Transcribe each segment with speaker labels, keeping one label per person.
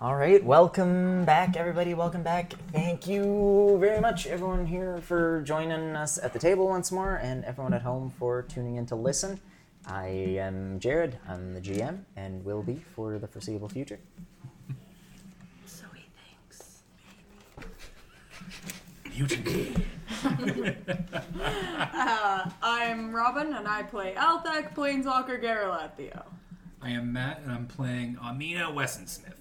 Speaker 1: All right, welcome back, everybody. Welcome back. Thank you very much, everyone here, for joining us at the table once more, and everyone at home for tuning in to listen. I am Jared. I'm the GM, and will be for the foreseeable future.
Speaker 2: So he thinks.
Speaker 3: Uh, I'm Robin, and I play Althek, Planeswalker, Garalathio.
Speaker 4: I am Matt, and I'm playing Amina Wessensmith.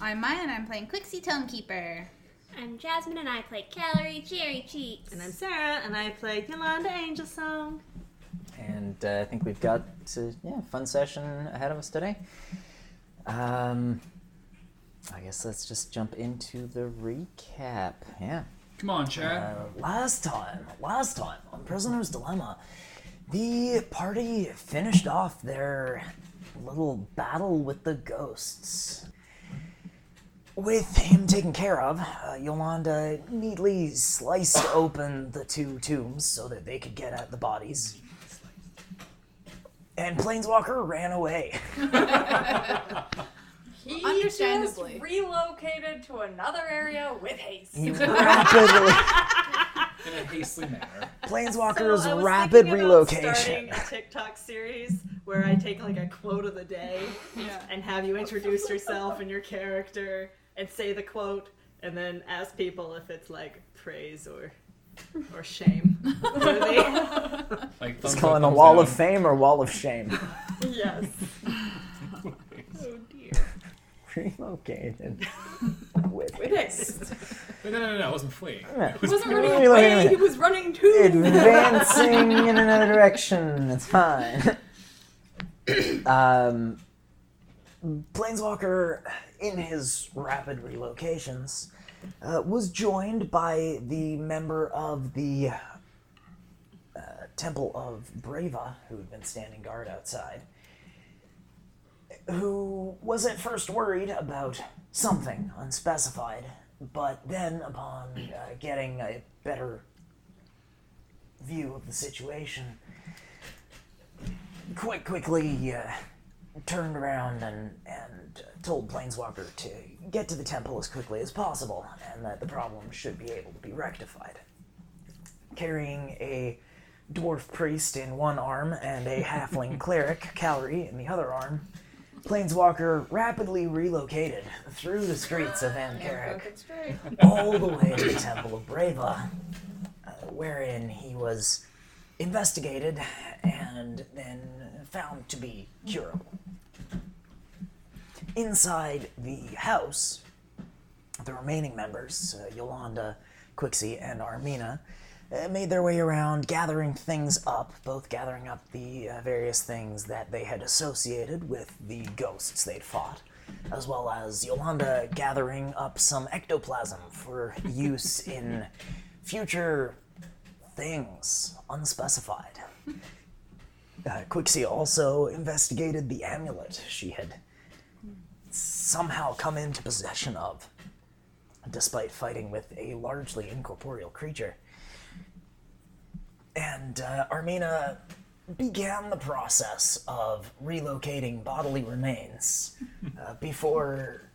Speaker 5: I'm Maya and I'm playing Quixie Tonekeeper.
Speaker 6: I'm Jasmine and I play Calorie Cherry Cheeks.
Speaker 2: And I'm Sarah, and I play Yolanda Angel Song.
Speaker 1: And uh, I think we've got a yeah, fun session ahead of us today. Um, I guess let's just jump into the recap. Yeah.
Speaker 4: Come on, Chad.
Speaker 1: Uh, last time, last time on Prisoner's Dilemma, the party finished off their little battle with the ghosts. With him taken care of, uh, Yolanda neatly sliced open the two tombs so that they could get at the bodies. And Planeswalker ran away.
Speaker 3: He
Speaker 5: Understandably.
Speaker 3: just relocated to another area with haste.
Speaker 1: He rapidly,
Speaker 4: In a hastily manner.
Speaker 1: Planeswalker's
Speaker 2: So I was
Speaker 1: rapid
Speaker 2: thinking about
Speaker 1: relocation.
Speaker 2: Starting a TikTok series where I take like a quote of the day
Speaker 5: Yeah.
Speaker 2: and have you introduce yourself and your character and say the quote and then ask people if it's like praise or or shame. worthy.
Speaker 4: Like
Speaker 1: It's
Speaker 4: thumbs
Speaker 1: calling a
Speaker 4: up,
Speaker 1: wall of
Speaker 4: thumbs
Speaker 1: fame or wall of shame.
Speaker 2: yes.
Speaker 4: down.
Speaker 1: relocated with
Speaker 2: With haste.
Speaker 4: Wait, no, no, no, no, it wasn't fleeing.
Speaker 1: Yeah.
Speaker 4: It
Speaker 3: He
Speaker 4: was
Speaker 3: wasn't
Speaker 1: Wait,
Speaker 3: running
Speaker 1: wait, wait,
Speaker 3: away,
Speaker 1: wait.
Speaker 3: he was running to.
Speaker 1: advancing in another direction. It's fine. um, Planeswalker, in his rapid relocations, uh, was joined by the member of the uh, Temple of Brava, who had been standing guard outside, who was at first worried about something unspecified, but then, upon uh, getting a better view of the situation. Quite quickly, uh, turned around and, and uh, told Planeswalker to get to the temple as quickly as possible, and that the problem should be able to be rectified. Carrying a dwarf priest in one arm and a halfling cleric, Calorie, in the other arm, Planeswalker rapidly relocated through the streets of Amkarak all the way to the Temple of Brava, uh, wherein he was investigated and then found to be curable. Inside the house, the remaining members, uh, Yolanda, Quixie, and Armina, uh, made their way around gathering things up, both gathering up the uh, various things that they had associated with the ghosts they'd fought, as well as Yolanda gathering up some ectoplasm for use in future things unspecified. Uh, Quixie also investigated the amulet she had somehow come into possession of despite fighting with a largely incorporeal creature. And uh, Armina began the process of relocating bodily remains uh, before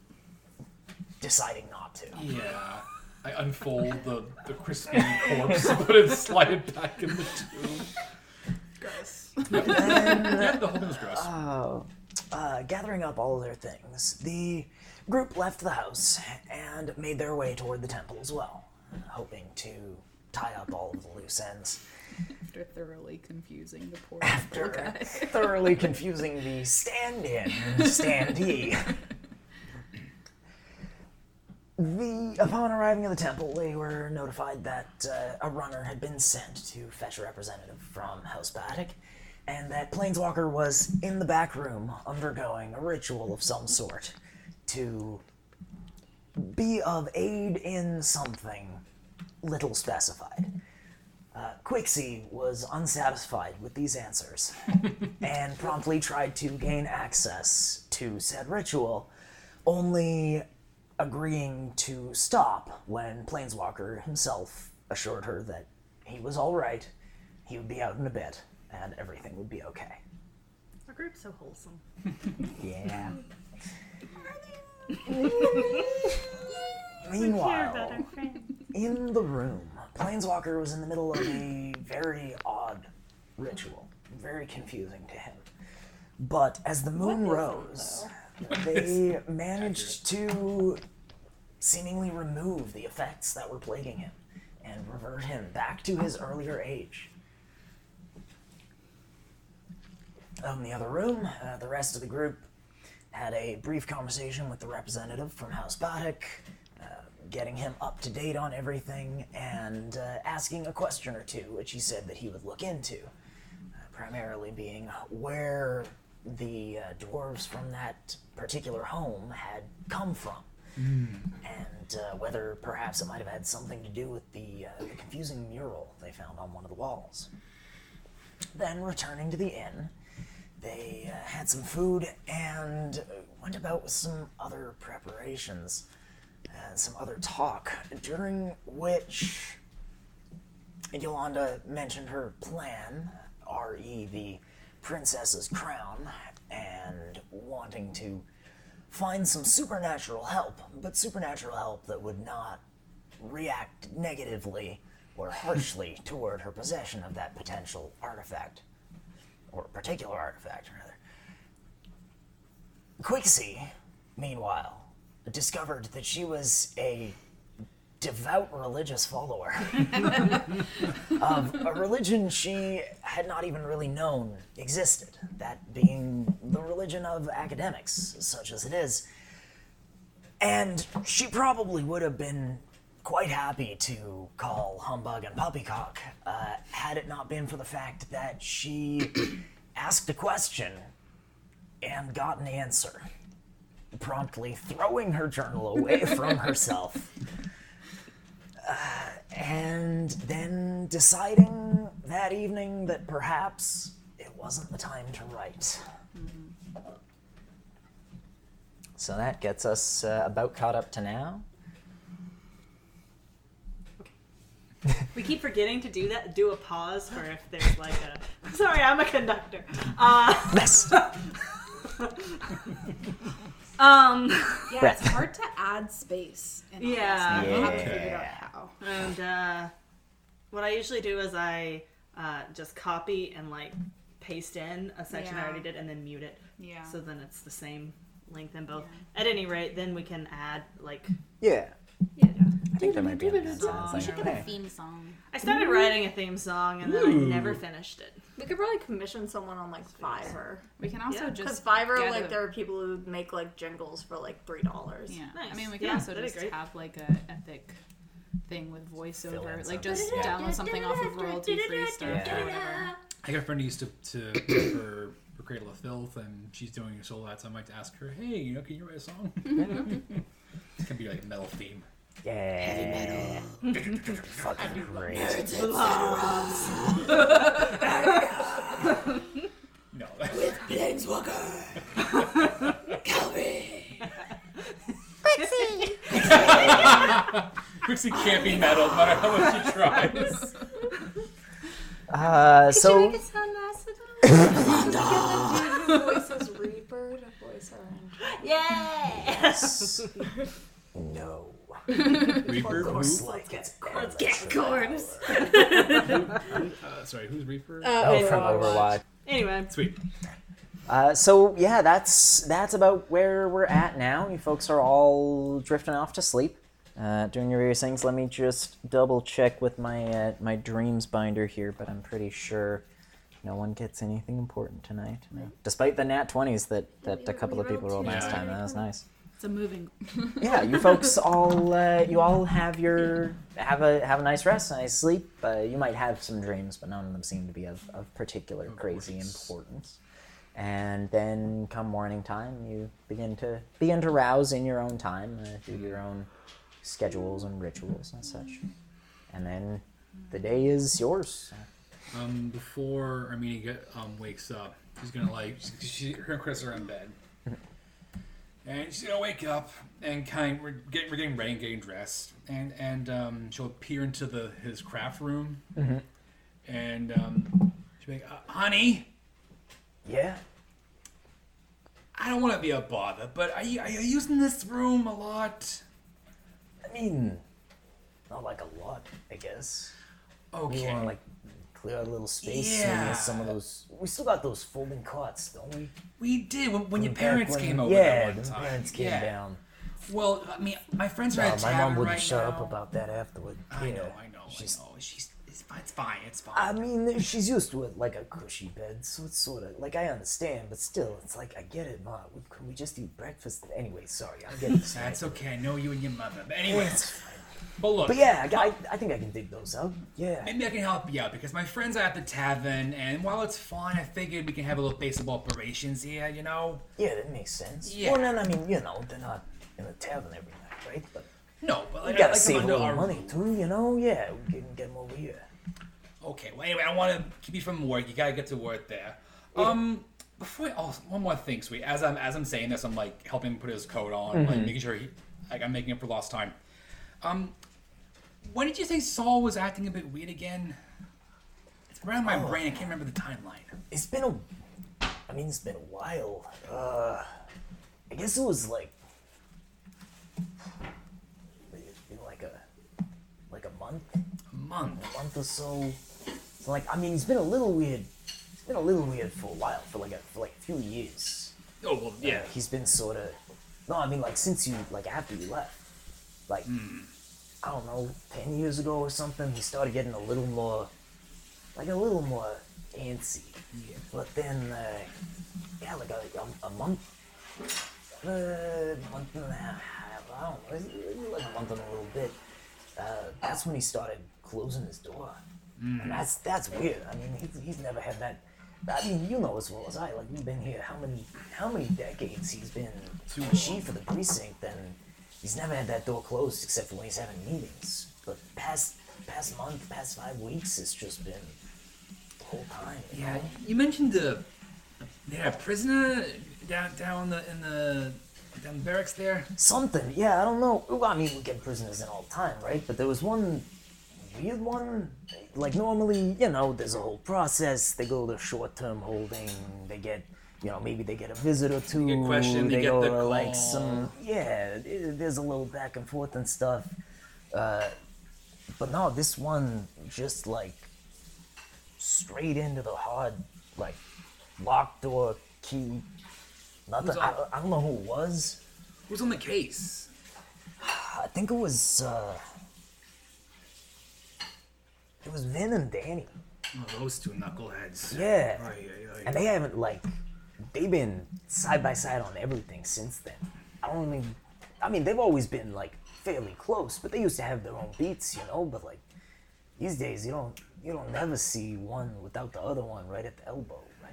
Speaker 1: deciding not to.
Speaker 4: Yeah. I unfold the, the crispy corpse, put it, slide it back in the tomb. Gross. yeah, the whole thing was gross.
Speaker 1: uh, gathering up all of their things, the group left the house and made their way toward the temple as well, hoping to tie up all of the loose ends.
Speaker 7: After thoroughly confusing the poor.
Speaker 1: After thoroughly confusing the stand in and standee. The, upon arriving at the temple, they were notified that uh, a runner had been sent to fetch a representative from House Paddock, and that Planeswalker was in the back room undergoing a ritual of some sort to be of aid in something little specified. Uh, Quixie was unsatisfied with these answers and promptly tried to gain access to said ritual, only agreeing to stop when Planeswalker himself assured her that he was all right, he would be out in a bit, and everything would be okay.
Speaker 2: Our group's so wholesome.
Speaker 1: Yeah. Meanwhile,
Speaker 8: better friend.
Speaker 1: in the room, Planeswalker was in the middle of a very odd ritual, very confusing to him. But as the moon rose, they managed to seemingly remove the effects that were plaguing him and revert him back to his earlier age. Out in the other room, uh, the rest of the group had a brief conversation with the representative from House Baddock, uh, getting him up to date on everything and uh, asking a question or two, which he said that he would look into. Uh, primarily being where the uh, dwarves from that particular home had come from. And uh, whether perhaps it might have had something to do with the, uh, the confusing mural they found on one of the walls. Then, returning to the inn, they uh, had some food and uh, went about with some other preparations and some other talk, during which Yolanda mentioned her plan, re the princess's crown, and wanting to find some supernatural help, but supernatural help that would not react negatively or harshly toward her possession of that potential artifact or particular artifact, rather. Quixie, meanwhile, discovered that she was a devout religious follower of a religion she had not even really known existed, that being the religion of academics, such as it is. And she probably would have been quite happy to call humbug and poppycock uh, had it not been for the fact that she asked a question and got an answer, promptly throwing her journal away from herself. Uh, and then deciding that evening that perhaps it wasn't the time to write. So that gets us uh, about caught up to now.
Speaker 2: We keep forgetting to do that. Do a pause for if there's like a. Sorry, I'm a conductor. Uh,
Speaker 1: Yes.
Speaker 2: um,
Speaker 7: Yeah,
Speaker 1: Breath.
Speaker 7: it's hard to add space. In all this.
Speaker 2: Yeah.
Speaker 7: I haven't
Speaker 1: Yeah.
Speaker 7: figured out how.
Speaker 2: and uh, what I usually do is I uh, just copy and like paste in a section I
Speaker 7: Yeah.
Speaker 2: already did and then mute it.
Speaker 7: Yeah.
Speaker 2: So then it's the same length in both. At any rate, then we can add like
Speaker 1: Yeah.
Speaker 7: Yeah.
Speaker 1: I think that might be. an
Speaker 2: We
Speaker 1: answer.
Speaker 2: should
Speaker 6: Give a theme song.
Speaker 2: I started writing a theme song and then I
Speaker 4: Ooh.
Speaker 2: never finished it.
Speaker 3: We could probably commission someone on like Fiverr.
Speaker 7: We can also
Speaker 2: Yeah,
Speaker 3: Because
Speaker 7: just
Speaker 3: Fiverr,
Speaker 7: get
Speaker 3: like,
Speaker 7: a-
Speaker 3: there are people who make like jingles for like $3.
Speaker 7: Yeah.
Speaker 2: Nice.
Speaker 7: I mean, we can
Speaker 2: Yeah,
Speaker 7: also
Speaker 2: that'd be
Speaker 7: just
Speaker 2: great.
Speaker 7: have like a epic thing with
Speaker 1: Fill in
Speaker 7: voiceover,
Speaker 1: something.
Speaker 7: like just download something off of royalty free stuff or whatever.
Speaker 4: I got a friend who used to, to play for, for Cradle of Filth, and she's doing a solo so I might ask her, hey, you know, can you write a song? it's gonna be like a metal theme. Eh,
Speaker 1: Yeah. Fucking crazy.
Speaker 4: No.
Speaker 6: Quixie!
Speaker 4: Quixie can't be metal, no matter how much she tries.
Speaker 1: Uh,
Speaker 8: So,
Speaker 1: so
Speaker 3: Voices Reaper to voice her.
Speaker 8: yeah.
Speaker 1: no.
Speaker 4: Reaper? Who?
Speaker 1: Let's get let's
Speaker 8: corpse.
Speaker 4: Uh, sorry, who's Reaper?
Speaker 1: Oh, from Overwatch.
Speaker 2: Anyway,
Speaker 4: Sweet.
Speaker 1: Uh, so yeah, that's that's about where we're at now. You folks are all drifting off to sleep, uh, doing your various things. Let me just double check with my uh, my dreams binder here, but I'm pretty sure no one gets anything important tonight. No. Despite the nat twenties that that a couple of people rolled last time, that was nice.
Speaker 7: It's a moving.
Speaker 1: yeah, you folks all uh, you all have your have a have a nice rest, a nice sleep. Uh, you might have some dreams, but none of them seem to be of, of particular crazy importance. And then come morning time, you begin to begin to rouse in your own time, uh, do your own schedules and rituals and such. And then the day is yours.
Speaker 4: Um, before Armenia get, um, wakes up, she's gonna like she, she her and Chris are in bed, and she's gonna wake up and kind we're getting we're getting ready and getting dressed, and and um, she'll peer into the his craft room,
Speaker 1: Mm-hmm.
Speaker 4: and um, she'll be like, uh, "Honey,
Speaker 1: Yeah.
Speaker 4: I don't want to be a bother, but are you, are you using this room a lot?
Speaker 1: I mean, not like a lot, I guess. We
Speaker 4: Okay.
Speaker 1: want to like clear out a little space.
Speaker 4: Yeah.
Speaker 1: Maybe some of those. We still got those folding cots, don't we?
Speaker 4: We did when, when your
Speaker 1: Back
Speaker 4: parents
Speaker 1: when-
Speaker 4: came over
Speaker 1: Yeah,
Speaker 4: that one
Speaker 1: the
Speaker 4: time.
Speaker 1: parents came
Speaker 4: yeah.
Speaker 1: down.
Speaker 4: Well, I mean, my friends are
Speaker 1: Uh,
Speaker 4: at
Speaker 1: my
Speaker 4: tavern
Speaker 1: mom wouldn't
Speaker 4: right
Speaker 1: shut up
Speaker 4: now.
Speaker 1: about that afterward.
Speaker 4: I
Speaker 1: Yeah.
Speaker 4: know, I know,
Speaker 1: She's-
Speaker 4: I know. She's it's fine, it's fine, it's fine.
Speaker 1: I mean, she's used to it like a cushy bed, so it's sort of like I understand, but still, it's like I get it, Ma. We, can we just eat breakfast? Anyway, sorry, I'm getting
Speaker 4: That's
Speaker 1: distracted.
Speaker 4: okay. I know you and your mother. But
Speaker 1: Yeah,
Speaker 4: anyway,
Speaker 1: it's fine.
Speaker 4: but look,
Speaker 1: But yeah, I, I, I think I can dig those out. Yeah.
Speaker 4: maybe I can help you out because my friends are at the tavern, and while it's fun, I figured we can have a little base of operations here. You know?
Speaker 1: Yeah, that makes sense.
Speaker 4: Yeah.
Speaker 1: Well, then, I mean, you know, they're not in the tavern every night, right? But
Speaker 4: No, but
Speaker 1: you
Speaker 4: like, I
Speaker 1: gotta
Speaker 4: like them
Speaker 1: save a
Speaker 4: under
Speaker 1: little
Speaker 4: our
Speaker 1: money,
Speaker 4: roof.
Speaker 1: too, you know? Yeah, we can get them over here.
Speaker 4: Okay. Well, anyway, I want to keep you from work. You gotta get to work there. Um, before I, oh, one more thing, sweet. As I'm as I'm saying this, I'm like helping put his coat on, like
Speaker 1: Mm-hmm.
Speaker 4: making sure he, like I'm making up for lost time. Um, when did you say Saul was acting a bit weird again? It's around
Speaker 1: Oh.
Speaker 4: my brain. I can't remember the timeline.
Speaker 1: It's been a. I mean, it's been a while. Uh, I guess it was like. It's been like a, like a month,
Speaker 4: A month.
Speaker 1: month or so. So like, I mean, he's been a little weird. He's been a little weird for a while, for like a for like a few years.
Speaker 4: Oh well, yeah.
Speaker 1: He's been sort of. No, I mean like since you like after you left, like
Speaker 4: Hmm.
Speaker 1: I don't know, ten years ago or something. He started getting a little more, like a little more antsy.
Speaker 4: Yeah.
Speaker 1: But then, uh, yeah, like a, a, a month, uh, month and a half, I don't know, it's- it's like a month and a little bit. Uh, that's when he started closing his door.
Speaker 4: Hmm.
Speaker 1: And that's that's weird. I mean, he's, he's never had that. I mean, you know as well as I. Like we've been here how many how many decades he's been
Speaker 4: Too
Speaker 1: chief of the precinct, and he's never had that door closed except for when he's having meetings. But past past month, past five weeks, it's just been the whole time. you
Speaker 4: Yeah,
Speaker 1: know?
Speaker 4: you mentioned the yeah prisoner down down the in the down the barracks there.
Speaker 1: Something, yeah, I don't know. Well, I mean, we get prisoners in all the time, right? But there was one weird one. Like, normally, you know, there's a whole process. They go to short term holding, they get, you know, maybe they get a visit or two.
Speaker 4: get questioned, they get
Speaker 1: go
Speaker 4: the
Speaker 1: to,
Speaker 4: call.
Speaker 1: like some. Yeah, it, there's a little back and forth and stuff. Uh, but no, this one just like straight into the hard, like, locked door key. Nothing. I,
Speaker 4: on-
Speaker 1: I don't know who it was.
Speaker 4: Who's on the case?
Speaker 1: I think it was uh it was Vin and Danny.
Speaker 4: Oh, those two knuckleheads.
Speaker 1: Yeah.
Speaker 4: Ay, ay, ay.
Speaker 1: And they haven't like they've been side by side on everything since then. I don't mean I mean they've always been like fairly close, but they used to have their own beats, you know, but like these days you don't you don't never see one without the other one right at the elbow, right?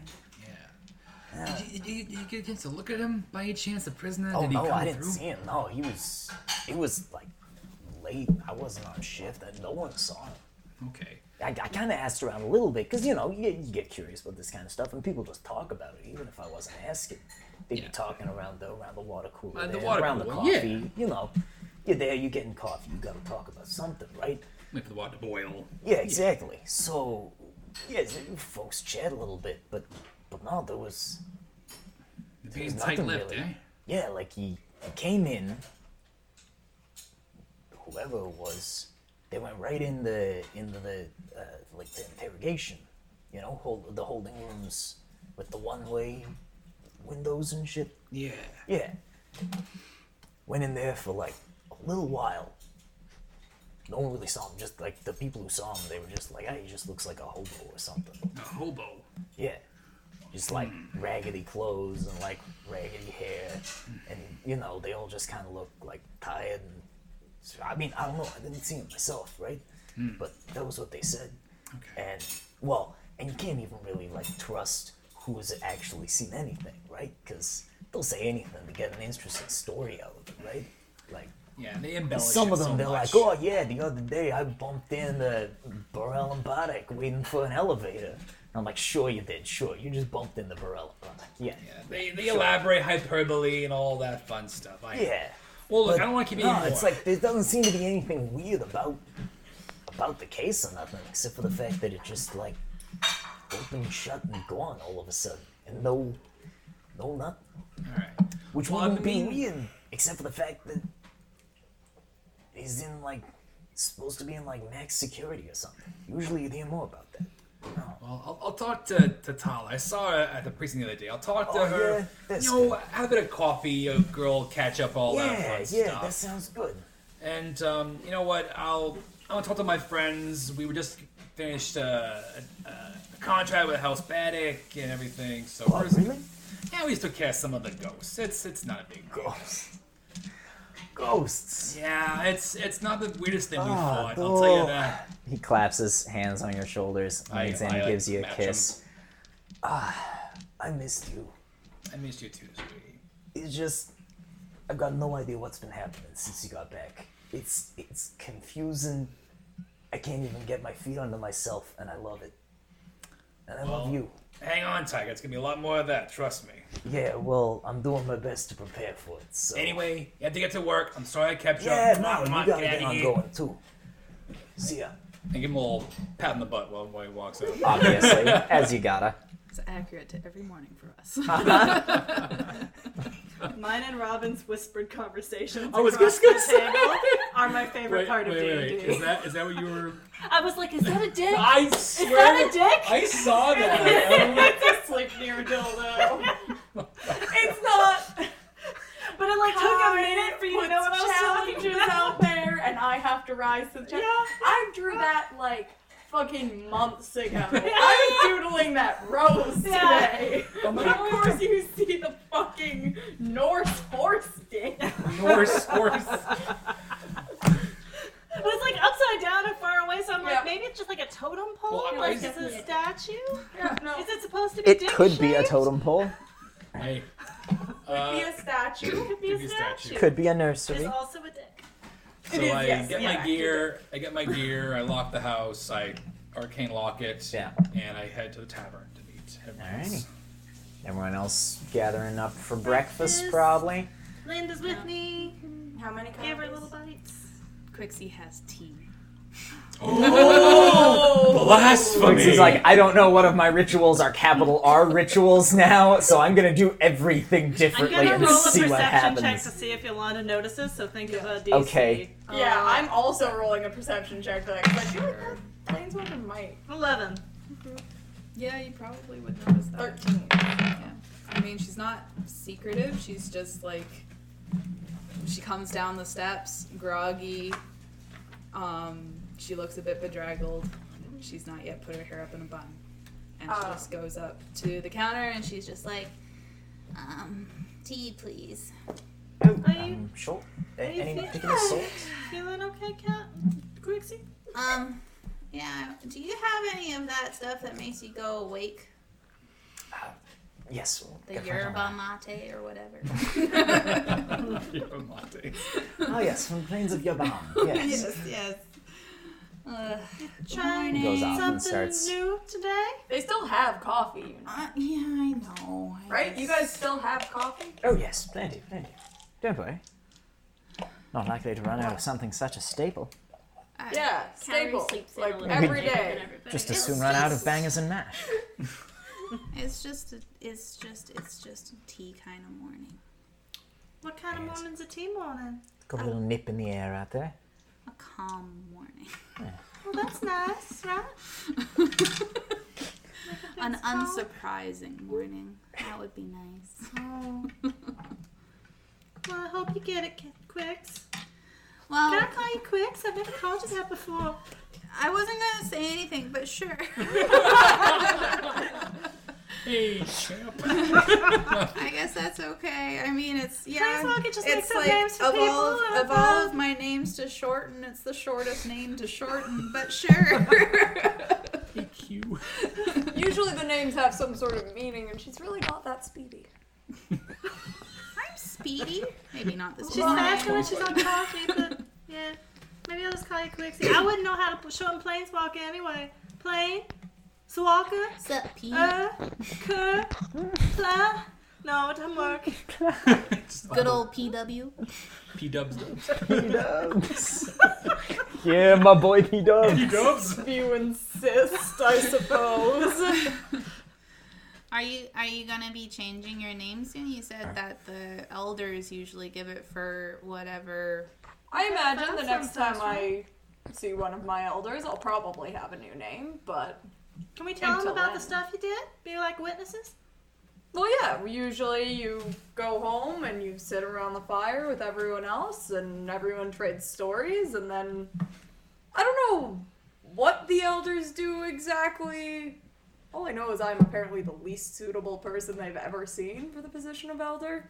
Speaker 4: Yeah. Did, you, did you get a chance to look at him by any chance? The prisoner?
Speaker 1: Oh
Speaker 4: did he
Speaker 1: no,
Speaker 4: come
Speaker 1: I didn't
Speaker 4: through?
Speaker 1: see him. No, he was it was like late. I wasn't on shift and no one saw him.
Speaker 4: Okay.
Speaker 1: I, I kind of asked around a little bit because you know you, you get curious about this kind of stuff, and people just talk about it, even if I wasn't asking. They'd
Speaker 4: Yeah.
Speaker 1: be talking around the around the water cooler,
Speaker 4: Uh, the
Speaker 1: there,
Speaker 4: water
Speaker 1: around
Speaker 4: cooler,
Speaker 1: the
Speaker 4: yeah.
Speaker 1: coffee. You know, you're there, you're getting coffee. You got to talk about something, right?
Speaker 4: Wait for the water to boil.
Speaker 1: Yeah, exactly. So, yeah, so you folks chat a little bit, but but no, there was
Speaker 4: The bees
Speaker 1: nothing
Speaker 4: tight-lipped,
Speaker 1: really.
Speaker 4: eh?
Speaker 1: yeah, like he, he came in. Whoever it was, they went right in the into the uh, like the interrogation, you know, hold the holding rooms with the one-way windows and shit.
Speaker 4: Yeah.
Speaker 1: Yeah. Went in there for like a little while. No one really saw him. Just like the people who saw him, they were just like, "Hey, he just looks like a hobo or something."
Speaker 4: A hobo.
Speaker 1: Yeah. Just like raggedy clothes and like raggedy hair. And, you know, they all just kind of look like tired. And, I mean, I don't know. I didn't see it myself, right? But that was what they said.
Speaker 4: Okay.
Speaker 1: And, well, and you can't even really like trust who has actually seen anything, right? Because they'll say anything to get an interesting story out of it, right? Like,
Speaker 4: Yeah, they embellish
Speaker 1: some
Speaker 4: it
Speaker 1: of them,
Speaker 4: so
Speaker 1: they're
Speaker 4: much.
Speaker 1: like, oh yeah, the other day I bumped into Burrell and Bardic waiting for an elevator. And I'm like, sure you did, sure. You just bumped into Burrell and Bardic. Yeah.
Speaker 4: Yeah, they they elaborate hyperbole and all that fun stuff. I
Speaker 1: Yeah.
Speaker 4: Well, look,
Speaker 1: But
Speaker 4: I don't want to keep you
Speaker 1: no,
Speaker 4: anymore.
Speaker 1: it's like, there doesn't seem to be anything weird about about the case or nothing, except for the fact that it just like opened shut and gone all of a sudden. And no,
Speaker 9: No, not
Speaker 4: All right.
Speaker 9: which
Speaker 4: Well, I
Speaker 9: wouldn't be
Speaker 4: mean-
Speaker 9: weird, except for the fact that he's in like supposed to be in like max security or something. Usually, you'd hear more about that.
Speaker 4: Well, I'll, I'll talk to, to Tala. I saw her at the precinct the other day. I'll talk to
Speaker 9: Oh,
Speaker 4: her.
Speaker 9: yeah, that's
Speaker 4: you know, have a bit of coffee, a girl catch up, all that
Speaker 9: yeah,
Speaker 4: fun
Speaker 9: yeah,
Speaker 4: stuff.
Speaker 9: that sounds good.
Speaker 4: And um, you know what? I'll I'm gonna talk to my friends. We were just finished uh, a, a contract with House Baddick and everything. So
Speaker 9: Oh,
Speaker 4: we're just-
Speaker 9: really?
Speaker 4: yeah, we just took care of some of the ghosts. It's it's not a big deal.
Speaker 9: Ghosts. Ghosts.
Speaker 4: Yeah, it's it's not the weirdest thing we
Speaker 9: Ah,
Speaker 4: fought. I'll tell you
Speaker 9: no.
Speaker 4: that.
Speaker 9: He claps his hands on your shoulders,
Speaker 4: I-
Speaker 9: leans in,
Speaker 4: I, like,
Speaker 9: gives you a
Speaker 4: match
Speaker 9: kiss. Ah, I missed you.
Speaker 4: I missed you too, sweetie.
Speaker 9: It's just I've got no idea what's been happening since you got back. It's it's confusing. I can't even get my feet under myself, and I love it. And I love
Speaker 4: Well-
Speaker 9: you.
Speaker 4: Hang on, Tiger. It's gonna be a lot more of that. Trust me.
Speaker 9: Yeah, well, I'm doing my best to prepare for it. So
Speaker 4: Anyway, you have to get to work. I'm sorry I kept you
Speaker 9: yeah,
Speaker 4: up. Come
Speaker 9: no,
Speaker 4: on, come
Speaker 9: you
Speaker 4: on,
Speaker 9: gotta
Speaker 4: get
Speaker 9: get
Speaker 4: outta
Speaker 9: on
Speaker 4: here.
Speaker 9: going too. See ya.
Speaker 4: And give him a little pat in the butt while, while he walks out.
Speaker 9: Obviously, as you gotta.
Speaker 7: It's accurate to every morning for us.
Speaker 10: Mine and Robin's whispered conversations
Speaker 4: I was
Speaker 10: across
Speaker 4: just gonna
Speaker 10: the
Speaker 4: say
Speaker 10: table are my favorite part of D&D.
Speaker 4: Is that is that what you were?
Speaker 2: I was like, is that a dick?
Speaker 4: I
Speaker 2: Is that
Speaker 4: swear,
Speaker 2: a dick?
Speaker 4: I saw that.
Speaker 10: It's a sleep near dildo.
Speaker 3: It's not. But it like took a
Speaker 10: Hi,
Speaker 3: minute for you
Speaker 10: what's
Speaker 3: to know what I was
Speaker 10: challenges
Speaker 3: challenges out there, and I have to rise to the challenge. I drew that like fucking months ago. I was doodling that rose
Speaker 10: Yeah.
Speaker 3: today.
Speaker 4: Oh my
Speaker 3: But of
Speaker 4: God.
Speaker 3: course, you see the fucking Norse horse dick.
Speaker 4: Norse horse.
Speaker 2: But it's like upside down and far away, so I'm
Speaker 3: Yeah.
Speaker 2: like, maybe it's just like a totem pole?
Speaker 4: Well, I-
Speaker 2: like,
Speaker 4: I-
Speaker 2: is it a statue?
Speaker 3: Yeah, no.
Speaker 2: Is it supposed to be
Speaker 9: It
Speaker 2: dick
Speaker 9: could be a
Speaker 2: shaped?
Speaker 9: totem pole.
Speaker 4: Hey. Uh,
Speaker 3: be a statue.
Speaker 2: Could be a
Speaker 4: Could be a statue.
Speaker 2: statue.
Speaker 9: Could be a
Speaker 2: It's
Speaker 9: nursery.
Speaker 2: also a dick.
Speaker 4: so
Speaker 3: is,
Speaker 4: I
Speaker 3: yes,
Speaker 4: get
Speaker 3: yeah,
Speaker 4: my gear. I get my gear. I lock the house. I arcane lock it.
Speaker 9: Yeah.
Speaker 4: And I head to the tavern to meet
Speaker 9: Alrighty.
Speaker 4: everyone's.
Speaker 9: Everyone else gathering up for breakfast, probably.
Speaker 2: Linda's with me.
Speaker 3: How many
Speaker 2: Give her little bites.
Speaker 7: Quixie has tea.
Speaker 4: Oh, blasphemy!
Speaker 9: Quixie's like, I don't know what of my rituals are capital R rituals now, so I'm gonna do everything
Speaker 2: I'm
Speaker 9: differently
Speaker 2: gonna
Speaker 9: and
Speaker 2: roll a
Speaker 9: see
Speaker 2: perception
Speaker 9: what
Speaker 2: check to
Speaker 9: happens.
Speaker 2: see if Yolanda notices. So think about DC.
Speaker 9: Okay.
Speaker 3: Yeah,
Speaker 2: Uh,
Speaker 3: I'm also rolling a perception check. Like, I feel like that planeswalker might.
Speaker 2: eleven.
Speaker 7: Mm-hmm. Yeah, you probably would notice that.
Speaker 3: Thirteen.
Speaker 7: I mean, she's not secretive. She's just like she comes down the steps, groggy. Um, she looks a bit bedraggled. She's not yet put her hair up in a bun, and she
Speaker 3: Oh.
Speaker 7: just goes up to the counter and she's just like,
Speaker 5: Um, tea, please.
Speaker 2: Are you
Speaker 9: Um, sure. A-
Speaker 2: Hey,
Speaker 9: Any
Speaker 2: Fiona.
Speaker 9: particular sort?
Speaker 2: feeling okay, Cat? Quixie?
Speaker 5: Um, yeah. Do you have any of that stuff that makes you go awake?
Speaker 9: Yes. we'll
Speaker 5: The
Speaker 9: get right on
Speaker 5: yerba mate or whatever.
Speaker 4: Yerba mate.
Speaker 9: that. Oh yes, from plains of Yaban. Yes.
Speaker 5: yes.
Speaker 2: Uh,
Speaker 7: Ugh.
Speaker 5: Trying
Speaker 9: Goes off
Speaker 5: something
Speaker 9: and starts.
Speaker 5: new today?
Speaker 3: They still have coffee, you know.
Speaker 5: Uh, yeah, I know. I
Speaker 3: right? You
Speaker 5: guess.
Speaker 3: guys still have coffee?
Speaker 9: Oh yes, plenty, plenty. Don't worry. Not likely to run out of something such a staple.
Speaker 7: I-
Speaker 3: Yeah,
Speaker 2: Calorie
Speaker 3: staple.
Speaker 2: Uh, sleeps in a
Speaker 3: Like
Speaker 2: little
Speaker 3: every
Speaker 2: bit
Speaker 3: day.
Speaker 2: and everybody
Speaker 9: Just as
Speaker 2: else.
Speaker 9: soon run out of bangers and mash.
Speaker 5: It's just, a, it's just, it's just a tea kind of morning.
Speaker 2: What kind of morning's a tea morning?
Speaker 9: Got a little nip in the air out there.
Speaker 5: A calm morning.
Speaker 2: Well, that's nice, right?
Speaker 5: An
Speaker 2: It's calm.
Speaker 5: unsurprising morning. That would be nice.
Speaker 2: Oh. Well, I hope you get it, Ki- Quix.
Speaker 5: Well,
Speaker 2: Can I call you Quix? I've never called you that before.
Speaker 5: I wasn't gonna say anything, but sure.
Speaker 4: Hey, champ.
Speaker 5: I guess that's okay. I mean, it's yeah.
Speaker 2: Planeswalker just makes
Speaker 5: it's
Speaker 2: up
Speaker 5: like
Speaker 2: names for
Speaker 5: of
Speaker 2: people.
Speaker 5: all of,
Speaker 2: and
Speaker 5: of all of my names to shorten, it's the shortest name to shorten. But sure.
Speaker 4: EQ.
Speaker 3: Usually the names have some sort of meaning, and she's really not that speedy.
Speaker 5: I'm speedy. Maybe not this
Speaker 2: She's
Speaker 5: morning.
Speaker 2: faster when she's on coffee, but yeah. Maybe I'll just call you Quixie. I wouldn't know how to show him Planeswalker anyway. Plane, Swalker,
Speaker 5: Sup, Pete?
Speaker 2: uh, Cur, Pla. No, it doesn't work.
Speaker 5: Good old PW.
Speaker 4: P dubs.
Speaker 9: P dubs. yeah, my boy P dubs.
Speaker 4: P dubs.
Speaker 3: You insist, I suppose.
Speaker 5: Are you are you gonna be changing your name soon? You said that the elders usually give it for whatever.
Speaker 3: I imagine the
Speaker 2: That
Speaker 3: next time
Speaker 2: sounds
Speaker 3: I see one of my elders, I'll probably have a new name. But
Speaker 2: Can we tell them
Speaker 3: Until
Speaker 2: about the
Speaker 3: when?
Speaker 2: stuff you did? Be like witnesses?
Speaker 3: well, yeah. Usually you go home and you sit around the fire with everyone else, and everyone trades stories, and then I don't know what the elders do exactly. All I know is I'm apparently the least suitable person they've ever seen for the position of elder.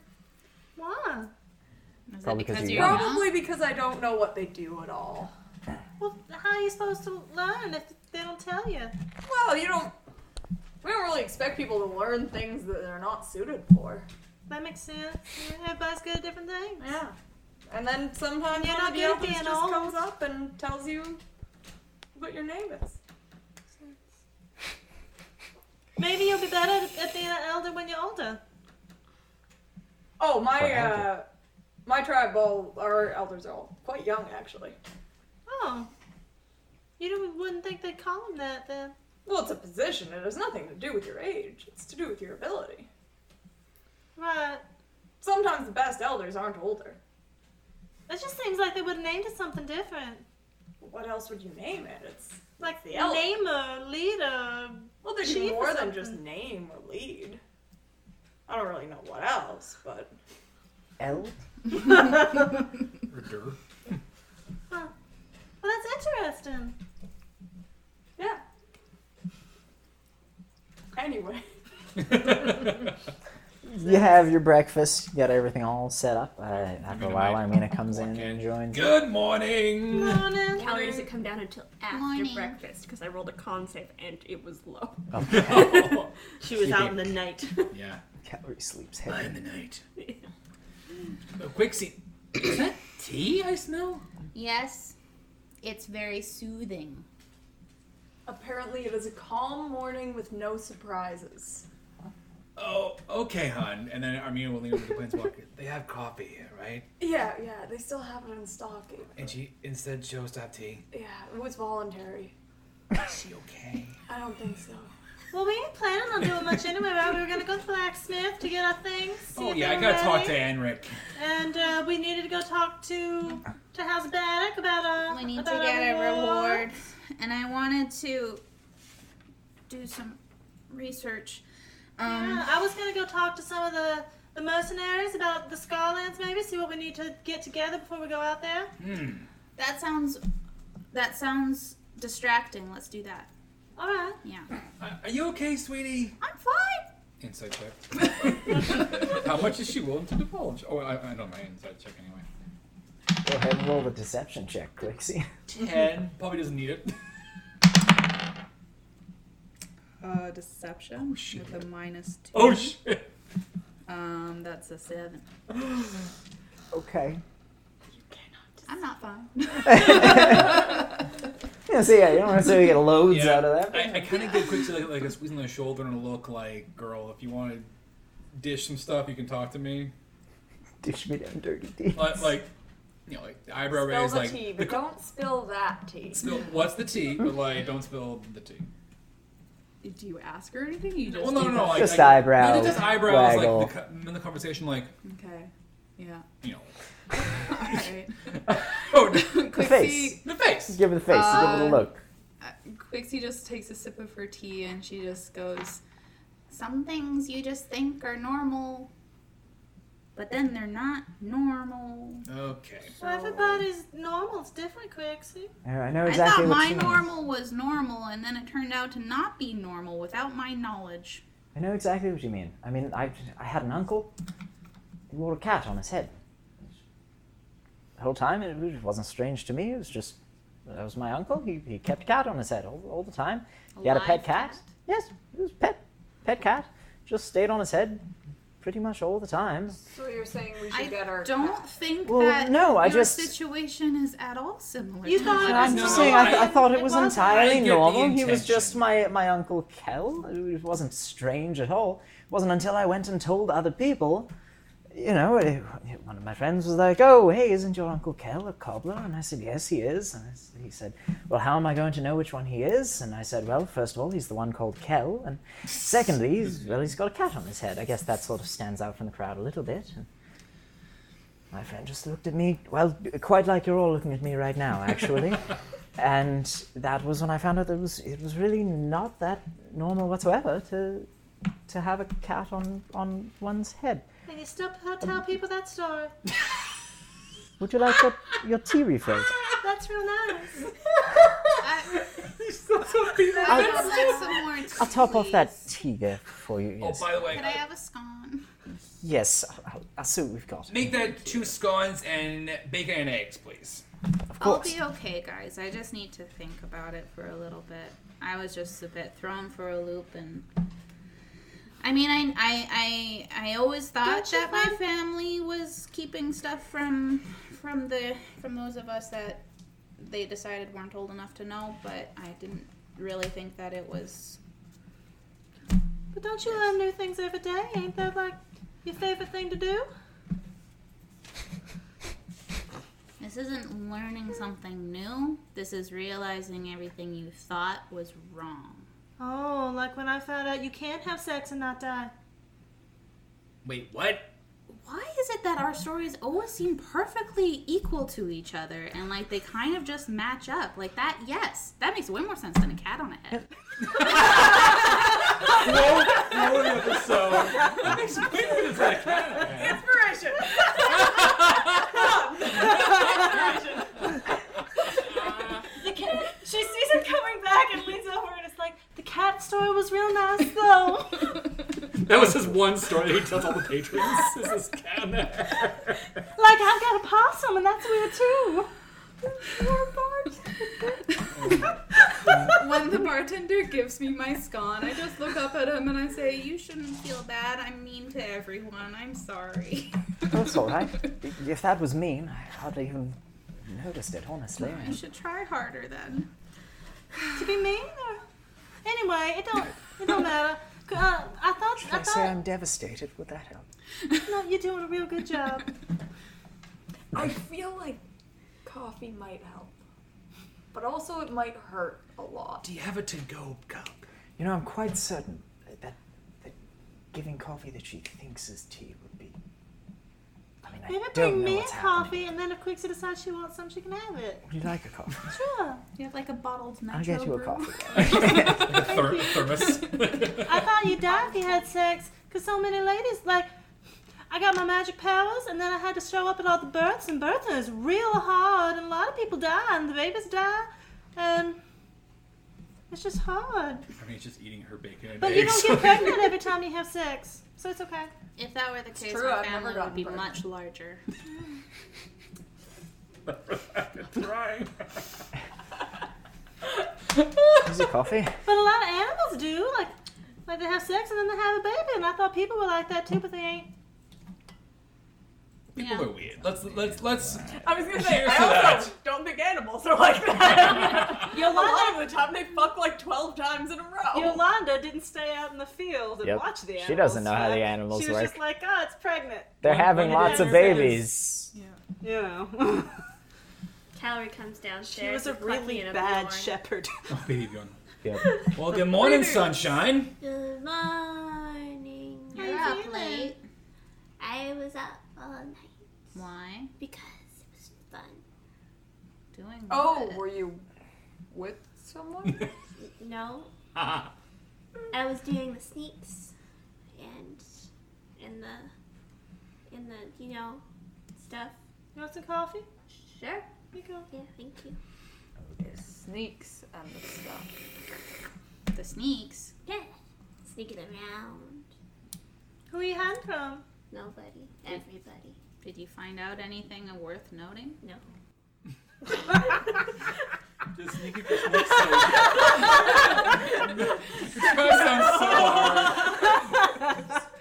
Speaker 2: Why?
Speaker 5: Is
Speaker 9: Probably
Speaker 5: that
Speaker 9: 'cause
Speaker 5: because
Speaker 9: you
Speaker 5: you're
Speaker 9: don't.
Speaker 5: young?
Speaker 3: Probably because I don't know what they do at all.
Speaker 2: Well, how are you supposed to learn if they don't tell you?
Speaker 3: Well, you don't. We don't really expect people to learn things that they're not suited for.
Speaker 2: That makes sense. Yeah, Everybody's good at different things.
Speaker 3: And then sometimes
Speaker 2: You're
Speaker 3: one
Speaker 2: not
Speaker 3: of the
Speaker 2: good at
Speaker 3: elders
Speaker 2: being
Speaker 3: just
Speaker 2: old.
Speaker 3: comes up and tells you what your name is.
Speaker 2: Maybe you'll be better at- at being an elder when you're older.
Speaker 3: Oh, my
Speaker 9: For
Speaker 3: uh,
Speaker 9: elder.
Speaker 3: my tribe, all our elders are all quite young actually.
Speaker 2: Oh. You don't, wouldn't think they'd call him that then.
Speaker 3: Well, it's a position. It has nothing to do with your age. It's to do with your ability.
Speaker 2: Right.
Speaker 3: Sometimes the best elders aren't older.
Speaker 2: It just seems like they would have named it something different.
Speaker 3: What else would you name it? It's
Speaker 2: Like the
Speaker 3: The elder.
Speaker 2: namer, leader.
Speaker 3: well, they do
Speaker 2: Chief or
Speaker 3: more than
Speaker 2: something.
Speaker 3: just name or lead. I don't really know what else, but
Speaker 9: L?
Speaker 4: Or dirt.
Speaker 2: Well, that's interesting.
Speaker 3: Yeah. Anyway.
Speaker 9: You have your breakfast, you got everything all set up. Uh, after a
Speaker 4: gonna
Speaker 9: while,
Speaker 4: make-
Speaker 9: Armina comes in and
Speaker 4: Okay.
Speaker 9: joins.
Speaker 4: Good morning.
Speaker 2: Morning.
Speaker 11: Calorie doesn't come down until after
Speaker 5: Morning.
Speaker 11: breakfast because I rolled a con save and it was low.
Speaker 10: She was
Speaker 4: out
Speaker 10: out
Speaker 4: in
Speaker 10: in the night.
Speaker 4: yeah.
Speaker 9: Oh. Calorie sleeps
Speaker 4: By the
Speaker 9: heavy.
Speaker 4: night. A quick seat. Is that tea I smell?
Speaker 5: Yes, it's very soothing.
Speaker 3: Apparently, it is a calm morning with no surprises.
Speaker 4: Oh, okay, hon. And then Armina will lean over to the planeswalker. they have coffee, right?
Speaker 3: Yeah, yeah, they still have it in stock.
Speaker 4: And she instead chose to have tea.
Speaker 3: Yeah, it was voluntary.
Speaker 4: Is she okay?
Speaker 3: I don't think so.
Speaker 2: Well, we ain't planning on doing much anyway, right? We were gonna go to blacksmith to get our things. see
Speaker 4: oh
Speaker 2: if
Speaker 4: yeah,
Speaker 2: they
Speaker 4: I
Speaker 2: were
Speaker 4: gotta talk to
Speaker 2: ready.
Speaker 4: Anric.
Speaker 2: And uh, we needed to go talk to to House Baddock about uh
Speaker 5: We need to
Speaker 2: about
Speaker 5: get
Speaker 2: our
Speaker 5: a reward, and I wanted to do some research. Um,
Speaker 2: Yeah, I was gonna go talk to some of the the mercenaries about the Scarlands, maybe see what we need to get together before we go out there.
Speaker 4: Hmm.
Speaker 5: that sounds that sounds distracting. Let's do that.
Speaker 2: All right.
Speaker 5: Yeah,
Speaker 4: Uh, Are are you okay, sweetie?
Speaker 5: I'm fine.
Speaker 4: Insight check. How much is she willing to divulge? Oh, I, I don't mind insight check anyway.
Speaker 9: Go ahead and roll the deception check, Quixie.
Speaker 4: Ten. Probably doesn't need it.
Speaker 7: Uh, deception
Speaker 4: Oh, shit.
Speaker 7: with a minus two.
Speaker 4: Oh shit.
Speaker 7: Um, that's a seven.
Speaker 9: Okay.
Speaker 5: I'm not fine.
Speaker 9: Yeah, so yeah, you don't necessarily get loads
Speaker 4: Yeah,
Speaker 9: out of that.
Speaker 4: I, I kind of get quick to like, like a squeeze on the shoulder and a look like, girl, if you want to dish some stuff, you can talk to me.
Speaker 9: Dish me down dirty deeds.
Speaker 4: Like, like you know, like the eyebrow
Speaker 3: spill
Speaker 4: raise,
Speaker 3: the
Speaker 4: like,
Speaker 3: tea,
Speaker 4: the
Speaker 3: but
Speaker 4: co-
Speaker 3: don't spill that tea.
Speaker 4: spill, what's the tea? But like, don't spill the tea.
Speaker 7: Do you ask her anything? You just
Speaker 4: Well, no,
Speaker 7: do
Speaker 4: no, no.
Speaker 7: that?
Speaker 4: Like,
Speaker 9: Just
Speaker 4: like,
Speaker 9: eyebrows,
Speaker 4: no, Just eyebrows.
Speaker 9: waggle.
Speaker 4: Like the, co- in the conversation, like,
Speaker 7: Okay. Yeah.
Speaker 4: you know,
Speaker 7: All right.
Speaker 4: oh,
Speaker 7: Quixie,
Speaker 9: face.
Speaker 4: the face.
Speaker 9: Give her the face, give her
Speaker 3: Um,
Speaker 9: the
Speaker 7: Uh,
Speaker 9: look.
Speaker 7: uh, Quixie just takes a sip of her tea and she just goes,
Speaker 5: Some things you just think are normal, but then they're not normal.
Speaker 4: Okay.
Speaker 2: Well, everybody's normal's different, Quixie.
Speaker 9: Yeah, I know
Speaker 5: I
Speaker 9: exactly
Speaker 5: thought
Speaker 9: what
Speaker 5: my
Speaker 9: you mean.
Speaker 5: normal was normal, and then it turned out to not be normal without my knowledge.
Speaker 9: I know exactly what you mean. I mean, I, I had an uncle who wore a cat on his head. The whole time, it was- it wasn't strange to me. It was just, that was my uncle. He, he kept a cat on his head all, all the time. he had a pet
Speaker 5: live
Speaker 9: cat.
Speaker 5: cat?
Speaker 9: Yes, it was a pet, pet cat. Just stayed on his head pretty much all the time.
Speaker 3: So you're saying we should
Speaker 5: I
Speaker 3: get our.
Speaker 5: don't think
Speaker 9: Well,
Speaker 5: that
Speaker 9: no, I
Speaker 5: your
Speaker 9: just-
Speaker 5: situation is at all similar.
Speaker 2: You
Speaker 5: to
Speaker 2: thought
Speaker 5: mine.
Speaker 2: it
Speaker 9: I'm
Speaker 2: was
Speaker 9: just
Speaker 4: No,
Speaker 9: saying, I, th- I
Speaker 2: normal.
Speaker 9: thought it
Speaker 2: It
Speaker 9: was
Speaker 2: wasn't.
Speaker 4: I
Speaker 9: entirely
Speaker 4: get the
Speaker 9: normal. He was just
Speaker 4: intention.
Speaker 9: my, my Uncle Kel. It wasn't strange at all. It wasn't until I went and told other people you know, eh, one of my friends was like, "Oh, hey, isn't your uncle Kel a cobbler?" And I said, "Yes, he is." And I s he said, "Well, how am I going to know which one he is?" And I said, "Well, first of all, he's the one called Kel, and secondly, he's, well, he's got a cat on his head. I guess that sort of stands out from the crowd a little bit." And my friend just looked at me, well, quite like you're all looking at me right now, actually. and that was when I found out that it was it was really not that normal whatsoever to to have a cat on on one's head.
Speaker 2: And you still p- tell people that story.
Speaker 9: Would you like your, your tea refilled?
Speaker 2: That's real nice.
Speaker 5: I would like some more tea,
Speaker 9: I'll top off that
Speaker 5: please.
Speaker 9: tea there for you. Yes,
Speaker 4: Oh, by the way,
Speaker 5: Could I have a scone?
Speaker 9: yes I'll, I'll see what we've got.
Speaker 4: make that two scones and bacon and eggs, please.
Speaker 9: Of
Speaker 5: I'll
Speaker 9: course.
Speaker 5: be okay, guys. I just need to think about it for a little bit. I was just a bit thrown for a loop, and I mean, I I I, I always thought
Speaker 2: Don't you
Speaker 5: that my
Speaker 2: find-
Speaker 5: family was keeping stuff from from the from those of us that they decided weren't old enough to know, but I didn't really think that it was.
Speaker 2: But don't you learn new things every day? Ain't that like your favorite thing to do?
Speaker 5: This isn't learning something new. This is realizing everything you thought was wrong.
Speaker 2: Oh, like when I found out you can't have sex and not die.
Speaker 4: Wait, what?
Speaker 5: why is it that our stories always seem perfectly equal to each other and like they kind of just match up like that yes that makes way more sense than a cat on a head
Speaker 4: Quote quote episode. Thanks, wait for this, like, man.
Speaker 10: Inspiration!
Speaker 2: The cat, she sees him coming back and leans over and it's like, the cat story was real nice though.
Speaker 4: That was his one story he tells all the patrons. This is canon.
Speaker 2: like I've got a possum and that's weird too.
Speaker 7: when the bartender gives me my scone, I just look up at him and I say,
Speaker 5: you shouldn't feel bad i'm mean to everyone i'm sorry
Speaker 9: That's all right. If that was mean, I hardly even noticed it, honestly.
Speaker 5: i should try harder then
Speaker 2: To be mean or anyway, it don't it don't matter. Uh, I thought
Speaker 9: Should
Speaker 2: I
Speaker 9: I say
Speaker 2: thought
Speaker 9: I'm devastated? Would that help?
Speaker 2: no, you're doing a real good job.
Speaker 11: I feel like coffee might help, but also it might hurt a lot.
Speaker 4: Do you have a to-go cup?
Speaker 9: You know, I'm quite certain that, that giving coffee that she thinks is tea would be. I mean, I
Speaker 2: Maybe
Speaker 9: don't
Speaker 2: bring
Speaker 9: know
Speaker 2: me a
Speaker 9: what's
Speaker 2: coffee and then if Quixie decides she wants some, she can have
Speaker 9: Happening.
Speaker 2: it.
Speaker 9: Would you like a coffee?
Speaker 2: Sure.
Speaker 5: you have like a bottled nitro
Speaker 9: I'll get you a
Speaker 5: brew.
Speaker 9: coffee.
Speaker 4: Like a ther- thermos.
Speaker 2: I thought you'd die if you had sex, because so many ladies, like, I got my magic powers, and then I had to show up at all the births, and birthing is real hard, and a lot of people die, and the babies die, and it's just hard.
Speaker 4: I mean, he's just eating her bacon and
Speaker 2: But you
Speaker 4: eggs.
Speaker 2: don't get pregnant every time you have sex, so it's okay.
Speaker 5: if that were the case
Speaker 11: true,
Speaker 5: my
Speaker 11: I've never
Speaker 5: family would
Speaker 11: gotten
Speaker 5: be
Speaker 11: burned.
Speaker 5: much larger
Speaker 4: Trying.
Speaker 9: Is it coffee?
Speaker 2: But a lot of animals do, like, like they have sex and then they have a baby, and I thought people were like that too, but they ain't.
Speaker 4: People are weird. Let's let's let's.
Speaker 10: I was gonna say,
Speaker 4: Cheers
Speaker 10: I
Speaker 4: to
Speaker 10: also
Speaker 4: that.
Speaker 10: don't think animals are like that.
Speaker 2: You're
Speaker 10: a lot of the time, they fuck like 12 times in a row.
Speaker 2: Yolanda didn't stay out in the field and
Speaker 9: Yep.
Speaker 2: watch the animals.
Speaker 9: She doesn't know how the
Speaker 2: right?
Speaker 9: animals
Speaker 2: She was
Speaker 9: work.
Speaker 2: just like, oh, it's pregnant.
Speaker 9: They're
Speaker 4: One
Speaker 9: having
Speaker 4: thing
Speaker 9: lots
Speaker 2: that
Speaker 9: of
Speaker 2: is-
Speaker 9: babies.
Speaker 2: You know.
Speaker 11: Calorie comes downstairs.
Speaker 2: She was a
Speaker 11: with Clucky
Speaker 2: really
Speaker 11: and
Speaker 2: bad
Speaker 11: Bjorn.
Speaker 2: shepherd.
Speaker 4: Oh, baby going.
Speaker 9: Yep.
Speaker 4: Well, good morning, sunshine.
Speaker 6: Good morning.
Speaker 5: you're
Speaker 2: How
Speaker 5: up
Speaker 2: you feeling?
Speaker 5: late
Speaker 6: I was up all night
Speaker 5: why
Speaker 6: because it was fun.
Speaker 5: doing
Speaker 3: Oh,
Speaker 5: what?
Speaker 3: were you with someone?
Speaker 6: No,
Speaker 4: Ah,
Speaker 6: I was doing the sneaks and and the and the you know stuff.
Speaker 2: You want some coffee?
Speaker 6: Sure.
Speaker 2: Here you go.
Speaker 6: Yeah. Thank you.
Speaker 3: Sneaks and the stuff.
Speaker 5: the sneaks
Speaker 6: Yeah. Sneaking around.
Speaker 2: Who are you hiding from?
Speaker 6: Nobody. Everybody.
Speaker 5: did you find out anything worth noting
Speaker 6: No.
Speaker 4: just sneak it just next to you. Guys, I'm so hard.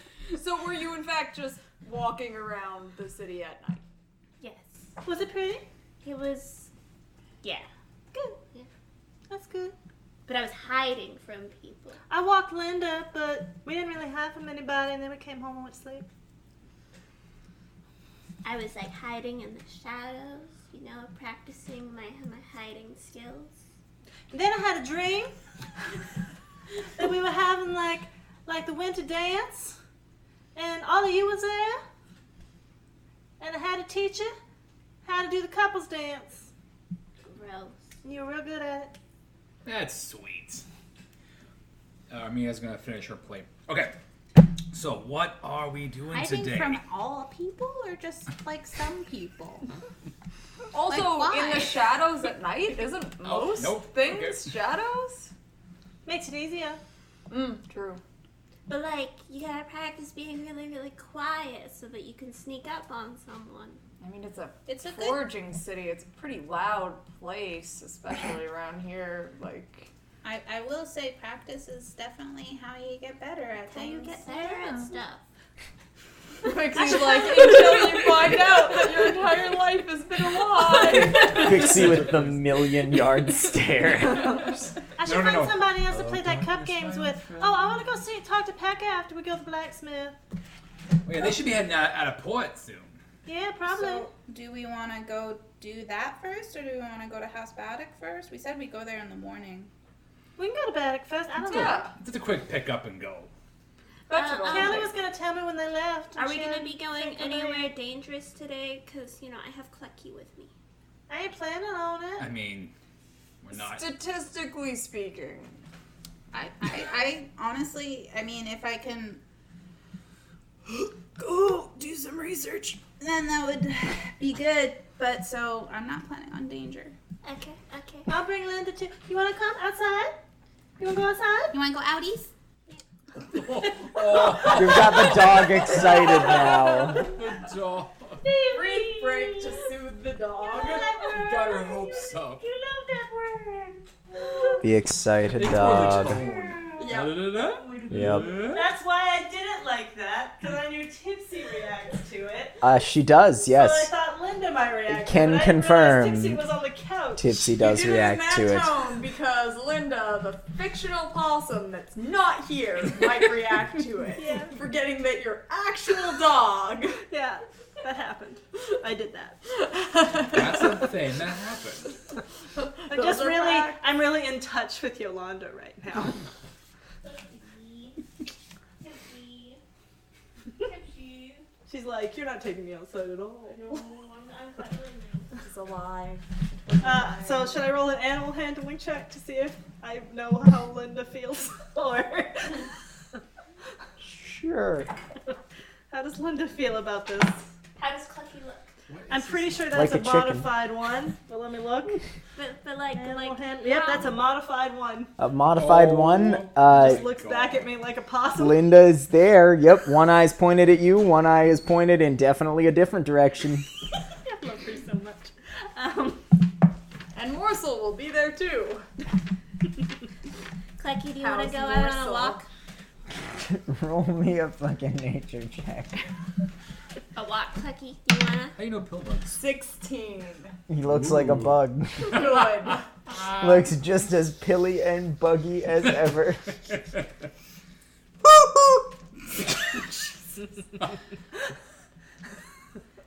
Speaker 3: So were you in fact just walking around the city at night?
Speaker 6: Yes.
Speaker 2: Was it pretty?
Speaker 6: It was. Yeah.
Speaker 2: Good.
Speaker 6: Yeah.
Speaker 2: That's good.
Speaker 6: But I was hiding from people.
Speaker 2: I walked Linda, but we didn't really hide from anybody, and then we came home and went to sleep.
Speaker 6: I was like hiding in the shadows, you know, practicing my my hiding skills.
Speaker 2: Then I had a dream that we were having like like the winter dance, and all of you was there, and I had to teach you how to do the couples dance.
Speaker 6: Gross.
Speaker 2: And you were real good at it.
Speaker 4: That's sweet. Uh, Mia's gonna finish her plate. Okay. So what are we doing
Speaker 5: Hiding
Speaker 4: today?
Speaker 5: from all people or just like some people?
Speaker 3: Also,
Speaker 5: Like, why?
Speaker 3: in the shadows at night, isn't
Speaker 4: Oh,
Speaker 3: most
Speaker 4: nope.
Speaker 3: things
Speaker 4: Okay.
Speaker 3: shadows?
Speaker 2: Makes it easier.
Speaker 3: Mm, true.
Speaker 6: But like, you gotta practice being really, really quiet so that you can sneak up on someone.
Speaker 3: I mean, it's a
Speaker 11: It's a good.
Speaker 3: foraging city. It's a pretty loud place, especially around here. Like,
Speaker 5: I, I will say practice is definitely how you get better at
Speaker 6: How you
Speaker 5: things.
Speaker 6: get better at stuff.
Speaker 3: Pixie's like, until you find out that your entire life has been a lie.
Speaker 9: Pixie with the million yard stare.
Speaker 2: I should
Speaker 4: No, no,
Speaker 2: find
Speaker 4: no.
Speaker 2: somebody else to play
Speaker 4: Oh,
Speaker 2: that cup
Speaker 4: darkness,
Speaker 2: games
Speaker 4: my
Speaker 2: with.
Speaker 4: friend.
Speaker 2: Oh, I want to go see talk to Pekka after we go to the blacksmith.
Speaker 4: Oh, yeah, they should be heading out, out of port soon.
Speaker 2: Yeah, probably.
Speaker 5: So, do we want to go do that first, or do we want to go to House Baddock first? We said we go there in the morning.
Speaker 2: we can go to Baddock first. I don't know.
Speaker 3: yeah.
Speaker 4: It's a quick pick up and go.
Speaker 3: Vegetable.
Speaker 6: Uh,
Speaker 2: Callie was gonna tell me when they left. and
Speaker 6: Are we
Speaker 2: she
Speaker 6: gonna
Speaker 2: didn't
Speaker 6: be going
Speaker 2: think about it.
Speaker 6: anywhere dangerous today? Cause you know I have Clucky with me.
Speaker 2: I ain't planning on it.
Speaker 4: I mean, we're not.
Speaker 3: Statistically speaking,
Speaker 5: I, I, I honestly, I mean, if I can go do some research, then that would be good. But so I'm not planning on danger.
Speaker 6: Okay, okay.
Speaker 2: I'll bring Linda too. You wanna come outside? You wanna go outside?
Speaker 5: You want to go outies?
Speaker 9: You've got the dog excited now.
Speaker 4: The dog.
Speaker 3: breathe break to soothe the dog.
Speaker 4: Got her hopes up.
Speaker 2: You love that word.
Speaker 9: The excited
Speaker 4: They tore the
Speaker 9: uh, dog.
Speaker 4: tone.
Speaker 3: Yeah.
Speaker 4: Da-da-da-da.
Speaker 9: Yep.
Speaker 2: That's why I didn't like that, because I knew Tipsy reacts to it.
Speaker 9: Uh, she does, yes.
Speaker 2: So I thought Linda might react.
Speaker 9: Can
Speaker 2: but I didn't realize Tipsy
Speaker 9: confirm.
Speaker 2: was on the couch.
Speaker 9: Tipsy does
Speaker 3: you did it in
Speaker 9: react
Speaker 3: that
Speaker 9: to it.
Speaker 3: tone because Linda, the fictional possum that's not here, might react to it.
Speaker 2: Yeah.
Speaker 3: Forgetting that you're actual dog.
Speaker 2: Yeah, that happened. I did that.
Speaker 4: That's the thing that happened.
Speaker 2: I
Speaker 3: Those
Speaker 2: just
Speaker 3: are
Speaker 2: really,
Speaker 3: facts.
Speaker 2: I'm really in touch with Yolanda right now.
Speaker 6: Tipsy.
Speaker 2: She's like, you're not taking me outside at all.
Speaker 3: It's alive.
Speaker 2: Uh, so should I roll an animal handling check to see if I know how Linda feels, or
Speaker 9: Sure.
Speaker 2: how does Linda feel about this?
Speaker 6: How does Clucky look?
Speaker 4: What
Speaker 2: I'm
Speaker 4: is
Speaker 2: pretty sure
Speaker 9: Like
Speaker 2: that's
Speaker 9: a
Speaker 2: a,
Speaker 9: chicken.
Speaker 2: modified one. But let me look.
Speaker 6: But but like
Speaker 2: Animal
Speaker 6: like
Speaker 2: hand- yep, that's
Speaker 5: um,
Speaker 2: a modified one.
Speaker 9: A modified
Speaker 4: Oh.
Speaker 9: one.
Speaker 2: Just
Speaker 9: Uh,
Speaker 2: looks back at me like a possum.
Speaker 9: Linda is there. Yep. One eye's pointed at you. One eye is pointed in definitely a different direction.
Speaker 2: I love her so much. Um,
Speaker 3: And Morsel will be there too.
Speaker 6: Clucky, do you want to
Speaker 3: How's
Speaker 6: go out on a
Speaker 3: morsel?
Speaker 6: walk?
Speaker 9: Roll me a fucking nature check.
Speaker 6: A walk, Clucky. Do you wanna?
Speaker 4: How you know pill bugs?
Speaker 3: 16.
Speaker 9: He looks like a bug.
Speaker 3: Good.
Speaker 9: looks just as pilly and buggy as ever.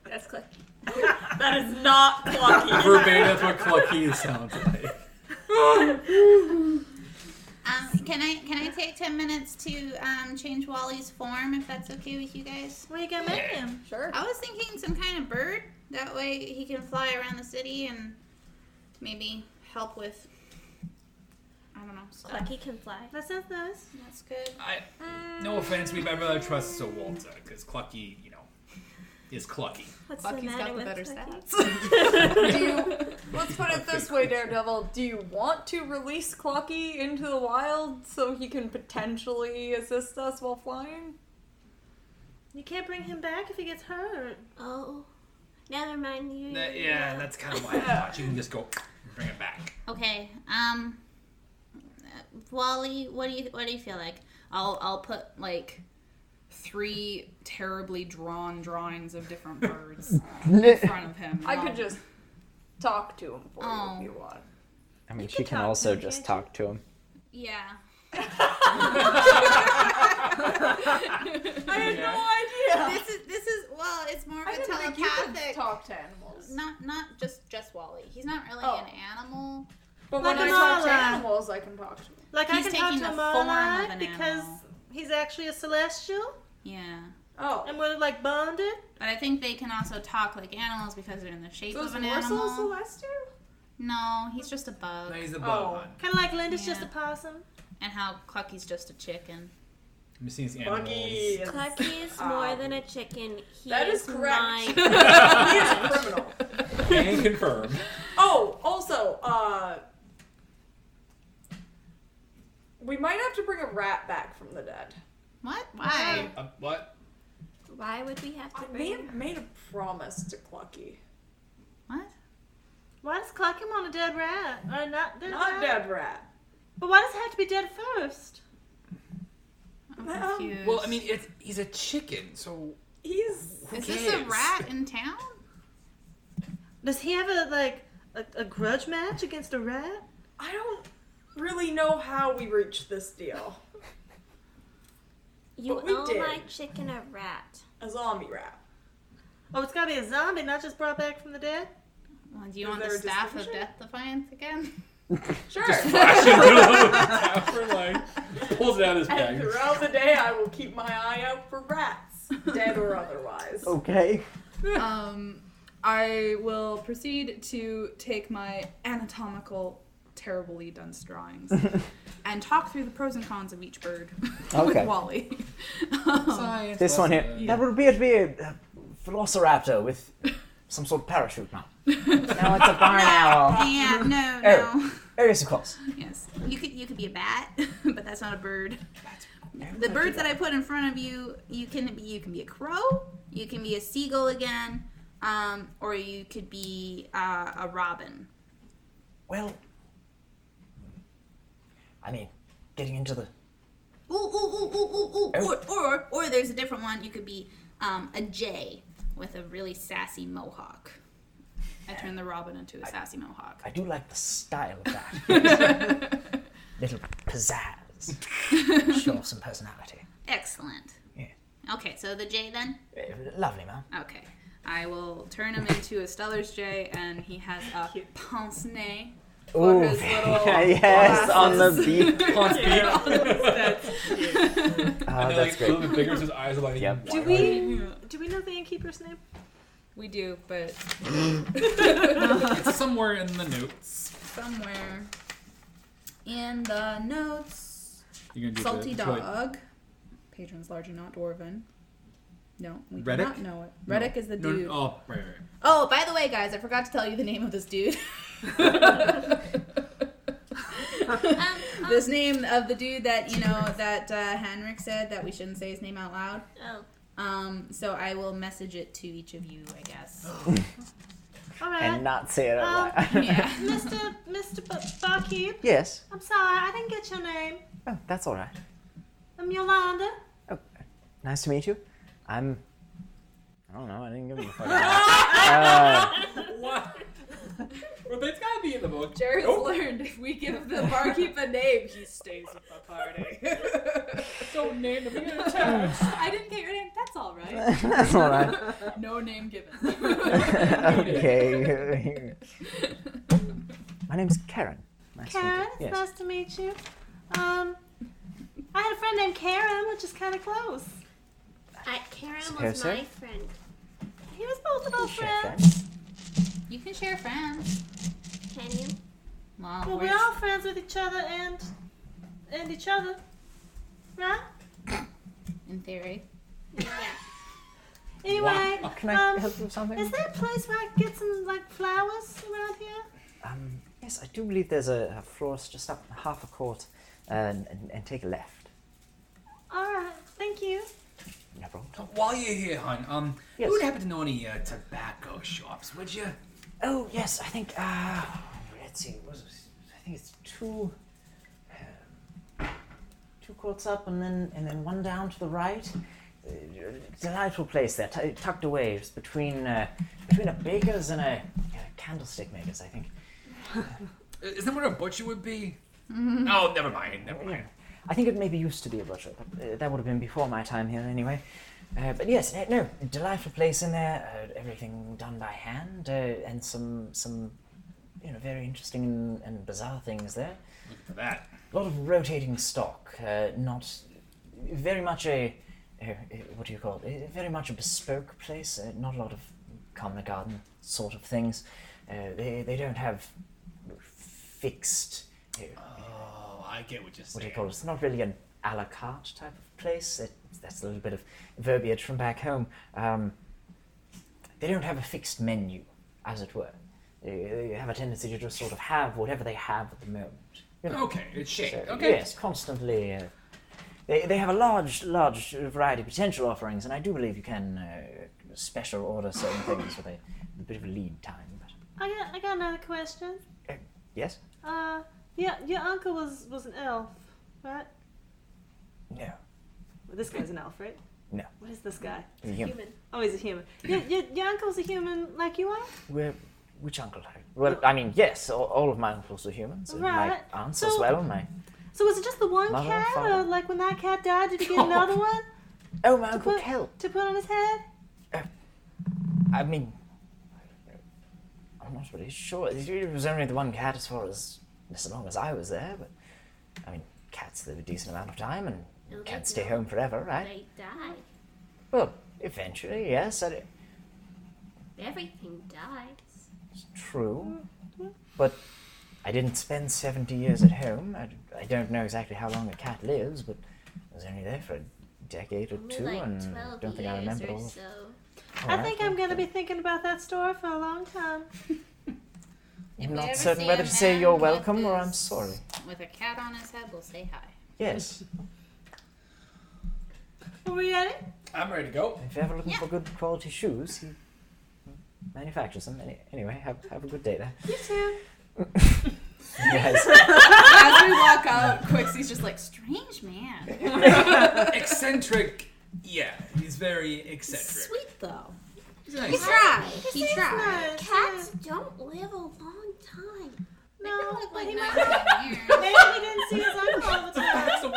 Speaker 6: That's Clucky.
Speaker 3: that is not plucky.
Speaker 4: Verbatim, that's what clucky sounds like.
Speaker 5: Um, can I can I take ten minutes to um, change Wally's form if that's okay with you guys?
Speaker 2: what are you gonna make him?
Speaker 3: Sure.
Speaker 5: I was thinking some kind of bird. That way he can fly around the city and maybe help with. I don't know. Stuff.
Speaker 6: Clucky can fly.
Speaker 2: That sounds nice.
Speaker 5: That's good.
Speaker 4: I, no offense, me, but I rather trust Sir Walter because Clucky, you know, is Clucky.
Speaker 6: What's the
Speaker 7: Bucky's
Speaker 6: matter
Speaker 7: got the
Speaker 6: with
Speaker 7: better
Speaker 6: Clucky?
Speaker 7: stats.
Speaker 3: Do you, let's put it this way, Daredevil. Do you want to release Clocky into the wild so he can potentially assist us while flying?
Speaker 2: You can't bring him back if he gets hurt.
Speaker 6: Oh, never mind. You.
Speaker 4: That- yeah, that's kind of why I thought you can just go bring it back.
Speaker 5: Okay. Um, uh, Wally, what do you what do you feel like? I'll I'll put like
Speaker 7: Three terribly drawn drawings of different birds uh, in
Speaker 9: I
Speaker 7: front of him.
Speaker 3: I could just talk to him for
Speaker 5: Oh.
Speaker 3: you if you want.
Speaker 9: mean,
Speaker 2: can
Speaker 9: she can
Speaker 2: talk to
Speaker 9: also
Speaker 2: him,
Speaker 9: just
Speaker 2: can't
Speaker 9: talk to him.
Speaker 5: yeah.
Speaker 3: I had no
Speaker 5: This is this is well, it's more of
Speaker 3: I
Speaker 5: a
Speaker 3: didn't think you could
Speaker 5: telepathic.
Speaker 3: talk to animals.
Speaker 5: Not not just just Wally. He's not really
Speaker 3: Oh.
Speaker 5: an animal.
Speaker 3: But
Speaker 2: Like
Speaker 3: when I
Speaker 2: an
Speaker 3: talk to
Speaker 2: Ola.
Speaker 3: animals, I can talk to them.
Speaker 2: Like
Speaker 5: He's
Speaker 2: I can talk
Speaker 5: taking
Speaker 2: to
Speaker 5: the
Speaker 2: him
Speaker 5: form of
Speaker 2: alive
Speaker 5: an
Speaker 2: because
Speaker 5: animal.
Speaker 2: he's actually a celestial,
Speaker 5: Yeah.
Speaker 3: Oh,
Speaker 2: and we're like bonded.
Speaker 5: But I think they can also talk like animals because they're in the shape
Speaker 3: so is
Speaker 5: of an
Speaker 3: Morsel
Speaker 5: animal.
Speaker 3: a Celestial?
Speaker 5: no, he's just a bug.
Speaker 4: No, he's a
Speaker 3: Oh.
Speaker 4: bug.
Speaker 2: Kind of like Linda's
Speaker 5: Yeah.
Speaker 2: just a possum.
Speaker 5: And how Clucky's just a chicken.
Speaker 4: I'm seeing these animals.
Speaker 10: Buggy. is-
Speaker 6: Clucky is
Speaker 10: Um,
Speaker 6: more than a chicken. He
Speaker 3: That is
Speaker 6: My
Speaker 3: correct. he is a
Speaker 4: and
Speaker 3: criminal.
Speaker 4: confirm.
Speaker 3: Oh, also, uh, we might have to bring a rat back from the dead.
Speaker 5: What? Why?
Speaker 4: Uh, what?
Speaker 6: Why would we have to
Speaker 3: I may
Speaker 6: bring?
Speaker 3: have made a promise to Clucky.
Speaker 5: What?
Speaker 2: Why does Clucky want a dead rat? Or not dead
Speaker 3: Not
Speaker 2: rat?
Speaker 3: dead rat.
Speaker 2: But why does it have to be dead first?
Speaker 5: I'm
Speaker 3: Um,
Speaker 5: confused.
Speaker 4: Well, I mean, it's, he's a chicken, so
Speaker 3: He's
Speaker 4: who
Speaker 5: is this a
Speaker 4: cares?
Speaker 5: rat in town?
Speaker 2: Does he have a like a, a grudge match against a rat?
Speaker 3: I don't really know how we reached this deal.
Speaker 6: You
Speaker 3: But we
Speaker 6: owe
Speaker 3: did.
Speaker 6: my chicken a rat.
Speaker 3: A zombie rat.
Speaker 2: Oh, it's gotta be a zombie, not just brought back from the dead.
Speaker 5: Well, do you
Speaker 3: Is
Speaker 5: want the
Speaker 3: there a
Speaker 5: staff of
Speaker 3: distinction?
Speaker 5: Death Defiance again?
Speaker 3: Sure.
Speaker 4: After, like, pulls it out of his
Speaker 3: and
Speaker 4: bag.
Speaker 3: throughout the day, I will keep my eye out for rats, dead or otherwise.
Speaker 9: Okay.
Speaker 7: um, I will proceed to take my anatomical, terribly dense drawings and talk through the pros and cons of each bird
Speaker 9: Okay.
Speaker 7: with Wally. Um,
Speaker 4: Science
Speaker 9: This one here.
Speaker 4: lesson.
Speaker 9: That would appear to be a, a velociraptor with some sort of parachute now. no, it's a barn owl.
Speaker 5: yeah, no, no.
Speaker 9: Oh. Oh, yes, of course.
Speaker 5: Yes. You could you could be a bat, but that's not a bird. The birds that I put in front of you, you can be you can be a crow, you can be a seagull again, um, or you could be uh, a robin.
Speaker 9: Well, I mean, getting into the.
Speaker 5: Ooh, ooh, ooh, ooh, ooh, ooh.
Speaker 9: Oh.
Speaker 5: Or, or or there's a different one. You could be um, a jay with a really sassy mohawk. I turned the robin into a sassy mohawk.
Speaker 9: I do like the style of that. Little pizzazz. Show off some personality.
Speaker 5: Excellent.
Speaker 9: Yeah.
Speaker 5: Okay, so the jay then.
Speaker 9: Eh, Lovely, ma'am.
Speaker 5: Okay. I will turn him into a Stellar's J, and he has a pince nez.
Speaker 7: Or
Speaker 9: Ooh,
Speaker 7: his little
Speaker 9: yes, on the
Speaker 7: glasses.
Speaker 9: beak.
Speaker 4: Hans Beek.
Speaker 9: Oh,
Speaker 4: And they're like
Speaker 9: that's
Speaker 4: a little
Speaker 9: great.
Speaker 4: bit bigger, so his eyes are like.
Speaker 9: Yep.
Speaker 2: Do we do we know the innkeeper's name?
Speaker 7: we do, but
Speaker 4: It's somewhere in the notes.
Speaker 7: somewhere in the notes,
Speaker 4: You're gonna do
Speaker 7: salty
Speaker 4: the,
Speaker 7: dog, patrons large and not dwarven. No, we do
Speaker 4: Reddick?
Speaker 7: not know it. Reddick is the
Speaker 4: No,
Speaker 7: dude.
Speaker 4: oh, right, right.
Speaker 7: Oh, by the way, guys, I forgot to tell you the name of this dude.
Speaker 6: Um,
Speaker 7: this name of the dude that you know that uh, Henrik said that we shouldn't say his name out loud.
Speaker 6: Oh,
Speaker 7: Um, so I will message it to each of you, I guess.
Speaker 5: Oh
Speaker 2: All right,
Speaker 9: And not say it out
Speaker 2: Um,
Speaker 9: loud.
Speaker 7: yeah.
Speaker 2: Mr. Mr. B- Barkeep.
Speaker 9: Yes.
Speaker 2: I'm sorry, I didn't get your name.
Speaker 9: Oh, that's all right.
Speaker 2: I'm Yolanda.
Speaker 9: Oh, nice to meet you. I'm. I don't know. I didn't give him a fucking. Uh,
Speaker 4: What? Well, that's gotta be in the book.
Speaker 3: Jared's learned if we give the barkeep a name, he stays at the party.
Speaker 7: Don't name him. I didn't get your name. That's all right.
Speaker 9: that's all right.
Speaker 7: No name given.
Speaker 9: okay. My name's Karen. Nice to meet you.
Speaker 2: Karen, it's
Speaker 9: Yes.
Speaker 2: nice to meet you. Um, I had a friend named Karen, which is kind of close.
Speaker 6: I, Karen
Speaker 9: Suppose
Speaker 6: was
Speaker 9: so.
Speaker 6: my friend.
Speaker 2: He was both of our
Speaker 9: Share
Speaker 2: friends.
Speaker 9: friends.
Speaker 5: You can share friends. Oh,
Speaker 6: Can you?
Speaker 5: Well,
Speaker 2: Well,
Speaker 5: we're-
Speaker 2: we're all friends with each other and and each other, right?
Speaker 5: in theory.
Speaker 6: Yeah.
Speaker 2: Anyway,
Speaker 9: Oh, Can I
Speaker 2: um,
Speaker 9: help you with something?
Speaker 2: is there a place where I can get some like flowers around here?
Speaker 9: Um, yes, I do believe there's a, a florist just up half a court and, and, and take a left.
Speaker 2: All right, thank you.
Speaker 9: No problem.
Speaker 4: While you're here, hon, um,
Speaker 9: Yes.
Speaker 4: who would happen to know any uh, tobacco shops? Would you?
Speaker 9: Oh, yes, I think, uh, let's see, what was it? I think it's two, um, two courts up and then, and then one down to the right. Uh, delightful place there, t- tucked away just between, uh, between a baker's and a, and a candlestick maker's, I think.
Speaker 4: Uh, Isn't that what a butcher would be? No,
Speaker 9: Oh,
Speaker 4: never mind. Never mind.
Speaker 9: I think it maybe used to be a butcher, but uh, that would have been before my time here anyway.
Speaker 8: Uh, but yes, no, no, delightful place in there. Uh, everything done by hand, uh, and some some, you know, very interesting and, uh, and bizarre things there.
Speaker 4: Look for that.
Speaker 8: A lot of rotating stock. Uh, not very much a, uh, uh, what do you call it? Uh, Very much a bespoke place. Uh, not a lot of common garden sort of things. Uh, they they don't have fixed. Uh,
Speaker 4: Oh, I get what you're
Speaker 8: what do
Speaker 4: saying.
Speaker 8: you call it? It's not really an a la carte type of place. It, that's a little bit of verbiage from back home. Um, they don't have a fixed menu, as it were. They, they have a tendency to just sort of have whatever they have at the moment. You know?
Speaker 4: Okay, it's shaped.
Speaker 8: So,
Speaker 4: okay.
Speaker 8: Yes, constantly. Uh, they, they have a large, large variety of potential offerings, and I do believe you can uh, special order certain things with a, a bit of a lead time. But
Speaker 2: I got, I got another question.
Speaker 8: yes,
Speaker 2: Uh, yeah, your uncle was was an elf, right?
Speaker 8: no,
Speaker 2: Well, this guy's an elf, right?
Speaker 8: No.
Speaker 2: What is this guy?
Speaker 8: the Mm-hmm. human.
Speaker 2: Oh, he's a human. Your, your, your uncle's a human like you are?
Speaker 8: Where, which uncle? Well, I mean, yes, all, all of my uncles are humans. and
Speaker 2: Right.
Speaker 8: My aunts
Speaker 2: So-
Speaker 8: as well. My
Speaker 2: So was it just the one
Speaker 8: Mother and
Speaker 2: cat, or
Speaker 8: father.
Speaker 2: like when that cat died, did you get another one
Speaker 8: oh, my
Speaker 2: to
Speaker 8: uncle
Speaker 2: put
Speaker 8: Kel.
Speaker 2: to put on his head?
Speaker 8: I mean, I'm not really sure. It was only the one cat as far as as long as I was there. But I mean, cats live a decent amount of time and
Speaker 6: No, they
Speaker 8: can't stay
Speaker 6: don't.
Speaker 8: home forever, right?
Speaker 6: They die.
Speaker 8: Well, eventually, yes, that
Speaker 6: Everything dies.
Speaker 8: is true. But I didn't spend 70 years at home. I, I don't know exactly how long a cat lives, but I was only there for a decade or
Speaker 6: Only
Speaker 8: two,
Speaker 6: like
Speaker 8: and
Speaker 6: twelve
Speaker 8: don't think
Speaker 6: years
Speaker 8: I remember
Speaker 6: or
Speaker 8: all Oh,
Speaker 6: so.
Speaker 2: I think I'm gonna be thinking about that story for a long time.
Speaker 5: If
Speaker 8: I'm
Speaker 5: we
Speaker 8: not
Speaker 5: ever
Speaker 8: certain
Speaker 5: see
Speaker 8: whether
Speaker 5: a
Speaker 8: to say
Speaker 5: man
Speaker 8: you're
Speaker 5: with
Speaker 8: welcome or I'm
Speaker 5: this-
Speaker 8: sorry.
Speaker 5: With a cat on his head, we'll say hi.
Speaker 8: Yes.
Speaker 2: Are we ready?
Speaker 4: I'm ready to go.
Speaker 8: If you're ever looking
Speaker 5: Yeah.
Speaker 8: for good quality shoes, he manufactures them. Any, anyway, have, have a good day there.
Speaker 2: You too.
Speaker 8: You guys.
Speaker 9: As we walk out, Quixie's just like,
Speaker 5: Strange man.
Speaker 4: eccentric. Yeah, he's very eccentric.
Speaker 5: Sweet though.
Speaker 4: He's
Speaker 5: He
Speaker 4: nice.
Speaker 5: tried. He
Speaker 6: This is
Speaker 5: tried.
Speaker 2: Nice.
Speaker 6: Cats don't live a long time.
Speaker 2: No, but he might
Speaker 5: might.
Speaker 2: maybe he didn't see his uncle all the time.
Speaker 4: So-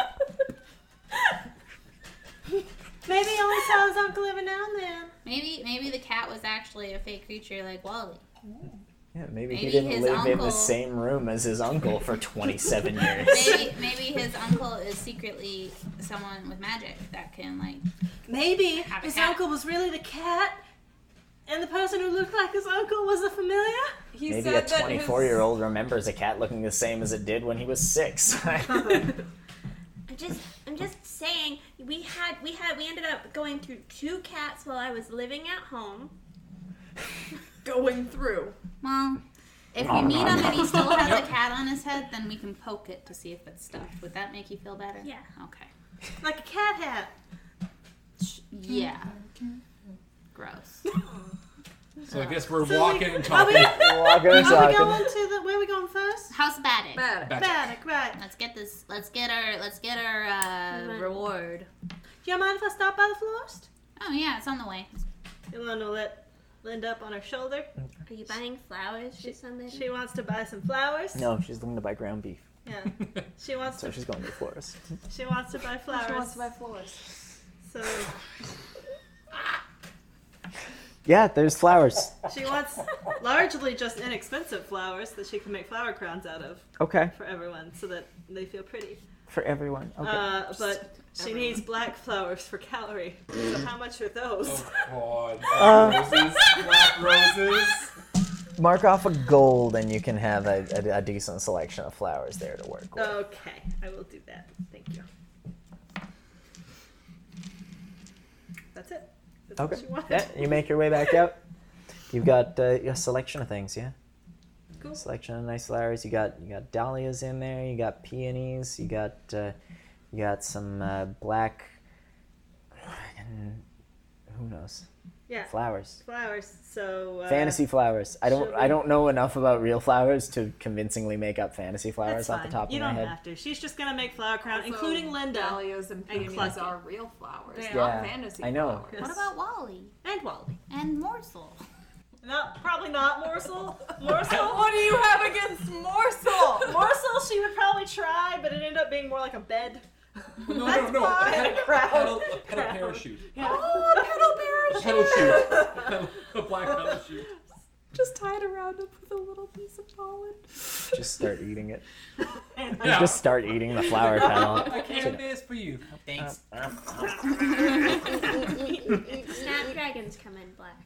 Speaker 2: Maybe he only saw his uncle every now and then.
Speaker 5: Maybe maybe the cat was actually a fake creature like Wally.
Speaker 8: Yeah, maybe,
Speaker 5: Maybe
Speaker 8: he didn't
Speaker 5: his
Speaker 8: live in
Speaker 5: uncle-
Speaker 8: the same room as his uncle for 27 years.
Speaker 5: Maybe maybe his uncle is secretly someone with magic that can like
Speaker 2: Maybe
Speaker 5: Have a
Speaker 2: his
Speaker 5: cat.
Speaker 2: uncle was really the cat, and the person who looked like his uncle was the familiar.
Speaker 9: he
Speaker 8: Maybe a
Speaker 9: said that
Speaker 8: 24 year old remembers a cat looking the same as it did when he was six.
Speaker 6: I'm just I'm just saying we had we had we ended up going through two cats while I was living at home.
Speaker 3: Going through.
Speaker 5: well if
Speaker 8: Oh,
Speaker 5: we meet him and he still has a cat on his head, then we can poke it to see if it's stuffed. Would that make you feel better?
Speaker 6: Yeah.
Speaker 5: Okay.
Speaker 2: Like a cat hat.
Speaker 5: Yeah. Gross.
Speaker 4: So I guess we're
Speaker 2: So, like,
Speaker 4: walking and
Speaker 2: Are we,
Speaker 4: talking.
Speaker 8: Walk
Speaker 2: are we
Speaker 8: outside.
Speaker 2: going to the where are we going first?
Speaker 5: How's bad it?
Speaker 3: Bad.
Speaker 4: Back-
Speaker 2: Baddock, right.
Speaker 5: Let's get this. Let's get our. Let's get our uh, reward.
Speaker 2: Do you mind if I stop by the florist?
Speaker 5: Oh yeah, it's on the way.
Speaker 2: Ilona let Linda up on her shoulder.
Speaker 8: Mm.
Speaker 6: Are you buying flowers for somebody?
Speaker 2: She wants to buy some flowers.
Speaker 8: No, she's looking to buy ground beef,
Speaker 2: Yeah. She wants
Speaker 8: so
Speaker 2: to
Speaker 8: she's going to the forest.
Speaker 2: she wants to buy flowers.
Speaker 12: She wants to buy flowers.
Speaker 2: so
Speaker 8: Yeah, there's flowers.
Speaker 2: she wants largely just inexpensive flowers that she can make flower crowns out of
Speaker 8: Okay,
Speaker 2: for everyone so that they feel pretty.
Speaker 8: for everyone. Okay.
Speaker 2: Uh, but she needs black flowers for calorie. So how much are those?
Speaker 4: Oh God!
Speaker 8: Uh.
Speaker 4: roses, black roses.
Speaker 8: Mark off a gold, and you can have a, a, a decent selection of flowers there to work with.
Speaker 2: Okay, I will do that. Thank you. That's it. That's
Speaker 8: okay.
Speaker 2: what she wanted.
Speaker 8: Yeah, you make your way back out. You've got uh, a selection of things, yeah.
Speaker 2: Cool.
Speaker 8: Selection of nice flowers. You got you got dahlias in there. You got peonies. You got uh, you got some uh, black. and Who knows?
Speaker 2: Yeah.
Speaker 8: Flowers.
Speaker 2: Flowers. So uh,
Speaker 8: fantasy flowers. I don't
Speaker 2: should
Speaker 8: I
Speaker 2: we-
Speaker 8: don't know enough about real flowers to convincingly make up fantasy flowers
Speaker 2: That's
Speaker 8: off
Speaker 2: fine.
Speaker 8: the top
Speaker 2: you
Speaker 8: of my
Speaker 2: don't
Speaker 8: head.
Speaker 2: have to. She's just gonna make flower crown,
Speaker 3: Also,
Speaker 2: including Linda
Speaker 12: Dahlias and peonies
Speaker 2: Clucky.
Speaker 12: are real flowers,
Speaker 3: They
Speaker 12: not
Speaker 8: are. Yeah,
Speaker 12: fantasy
Speaker 8: I know.
Speaker 12: flowers.
Speaker 5: What about Wally
Speaker 2: and Wally.
Speaker 5: and Morsel?
Speaker 2: No, probably not morsel. Morsel.
Speaker 3: What do you have against morsel?
Speaker 2: morsel. She would probably try, but it ended up being more like a bed.
Speaker 4: No, no, no. A pedal,
Speaker 2: Crowd.
Speaker 4: pedal, a pedal parachute.
Speaker 3: Oh,
Speaker 4: A
Speaker 3: pedal
Speaker 4: pedal chute. A, pedal, a black pedal chute.
Speaker 3: Just tie it around up with a little piece of pollen.
Speaker 8: Just start eating it.
Speaker 4: Yeah.
Speaker 8: Just start eating the flower petal.
Speaker 4: I can't miss for you. Thanks.
Speaker 6: Snapdragons come in black.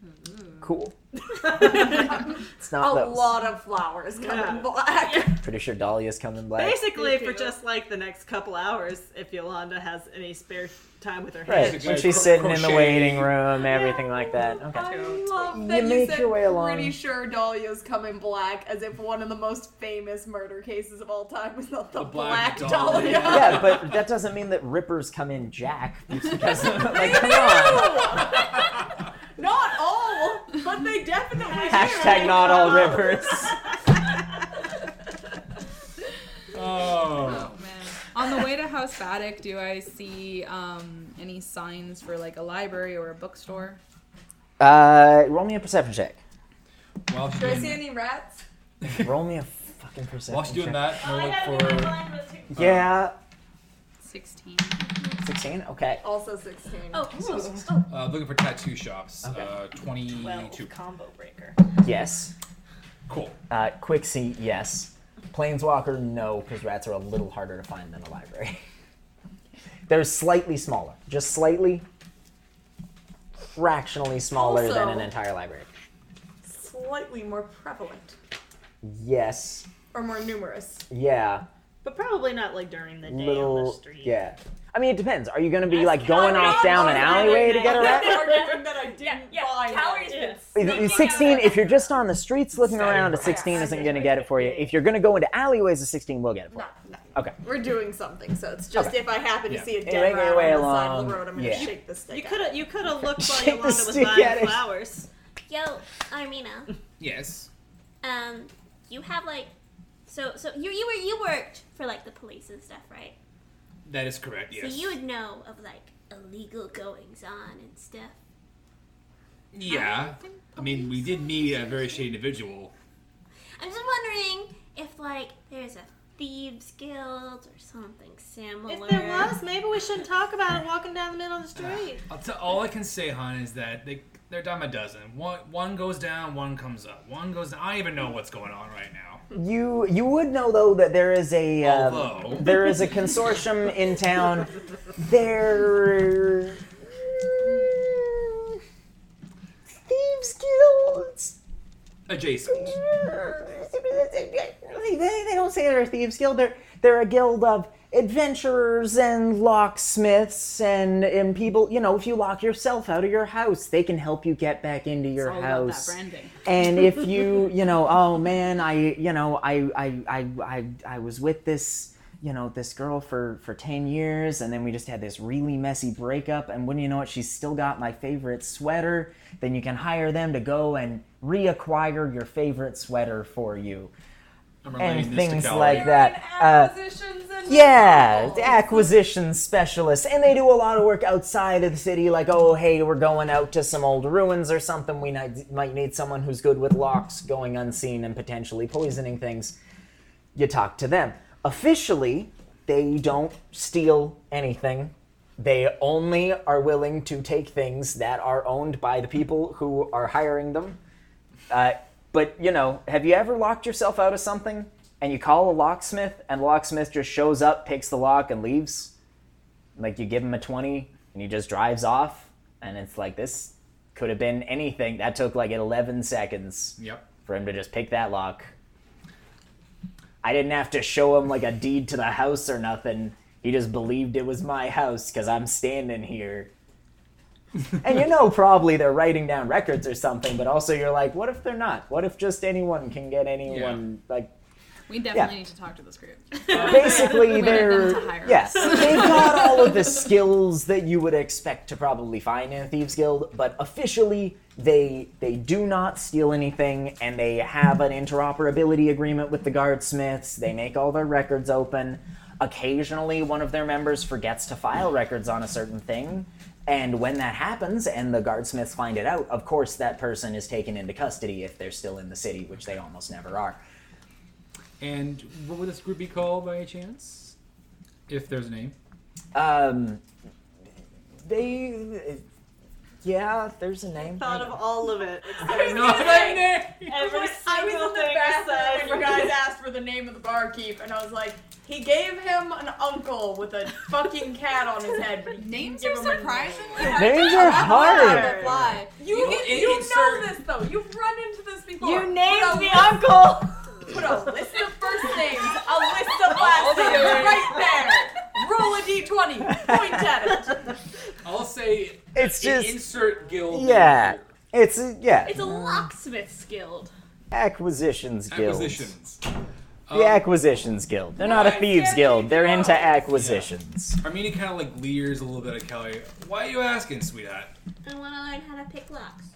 Speaker 8: Hmm. Cool. it's
Speaker 3: A
Speaker 8: not those.
Speaker 3: lot of flowers come
Speaker 2: Yeah.
Speaker 3: in black.
Speaker 8: Pretty sure Dahlia's coming black.
Speaker 2: Basically,
Speaker 3: Thank
Speaker 2: for
Speaker 3: you.
Speaker 2: just like the next couple hours, if Yolanda has any spare time with her
Speaker 8: Right.
Speaker 2: hands.
Speaker 4: Basically,
Speaker 8: When she's
Speaker 4: cro-
Speaker 8: sitting in the
Speaker 4: crocheting.
Speaker 8: waiting room, everything like that. Okay.
Speaker 3: I
Speaker 2: Okay.
Speaker 3: love
Speaker 8: You
Speaker 3: that you,
Speaker 8: make
Speaker 3: said
Speaker 8: your way along.
Speaker 3: pretty sure Dahlia's coming black as if one of the most famous murder cases of all time was not the,
Speaker 4: The
Speaker 3: black,
Speaker 4: Black
Speaker 3: Dahlia.
Speaker 4: Dahlia.
Speaker 8: Yeah, but that doesn't mean that rippers come in jack. It's because, like, come on.
Speaker 3: Not all, but they definitely
Speaker 8: Hashtag not all rippers.
Speaker 4: Oh.
Speaker 7: Oh man. On the way to House Baddock, do I see um, any signs for like a library or a bookstore?
Speaker 8: Uh, roll me a perception check.
Speaker 4: While she's
Speaker 3: Do I see
Speaker 4: doing,
Speaker 3: any rats?
Speaker 8: Roll me a fucking perception
Speaker 4: while she's doing
Speaker 8: check.
Speaker 4: that,
Speaker 13: Oh, I
Speaker 4: I'm
Speaker 13: gotta
Speaker 4: going
Speaker 13: do
Speaker 4: to
Speaker 13: my
Speaker 4: look for.
Speaker 13: blind list too.
Speaker 8: Yeah,
Speaker 7: Sixteen.
Speaker 8: 16? Okay.
Speaker 3: Also 16.
Speaker 6: Oh,
Speaker 4: Uh, looking for tattoo shops.
Speaker 8: Okay.
Speaker 4: Uh, 22.
Speaker 2: combo breaker.
Speaker 8: Yes.
Speaker 4: Cool.
Speaker 8: Uh, quick seat, yes. Planeswalker, no, because rats are a little harder to find than a library. They're slightly smaller, just slightly, fractionally smaller than an
Speaker 3: Also-
Speaker 8: entire library.
Speaker 3: Slightly more prevalent.
Speaker 8: Yes,
Speaker 3: Or more numerous.
Speaker 8: yeah,
Speaker 2: But probably not like during the day on the
Speaker 8: little,
Speaker 2: street.
Speaker 8: yeah. I mean, it depends. Are you gonna be like
Speaker 6: That's
Speaker 8: going
Speaker 6: how it
Speaker 8: off down an
Speaker 6: is.
Speaker 8: alleyway to get a rat?
Speaker 3: Or given that I didn't find
Speaker 6: Calories
Speaker 3: it.
Speaker 6: been
Speaker 8: If- 16 if you're just on the streets looking around a 16 isn't going to get it for you if you're going to go into alleyways a 16 will get it for
Speaker 3: No,
Speaker 8: you
Speaker 3: no.
Speaker 8: Okay.
Speaker 3: We're doing something, so it's just
Speaker 8: Okay.
Speaker 3: if I happen to
Speaker 4: Yeah.
Speaker 3: see a dead
Speaker 8: Anyway,
Speaker 3: rat
Speaker 8: way
Speaker 3: on the side of
Speaker 8: along,
Speaker 3: the road, I'm gonna
Speaker 8: yeah.
Speaker 3: shake the stick.
Speaker 2: You
Speaker 3: out.
Speaker 2: could have you could have looked while
Speaker 8: Shake the
Speaker 2: Yolanda was
Speaker 8: stick at
Speaker 2: buying
Speaker 8: it.
Speaker 2: flowers.
Speaker 6: Yo, Armina.
Speaker 4: Yes.
Speaker 6: Um, you have like, so so you you were you worked for like the police and stuff, right?
Speaker 4: That is correct, yes.
Speaker 6: So you would know of like illegal goings on and stuff.
Speaker 4: yeah. I mean, we did meet a very shady individual.
Speaker 6: I'm just wondering if like there's a thieves guild or something similar.
Speaker 13: If there was, maybe we shouldn't talk about it walking down the middle of the street.
Speaker 4: I'll tell, all I can say, hon, is that they, they're dime a dozen. One, one goes down, one comes up. One goes down. I don't even know what's going on right now.
Speaker 8: you you would know though that there is a
Speaker 4: Oh,
Speaker 8: um,
Speaker 4: Although,
Speaker 8: there is a consortium in town there thieves guilds
Speaker 4: adjacent.
Speaker 8: they, they don't say they're a thieves guild they're they're a guild of adventurers and locksmiths and and people you know if you lock yourself out of your house they can help you get back into your
Speaker 7: All about that
Speaker 8: house
Speaker 7: branding.
Speaker 8: and if you you know oh man i you know I, I i i i was with this you know this girl for for 10 years and then we just had this really messy breakup and wouldn't you know it she's still got my favorite sweater then you can hire them to go and reacquire your favorite swetter for you
Speaker 4: I'm
Speaker 8: and
Speaker 4: relating this
Speaker 8: things
Speaker 4: to
Speaker 8: like
Speaker 4: Calvary.
Speaker 8: that Uh,
Speaker 3: Acquisitions and
Speaker 8: yeah,
Speaker 3: referrals.
Speaker 8: the acquisition specialists, and they do a lot of work outside of the city. Like, oh, hey, we're going out to some old ruins or something. We might, might need someone who's good with locks, going unseen, and potentially poisoning things. You talk to them. Officially, they don't steal anything. They only are willing to take things that are owned by the people who are hiring them. Uh, but you know, have you ever locked yourself out of something and you call a locksmith and the locksmith just shows up, picks the lock, and leaves? Like you give him a twenty and he just drives off, and it's like this could have been anything. That took like eleven seconds
Speaker 4: Yep.
Speaker 8: for him to just pick that lock. I didn't have to show him like a deed to the house or nothing. He just believed it was my house because I'm standing here. and you know, probably they're writing down records or something, but also you're like, what if they're not? What if just anyone can get anyone? Like,
Speaker 7: We definitely
Speaker 8: Yeah.
Speaker 7: need to talk to this group.
Speaker 8: basically,
Speaker 7: We need them
Speaker 8: they're.
Speaker 7: to hire
Speaker 8: Yes,
Speaker 7: us.
Speaker 8: they've got all of the skills that you would expect to probably find in a thieves guild, but officially they they do not steal anything, and they have an interoperability agreement with the guardsmiths. They make all their records open. Occasionally, one of their members forgets to file records on a certain thing. And when that happens and the guardsmiths find it out, of course that person is taken into custody if they're still in the city, which they almost never are.
Speaker 4: And what would this group be called by any chance? if there's a name.
Speaker 8: Um, they, yeah, there's a name.
Speaker 9: Thought of all of it. Every
Speaker 3: I was
Speaker 9: single
Speaker 3: in the
Speaker 9: thing aside
Speaker 3: bathroom when
Speaker 9: from
Speaker 3: you guys asked for the name of the barkeep, and I was like, he gave him an uncle with a fucking cat on his head, but he
Speaker 1: Names
Speaker 3: Give
Speaker 1: are
Speaker 3: him a name.
Speaker 1: surprisingly
Speaker 8: Names
Speaker 1: hard.
Speaker 8: are
Speaker 1: to
Speaker 8: hard.
Speaker 1: Fly.
Speaker 3: You,
Speaker 4: You-
Speaker 3: get-
Speaker 4: it-
Speaker 3: you
Speaker 4: it's
Speaker 3: know
Speaker 4: certain-
Speaker 3: this though. You've run into this before.
Speaker 2: You named
Speaker 3: put a
Speaker 2: the
Speaker 3: list,
Speaker 2: uncle.
Speaker 3: Put a list of first names, a list of last names right there. Roll a d20. Point at it.
Speaker 4: I'll say
Speaker 8: It's
Speaker 4: i-
Speaker 8: just
Speaker 4: insert guild.
Speaker 8: yeah. It's a, yeah.
Speaker 6: It's a locksmith's guild.
Speaker 8: acquisitions guild.
Speaker 4: Acquisitions. Um,
Speaker 8: The acquisitions guild. They're not a
Speaker 4: Why
Speaker 8: thieves
Speaker 3: can't
Speaker 8: guild.
Speaker 3: they
Speaker 8: They're
Speaker 3: know?
Speaker 8: into acquisitions.
Speaker 4: Armenia kind of like leers a little bit at Kelly. Why are you asking, sweetheart?
Speaker 6: I want to learn how to pick locks.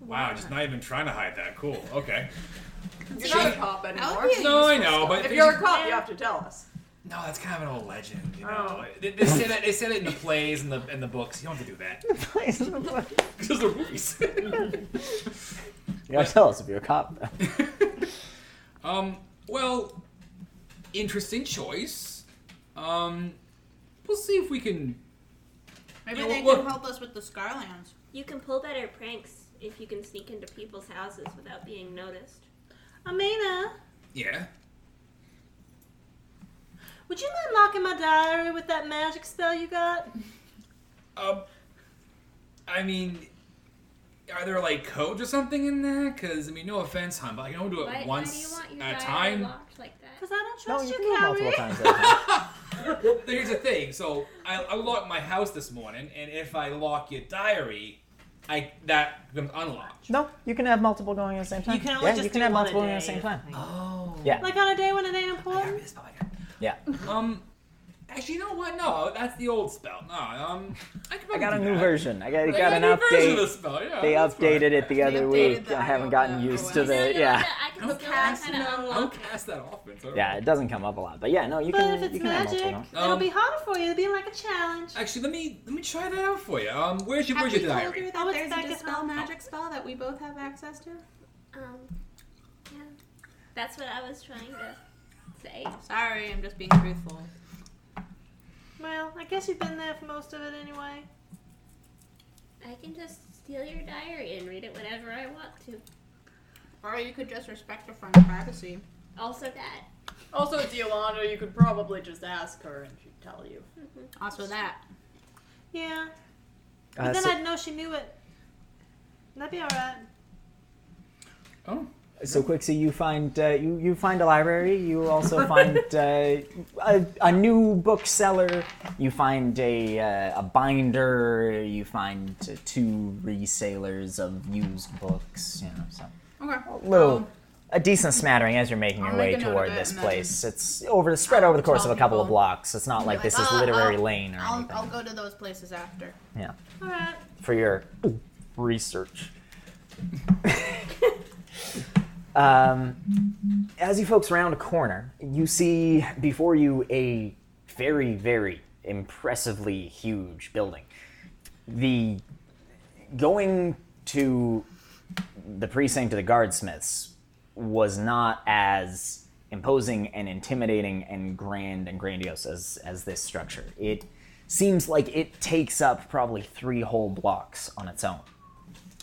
Speaker 4: Wow, just not even trying to hide that. Cool. Okay.
Speaker 3: You're not a cop
Speaker 5: That
Speaker 3: anymore.
Speaker 5: would be a
Speaker 4: No, I
Speaker 5: useful
Speaker 4: know,
Speaker 5: skill.
Speaker 4: but
Speaker 3: If
Speaker 4: they
Speaker 3: you're a
Speaker 4: just-
Speaker 3: cop, you have to tell us.
Speaker 4: no, that's kind of an old legend. You know,
Speaker 3: Oh.
Speaker 4: they, they say that they say that in the plays and the and the books. You don't have to do that because they're movies.
Speaker 8: you gotta tell us if you're a cop. though.
Speaker 4: um. Well, interesting choice. Um. We'll see if we can.
Speaker 5: Maybe
Speaker 4: Yeah,
Speaker 5: they
Speaker 4: well,
Speaker 5: can
Speaker 4: look.
Speaker 5: help us with the Scarlands.
Speaker 6: You can pull better pranks if you can sneak into people's houses without being noticed.
Speaker 2: Amina,
Speaker 4: Yeah.
Speaker 2: would you mind locking my diary with that magic spell you got?
Speaker 4: Um. I mean, are there like codes or something in there? Because I mean, no offense, hon, but I can only do it once at a time.
Speaker 6: locked like that?
Speaker 2: Because I don't
Speaker 8: no,
Speaker 2: trust
Speaker 8: you can
Speaker 2: you,
Speaker 8: do it multiple
Speaker 2: Callie.
Speaker 8: times. I think.
Speaker 4: Here's the thing. So I, I locked my house this morning, and if I lock your diary, I that becomes unlocked.
Speaker 8: No, you can have multiple going at the same time.
Speaker 9: You can only
Speaker 8: yeah,
Speaker 9: just
Speaker 8: you can
Speaker 9: do
Speaker 8: have
Speaker 9: one a
Speaker 8: multiple going at the
Speaker 9: day,
Speaker 8: same
Speaker 9: I
Speaker 8: time.
Speaker 9: think.
Speaker 4: Oh.
Speaker 8: Yeah.
Speaker 2: Like on a day when it ain't
Speaker 4: I got
Speaker 2: important.
Speaker 4: this. Oh my god.
Speaker 8: Yeah.
Speaker 4: Um. Actually, you know what? No, that's the old spell. No. Um. I, can
Speaker 8: I got a
Speaker 4: probably do
Speaker 8: new
Speaker 4: that.
Speaker 8: version. I got,
Speaker 4: I
Speaker 8: got an
Speaker 4: a new version of the
Speaker 8: update.
Speaker 4: spell. Yeah,
Speaker 8: They
Speaker 4: that's fine.
Speaker 8: updated it the
Speaker 1: They
Speaker 8: other
Speaker 1: updated
Speaker 8: week.
Speaker 1: the
Speaker 8: I haven't
Speaker 1: iOS
Speaker 8: gotten used to
Speaker 1: OS.
Speaker 8: the yeah.
Speaker 6: I can
Speaker 4: Don't
Speaker 6: still kind
Speaker 4: cast,
Speaker 6: of
Speaker 4: I
Speaker 6: unlock
Speaker 4: don't cast that often. So
Speaker 8: Yeah, it doesn't come up a lot, but yeah, no, you
Speaker 2: But
Speaker 8: can.
Speaker 2: if
Speaker 8: you
Speaker 2: it's
Speaker 8: can have multiple
Speaker 2: magic,
Speaker 8: going.
Speaker 2: it'll
Speaker 4: Um,
Speaker 2: be harder for you. It'll be like a challenge.
Speaker 4: Actually, let me let me try that out for you. Um, where's your
Speaker 5: Have
Speaker 4: where's
Speaker 5: we
Speaker 4: your
Speaker 5: told
Speaker 4: diary?
Speaker 5: her that
Speaker 2: Oh, it's
Speaker 5: there's
Speaker 2: back
Speaker 5: a
Speaker 2: at
Speaker 5: dispel
Speaker 2: home.
Speaker 5: magic spell that we both have access to?
Speaker 6: Um, yeah. That's what I was trying to say.
Speaker 5: Sorry, I'm just being truthful.
Speaker 2: Well, I guess you've been there for most of it anyway.
Speaker 6: I can just steal your diary and read it whenever I want to.
Speaker 5: Or you could just respect your friend's privacy.
Speaker 6: Also, that.
Speaker 9: Also, it's Yolanda. You could probably just ask her and she'd tell you.
Speaker 7: Mm-hmm.
Speaker 5: Also that.
Speaker 2: Yeah. But
Speaker 8: Uh,
Speaker 2: then
Speaker 8: so-
Speaker 2: I'd know she knew it. That'd be alright.
Speaker 4: Oh,
Speaker 8: So quick, so you find uh, you you find a library. You also find uh, a, a new bookseller. You find a uh, a binder. You find uh, two resellers of used books. You know, so
Speaker 1: Okay.
Speaker 8: a little
Speaker 1: Um,
Speaker 8: a decent smattering as you're making your
Speaker 1: I'll
Speaker 8: way
Speaker 1: make a note of
Speaker 8: toward
Speaker 1: it
Speaker 8: this
Speaker 1: and then
Speaker 8: place. It's over spread over the course of a
Speaker 1: tell
Speaker 8: couple of
Speaker 1: people.
Speaker 8: blocks. It's not like
Speaker 1: like, "Ah,
Speaker 8: this is
Speaker 5: "Uh,
Speaker 8: literary
Speaker 5: I'll-
Speaker 8: lane or
Speaker 5: I'll,
Speaker 8: anything
Speaker 5: I'll go to those places after.
Speaker 2: Alright.
Speaker 8: for your research. um, as you folks round a corner, you see before you a very, very impressively huge building. The going to the precinct of the guardsmiths was not as imposing and intimidating and grand and grandiose as as this structure. It seems like it takes up probably three whole blocks on its own.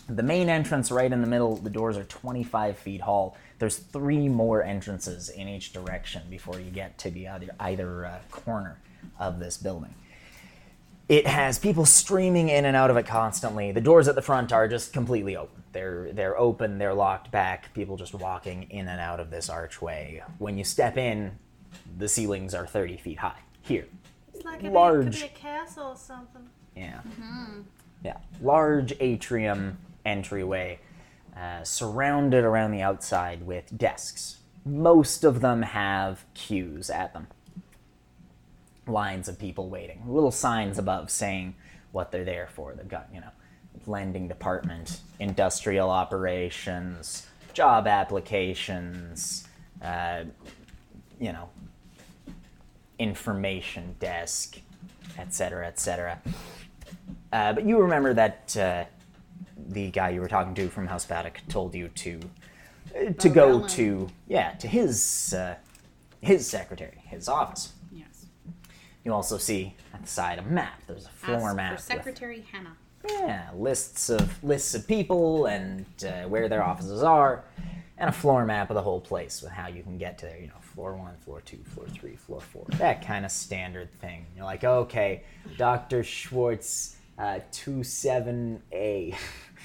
Speaker 8: The main entrance right in the middle, the doors are 25 feet tall. There's three more entrances in each direction before you get to the other either uh, corner of this building. It has people streaming in and out of it constantly. The doors at the front are just completely open. They're they're open, they're locked back, people just walking in and out of this archway. When you step in, the ceilings are 30 feet high. Here.
Speaker 2: It's like it could
Speaker 8: Large.
Speaker 2: be a castle or something.
Speaker 8: Yeah.
Speaker 6: Mm-hmm.
Speaker 8: Yeah. Large atrium entryway, uh, surrounded around the outside with desks. Most of them have queues at them. Lines of people waiting. Little signs above saying what they're there for. They've got, you know, lending department, industrial operations, job applications, uh, you know, information desk, etc., cetera, etc. Cetera. Uh, but you remember that uh, the guy you were talking to from House Paddock told you to uh, to go
Speaker 5: Rowland.
Speaker 8: to yeah to his uh, his secretary, his office.
Speaker 1: Yes.
Speaker 8: You also see at the side a map. There's a floor
Speaker 5: Ask
Speaker 8: map.
Speaker 5: for
Speaker 8: with-
Speaker 5: Secretary Hannah.
Speaker 8: yeah, lists of lists of people and uh, where their offices are, and a floor map of the whole place with how you can get to there. You know, floor one, floor two, floor three, floor four. That kind of standard thing. You're like, okay, Doctor Schwartz, uh, two seven A.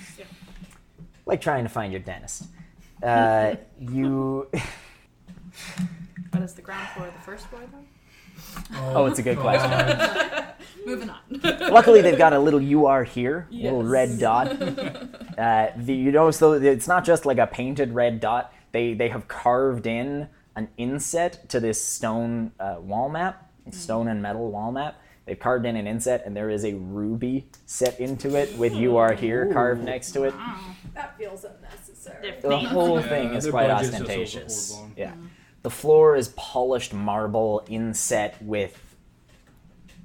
Speaker 8: Like trying to find your dentist. Uh, you.
Speaker 7: What is the ground floor of the first floor though?
Speaker 8: Oh, it's a good question.
Speaker 4: God.
Speaker 7: Moving on.
Speaker 8: Luckily, they've got a little "you are here" little
Speaker 7: Yes.
Speaker 8: red dot. Uh, the, you notice though, that it's not just like a painted red dot. They they have carved in an inset to this stone uh, wall map, stone and metal wall map. They've carved in an inset, and there is a ruby set into it with "you are
Speaker 1: Um,
Speaker 8: here" carved next to it.
Speaker 3: That feels unnecessary.
Speaker 8: The whole
Speaker 4: Yeah,
Speaker 8: thing is
Speaker 4: their
Speaker 8: quite
Speaker 4: budget's just
Speaker 8: ostentatious.
Speaker 4: overboard.
Speaker 8: Yeah. The floor is polished marble inset with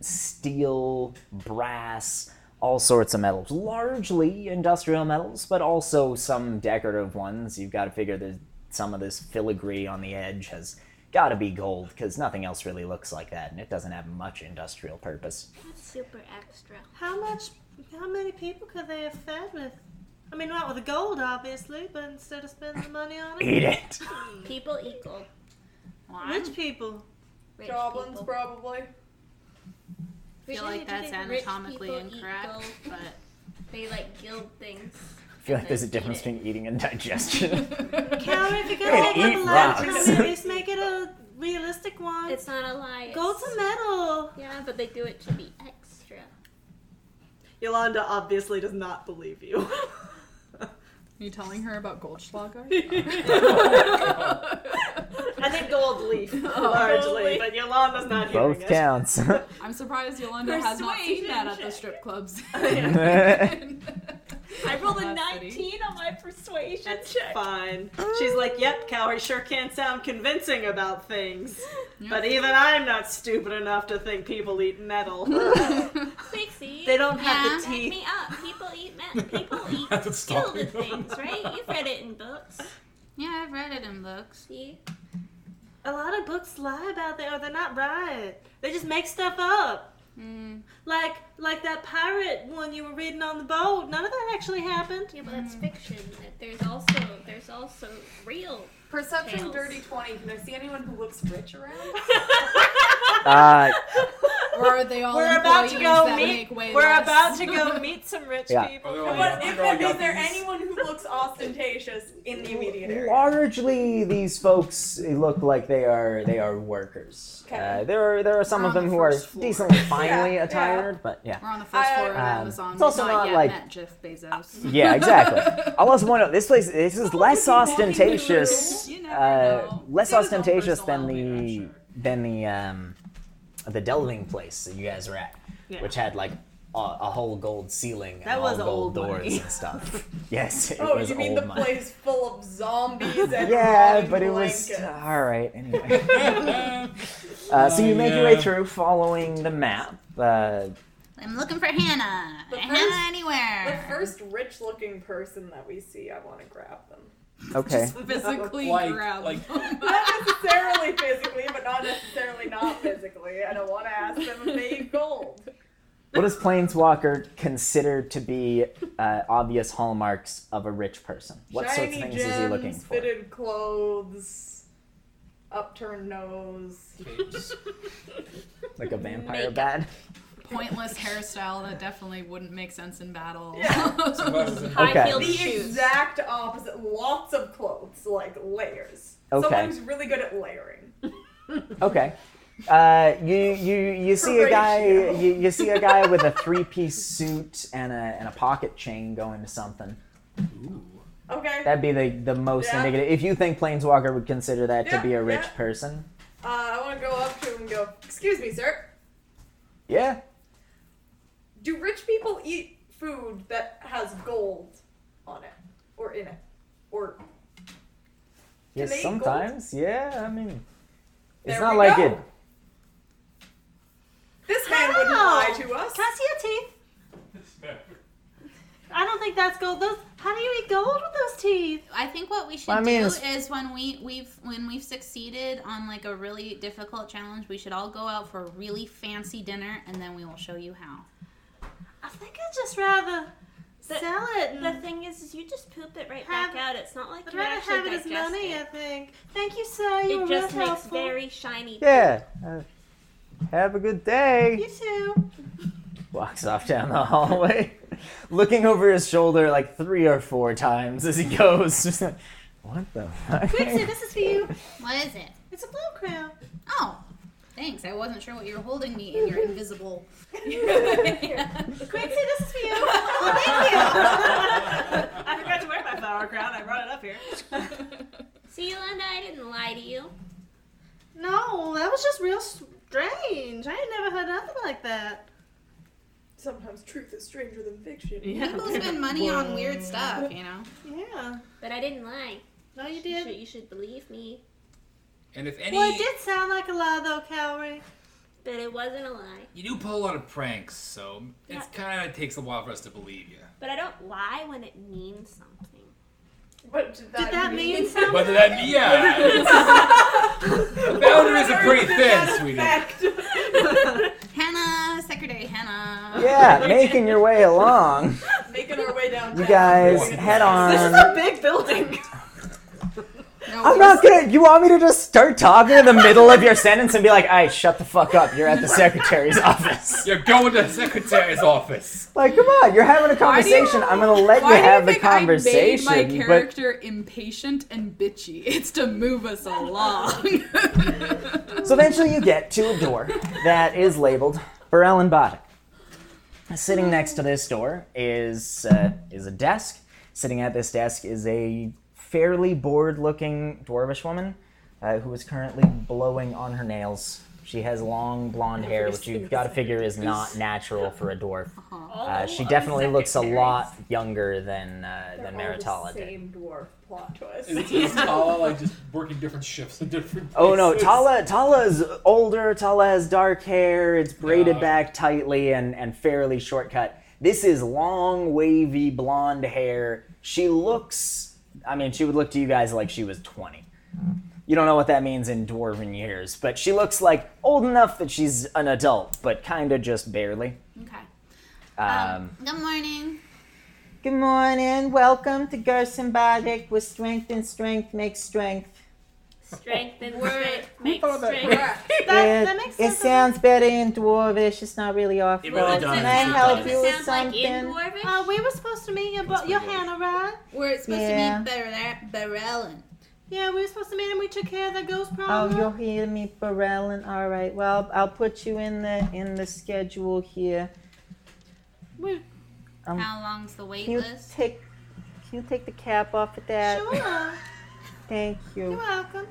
Speaker 8: steel, brass, all sorts of metals. Largely industrial metals, but also some decorative ones. You've got to figure that some of this filigree on the edge has got to be gold because nothing else really looks like that and it doesn't have much industrial purpose.
Speaker 6: That's super extra.
Speaker 2: How much? How many people could they have fed with? I mean, not with the gold, obviously, but instead of spending the money on it,
Speaker 8: Eat it!
Speaker 6: People equal.
Speaker 2: rich people.
Speaker 6: Rich
Speaker 3: Goblins,
Speaker 6: people.
Speaker 3: probably.
Speaker 5: I feel like that's
Speaker 6: Rich
Speaker 5: anatomically
Speaker 6: people
Speaker 5: incorrect,
Speaker 6: eat gold.
Speaker 5: but
Speaker 6: They like gild things.
Speaker 8: I feel like there's a difference between eating and digestion.
Speaker 2: Carrie, if you're
Speaker 8: Hey,
Speaker 2: gonna make
Speaker 8: eat
Speaker 2: up a lie,
Speaker 8: rocks.
Speaker 2: tell me, at least make it a realistic one.
Speaker 6: It's not a lie. it's-
Speaker 2: Gold's a metal.
Speaker 6: Yeah, but they do it to be extra.
Speaker 1: Yolanda obviously does not believe you.
Speaker 7: Are you telling her about Goldschlager?
Speaker 1: I think gold leaf largely, but Yolanda's not hearing
Speaker 8: Both
Speaker 1: it.
Speaker 8: counts.
Speaker 7: I'm surprised Yolanda has not seen that at the strip clubs. I rolled a 19.
Speaker 1: That's fine. She's like, yep, Cowrie sure can sound convincing about things. But even I'm not stupid enough to think people eat metal.
Speaker 6: Pixie,
Speaker 1: they don't have the
Speaker 6: back
Speaker 1: teeth.
Speaker 6: me up. People eat me- people eat
Speaker 4: That's what's talking
Speaker 6: gilded
Speaker 4: about.
Speaker 6: things, right? You've read it in books.
Speaker 5: yeah, I've read it in books.
Speaker 6: See,
Speaker 2: A lot of books lie about that, or they're not right. They just make stuff up.
Speaker 5: Mm.
Speaker 2: Like, like that pirate one you were reading on the boat. None of that actually happened.
Speaker 6: yeah, but that's fiction. That There's also there's also real.
Speaker 3: Perception
Speaker 6: Tails.
Speaker 3: dirty 20. Can I see anyone who looks rich around?
Speaker 8: Uh,
Speaker 7: Or are they all
Speaker 1: We're about to
Speaker 7: employees
Speaker 1: go
Speaker 7: that
Speaker 1: meet.
Speaker 7: make way
Speaker 1: We're
Speaker 7: less?
Speaker 1: about to go meet some rich
Speaker 8: Yeah.
Speaker 1: people.
Speaker 4: Oh,
Speaker 1: Come on.
Speaker 4: yeah.
Speaker 3: But if
Speaker 4: Oh, yeah.
Speaker 3: is there anyone who looks ostentatious in the immediate area?
Speaker 8: Largely, these folks look like they are they are workers.
Speaker 3: Okay.
Speaker 8: Uh, there are there are some
Speaker 5: We're
Speaker 8: of
Speaker 5: on
Speaker 8: them
Speaker 5: the
Speaker 8: who are
Speaker 5: first floor.
Speaker 8: decently finely
Speaker 3: yeah.
Speaker 8: attired, but yeah,
Speaker 7: We're on the first
Speaker 3: I- uh,
Speaker 7: floor of
Speaker 8: Um,
Speaker 7: Amazon.
Speaker 8: it's also
Speaker 7: We've
Speaker 8: not
Speaker 7: yet
Speaker 8: like-
Speaker 7: met Jeff Bezos.
Speaker 8: yeah, exactly. I'll also point out this place this is less ostentatious,
Speaker 7: You never
Speaker 8: uh,
Speaker 7: know.
Speaker 8: less
Speaker 7: He was on
Speaker 8: ostentatious
Speaker 7: first a
Speaker 8: than
Speaker 7: while later, I'm
Speaker 8: the
Speaker 7: sure.
Speaker 8: than the um, the delving place that you guys were at,
Speaker 1: Yeah.
Speaker 8: which had like. A, a whole gold ceiling and
Speaker 1: That
Speaker 8: all
Speaker 1: was
Speaker 8: gold
Speaker 1: old
Speaker 8: doors
Speaker 1: money.
Speaker 8: and stuff. Yes, it
Speaker 3: Oh,
Speaker 8: was
Speaker 3: you mean
Speaker 8: old
Speaker 3: the
Speaker 8: money.
Speaker 3: place full of zombies and
Speaker 8: Yeah,
Speaker 3: rotting
Speaker 8: but it was
Speaker 3: blankets?
Speaker 8: all right. Anyway. Uh, so you make your way
Speaker 4: Yeah.
Speaker 8: through following the map. Uh,
Speaker 5: I'm looking for Hannah.
Speaker 3: The first-
Speaker 5: Hannah
Speaker 3: The
Speaker 5: anywhere.
Speaker 3: first rich-looking person that we see, I want to grab them.
Speaker 8: okay.
Speaker 7: Physically
Speaker 4: Like-
Speaker 7: grabbed.
Speaker 4: like-
Speaker 3: Not necessarily physically, but not necessarily not physically. I don't want to ask them if they eat gold.
Speaker 8: What does Planeswalker consider to be uh, obvious hallmarks of a rich person? What
Speaker 3: Shiny
Speaker 8: sorts of things
Speaker 3: gems,
Speaker 8: is he looking for?
Speaker 3: fitted clothes, upturned nose.
Speaker 8: Like a vampire bat?
Speaker 7: pointless hairstyle that definitely wouldn't make sense in battle.
Speaker 3: Yeah.
Speaker 4: Sunglasses.
Speaker 8: Okay.
Speaker 6: High-heeled
Speaker 3: The
Speaker 6: shoes.
Speaker 3: exact opposite. Lots of clothes, like layers.
Speaker 8: Okay.
Speaker 3: Someone who's really good at layering. Uh,
Speaker 8: Okay. Uh, you you you see a guy
Speaker 3: Horatio.
Speaker 8: you, you see a guy with a three piece suit and a and a pocket chain going to something.
Speaker 4: Ooh.
Speaker 3: Okay.
Speaker 8: That'd be the the most
Speaker 3: Yeah.
Speaker 8: indicative. If you think Planeswalker would consider that
Speaker 3: Yeah,
Speaker 8: to be a rich
Speaker 3: yeah.
Speaker 8: person,
Speaker 3: Uh, I want to go up to him and go, Excuse me, sir.
Speaker 8: yeah,
Speaker 3: Do rich people eat food that has gold on it? Or in it? Or. Can they
Speaker 8: Yes,
Speaker 3: eat gold?
Speaker 8: sometimes. Yeah, I mean, it's
Speaker 3: There
Speaker 8: not
Speaker 3: we
Speaker 8: like
Speaker 3: go.
Speaker 8: it.
Speaker 3: This man wouldn't
Speaker 2: How?
Speaker 3: lie to us.
Speaker 2: Can I see your teeth? I don't think that's gold. Those How do you eat gold with those teeth?
Speaker 5: I think what we should
Speaker 8: Well, I mean,
Speaker 5: do
Speaker 8: it's-
Speaker 5: is when we we've when we've succeeded on like a really difficult challenge, we should all go out for a really fancy dinner, and then we will show you how.
Speaker 2: I think I'd just rather
Speaker 6: The-
Speaker 2: sell it. And
Speaker 6: The thing is, is you just poop it right
Speaker 2: Have-
Speaker 6: back out. It's not like
Speaker 2: I'd
Speaker 6: you
Speaker 2: rather
Speaker 6: actually
Speaker 2: have it as
Speaker 6: digest
Speaker 2: money, I
Speaker 6: it.
Speaker 2: think. Thank you, sir. You were
Speaker 6: It
Speaker 2: real
Speaker 6: just makes
Speaker 2: helpful.
Speaker 6: very shiny.
Speaker 8: Yeah. uh, have a good day.
Speaker 2: You too.
Speaker 8: Walks off down the hallway, looking over his shoulder like three or four times as he goes. Just like, what the fuck?
Speaker 2: Quixie, this is for you.
Speaker 5: What is it?
Speaker 2: It's a blue crown.
Speaker 5: Oh, thanks. I wasn't sure what you were holding me in your invisible.
Speaker 2: Quixie, this is for you. Oh, thank you.
Speaker 14: I forgot to wear my flower crown. I brought it up here.
Speaker 6: See, Linda, I didn't lie to you.
Speaker 2: no, that was just real strange. I ain't never heard nothing like that.
Speaker 3: Sometimes truth is stranger than fiction.
Speaker 5: People spend money on weird stuff, you know.
Speaker 2: Yeah.
Speaker 6: But I didn't lie.
Speaker 2: No, you
Speaker 6: You
Speaker 2: did.
Speaker 6: should, you should believe me.
Speaker 4: And if any,
Speaker 2: Well, it did sound like a lie, though, Cowrie.
Speaker 6: But it wasn't a lie.
Speaker 4: you do pull a lot of pranks, so it's kind of takes a while for us to believe you.
Speaker 6: But I don't lie when it means something.
Speaker 3: But did that,
Speaker 2: Did that mean something?
Speaker 4: But that, yeah, the boundaries are pretty thin, sweetie.
Speaker 5: Hannah, Secretary Hannah.
Speaker 8: Yeah, making your way along.
Speaker 3: Making our way down.
Speaker 8: You guys head on.
Speaker 14: a big building.
Speaker 5: No,
Speaker 8: I'm not gonna. You want me to just start talking in the middle of your sentence and be like, "All right, shut the fuck up. You're at the secretary's office."
Speaker 4: You're going to the secretary's office.
Speaker 8: Like, come on, you're having a
Speaker 7: Why do you-
Speaker 8: conversation. I'm gonna let you
Speaker 7: Why do
Speaker 8: have the
Speaker 7: think I
Speaker 8: conversation,
Speaker 7: made
Speaker 8: but
Speaker 7: my character impatient and bitchy. It's to move us along.
Speaker 8: So eventually you get to a door that is labeled Burrell and Boddick. Sitting next to this door is uh, is a desk. Sitting at this desk is a fairly bored-looking dwarvish woman uh, who is currently blowing on her nails. She has long blonde hair, which you've got to figure is not natural for a dwarf.
Speaker 3: Uh-huh.
Speaker 8: Uh, she definitely looks a lot younger than uh, than Maritala did.
Speaker 3: Same dwarf plot twist.
Speaker 4: Is, is Tala like just working different shifts in different?
Speaker 8: Oh no,
Speaker 4: places?
Speaker 8: Tala Tala is older. Tala has dark hair. It's braided
Speaker 4: Yeah.
Speaker 8: back tightly and and fairly shortcut. This is long, wavy blonde hair. She looks. I mean, she would look to you guys like she was twenty. You don't know what that means in dwarven years, but she looks like old enough that she's an adult, but kind of just barely.
Speaker 5: Okay.
Speaker 8: Um,
Speaker 5: Good morning.
Speaker 8: Good morning. Welcome to Gersonbodic, where strength and strength makes strength.
Speaker 6: Strength and strength makes
Speaker 4: thought of that?
Speaker 6: strength.
Speaker 2: That, that makes sense.
Speaker 8: better in dwarvish. It's not really off.
Speaker 4: It really does.
Speaker 6: Does it
Speaker 8: I
Speaker 6: sound
Speaker 8: help
Speaker 6: like-
Speaker 8: you with
Speaker 6: sound like in
Speaker 8: something?
Speaker 6: Dwarvish?
Speaker 2: Uh, we were supposed to meet your, bo- your Hannah, right?
Speaker 5: We're supposed
Speaker 8: Yeah.
Speaker 5: to be Barel- Barelin.
Speaker 2: Yeah, we were supposed to meet and we took care of that ghost
Speaker 9: Oh,
Speaker 2: problem.
Speaker 9: you'll hear me, Barellin. All right. Well, I'll put you in the in the schedule here.
Speaker 2: We-
Speaker 5: How long's the wait
Speaker 9: Can you
Speaker 5: list?
Speaker 9: take Can you take the cap off of that?
Speaker 2: sure.
Speaker 9: Thank
Speaker 2: You're
Speaker 9: you.
Speaker 2: welcome.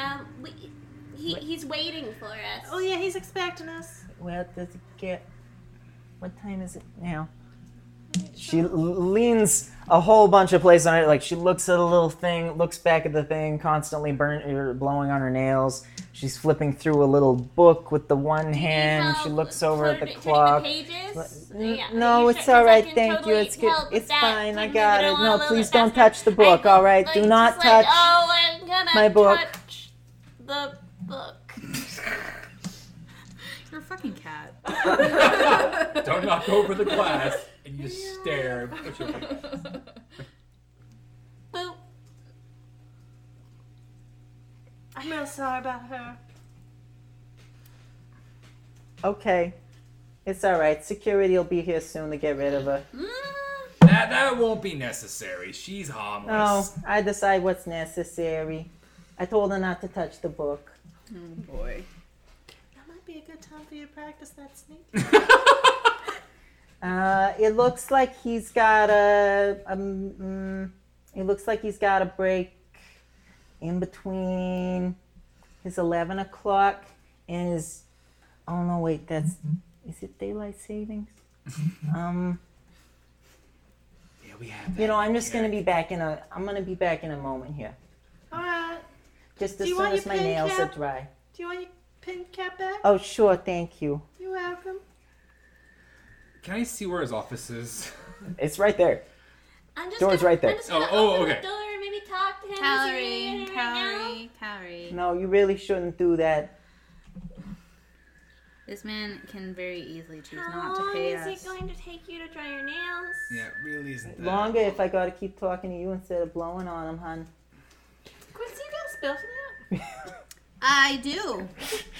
Speaker 6: Um, we, he, he's waiting for us.
Speaker 2: Oh, yeah, he's expecting us.
Speaker 9: Well, does it get? What time is it now?
Speaker 8: She l- leans a whole bunch of places on it. Like she looks at a little thing, looks back at the thing, constantly burn or blowing on her nails. She's flipping through a little book with the one hand. She
Speaker 6: Help
Speaker 8: looks over at the
Speaker 6: turn- turning
Speaker 8: clock.
Speaker 6: pages?
Speaker 9: N-
Speaker 6: Yeah. Are
Speaker 9: no,
Speaker 6: you
Speaker 9: it's
Speaker 6: sure?
Speaker 9: all
Speaker 6: 'Cause I
Speaker 9: right.
Speaker 6: can
Speaker 9: Thank you.
Speaker 6: totally
Speaker 9: It's good.
Speaker 6: help with
Speaker 9: It's
Speaker 6: that.
Speaker 9: fine. I
Speaker 6: Turn
Speaker 9: got
Speaker 6: it
Speaker 9: it.
Speaker 6: all
Speaker 9: No,
Speaker 6: over.
Speaker 9: please
Speaker 6: That's
Speaker 9: don't
Speaker 6: not-
Speaker 9: touch the book.
Speaker 6: I
Speaker 9: All right.
Speaker 6: was
Speaker 9: Do
Speaker 6: just
Speaker 9: not
Speaker 6: like,
Speaker 9: touch.
Speaker 6: oh, I'm gonna
Speaker 9: my book."
Speaker 6: touch the book.
Speaker 7: You're a fucking cat.
Speaker 4: Don't knock over the glass, and you stare. At your
Speaker 6: Boop.
Speaker 2: I'm real sorry about her.
Speaker 9: Okay. It's all right. Security will be here soon to get rid of her.
Speaker 6: Hmm.
Speaker 4: that that won't be necessary. She's
Speaker 9: No,
Speaker 8: Oh.
Speaker 4: harmless.
Speaker 9: Oh, I decide what's necessary. I told her not to touch the book.
Speaker 2: Oh,
Speaker 7: Boy.
Speaker 2: That might be a good time for you to practice that sneak.
Speaker 9: Uh, it looks like he's got a. Um, mm, it looks like he's got a break in between his eleven o'clock and his. Oh no! Wait, that's. Is it daylight savings? um,
Speaker 4: Yeah, we have that.
Speaker 9: you know, I'm just gonna be back in a. I'm gonna be back in a moment here.
Speaker 2: All right.
Speaker 9: Just
Speaker 2: Do
Speaker 9: as
Speaker 2: you
Speaker 9: soon
Speaker 2: want
Speaker 9: as
Speaker 2: your
Speaker 9: my
Speaker 2: pin
Speaker 9: nails
Speaker 2: cap?
Speaker 9: are dry.
Speaker 2: Do you want your pin cap back?
Speaker 9: Oh sure, thank you.
Speaker 2: You're welcome.
Speaker 4: Can I see where his office is?
Speaker 8: It's right there.
Speaker 6: I'm just
Speaker 9: Door's
Speaker 6: gonna,
Speaker 9: right there.
Speaker 6: I'm just
Speaker 4: Oh,
Speaker 6: gonna
Speaker 4: oh,
Speaker 6: open
Speaker 4: okay.
Speaker 6: the door and maybe talk to him.
Speaker 5: Calorie,
Speaker 6: Is he reading it right
Speaker 5: calorie, calorie.
Speaker 9: No, you really shouldn't do that.
Speaker 5: This man can very easily choose
Speaker 6: now? How
Speaker 5: not to
Speaker 6: long
Speaker 5: pay
Speaker 6: is
Speaker 5: us.
Speaker 6: it going to take you to dry your nails?
Speaker 4: Yeah, it really isn't that.
Speaker 9: Longer if I gotta keep talking to you instead of blowing on him, hon.
Speaker 2: Quincy, you got a spell for that?
Speaker 5: I do.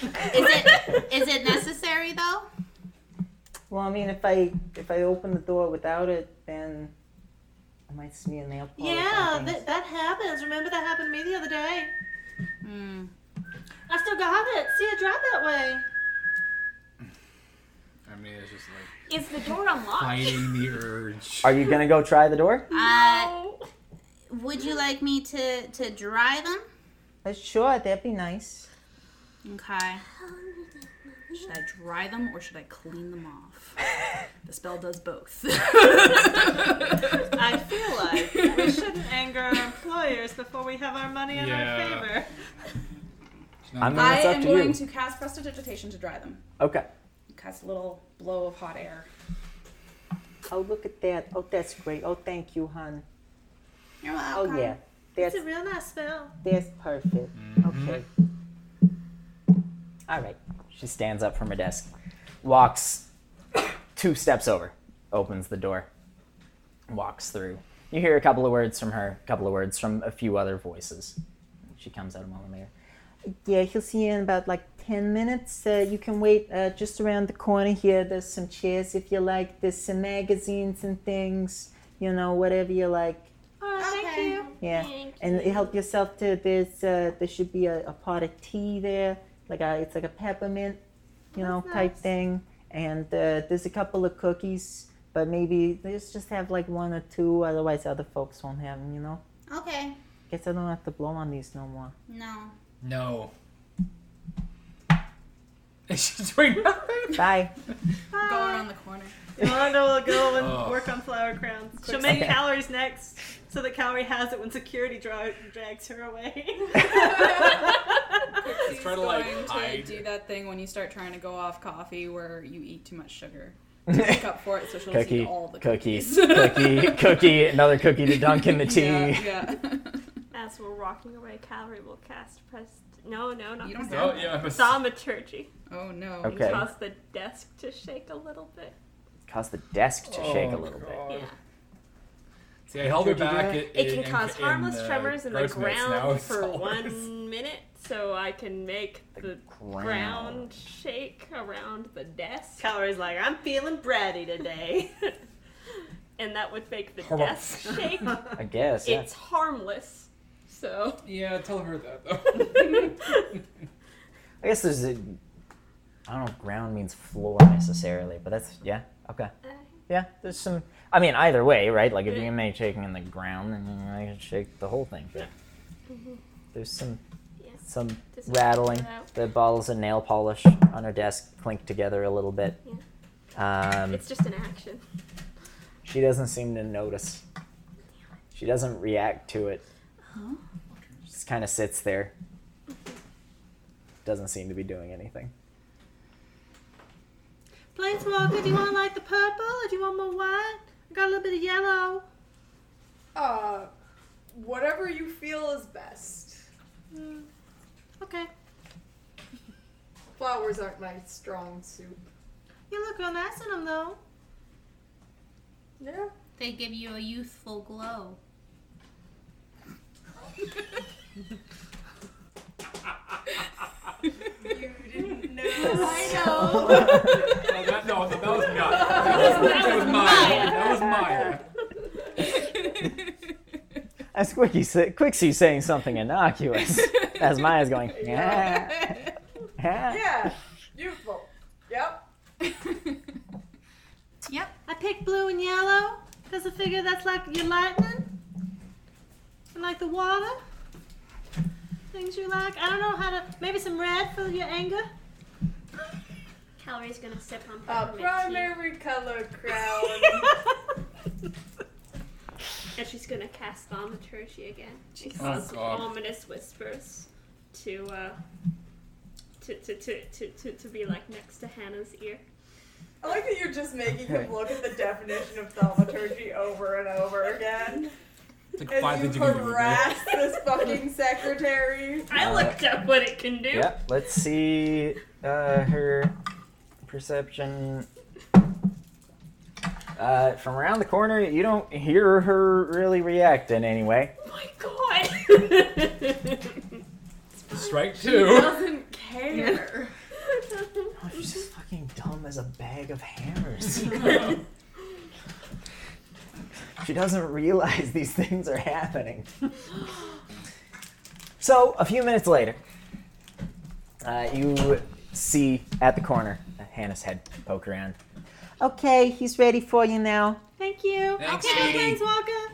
Speaker 5: Is it is it necessary though?
Speaker 9: Well, I mean, if I if I open the door without it, then I might smear nail polish. on
Speaker 2: yeah,
Speaker 9: things.
Speaker 2: that, that happens. Remember that happened to me the other day.
Speaker 5: Hmm.
Speaker 2: I still got it. See, it dried that way.
Speaker 4: I mean, it's just like
Speaker 6: Is the door unlocked?
Speaker 4: fighting the urge.
Speaker 9: Are you gonna go try the door?
Speaker 5: Uh, would you like me to to dry them?
Speaker 9: Uh, sure, that'd be nice.
Speaker 5: Okay. Should I dry them or should I clean them off? The spell does both.
Speaker 15: I feel like
Speaker 2: We shouldn't anger our employers before we have our money in
Speaker 4: Yeah.
Speaker 2: our favor.
Speaker 4: It's not
Speaker 9: I'm
Speaker 4: that-
Speaker 9: gonna-
Speaker 7: I
Speaker 9: It's up
Speaker 7: am
Speaker 9: to
Speaker 7: going
Speaker 9: you.
Speaker 7: to cast prestidigitation to dry them.
Speaker 9: Okay.
Speaker 7: Cast a little blow of hot air.
Speaker 9: Oh, look at that. Oh, that's great. Oh, thank you, hon.
Speaker 5: You're
Speaker 9: Oh,
Speaker 5: welcome.
Speaker 9: yeah.
Speaker 2: It's
Speaker 9: That's
Speaker 2: a real nice spell.
Speaker 9: that's perfect. Okay.
Speaker 8: All right. She stands up from her desk, walks two steps over, opens the door, walks through. You hear a couple of words from her, a couple of words from a few other voices. She comes out a moment later.
Speaker 9: Yeah, he'll see you in about like ten minutes. Uh, you can wait uh, just around the corner here. There's some chairs if you like. There's some magazines and things. You know, whatever you like.
Speaker 2: All right, thank
Speaker 5: Okay.
Speaker 2: you.
Speaker 9: Yeah.
Speaker 6: Thank
Speaker 9: and
Speaker 6: you.
Speaker 9: help yourself to this. Uh, there should be a, a pot of tea there, like a, it's like a peppermint, you know,
Speaker 2: That's
Speaker 9: type
Speaker 2: nice.
Speaker 9: thing. And uh, there's a couple of cookies, but maybe let's just have like one or two. Otherwise, other folks won't have them. You know.
Speaker 5: Okay.
Speaker 9: Guess I don't have to blow on these no more.
Speaker 5: No.
Speaker 4: No. And she's doing nothing.
Speaker 9: Bye.
Speaker 7: Go around the corner.
Speaker 2: Miranda will go and
Speaker 4: Oh.
Speaker 2: work on flower crowns. She'll make calories next so that calorie has it when security dra- drags her away.
Speaker 7: He's
Speaker 4: try to,
Speaker 7: going
Speaker 4: like,
Speaker 7: to
Speaker 4: hide.
Speaker 7: do that thing when you start trying to go off coffee where you eat too much sugar. To make up for it, so she'll just eat
Speaker 8: Cookie,
Speaker 7: all the
Speaker 8: cookie,
Speaker 7: cookies.
Speaker 8: cookie, cookie, another cookie to dunk in the tea.
Speaker 7: yeah,
Speaker 6: As we're walking away, Calvary will cast press. No, no, not
Speaker 7: You don't
Speaker 4: Oh yeah. I'm a-
Speaker 6: Thaumaturgy.
Speaker 7: yeah. Oh no.
Speaker 6: And
Speaker 8: Okay.
Speaker 6: Cause the desk to shake a little bit.
Speaker 8: Cause the desk to shake a
Speaker 4: Oh,
Speaker 8: little bit.
Speaker 4: God.
Speaker 6: Yeah.
Speaker 4: See, I held her
Speaker 9: Did you do
Speaker 4: back.
Speaker 9: that?
Speaker 4: It,
Speaker 6: It can cause
Speaker 4: in-
Speaker 6: harmless
Speaker 4: in, uh,
Speaker 6: tremors in the
Speaker 4: gross minutes now,
Speaker 6: ground
Speaker 4: it's
Speaker 6: for
Speaker 4: all worse.
Speaker 6: one minute, so I can make the ground. shake around the desk.
Speaker 15: Calorie's like, I'm feeling bratty today.
Speaker 6: and that would make the
Speaker 4: Harmless.
Speaker 6: desk shake.
Speaker 8: I guess. Yeah.
Speaker 6: It's harmless. So
Speaker 4: Yeah, tell her that though.
Speaker 8: I guess there's a. I don't know if ground means floor necessarily, but that's yeah. Okay. Yeah. There's some. I mean, either way, right? Like if you're gonna make shaking in the ground, then you know, you can shake the whole thing. Yeah. There's some.
Speaker 6: Yeah.
Speaker 8: Some
Speaker 6: Just
Speaker 8: rattling.
Speaker 6: out.
Speaker 8: The bottles of nail polish on her desk clink together a little bit. Um,
Speaker 6: it's just an action.
Speaker 8: she doesn't seem to notice. She doesn't react to it. She just kind of sits there. Doesn't seem to be doing anything.
Speaker 2: Planeswalker, do you want like the purple or do you want more white? I got a little bit of yellow.
Speaker 3: Uh, whatever you feel is best.
Speaker 2: Mm. Okay.
Speaker 3: Flowers aren't my strong suit.
Speaker 2: You look real nice in them though.
Speaker 3: No.
Speaker 5: They give you a youthful glow.
Speaker 3: You didn't know. I know.
Speaker 4: Oh, that, no, that was not. That was, that was Maya. That was Maya.
Speaker 8: As Quickie sa- Quixie's saying something innocuous, as Maya's going, yeah, yeah.
Speaker 3: Yeah. Beautiful. Yep.
Speaker 5: Yep.
Speaker 2: I picked blue and yellow because I figure that's like your lightning and like the water. Things you like. I don't know how to. Maybe some red for your anger.
Speaker 6: Calorie's gonna sip on
Speaker 15: Uh,
Speaker 3: A
Speaker 6: peppermint tea,
Speaker 3: Uh, primary color crown.
Speaker 6: and she's gonna cast thaumaturgy again. She
Speaker 4: Oh,
Speaker 6: casts
Speaker 4: God.
Speaker 6: ominous whispers to uh to to, to, to, to to be like next to Hannah's ear.
Speaker 3: I like that you're just making
Speaker 8: Okay.
Speaker 3: him look at the definition of thaumaturgy over and over again.
Speaker 4: It's like five
Speaker 3: As you
Speaker 4: things you can do with it.
Speaker 3: harass this fucking secretary.
Speaker 8: Uh,
Speaker 1: I looked up what it can do.
Speaker 8: Yeah, let's see uh, her perception. Uh, from around the corner, you don't hear her really react in any way.
Speaker 1: Oh my god.
Speaker 4: Strike
Speaker 3: She
Speaker 4: two.
Speaker 3: doesn't care.
Speaker 8: Oh, she's just fucking dumb as a bag of hammers. she doesn't realize these things are happening. So, a few minutes later, uh, you see at the corner uh, Hannah's head poke around.
Speaker 9: Okay, he's ready for you now.
Speaker 2: Thank you.
Speaker 4: Thanks,
Speaker 2: Okay,
Speaker 4: sweetie.
Speaker 2: Planeswalker.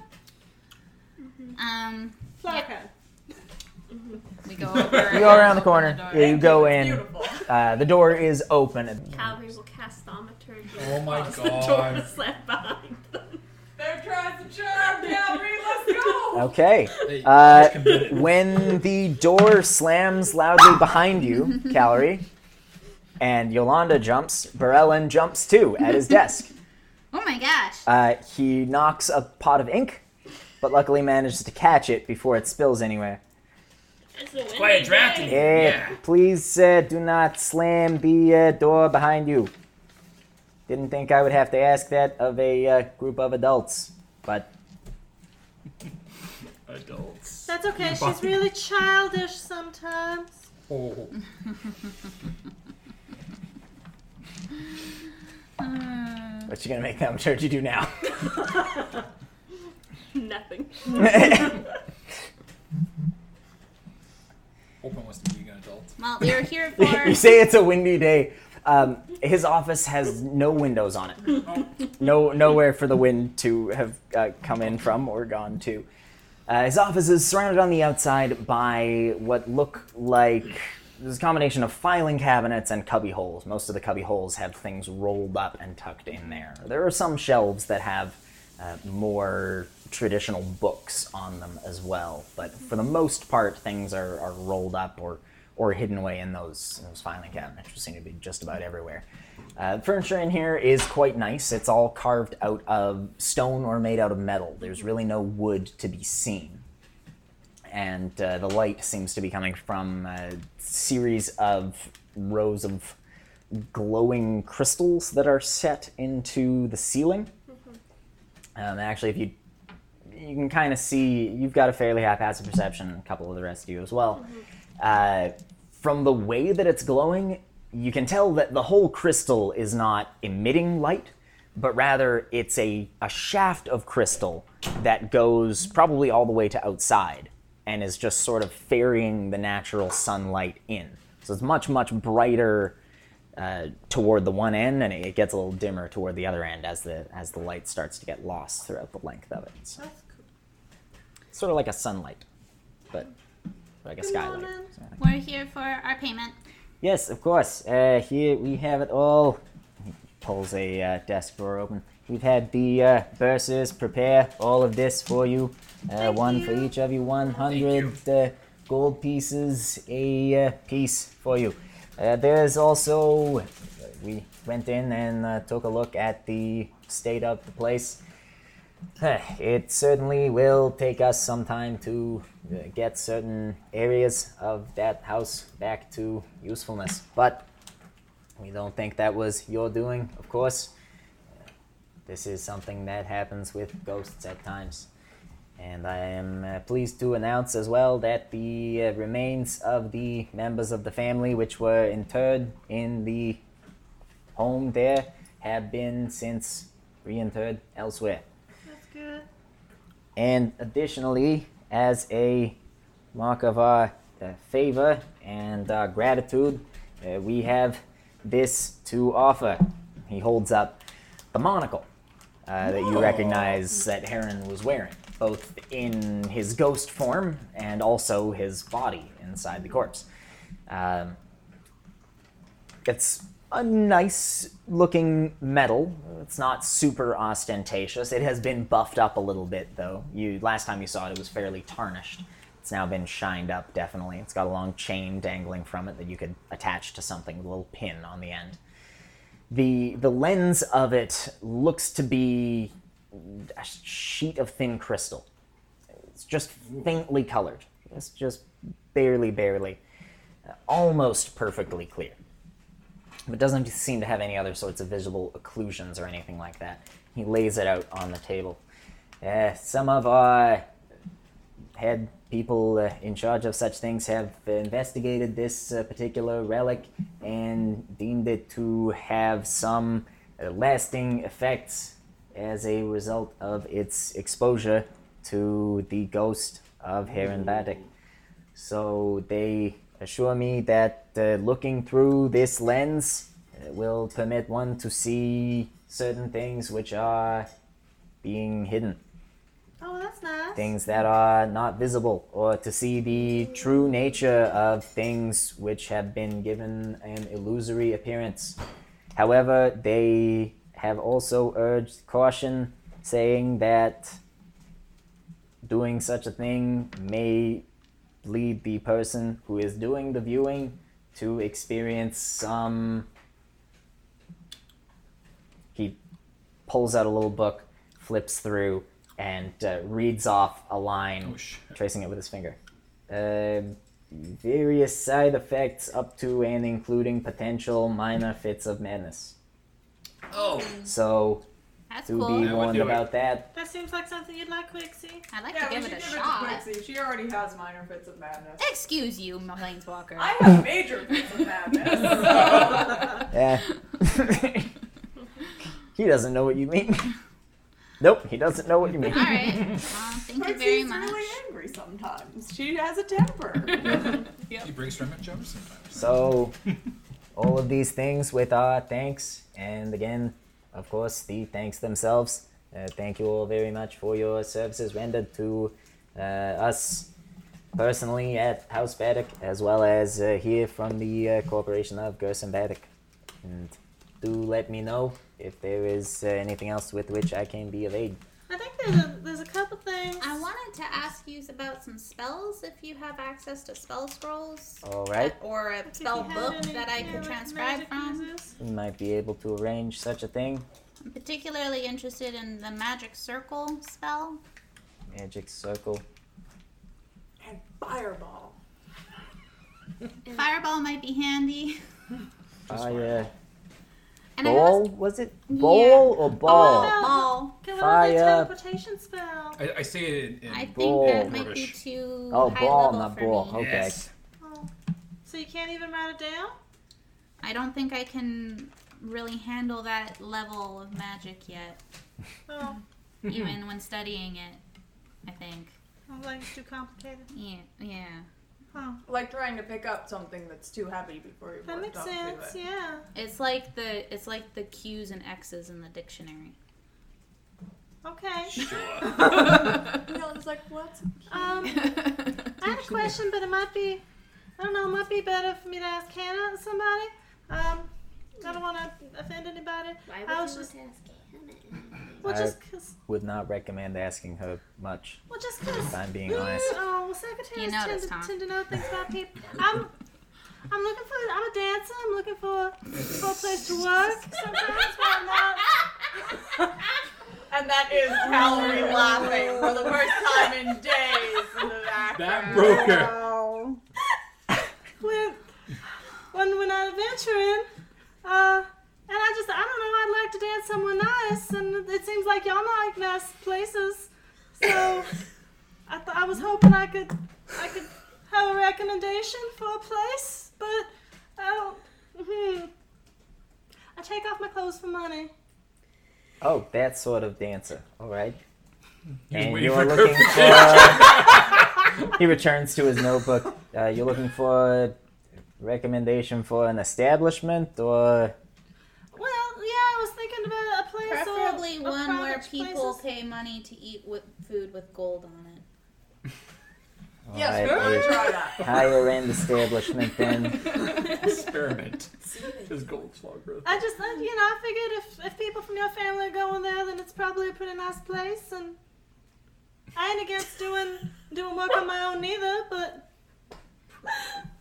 Speaker 5: Um,
Speaker 2: Flowcrown. Mm-hmm.
Speaker 16: We
Speaker 5: Oh,
Speaker 16: go over.
Speaker 8: You go around the corner.
Speaker 16: Open the
Speaker 8: Yeah,
Speaker 16: door.
Speaker 8: you go in.
Speaker 3: Beautiful.
Speaker 8: Uh, the door is open.
Speaker 6: Calvary will cast thaumaturgy.
Speaker 4: Oh my
Speaker 6: across The door
Speaker 4: God.
Speaker 6: that's left behind them.
Speaker 3: There tries the charm, Gallery. Let's go.
Speaker 8: Okay.
Speaker 4: Hey,
Speaker 8: Uh,
Speaker 4: you can beat it.
Speaker 8: when the door slams loudly behind you, Calorie, and Yolanda jumps, Barellin jumps too at his desk.
Speaker 5: oh my gosh.
Speaker 8: Uh, he knocks a pot of ink, but luckily manages to catch it before it spills anywhere.
Speaker 1: That's the win.
Speaker 4: Quite a draft in
Speaker 8: Eh,
Speaker 4: here. Yeah.
Speaker 8: Please uh, do not slam the uh, door behind you. Didn't think I would have to ask that of a uh, group of adults, but
Speaker 4: Adults.
Speaker 2: That's okay. She's really childish sometimes.
Speaker 4: Oh.
Speaker 8: what you gonna make them church you do now?
Speaker 1: Nothing.
Speaker 4: Open wants to be an adult.
Speaker 5: Well, we were here for.
Speaker 8: you say it's a windy day. Um, his office has no windows on it. No, nowhere for the wind to have uh, come in from or gone to. Uh, his office is surrounded on the outside by what look like there's a combination of filing cabinets and cubby holes. Most of the cubby holes have things rolled up and tucked in there. There are some shelves that have uh, more traditional books on them as well, but for the most part, things are, are rolled up or or hidden away in those in those filing cabinets, which seem to be just about everywhere. Uh, the furniture in here is quite nice. It's all carved out of stone or made out of metal. There's really no wood to be seen. And uh, the light seems to be coming from a series of rows of glowing crystals that are set into the ceiling. Um, actually, if you you can kind of see, you've got a fairly haphazard perception, a couple of the rest of you as well. Uh, from the way that it's glowing, you can tell that the whole crystal is not emitting light, but rather it's a, a shaft of crystal that goes probably all the way to outside and is just sort of ferrying the natural sunlight in. So it's much, much brighter uh, toward the one end, and it gets a little dimmer toward the other end as the as the light starts to get lost throughout the length of it. So
Speaker 2: That's cool.
Speaker 8: it's sort of like a sunlight, but like a skylight.
Speaker 2: morning.
Speaker 8: So-
Speaker 5: We're here for our payment.
Speaker 8: Yes, of course. Uh, here we have it all. He pulls a uh, desk drawer open. We've had the uh, bursars prepare all of this for you. Uh, one for each of you, 100 uh, gold pieces a uh, piece for you. Uh, there's also, we went in and uh, took a look at the state of the place. Huh, It certainly will take us some time to uh, get certain areas of that house back to usefulness, but we don't think that was your doing, of course. Uh, This is something that happens with ghosts at times. And I am uh, pleased to announce as well that the uh, remains of the members of the family, which were interred in the home there, have been since reinterred elsewhere.
Speaker 2: That's good.
Speaker 8: And additionally, as a mark of our uh, favor and our gratitude, uh, we have this to offer. He holds up the monocle uh, that you recognize that Heron was wearing, both in his ghost form and also his body inside the corpse. Um, it's a nice looking metal. It's not super ostentatious. It has been buffed up a little bit though. You last time you saw it, it was fairly tarnished. It's now been shined up definitely. It's got a long chain dangling from it that you could attach to something with a little pin on the end. the the lens of it looks to be a sheet of thin crystal. It's just faintly colored. It's just barely, barely, uh, almost perfectly clear. But doesn't seem to have any other sorts of visible occlusions or anything like that. He lays it out on the table. Uh, some of uh, our head people uh, in charge of such things have investigated this uh, particular relic and deemed it to have some uh, lasting effects as a result of its exposure to the ghost of Heron Baddock. So they assure me that uh, looking through this lens uh, will permit one to see certain things which are being hidden
Speaker 2: Oh, that's nice.
Speaker 8: things that are not visible, or to see the true nature of things which have been given an illusory appearance. However, they have also urged caution, saying that doing such a thing may lead the person who is doing the viewing to experience some. He pulls out a little book, flips through, and uh, reads off a line, tracing it with his finger. Uh, various side effects up to and including potential minor fits of madness.
Speaker 4: Oh.
Speaker 8: So,
Speaker 2: That's
Speaker 8: do
Speaker 2: cool.
Speaker 8: be
Speaker 2: I would
Speaker 8: warned
Speaker 2: do it.
Speaker 8: about that.
Speaker 2: That seems like something you'd like, Quixie.
Speaker 5: I'd like
Speaker 3: yeah,
Speaker 5: to give
Speaker 3: we
Speaker 5: it a
Speaker 3: should give
Speaker 5: shot.
Speaker 3: it to Quixie. She already has minor fits of madness.
Speaker 5: Excuse you, Planeswalker.
Speaker 3: I have major fits of madness.
Speaker 8: Yeah. he doesn't know what you mean. nope, he doesn't know what you mean.
Speaker 5: All right. Well, thank you very
Speaker 3: Pixie's
Speaker 5: much.
Speaker 3: really angry sometimes. She has a temper.
Speaker 4: He breaks from it, Jones.
Speaker 8: So, all of these things with our thanks, and again, of course, the thanks themselves. Uh, thank you all very much for your services rendered to uh, us personally at House Baddock, as well as uh, here from the uh, Corporation of Gerson Baddock. And do let me know if there is uh, anything else with which I can be of aid.
Speaker 2: I think there's a there's a couple things.
Speaker 5: I wanted to ask you about some spells if you have access to spell scrolls
Speaker 8: All right,
Speaker 5: or a spell
Speaker 2: had
Speaker 5: book
Speaker 2: any,
Speaker 5: that I
Speaker 2: yeah,
Speaker 5: could
Speaker 2: like
Speaker 5: transcribe
Speaker 2: magic
Speaker 5: from.
Speaker 8: we might be able to arrange such a thing.
Speaker 5: I'm particularly interested in the magic circle spell.
Speaker 8: Magic circle.
Speaker 3: and fireball.
Speaker 5: Fireball might be handy.
Speaker 8: Fire.
Speaker 5: And I
Speaker 8: Ah,
Speaker 5: Oh,
Speaker 8: Bowl? Was it bowl or ball?
Speaker 5: Ball.
Speaker 2: Can we
Speaker 8: Fire.
Speaker 2: have a teleportation spell?
Speaker 4: I, I say it in, in
Speaker 5: Uh, I think
Speaker 8: Ball.
Speaker 5: that might be
Speaker 4: Rubbish.
Speaker 5: too
Speaker 8: Oh,
Speaker 5: high
Speaker 8: ball,
Speaker 5: level
Speaker 8: not
Speaker 5: for
Speaker 8: ball.
Speaker 5: me.
Speaker 8: Okay.
Speaker 4: Yes.
Speaker 2: Oh. So you can't even write it down?
Speaker 5: I don't think I can really handle that level of magic yet,
Speaker 2: Oh,
Speaker 5: even when studying it. I think.
Speaker 2: I'm like it's too complicated.
Speaker 5: Yeah. Yeah.
Speaker 2: Oh,
Speaker 3: Like trying to pick up something that's too heavy before you
Speaker 2: that makes sense. Yeah.
Speaker 5: It's like the it's like the Q's and X's in the dictionary.
Speaker 2: Okay.
Speaker 3: No, it's like what's
Speaker 2: Um, I had a question, but it might be, I don't know, it might be better for me to ask Hannah and somebody. Um, I don't want to offend anybody.
Speaker 6: Why would
Speaker 2: I
Speaker 6: you
Speaker 2: was
Speaker 6: want
Speaker 2: just,
Speaker 6: to ask Hannah?
Speaker 2: well,
Speaker 8: I-
Speaker 2: just 'cause-
Speaker 8: Would not recommend asking her much,
Speaker 2: well, just 'cause-
Speaker 8: if I'm being honest.
Speaker 2: Oh, well, secretaries
Speaker 5: You know
Speaker 2: tend,
Speaker 5: this,
Speaker 2: to,
Speaker 5: Tom.
Speaker 2: tend to know things about people. I'm, I'm looking for. I'm a dancer. I'm looking for for a place to work. Sometimes but I'm not.
Speaker 3: And that is Valerie laughing for the first time in days in the
Speaker 4: That
Speaker 3: background.
Speaker 4: broke her.
Speaker 2: Oh. when when we're not adventuring, uh, and I just I don't know. I'd like to dance somewhere nice, and it seems like y'all like nice places. So I th- I was hoping I could I could have a recommendation for a place, but I don't. Hmm. I take off my clothes for money.
Speaker 8: Oh, that sort of dancer. All right.
Speaker 4: He was
Speaker 8: and
Speaker 4: waiting
Speaker 8: you're
Speaker 4: for
Speaker 8: looking for. he returns to his notebook. Uh, you're looking for a recommendation for an establishment or
Speaker 2: Well, yeah, I was thinking about a place or-
Speaker 5: Preferably
Speaker 2: or
Speaker 5: one where
Speaker 2: private
Speaker 5: people
Speaker 2: places.
Speaker 5: pay money to eat with food with gold on it.
Speaker 8: Alright,
Speaker 3: Yes, we
Speaker 8: a
Speaker 3: would try that.
Speaker 8: higher end establishment then.
Speaker 4: Experiment. Just gold flogger.
Speaker 2: I just, uh, you know, I figured if, if people from your family are going there, then it's probably a pretty nice place. And I ain't against doing doing work on my own neither, but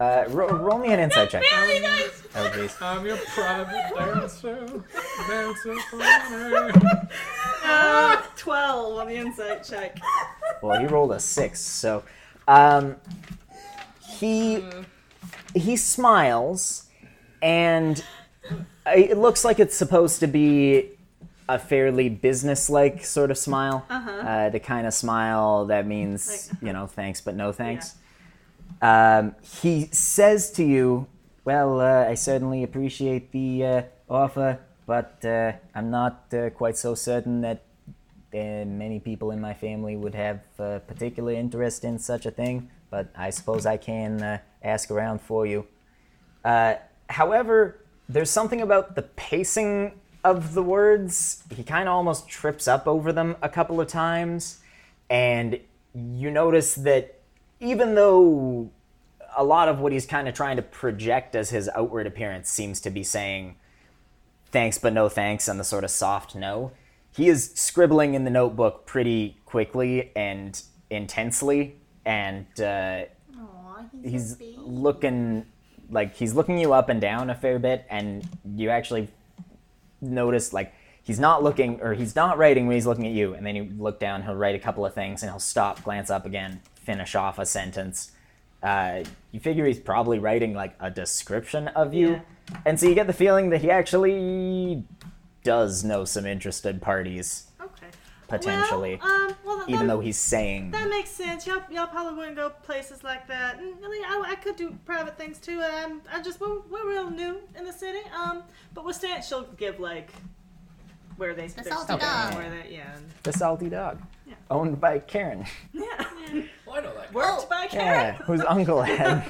Speaker 8: Uh, ro- roll me an insight check.
Speaker 17: Very nice.
Speaker 8: Oh, geez.
Speaker 4: I'm your private dancer, dancer for honor.
Speaker 10: Uh, 12 on the insight check.
Speaker 8: Well, he rolled a six, so um, he he smiles, and I- it looks like it's supposed to be a fairly businesslike sort of smile.
Speaker 17: Uh-huh.
Speaker 8: Uh, the kind of smile that means you know thanks but no thanks. Um, he says to you, "Well, uh, I certainly appreciate the uh, offer, but uh, I'm not uh, quite so certain that uh, many people in my family would have uh, particular interest in such a thing, but I suppose I can uh, ask around for you. Uh, however, there's something about the pacing of the words. He kind of almost trips up over them a couple of times, and you notice that even though a lot of what he's kind of trying to project as his outward appearance seems to be saying thanks but no thanks and the sort of soft no, he is scribbling in the notebook pretty quickly and intensely, and uh, he's looking like he's looking you up and down a fair bit, and you actually notice like he's not looking or he's not writing when he's looking at you, and then you look down, he'll write a couple of things, and he'll stop, glance up again, finish off a sentence. Uh, you figure he's probably writing like a description of you, and so you get the feeling that he actually does know some interested parties
Speaker 2: Okay.
Speaker 8: potentially,
Speaker 2: Well, um, well, that-
Speaker 8: even though he's saying
Speaker 2: That makes sense. Y'all, y'all probably wouldn't go places like that. And really, I, I could do private things too. I'm, I just we're, we're real new in the city. Um, but we're staying. She'll give like where they
Speaker 10: The
Speaker 2: they're
Speaker 10: salty
Speaker 2: staying,
Speaker 10: dog.
Speaker 2: Where they, yeah. and-
Speaker 8: the salty dog, owned by Karen.
Speaker 4: Well, I know that.
Speaker 2: Worked by
Speaker 8: Yeah, whose uncle had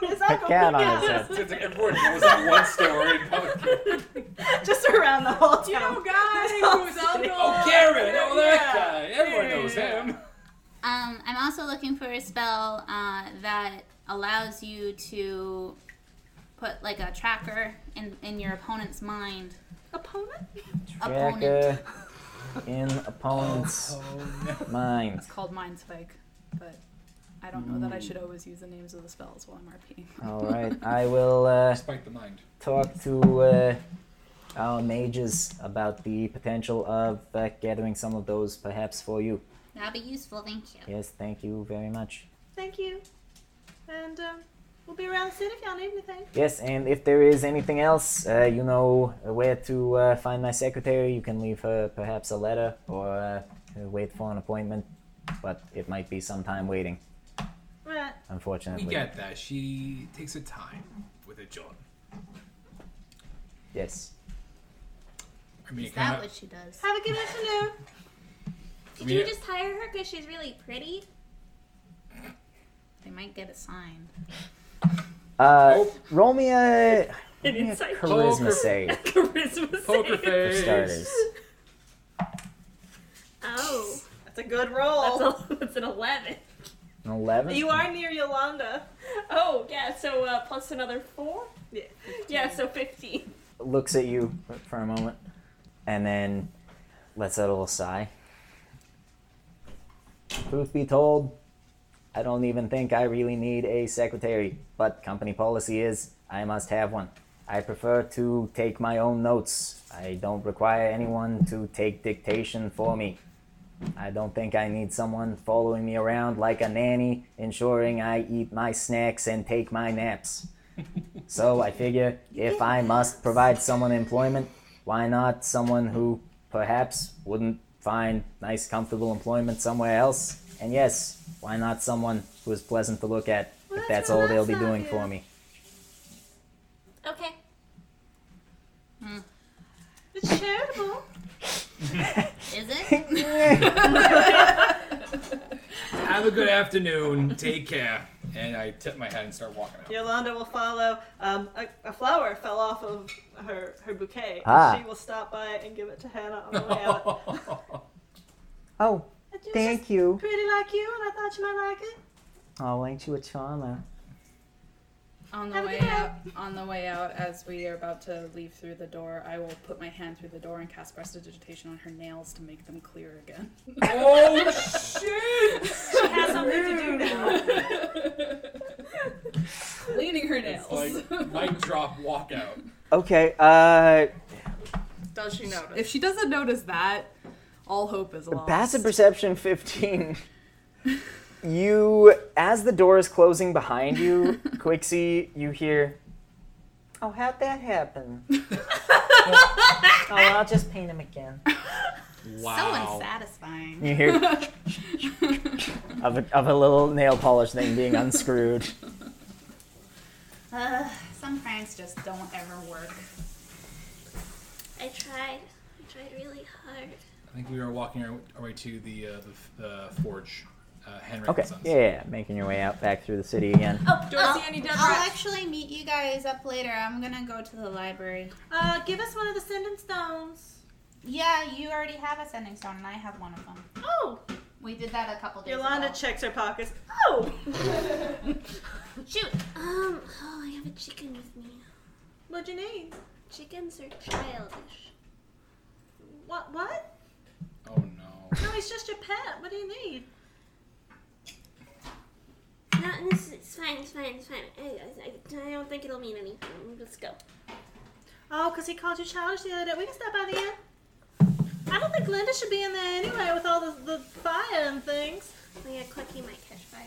Speaker 2: His
Speaker 8: a
Speaker 2: uncle
Speaker 8: cat on his
Speaker 2: Pete.
Speaker 8: head.
Speaker 4: It's like everyone knows that one story in public.
Speaker 2: Just around the whole town.
Speaker 3: You know, guys, who's uncle?
Speaker 4: Oh, Karen! Oh, that
Speaker 5: Yeah.
Speaker 4: guy! Everyone
Speaker 5: Yeah.
Speaker 4: knows him.
Speaker 5: Um, I'm also looking for a spell uh, that allows you to put like a tracker in in your opponent's mind.
Speaker 2: Opponent?
Speaker 8: Tracker in opponent's mind.
Speaker 7: It's called Mind Spike, but I don't know that I should always use the names of the spells while I'm RPing.
Speaker 8: All right, I will uh,
Speaker 4: Spike the mind.
Speaker 8: talk to uh, our mages about the potential of uh, gathering some of those, perhaps for you.
Speaker 5: That'll be useful. Thank you.
Speaker 8: Yes, thank you very much.
Speaker 2: Thank you. And um, we'll be around the city if y'all need anything.
Speaker 8: Yes, and if there is anything else, uh, you know where to uh, find my secretary. You can leave her perhaps a letter or uh, wait for an appointment, but it might be some time waiting,
Speaker 2: Right.
Speaker 8: unfortunately.
Speaker 4: We get that. She takes her time with a job.
Speaker 8: Yes.
Speaker 4: I mean,
Speaker 5: Is
Speaker 4: it
Speaker 5: that
Speaker 4: kind
Speaker 5: what
Speaker 4: of.
Speaker 5: she does?
Speaker 2: Have a good afternoon.
Speaker 4: I
Speaker 5: Did
Speaker 4: mean,
Speaker 5: you just hire her because she's really pretty? They might get assigned.
Speaker 8: Uh, Roll me a, roll
Speaker 17: An
Speaker 8: me a
Speaker 17: insight
Speaker 8: charisma
Speaker 17: check.
Speaker 8: save
Speaker 17: Charisma
Speaker 4: Poker
Speaker 17: save.
Speaker 8: for starters.
Speaker 6: Oh.
Speaker 2: That's a good roll.
Speaker 17: That's, a, that's an 11.
Speaker 8: An Eleven.
Speaker 2: You are near Yolanda.
Speaker 17: Oh, yeah, so uh, plus another 4?
Speaker 2: Yeah.
Speaker 17: Yeah, so 15.
Speaker 8: looks at you for a moment, and then lets out a little sigh. Truth be told, I don't even think I really need a secretary, but company policy is I must have one. I prefer to take my own notes. I don't require anyone to take dictation for me. I don't think I need someone following me around like a nanny, ensuring I eat my snacks and take my naps. So I figure if I must provide someone employment, why not someone who perhaps wouldn't find nice, comfortable employment somewhere else? And yes, why not someone who is pleasant to look at if that's all they'll be doing for me?
Speaker 6: Okay.
Speaker 2: It's charitable.
Speaker 5: Is it?
Speaker 4: Have a good afternoon. Take care. And I tip my head and start walking out.
Speaker 2: Yolanda will follow. Um, a, a flower fell off of her, her bouquet.
Speaker 4: Ah.
Speaker 2: She will stop by and give it to Hannah on the way out.
Speaker 18: Oh,
Speaker 2: It was
Speaker 18: thank
Speaker 2: just
Speaker 18: you.
Speaker 2: Pretty like you, and I thought you might like it.
Speaker 18: Oh, ain't you a charmer?
Speaker 7: On the
Speaker 2: Have a
Speaker 7: way
Speaker 2: good
Speaker 7: out, on the way out, as we are about to leave through the door, I will put my hand through the door and cast prestidigitation on her nails to make them clear again.
Speaker 4: Oh shit!
Speaker 2: She has something to do now.
Speaker 7: Clean biting her nails.
Speaker 4: It's like mic drop walkout.
Speaker 8: Okay, uh,
Speaker 7: Does she notice? If she doesn't notice that, all hope is lost.
Speaker 8: passive perception 15. you, as the door is closing behind you, Quixie, you hear,
Speaker 18: Oh, how'd that happen? oh, I'll just paint him again.
Speaker 8: wow.
Speaker 5: unsatisfying.
Speaker 8: You hear Uh, of, a, of a little nail polish thing being unscrewed.
Speaker 5: Ugh, some pranks just don't ever work.
Speaker 6: I tried. I tried really hard.
Speaker 4: I think we are walking our, our way to the uh, the, f- uh, forge. Uh, Henry
Speaker 8: Okay,
Speaker 4: and Sons.
Speaker 8: yeah, yeah, making your way out back through the city again.
Speaker 5: Oh,
Speaker 11: Do I see any dead
Speaker 5: I'll
Speaker 11: rats?
Speaker 5: actually meet you guys up later. I'm gonna go to the library.
Speaker 2: Uh, give us one of the sending stones.
Speaker 5: Yeah, you already have a sending stone, and I have one of them.
Speaker 2: Oh,
Speaker 5: We did that a couple days
Speaker 10: Yolanda
Speaker 5: ago.
Speaker 10: checks her pockets.
Speaker 2: oh.
Speaker 6: Shoot. Um. Oh, I have a chicken with me.
Speaker 2: What'd you need?
Speaker 6: Chickens are childish.
Speaker 2: What? What?
Speaker 4: Oh no.
Speaker 2: No, he's just your pet. What do you need?
Speaker 6: No, this it's fine. It's fine. It's fine. I, I, I don't think it'll mean anything. Let's go.
Speaker 2: Oh, 'cause he called you childish the other day. We can stop by the inn. I don't think Linda should be in there anyway with all the, the fire and things.
Speaker 6: Oh yeah, Clucky might catch fire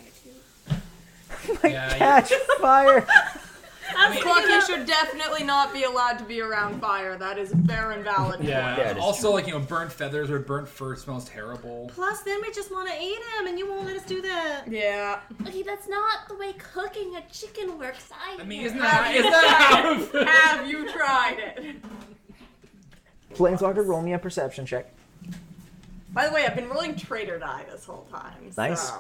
Speaker 6: too.
Speaker 8: Catch fire!
Speaker 3: I'm Clucky should definitely not be allowed to be around fire. That is fair and valid.
Speaker 4: Yeah.
Speaker 8: Yeah, it is
Speaker 4: also, like you know, burnt feathers or burnt fur smells terrible.
Speaker 2: Plus, then we just want to eat him, and you won't let us do that.
Speaker 7: Yeah.
Speaker 6: Okay, that's not the way cooking a chicken works either.
Speaker 4: I mean, isn't that isn't that how?
Speaker 7: Have you tried it?
Speaker 8: Planeswalker, roll me a perception check.
Speaker 10: By the way, I've been rolling traitor die this whole time.
Speaker 8: Nice.
Speaker 10: So.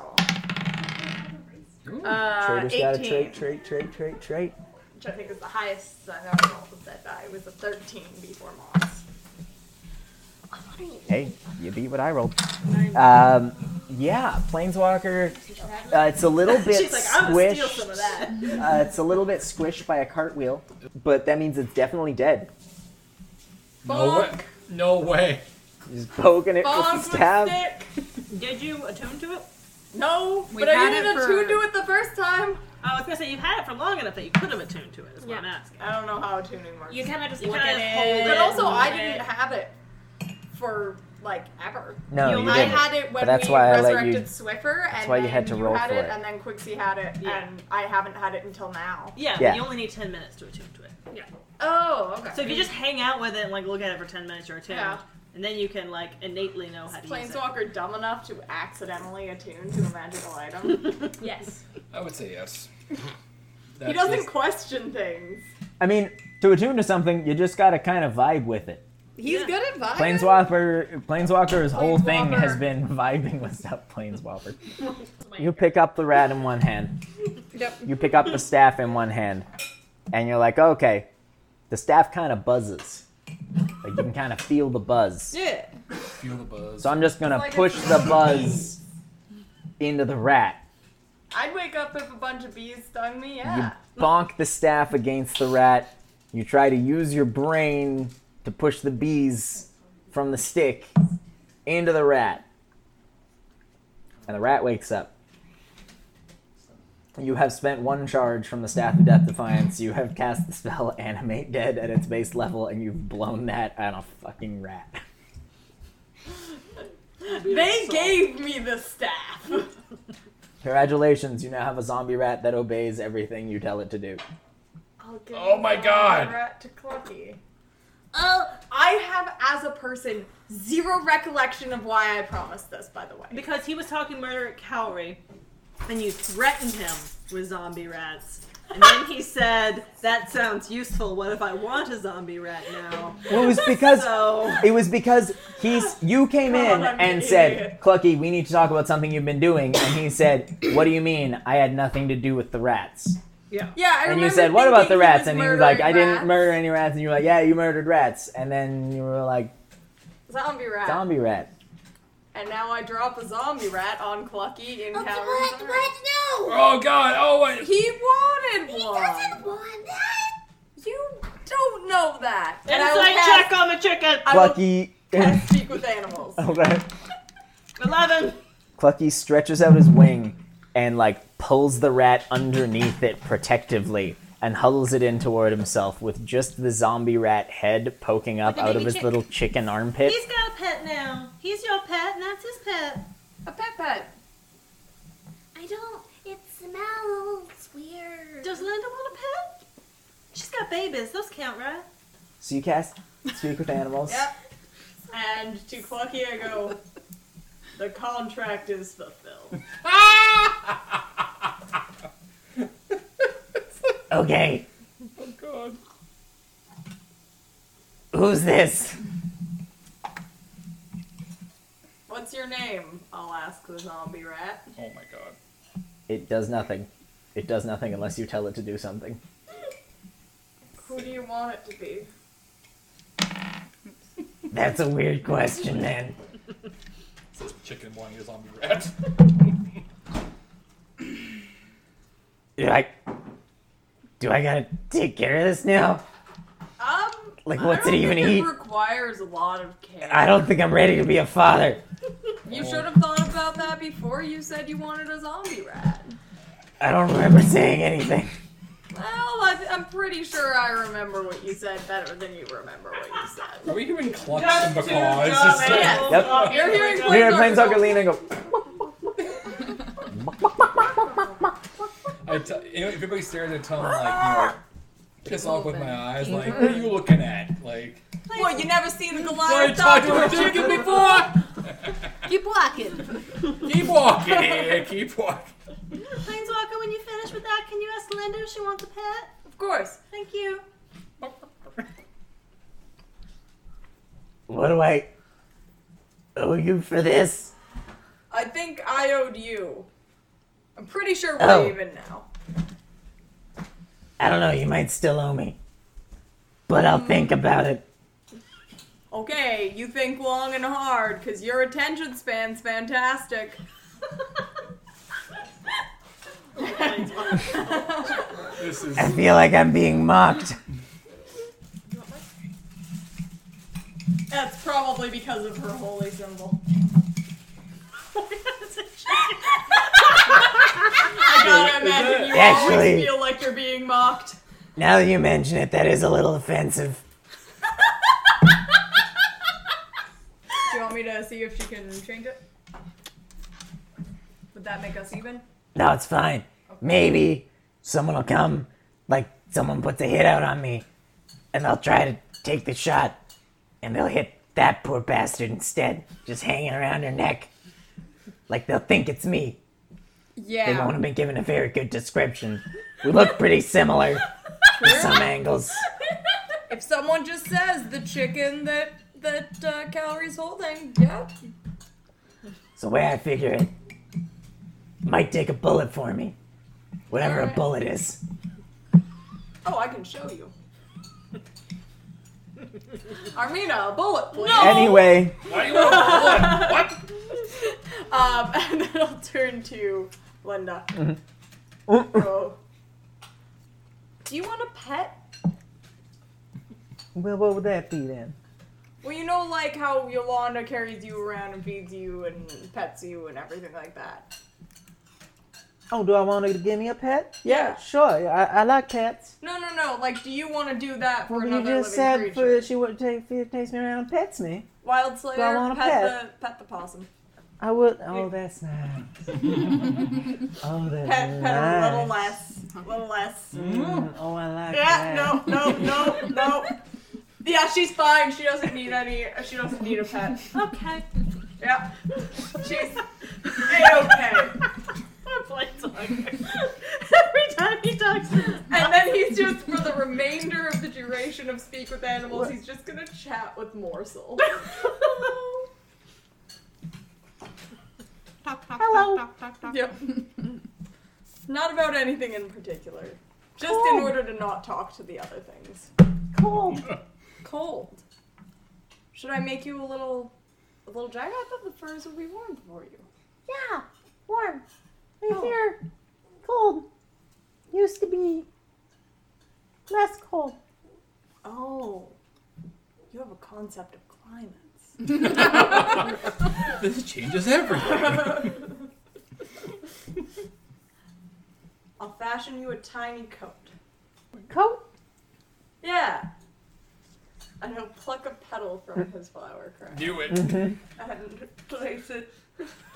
Speaker 4: Ooh.
Speaker 10: Uh,
Speaker 8: Trader's
Speaker 10: 18,
Speaker 8: got a trait, trait, trait, trait, trait.
Speaker 10: which I think is the highest I've ever rolled with that die. It was a 13 before Moss.
Speaker 8: Hey, you beat what I rolled. Um, yeah, Planeswalker. Uh, it's a little bit
Speaker 10: She's like, I'm gonna steal some
Speaker 8: squished.
Speaker 10: of that.
Speaker 8: Uh, it's a little bit squished by a cartwheel, but that means it's definitely dead.
Speaker 4: No way. No way.
Speaker 8: Just poking it with a stab.
Speaker 2: Did you attune to it?
Speaker 3: No,
Speaker 7: We've
Speaker 3: but I
Speaker 7: had
Speaker 3: didn't
Speaker 7: it for-
Speaker 3: attune to it the first time.
Speaker 2: Oh, I was gonna say you've had it for long enough that you could have attuned to it. Is what I'm asking.
Speaker 10: I don't know how tuning works.
Speaker 17: You kind of just
Speaker 10: You
Speaker 17: look
Speaker 10: kinda
Speaker 17: at
Speaker 10: hold
Speaker 17: it.
Speaker 10: it.
Speaker 3: But also, I
Speaker 10: Yeah.
Speaker 3: didn't have it for like ever.
Speaker 8: No, you,
Speaker 3: I
Speaker 8: didn't.
Speaker 3: had it
Speaker 8: but
Speaker 3: when
Speaker 8: that's
Speaker 3: we
Speaker 8: why I let
Speaker 3: resurrected
Speaker 8: you.
Speaker 3: Swiffer, and
Speaker 8: why you
Speaker 3: then
Speaker 8: had to roll
Speaker 3: had
Speaker 8: for
Speaker 3: it,
Speaker 8: it.
Speaker 3: and then Quixie had it,
Speaker 10: Yeah.
Speaker 3: and I haven't had it until now.
Speaker 2: Yeah,
Speaker 8: Yeah.
Speaker 2: you only need ten minutes to attune to it.
Speaker 3: Oh, okay.
Speaker 2: So if you just hang out with it and like look at it for ten minutes, you're attuned,
Speaker 3: Yeah.
Speaker 2: and then you can like innately know how to use it.
Speaker 3: Planeswalker dumb enough to accidentally attune to a magical item.
Speaker 17: Yes.
Speaker 4: I would say yes.
Speaker 3: he doesn't question things.
Speaker 8: I mean, to attune to something, you just gotta kind of vibe with it.
Speaker 7: He's
Speaker 2: Yeah.
Speaker 7: good at vibing.
Speaker 8: Planeswalker, Planeswalker's whole thing
Speaker 3: Planeswalker.
Speaker 8: has been vibing with stuff. Planeswalker. You pick up the rat in one hand.
Speaker 7: Yep.
Speaker 8: You pick up the staff in one hand, and you're like, okay, the staff kind of buzzes. Like you can kind of feel the buzz.
Speaker 7: Yeah.
Speaker 4: feel the buzz.
Speaker 8: So I'm just gonna
Speaker 3: Like
Speaker 8: push the buzz into the rat.
Speaker 3: I'd wake up if a bunch of bees stung me. Yeah.
Speaker 8: You bonk the staff against the rat. You try to use your brain to push the bees from the stick into the rat. And the rat wakes up. You have spent one charge from the Staff of Death Defiance. You have cast the spell Animate Dead at its base level, and you've blown that on a fucking rat.
Speaker 3: They gave me the staff.
Speaker 8: Congratulations, you now have a zombie rat that obeys everything you tell it to do.
Speaker 3: I'll give
Speaker 4: Oh my
Speaker 3: all
Speaker 4: God.
Speaker 3: the Rat to Clucky.
Speaker 6: Oh,
Speaker 3: Uh, I have, as a person, zero recollection of why I promised this. By the way,
Speaker 2: Because he was talking murder at Cowrie, and you threatened him with zombie rats. And then he said, "That sounds useful. What if I want a zombie rat now?"
Speaker 8: Well, it was because
Speaker 2: So
Speaker 8: It was because he's you came in
Speaker 3: God, I'm
Speaker 8: and
Speaker 3: an
Speaker 8: said,
Speaker 3: idiot.
Speaker 8: "Clucky, we need to talk about something you've been doing." And he said, "What do you mean? I had nothing to do with the rats."
Speaker 3: yeah, I
Speaker 8: And
Speaker 3: remember.
Speaker 8: you said, "What about
Speaker 3: thinking
Speaker 8: the rats?"
Speaker 3: He was
Speaker 8: And he was like, "I
Speaker 3: murdering
Speaker 8: didn't murder any rats." And you were like, "Yeah, you murdered rats." And then you were like,
Speaker 3: rats. zombie rat."
Speaker 8: "Zombie rat."
Speaker 3: And now I drop a zombie rat on Clucky in
Speaker 6: okay,
Speaker 3: Coward's
Speaker 6: what?
Speaker 3: Eye.
Speaker 6: What? No.
Speaker 4: Oh God! Oh wait.
Speaker 3: He wanted
Speaker 6: He
Speaker 3: one.
Speaker 6: doesn't want that.
Speaker 3: You don't know that.
Speaker 2: and
Speaker 3: I
Speaker 2: it's
Speaker 3: will
Speaker 2: like
Speaker 3: cast-
Speaker 2: check on the chicken.
Speaker 3: I will
Speaker 8: Clucky.
Speaker 3: cast speak with animals.
Speaker 8: Okay.
Speaker 2: Eleven.
Speaker 8: Clucky stretches out his wing and like pulls the rat underneath it protectively and huddles it in toward himself with just the zombie rat head poking up
Speaker 2: Like a
Speaker 8: out of
Speaker 2: baby
Speaker 8: his
Speaker 2: chick.
Speaker 8: little chicken armpit.
Speaker 2: He's got a pet now. He's your pet, and that's his pet.
Speaker 3: A pet pet.
Speaker 6: I don't. It smells weird.
Speaker 2: Does Linda want a pet? She's got babies. Those count, right?
Speaker 8: So you cast Speak with Animals.
Speaker 10: And to Clucky, I go, the contract is fulfilled.
Speaker 4: Oh,
Speaker 8: Okay,
Speaker 4: Oh god.
Speaker 8: who's this?
Speaker 10: What's your name? I'll ask the zombie rat.
Speaker 4: Oh my god.
Speaker 8: It does nothing. It does nothing unless you tell it to do something.
Speaker 3: Who do you want it to be?
Speaker 8: That's a weird question, man.
Speaker 4: So it's chicken wanting a zombie rat.
Speaker 8: Do I do I gotta take care of this now?
Speaker 3: Um,
Speaker 8: Like,
Speaker 3: I
Speaker 8: what's
Speaker 3: don't
Speaker 8: it even
Speaker 3: think
Speaker 8: eat?
Speaker 3: requires a lot of care.
Speaker 8: I don't think I'm ready to be a father.
Speaker 3: You should have thought about that before you said you wanted a zombie rat.
Speaker 8: I don't remember saying anything.
Speaker 3: Well, I, I'm pretty sure I remember what you said better than you remember what you said.
Speaker 4: Are we hearing clucks
Speaker 3: Just
Speaker 4: and
Speaker 3: do
Speaker 4: macaws?
Speaker 3: dumb
Speaker 4: Just like-
Speaker 3: animals.
Speaker 8: Yep.
Speaker 3: You're hearing
Speaker 8: We were
Speaker 3: Planeswalker
Speaker 8: playing soccer, Lena, and go.
Speaker 4: I t- you know, if everybody stares at Tom like, you know, like, piss off with my eyes, like, what are you looking at? Like,
Speaker 3: Well, you never seen a
Speaker 4: I
Speaker 3: Goliath
Speaker 4: talked to
Speaker 3: talk to
Speaker 4: a
Speaker 3: a
Speaker 4: chicken before!
Speaker 5: Keep walking.
Speaker 4: Keep walking! Keep walking!
Speaker 2: Planeswalker, when you finish with that, can you ask Linda if she wants a pet?
Speaker 3: Of course.
Speaker 2: Thank you.
Speaker 8: What do I owe you for this?
Speaker 3: I think I owed you. I'm pretty sure we're
Speaker 8: Oh.
Speaker 3: even now.
Speaker 8: I don't know. You might still owe me, but I'll think about it.
Speaker 3: Okay, you think long and hard, because your attention span's fantastic.
Speaker 4: This is.
Speaker 8: I feel like I'm being mocked.
Speaker 10: That's probably because of her holy symbol.
Speaker 3: I gotta imagine you always
Speaker 8: Actually-
Speaker 3: feel like you're being mocked.
Speaker 8: Now that you mention it, that is a little offensive.
Speaker 3: Do you want me to see if she can change it? Would that make us even?
Speaker 8: No, it's fine. Maybe someone will come, like someone puts a hit out on me, and they'll try to take the shot, and they'll hit that poor bastard instead, just hanging around her neck. Like they'll think it's me.
Speaker 3: Yeah.
Speaker 8: They won't have been given a very good description. We look pretty similar in some angles.
Speaker 3: If someone just says the chicken that that uh, calories holding, yep.
Speaker 8: So the way I figure it, might take a bullet for me. Whatever a
Speaker 3: Alright.
Speaker 8: bullet is.
Speaker 3: Oh, I can show you. Armina, a bullet, please.
Speaker 8: Anyway,
Speaker 4: Why do you want a bullet? What?
Speaker 10: Um, and then I'll turn to Linda.
Speaker 18: Mm-hmm.
Speaker 3: So, do you want a pet?
Speaker 18: Well, what would that be then?
Speaker 3: Well, you know, like how Yolanda carries you around and feeds you and pets you and everything like that.
Speaker 18: Oh, do I want her to give me a pet?
Speaker 3: Yeah.
Speaker 18: Sure, I, I like pets.
Speaker 3: No, no, no. Like, do you want to do that for
Speaker 18: Well, you
Speaker 3: another
Speaker 18: just
Speaker 3: living
Speaker 18: said
Speaker 3: creature?
Speaker 18: for, she would take, takes me around and pets me.
Speaker 3: Wild
Speaker 18: Do I
Speaker 3: Slayer,
Speaker 18: want
Speaker 3: pet,
Speaker 18: a
Speaker 3: the pet the possum.
Speaker 18: I would. Oh, that's nice. oh, that's
Speaker 10: Pet, pet a
Speaker 18: nice.
Speaker 10: little less. A little less.
Speaker 18: Mm, oh, I like
Speaker 10: Yeah,
Speaker 18: that.
Speaker 10: no, no, no, no.
Speaker 3: Yeah, she's fine. She doesn't need any. She doesn't need a pet.
Speaker 2: Okay.
Speaker 3: Yeah, she's a-okay.
Speaker 10: Poor Planeswalker. Every time he talks to this
Speaker 3: And then he's just for the remainder of the duration of Speak with Animals, he's just gonna chat with Morsel.
Speaker 2: Hello.
Speaker 3: Yep. Not about anything in particular. Just in
Speaker 2: Cool.
Speaker 3: order to not talk to the other things.
Speaker 2: Cool.
Speaker 3: Cold. Should I make you a little, a little jacket? I thought the furs would be warm for you.
Speaker 2: Yeah. Warm. Right
Speaker 3: Oh.
Speaker 2: here. Cold. Used to be less cold.
Speaker 3: Oh, you have a concept of climates.
Speaker 4: This changes everything.
Speaker 3: I'll fashion you a tiny coat.
Speaker 19: Coat?
Speaker 3: Yeah. And he'll pluck a petal from his flower crown.
Speaker 4: Do it.
Speaker 8: Mm-hmm.
Speaker 19: Mhm.
Speaker 3: And place it,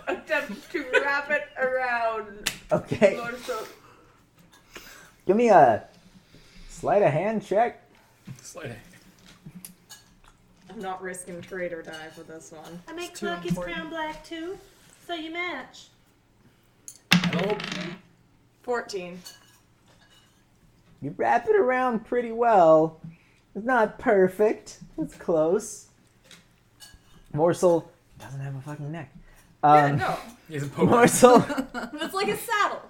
Speaker 3: attempt to wrap it around.
Speaker 8: Okay.
Speaker 3: Lorso.
Speaker 8: Give me a sleight of hand check.
Speaker 4: Slight.
Speaker 9: I'm not risking trade or die for this one.
Speaker 2: I make
Speaker 9: It's too
Speaker 2: Clucky's
Speaker 9: important.
Speaker 2: crown black too, so you match.
Speaker 3: 14.
Speaker 8: You wrap it around pretty well. It's not perfect. It's close. Morsel doesn't have a fucking neck. Um,
Speaker 3: no.
Speaker 4: He has a poker.
Speaker 8: Morsel.
Speaker 3: it's like a saddle.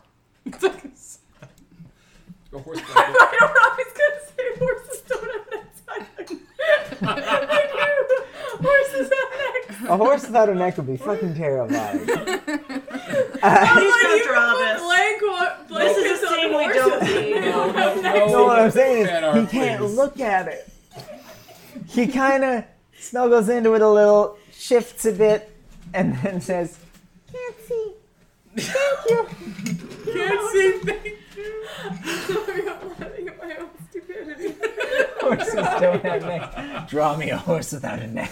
Speaker 4: Go horse
Speaker 3: I don't know if he's gonna say horses don't have necks. I knew horses have necks.
Speaker 8: A horse without a neck would be fucking terrifying.
Speaker 3: Please
Speaker 8: Uh,
Speaker 3: don't draw this. Blank, what, blank
Speaker 9: This is a scene we don't need.
Speaker 8: no, what I'm saying is he can't look at it. He kind of snuggles into it a little, shifts a bit, and then says, Can't see. Thank you.
Speaker 3: Can't see. Thank you. Sorry, I'm laughing at my own stupidity.
Speaker 8: "Horses don't have necks. Draw me a horse without a neck."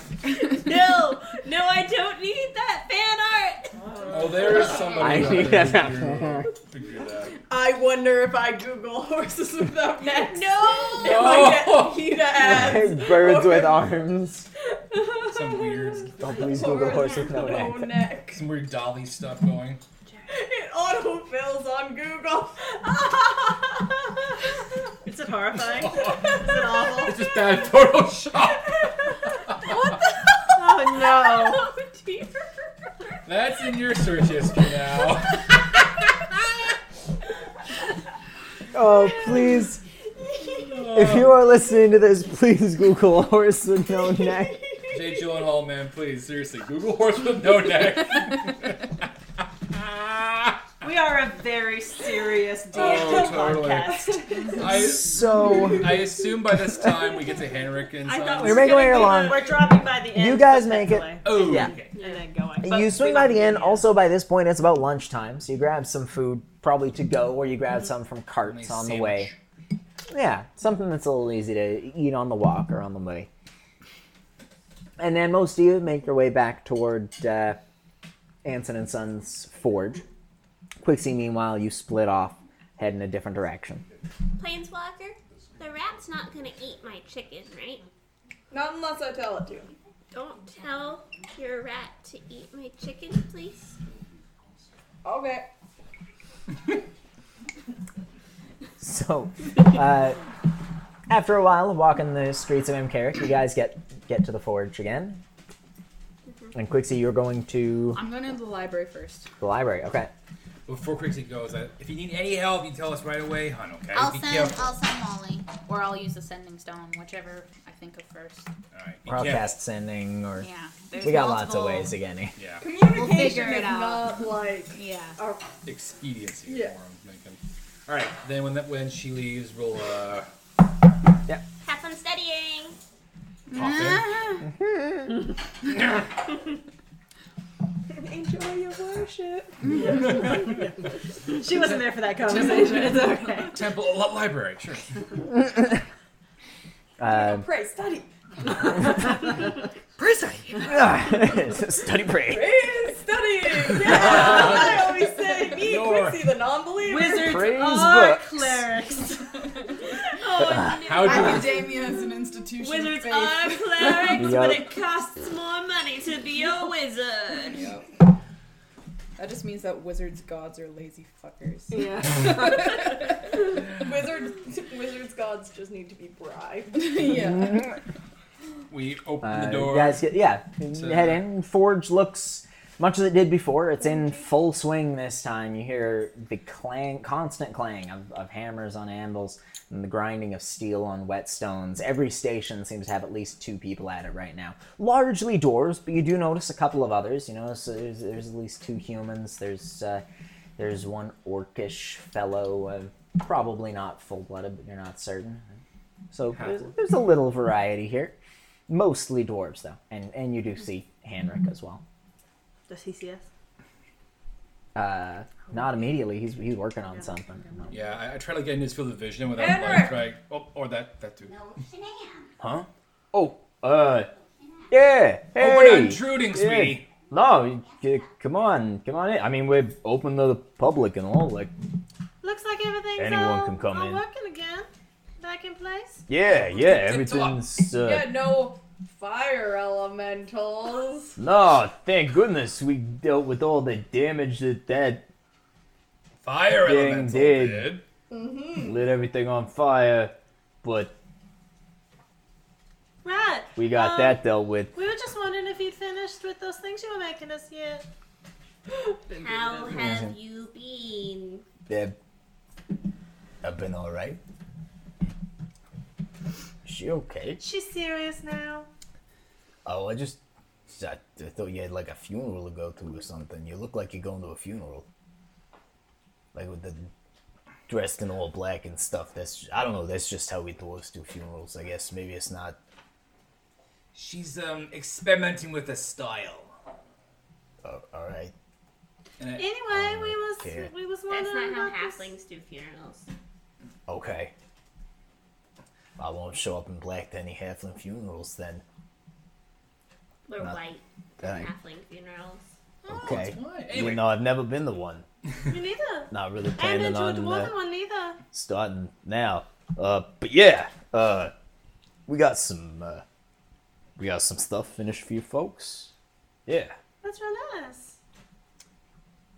Speaker 20: no, no, I don't need that fan art.
Speaker 4: Oh, there is somebody.
Speaker 8: I need
Speaker 4: that.
Speaker 8: that.
Speaker 3: I wonder if I Google horses without necks.
Speaker 20: No.
Speaker 3: If
Speaker 9: Oh.
Speaker 3: I get PETA ads.
Speaker 8: Birds with arms.
Speaker 4: Some weird.
Speaker 8: Don't please Google horse with no neck.
Speaker 3: neck.
Speaker 4: Some weird dolly stuff going.
Speaker 3: It autofills on Google.
Speaker 9: Is it horrifying?
Speaker 4: It's just bad Photoshop.
Speaker 9: oh no.
Speaker 20: Oh dear.
Speaker 4: That's in your search history now.
Speaker 8: Oh, please. If you are listening to this, please Google horse with no neck.
Speaker 4: Jay Gyllenhaal, man, please, seriously, Google horse with no neck.
Speaker 3: Ah.
Speaker 9: We are a very serious D&D
Speaker 4: Oh, totally.
Speaker 9: podcast.
Speaker 4: I,
Speaker 8: So
Speaker 4: I assume by this time we get to Henrik and
Speaker 9: I thought
Speaker 4: Sons.
Speaker 9: we
Speaker 8: You're
Speaker 9: were
Speaker 8: making
Speaker 9: gonna
Speaker 8: way
Speaker 9: be
Speaker 8: along.
Speaker 9: the- We're dropping by the end.
Speaker 8: you guys
Speaker 9: but
Speaker 8: make it.
Speaker 9: hopefully.
Speaker 4: Oh,
Speaker 8: Yeah.
Speaker 4: okay.
Speaker 9: And then going.
Speaker 8: You swing by the inn. Also, by this point, it's about lunchtime, so you grab some food, probably to go, or you grab some from carts
Speaker 4: Nice
Speaker 8: on the
Speaker 4: sandwich.
Speaker 8: way. Yeah, something that's a little easy to eat on the walk or on the way. And then most of you make your way back toward uh, Anson and Son's forge. Quixie, meanwhile, you split off, head in a different direction.
Speaker 6: Planeswalker, the rat's not gonna eat my chicken, right?
Speaker 3: Not unless I tell it to.
Speaker 6: Don't tell your rat to eat my chicken, please.
Speaker 3: Okay.
Speaker 8: So, uh, after a while of walking the streets of Mcarrick, you guys get get to the forge again.
Speaker 5: Mm-hmm.
Speaker 8: And Quixie, you're going to
Speaker 7: I'm going to the library first.
Speaker 8: the library. Okay.
Speaker 4: Before Quixie goes, I, if you need any help, you tell us right away, hon, okay?
Speaker 5: I'll
Speaker 4: Be
Speaker 5: send.
Speaker 4: careful.
Speaker 5: I'll send Molly, or I'll use the sending stone, whichever I think of first.
Speaker 4: All right, be
Speaker 8: Or I'll
Speaker 4: careful.
Speaker 8: cast sending, or
Speaker 5: Yeah. there's
Speaker 8: we got lots of
Speaker 5: multiple-
Speaker 8: ways to get any.
Speaker 4: Yeah,
Speaker 3: Communication
Speaker 5: figure it
Speaker 3: is
Speaker 5: out.
Speaker 3: not like
Speaker 5: Yeah.
Speaker 3: our
Speaker 4: expediency
Speaker 3: Yeah.
Speaker 4: for him. Make him. All right, then when that when she leaves, we'll uh,
Speaker 6: Have fun studying.
Speaker 4: pop in.
Speaker 2: Mm-hmm.
Speaker 3: enjoy your worship.
Speaker 9: She wasn't there for that conversation. It's okay.
Speaker 4: Temple li- library, sure.
Speaker 8: Uh,
Speaker 3: Pray, study.
Speaker 8: study pray.
Speaker 3: Pray, study. Yeah, I always say, me,
Speaker 4: Nor-
Speaker 3: Quincy, the non-believer.
Speaker 9: Wizards
Speaker 8: Praise
Speaker 9: are
Speaker 8: books. Uh,
Speaker 9: clerics. Oh,
Speaker 2: Oh,
Speaker 4: How do
Speaker 7: Academia is an institution.
Speaker 20: Wizards
Speaker 7: of faith.
Speaker 20: are clerics,
Speaker 8: Yup.
Speaker 20: but it costs more money to be a wizard.
Speaker 7: That just means that wizards gods are lazy fuckers.
Speaker 3: Yeah. wizards, wizards, gods just need to be bribed.
Speaker 7: yeah.
Speaker 4: we open
Speaker 8: Uh,
Speaker 4: the
Speaker 8: you
Speaker 4: door?
Speaker 8: guys get yeah. you
Speaker 4: So-
Speaker 8: head in. Forge looks much as it did before. It's in full swing this time. You hear the clang, constant clang of, of hammers on anvils and the grinding of steel on whetstones. Every station seems to have at least two people at it right now. Largely doors, but you do notice a couple of others. You notice there's, there's at least two humans. There's uh, there's one orcish fellow, uh, probably not full blooded, but you're not certain. So there's, there's a little variety here. Mostly dwarves, though, and and you do see Hanrick as well.
Speaker 9: Does he see us?
Speaker 8: Uh, Uh, not immediately. He's he's working on something.
Speaker 4: Yeah, I, I try to get in his field of vision without
Speaker 8: Edward!
Speaker 4: like, right. Oh, or that that dude.
Speaker 8: Huh? Oh, uh, yeah. Hey.
Speaker 4: Oh, we're not intruding, sweetie.
Speaker 8: No, you- you- come on, come on in. I mean, we're open to the public and all. Like,
Speaker 2: Looks like everything's
Speaker 8: Anyone
Speaker 2: all,
Speaker 8: can come
Speaker 2: all
Speaker 8: in.
Speaker 2: working again. Back in place.
Speaker 8: yeah, yeah, everything's. Uh,
Speaker 3: yeah, no fire elementals.
Speaker 8: No, thank goodness we dealt with all the damage that that
Speaker 4: fire
Speaker 8: thing
Speaker 4: elemental
Speaker 8: did.
Speaker 2: Mm-hmm.
Speaker 8: Lit everything on fire, but
Speaker 2: Right.
Speaker 8: we got
Speaker 2: Um,
Speaker 8: that dealt with.
Speaker 2: We were just wondering if you'd finished with those things you were making us yet.
Speaker 5: How have
Speaker 8: Mhm.
Speaker 5: you been?
Speaker 8: Deb, I've been all right. She okay?
Speaker 2: She's serious now.
Speaker 1: Oh, I just I th- thought you had like a funeral to go to or something. You look like you're going to a funeral, like with the dressed in all black and stuff. That's I don't know. That's just how we dwarves do funerals, I guess. Maybe it's not.
Speaker 4: She's um experimenting with a style.
Speaker 1: Oh, all right.
Speaker 4: And I-
Speaker 1: Oh,
Speaker 2: Anyway, we was
Speaker 1: okay.
Speaker 2: we was
Speaker 17: That's
Speaker 2: wondering
Speaker 17: not how
Speaker 2: about this.
Speaker 17: halflings do funerals.
Speaker 1: Okay. I won't show up in black to any halfling funerals then.
Speaker 17: We're
Speaker 1: Not-
Speaker 17: white.
Speaker 1: dang.
Speaker 17: Halfling funerals.
Speaker 6: Oh,
Speaker 1: Okay.
Speaker 17: right.
Speaker 1: You know, I've never been the one.
Speaker 2: Me neither.
Speaker 1: Not really
Speaker 2: I haven't
Speaker 1: planning
Speaker 2: been to a
Speaker 1: on
Speaker 2: dwarven
Speaker 1: uh,
Speaker 2: one neither.
Speaker 1: starting now. Uh, but yeah, uh, we got some uh, we got some stuff finished for you folks. Yeah.
Speaker 2: That's real nice.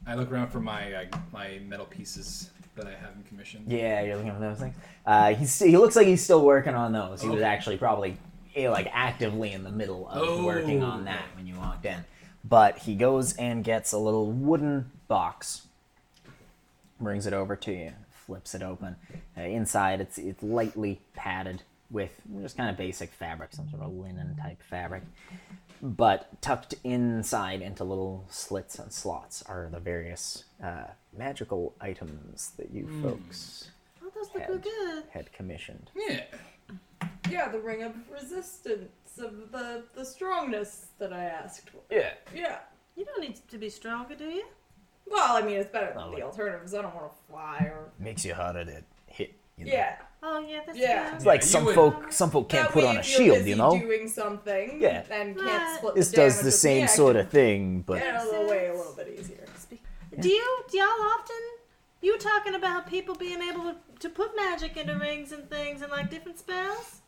Speaker 4: I look around for my uh, my metal pieces that I haven't commissioned.
Speaker 8: Yeah, you're looking for those things. Uh, he's he looks like he's still working on those. He was
Speaker 4: Okay.
Speaker 8: actually probably eh, like actively in the middle of working on
Speaker 4: Oh.
Speaker 8: that when you walked in. But he goes and gets a little wooden box, brings it over to you, flips it open. Uh, inside, it's it's lightly padded with just kind of basic fabric, some sort of linen type fabric. But tucked inside into little slits and slots are the various uh, magical items that you
Speaker 3: Mm.
Speaker 8: folks
Speaker 2: Oh, those look real good.
Speaker 8: had commissioned.
Speaker 4: Yeah.
Speaker 3: Yeah, the ring of resistance of the the strongness that I asked for.
Speaker 8: Yeah.
Speaker 3: Yeah.
Speaker 2: You don't need to be stronger, do you?
Speaker 3: Well, I mean, it's better
Speaker 1: Oh,
Speaker 3: than
Speaker 1: like-
Speaker 3: the alternatives. I don't want to fly or.
Speaker 1: Makes you harder to hit. You know?
Speaker 3: Yeah.
Speaker 2: Oh yeah, that's
Speaker 3: yeah.
Speaker 8: It's like some folk, some folk can't
Speaker 3: That
Speaker 8: put
Speaker 3: way
Speaker 8: on a
Speaker 3: if you're
Speaker 8: shield,
Speaker 3: busy
Speaker 8: you know.
Speaker 3: Doing something.
Speaker 8: Yeah.
Speaker 3: And can't split
Speaker 8: This
Speaker 3: the
Speaker 8: does
Speaker 3: damage
Speaker 8: the
Speaker 3: with
Speaker 8: same
Speaker 3: me, I
Speaker 8: sort
Speaker 3: can
Speaker 8: of thing, but
Speaker 3: Get out of the way a little bit easier.
Speaker 2: Do you do y'all often you were talking about people being able to, to put magic into rings and things and like different spells?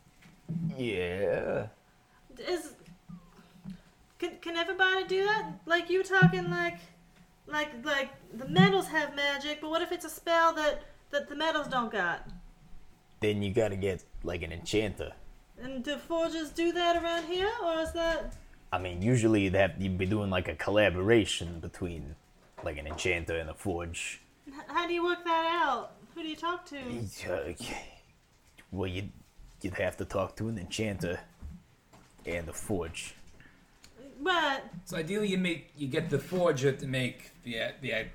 Speaker 8: yeah.
Speaker 2: Is can, can everybody do that? Like you were talking like like like the metals have magic, but what if it's a spell that that the metals don't got?
Speaker 1: Then you gotta get like an enchanter.
Speaker 2: And do forges do that around here, or is that
Speaker 1: I mean, usually you'd have you'd be doing like a collaboration between like an enchanter and a forge.
Speaker 2: h- how do you work that out? Who do you talk to?
Speaker 1: Uh, Well, you'd you'd have to talk to an enchanter and a forge.
Speaker 2: But
Speaker 4: So ideally, you make you get the forger to make the the i-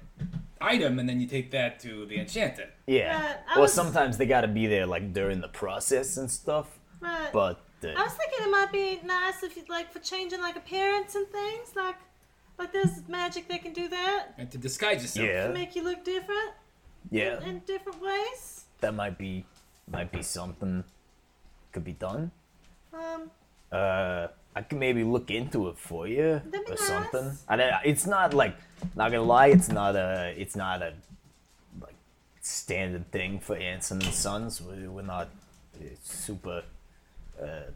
Speaker 4: item, and then you take that to the enchanter.
Speaker 1: Yeah.
Speaker 2: But Uh, I
Speaker 1: Or
Speaker 2: was-
Speaker 1: sometimes they gotta be there like during the process and stuff.
Speaker 2: Right.
Speaker 1: But uh,
Speaker 2: I was thinking it might be nice if, you, like, for changing like appearance and things, like, like there's magic that can do that,
Speaker 4: And to disguise yourself.
Speaker 2: to make you look different
Speaker 1: yeah,
Speaker 2: in different ways.
Speaker 1: that might be might be something could be done.
Speaker 2: Um,
Speaker 1: Uh, I could maybe look into it for you
Speaker 2: That'd be
Speaker 1: or
Speaker 2: nice.
Speaker 1: something. I don't, it's not like not gonna lie, it's not a it's not a like standard thing for Anson and Sons. We, we're not uh, super uh,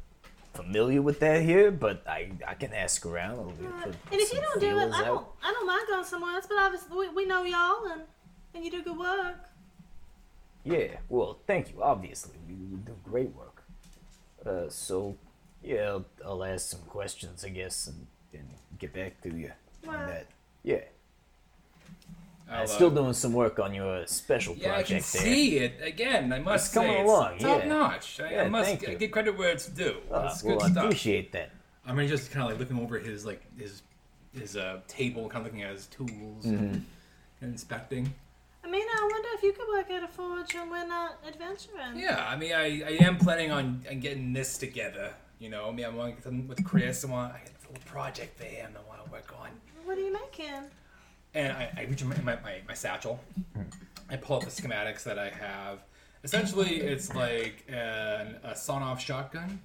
Speaker 1: familiar with that here, but I I can ask around. Or we
Speaker 2: uh,
Speaker 1: could
Speaker 2: and
Speaker 1: put
Speaker 2: if
Speaker 1: some
Speaker 2: you don't do it,
Speaker 1: feelers
Speaker 2: I
Speaker 1: out.
Speaker 2: don't, I don't mind going somewhere else. But obviously, we, we know y'all and and you do good work.
Speaker 1: Yeah, well, thank you. Obviously, you, you do great work. Uh, so, yeah, I'll, I'll ask some questions, I guess, and, and get back to you on
Speaker 2: Well-
Speaker 1: that. Yeah.
Speaker 4: I'll,
Speaker 1: I'm still
Speaker 4: uh,
Speaker 1: doing some work on your special
Speaker 4: Yeah, I
Speaker 1: project
Speaker 4: can
Speaker 1: there.
Speaker 4: see it again. I must
Speaker 1: It's coming
Speaker 4: say,
Speaker 1: along,
Speaker 4: it's top
Speaker 1: yeah.
Speaker 4: notch. I, I
Speaker 1: Yeah,
Speaker 4: must
Speaker 1: thank
Speaker 4: g-
Speaker 1: you.
Speaker 4: give credit where it's due.
Speaker 1: Uh,
Speaker 4: That's
Speaker 1: well,
Speaker 4: good
Speaker 1: I
Speaker 4: stuff.
Speaker 1: appreciate that.
Speaker 4: I mean, just kind of like looking over his like his his uh, table, kind of looking at his tools, and
Speaker 1: Mm-hmm.
Speaker 4: inspecting.
Speaker 2: I mean, I wonder if you could work at a forge and we're not adventuring.
Speaker 4: Yeah, I mean, I, I am planning on, on getting this together. You know, I mean, I'm working with Chris. I want I got a little project for him. I want to work on.
Speaker 2: What are you making?
Speaker 4: and I, I reach in my, my, my, my satchel. I pull up the schematics that I have. Essentially, it's like an, a sawn-off shotgun,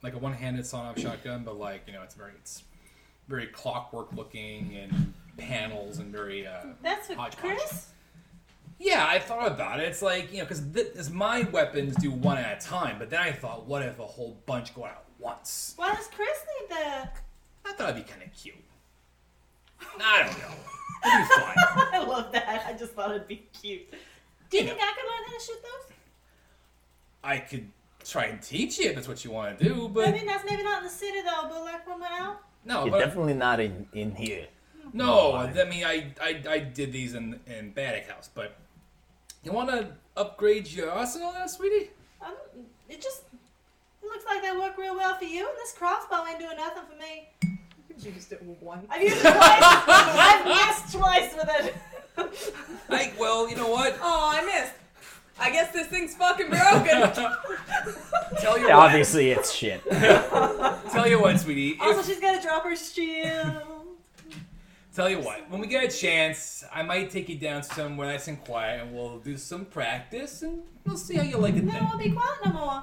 Speaker 4: like a one-handed sawn-off shotgun, but like you know, it's very it's very clockwork looking and panels and very uh,
Speaker 2: That's what
Speaker 4: hodgepodge.
Speaker 2: Chris.
Speaker 4: Yeah, I thought about it. It's like you know, because th- my weapons do one at a time, but then I thought, what if a whole bunch go out at once?
Speaker 2: Why does Chris need the?
Speaker 4: I thought it'd be kind of cute. I don't know.
Speaker 2: I love that. I just thought it'd be cute. Do you think I could learn how to shoot those?
Speaker 4: I could try and teach you if that's what you want to do, but
Speaker 2: I mean, that's maybe not in the city though, but like when we're out.
Speaker 4: no,
Speaker 8: You're
Speaker 4: but
Speaker 8: definitely not in, in here.
Speaker 4: No, I mean I, I I did these in in Baddock House, but you want to upgrade your arsenal, there, sweetie?
Speaker 2: I'm, Um, it just it looks like they work real well for you, and this crossbow ain't doing nothing for me.
Speaker 21: You just did one.
Speaker 2: I've used it twice. I've messed twice with it.
Speaker 4: Like, well, you know what?
Speaker 3: Oh, I missed. I guess this thing's fucking broken.
Speaker 4: Tell Oh, you
Speaker 8: Yeah,
Speaker 4: what.
Speaker 8: obviously, it's shit.
Speaker 4: Tell you what, sweetie. if-
Speaker 2: Also, she's gotta drop her shield.
Speaker 4: Tell you what, when we get a chance, I might take you down somewhere nice and quiet, and we'll do some practice, and we'll see how you like it.
Speaker 2: No, I won't be quiet no more.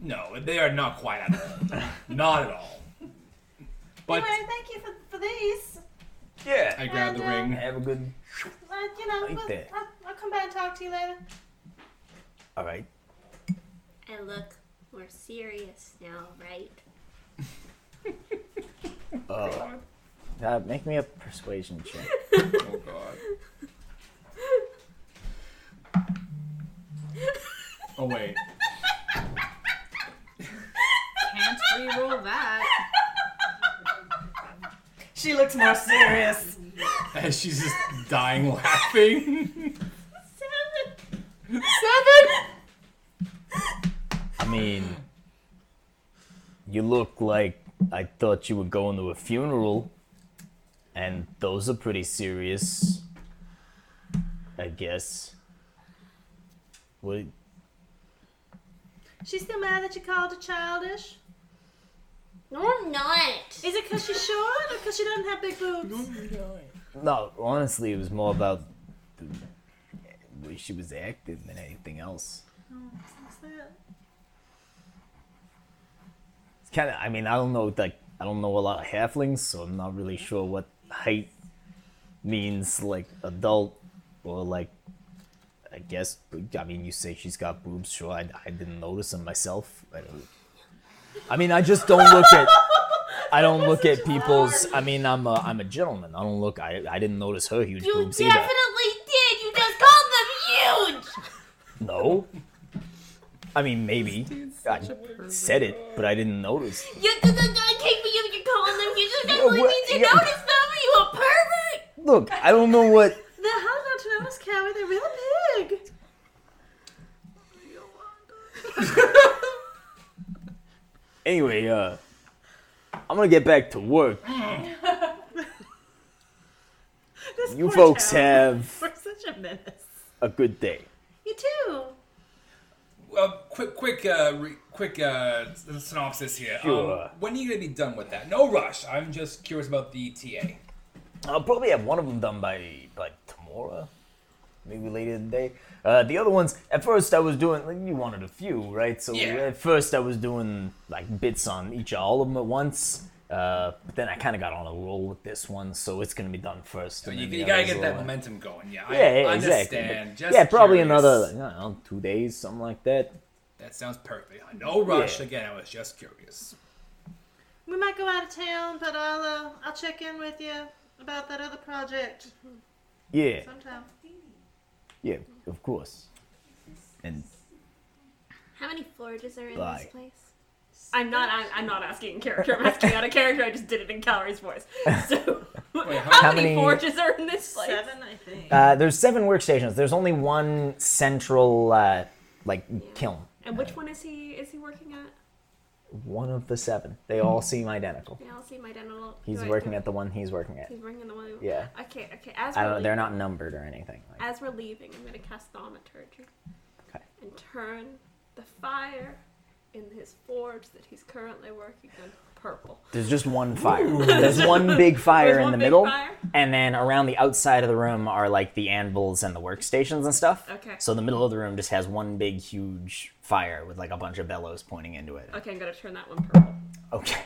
Speaker 4: No, they are not quiet at all. not at all. But
Speaker 2: Anyway, thank you for, for these.
Speaker 4: yeah, I grab the
Speaker 2: And,
Speaker 4: ring.
Speaker 2: uh,
Speaker 4: Have a good.
Speaker 2: Like, you know,
Speaker 8: Right
Speaker 2: we'll-
Speaker 8: there.
Speaker 2: I'll, I'll come back and talk to you later.
Speaker 8: All right.
Speaker 6: And look, we're serious now, right?
Speaker 22: Oh. Uh, make me a persuasion check.
Speaker 4: oh god. Oh wait.
Speaker 23: Can't re-roll that.
Speaker 2: She looks more serious.
Speaker 4: And she's just dying laughing.
Speaker 8: I mean, you look like I thought you were going to a funeral, and those are pretty serious. I guess. What?
Speaker 2: She's still mad that you called her childish.
Speaker 6: No, I'm not.
Speaker 2: Is it because she's short or because she doesn't have big boobs? No,
Speaker 8: No, honestly, it was more about the way she was acting than anything else. It's kind of. I mean, I don't know. Like, I don't know a lot of halflings, so I'm not really sure what height means, like adult or like. I guess. I mean, you say she's got boobs. Sure, I, I didn't notice them myself. I, don't- I mean, I just don't look at. I don't look at people's. I mean, I'm a I'm a gentleman. I don't look. I I didn't notice her huge
Speaker 6: You
Speaker 8: boobs either.
Speaker 6: definitely did. You just called them huge.
Speaker 8: No. I mean, maybe. I said it, but I didn't notice.
Speaker 6: You did not take me if you're calling them huge. You
Speaker 8: Yeah,
Speaker 6: definitely
Speaker 8: what-
Speaker 6: need to
Speaker 8: yeah.
Speaker 6: notice them. Are you a pervert?
Speaker 8: Look, I don't know what.
Speaker 2: The halitonos cow, they're real big.
Speaker 8: Anyway, uh, I'm gonna get back to work.
Speaker 21: This
Speaker 8: You
Speaker 21: poor
Speaker 8: folks
Speaker 21: town.
Speaker 8: have-
Speaker 21: We're such a menace.
Speaker 8: A good day.
Speaker 2: You too.
Speaker 4: Well, quick, quick, uh, re- quick uh, s- synopsis here.
Speaker 8: Sure.
Speaker 4: Um, when are you gonna be done with that? No rush. I'm just curious about the TA.
Speaker 8: I'll probably have one of them done by by tomorrow, maybe later today. Uh, the other ones, at first I was doing. Like, you wanted a few, right? So
Speaker 4: Yeah.
Speaker 8: at first I was doing like bits on each of all of them at once. Uh, but then I kind of got on a roll with this one, so it's gonna be done first.
Speaker 4: So
Speaker 8: and
Speaker 4: you,
Speaker 8: then the
Speaker 4: you gotta
Speaker 8: others
Speaker 4: get
Speaker 8: will-
Speaker 4: that momentum going. Yeah,
Speaker 8: yeah,
Speaker 4: I
Speaker 8: yeah, exactly.
Speaker 4: understand.
Speaker 8: But-
Speaker 4: Just
Speaker 8: yeah, probably
Speaker 4: curious.
Speaker 8: another like, I don't know, two days, something like that.
Speaker 4: That sounds perfect. No rush.
Speaker 8: Yeah.
Speaker 4: Again, I was just curious.
Speaker 2: We might go out of town, but I'll uh, I'll check in with you about that other project
Speaker 8: Yeah,
Speaker 2: sometime.
Speaker 8: yeah, of course. And
Speaker 6: How many Floridas are in
Speaker 8: Bye.
Speaker 6: this place?
Speaker 24: I'm not. I'm, I'm not asking in character. I'm asking out of character. I just did it in Calories' voice. So, how,
Speaker 22: how
Speaker 24: many,
Speaker 22: many-
Speaker 24: forges are in this place?
Speaker 21: Seven, I think.
Speaker 22: Uh, there's seven workstations. There's only one central, uh, like kiln.
Speaker 24: and which one is he? Is he working at?
Speaker 22: One of the seven. They all seem identical.
Speaker 6: They all seem identical.
Speaker 22: He's
Speaker 6: Do I-
Speaker 22: working at the one he's working at.
Speaker 6: He's working the one.
Speaker 22: Yeah.
Speaker 6: Okay. Okay. As
Speaker 22: I
Speaker 6: we're
Speaker 22: don't know. They're
Speaker 6: leaving-
Speaker 22: not numbered or anything.
Speaker 6: As we're leaving, I'm gonna cast thaumaturgy. Okay. And turn the fire in his forge that he's currently working on purple.
Speaker 8: There's just one fire. There's one big fire
Speaker 6: There's
Speaker 8: in
Speaker 6: one
Speaker 8: the
Speaker 6: big
Speaker 8: middle,
Speaker 6: fire?
Speaker 8: and then around the outside of the room are like the anvils and the workstations and stuff.
Speaker 17: Okay.
Speaker 8: So the middle of the room just has one big, huge fire with like a bunch of bellows pointing into it.
Speaker 17: Okay, I'm gonna turn that one purple.
Speaker 8: Okay.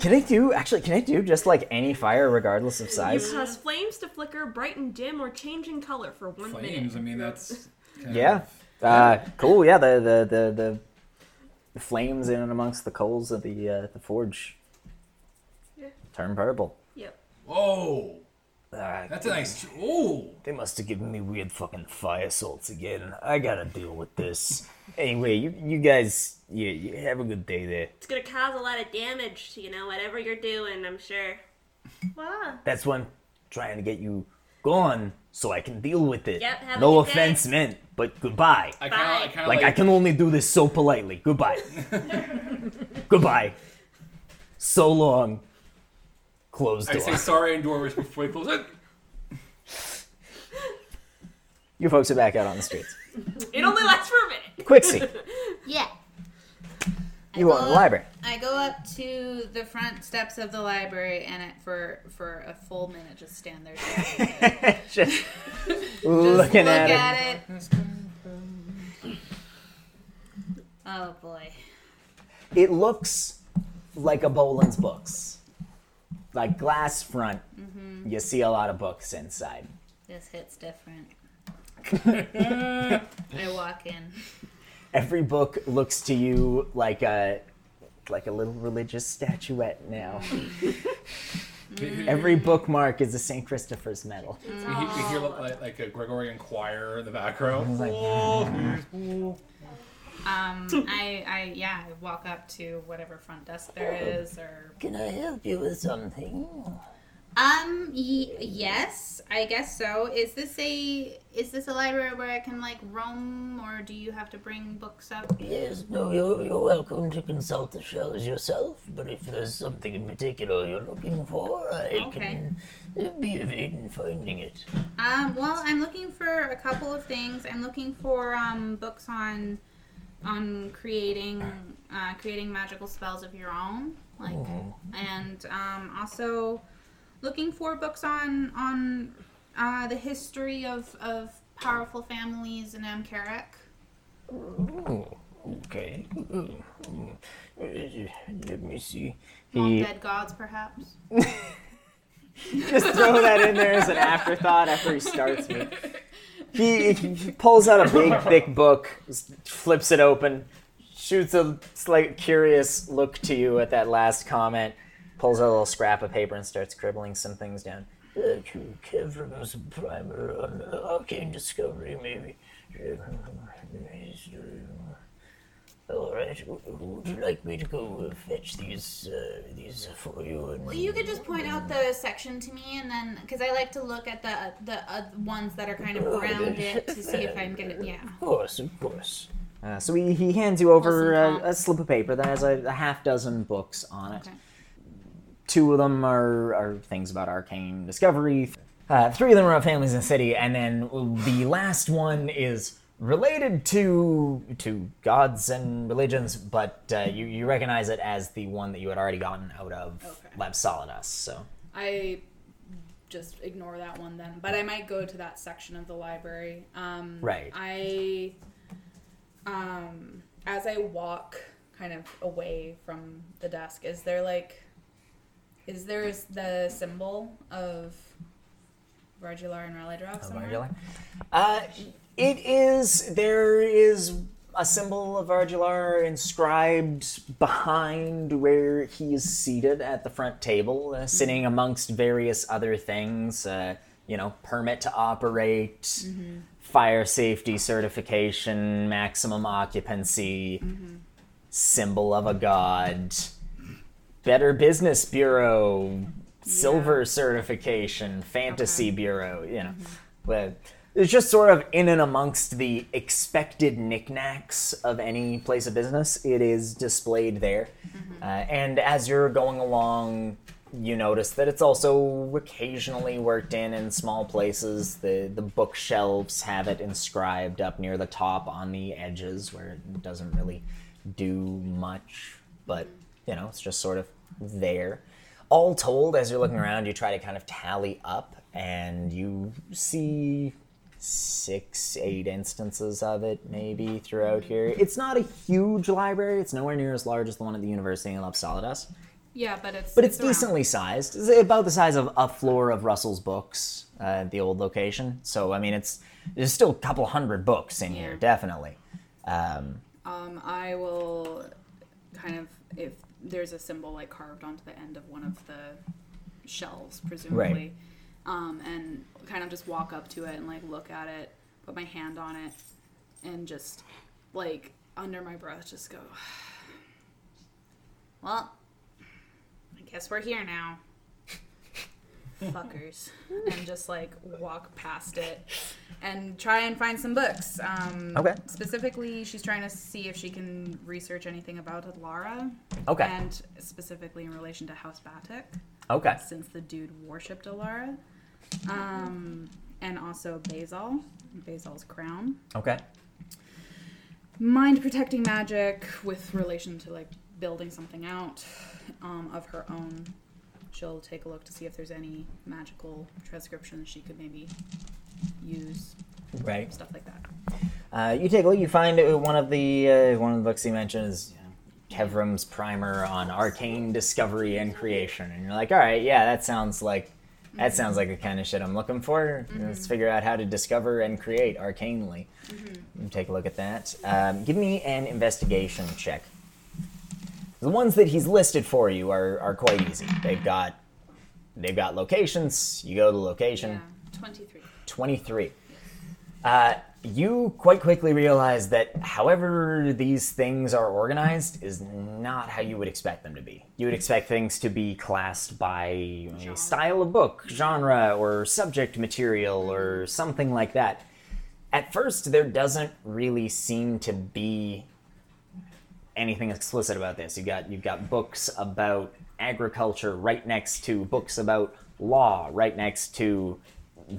Speaker 8: Can I do actually? Can I do just like any fire, regardless of size?
Speaker 17: You cause flames to flicker, brighten, dim, or change in color for one minute.
Speaker 4: Flames. I mean, that's
Speaker 8: Yeah. Uh, cool. Yeah. The the the the. The flames in and amongst the coals of the uh, the forge
Speaker 6: Yeah.
Speaker 8: turn purple.
Speaker 6: Yep.
Speaker 4: Whoa.
Speaker 1: That's
Speaker 4: a nice. Ooh.
Speaker 1: They must have given me weird fucking fire salts again. I gotta deal with this. Anyway, you, you guys, yeah, you have a good day there.
Speaker 17: It's gonna cause a lot of damage to you know whatever you're doing. I'm sure.
Speaker 6: Wow.
Speaker 1: That's why I'm trying to get you gone so I can deal with it.
Speaker 17: Yep, have a
Speaker 1: no
Speaker 17: good day.
Speaker 1: offense meant, but goodbye.
Speaker 4: I kinda- I Bye. kinda
Speaker 1: like, I
Speaker 4: like-
Speaker 1: can only do this so politely. Goodbye. goodbye. So long. Closed
Speaker 4: I
Speaker 1: door.
Speaker 4: say sorry in doorways before they close it.
Speaker 8: You folks are back out on the streets.
Speaker 17: It only lasts for a minute.
Speaker 8: Quixie.
Speaker 5: Yeah.
Speaker 8: You are in the library.
Speaker 5: I go up to the front steps of the library and it, for for a full minute just stand there staring at it.
Speaker 8: just
Speaker 5: look
Speaker 8: looking at, it.
Speaker 5: it. Mm-hmm. Oh boy.
Speaker 8: it. looks like a Boland's books, like glass front.
Speaker 17: Mm-hmm.
Speaker 5: Mhm.
Speaker 8: You see a lot of books inside.
Speaker 5: This hits different.
Speaker 17: Mm.
Speaker 5: I walk in.
Speaker 8: Every book looks to you like a like a little religious statuette now. Every bookmark is a St. Christopher's medal.
Speaker 4: We, he- we hear like, like a Gregorian choir in the background.
Speaker 8: Like-
Speaker 4: Oh,
Speaker 5: Um, I, I, yeah, I walk up to whatever front desk there is, or
Speaker 18: Can I help you with something?
Speaker 5: um, y- yes, I guess so. Is this a is this a library where I can like roam, or do you have to bring books up?
Speaker 18: Yes, no, you're, you're welcome to consult the shelves yourself, but if there's something in particular you're looking for, I
Speaker 5: Okay.
Speaker 18: can be of aid in finding it.
Speaker 5: Um, well, I'm looking for a couple of things. I'm looking for um books on on creating uh, creating magical spells of your own, like,
Speaker 18: Mhm.
Speaker 5: and um, also looking for books on on uh, the history of of powerful families in Amkarak.
Speaker 8: Mm.
Speaker 18: Oh, okay. Mm, mm. Uh, Let me see.
Speaker 5: Long dead gods, perhaps.
Speaker 8: Just throw that in there as an afterthought after he starts me. He, he pulls out a big, thick book, s- flips it open, shoots a slight curious look to you at that last comment, pulls out a little scrap of paper and starts scribbling some things down.
Speaker 18: Uh, Ke- Kevram's primer on arcane discovery, maybe. All right. w- Would you like me to go uh, fetch these uh, these for you? And
Speaker 5: Well, you could just point out the section to me, and then because I like to look at the the uh, ones that are kind
Speaker 8: Oh,
Speaker 5: of around it to see if I'm gonna yeah.
Speaker 18: Of course, of course.
Speaker 8: Uh, so he, he hands you over a, a slip of paper that has a, a half dozen books on it. Two of them are, are things about arcane discovery. Uh, three of them are about families in the city, and then the last one is related to to gods and religions, but uh, you you recognize it as the one that you had already gotten out of Lab Solidus. So
Speaker 7: I just ignore that one then, but I might go to that section of the library. Um,
Speaker 8: Right.
Speaker 7: I, um, as I walk kind of away from the desk, is there like, is there s- the symbol of Vargular and Ralidrov somewhere?
Speaker 8: Vargular? Uh, it is. There is a symbol of Argilar inscribed behind where he is seated at the front table, uh, sitting amongst various other things. Uh, you know, permit to operate, fire safety certification, maximum occupancy, symbol of a god, Better Business Bureau, silver certification, fantasy bureau, you know. But it's just sort of in and amongst the expected knickknacks of any place of business. It is displayed there. Uh, and as you're going along, you notice that it's also occasionally worked in in small places. The the bookshelves have it inscribed up near the top on the edges where it doesn't really do much, but you know, it's just sort of there. All told, as you're looking around, you try to kind of tally up and you see six, eight instances of it maybe throughout here. It's not a huge library, it's nowhere near as large as the one at the University of Solidus.
Speaker 7: Yeah, but it's
Speaker 8: But it's,
Speaker 7: around.
Speaker 8: decently sized. It's about the size of a floor of Russell's books uh, at the old location. So I mean, it's there's still a couple hundred books in here,
Speaker 7: Yeah.
Speaker 8: definitely. Um,
Speaker 7: Um, I will kind of if there's a symbol like carved onto the end of one of the shelves, presumably, um, and kind of just walk up to it and like look at it, put my hand on it, and just like under my breath, just go.
Speaker 5: Well, I guess we're here now.
Speaker 7: fuckers and just like walk past it and try and find some books um,
Speaker 8: Okay.
Speaker 7: specifically she's trying to see if she can research anything about lara
Speaker 8: Okay.
Speaker 7: and specifically in relation to house batic
Speaker 8: Okay.
Speaker 7: since the dude worshipped alara um, and also basil basil's crown
Speaker 8: okay.
Speaker 7: mind protecting magic with relation to like building something out um, of her own. She'll take a look to see if there's any magical transcriptions she could maybe use.
Speaker 8: Right.
Speaker 7: Stuff like that.
Speaker 8: Uh, you take a look. You find uh, one of the uh, one of the books he mentions, Kevram's primer on arcane discovery and creation, and you're like, all right, yeah, that sounds like that sounds like the kind of shit I'm looking for. Let's figure out how to discover and create arcanely. You Take a look at that. Um, give me an investigation check. The ones that he's listed for you are, are quite easy. They've got they've got locations. You go to the location.
Speaker 7: 23.
Speaker 8: 23. Uh, you quite quickly realize that however these things are organized is not how you would expect them to be. You would expect things to be classed by a style of book, genre, or subject material, or something like that. At first, there doesn't really seem to be anything explicit about this. You got you've got books about agriculture right next to books about law right next to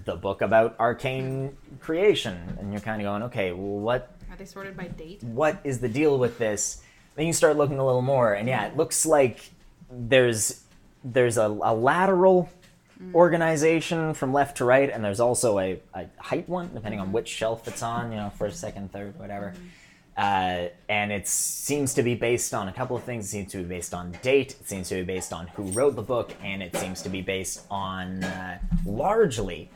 Speaker 8: the book about arcane creation, and you're kind of going, okay, well, what
Speaker 7: Are they sorted by date?
Speaker 8: what is the deal with this? Then you start looking a little more, and yeah, it looks like there's there's a, a lateral organization from left to right, and there's also a, a height one, depending on which shelf it's on, you know, first, second, third, whatever. Uh, and it seems to be based on a couple of things. It seems to be based on date. It seems to be based on who wrote the book, and it seems to be based on uh, largely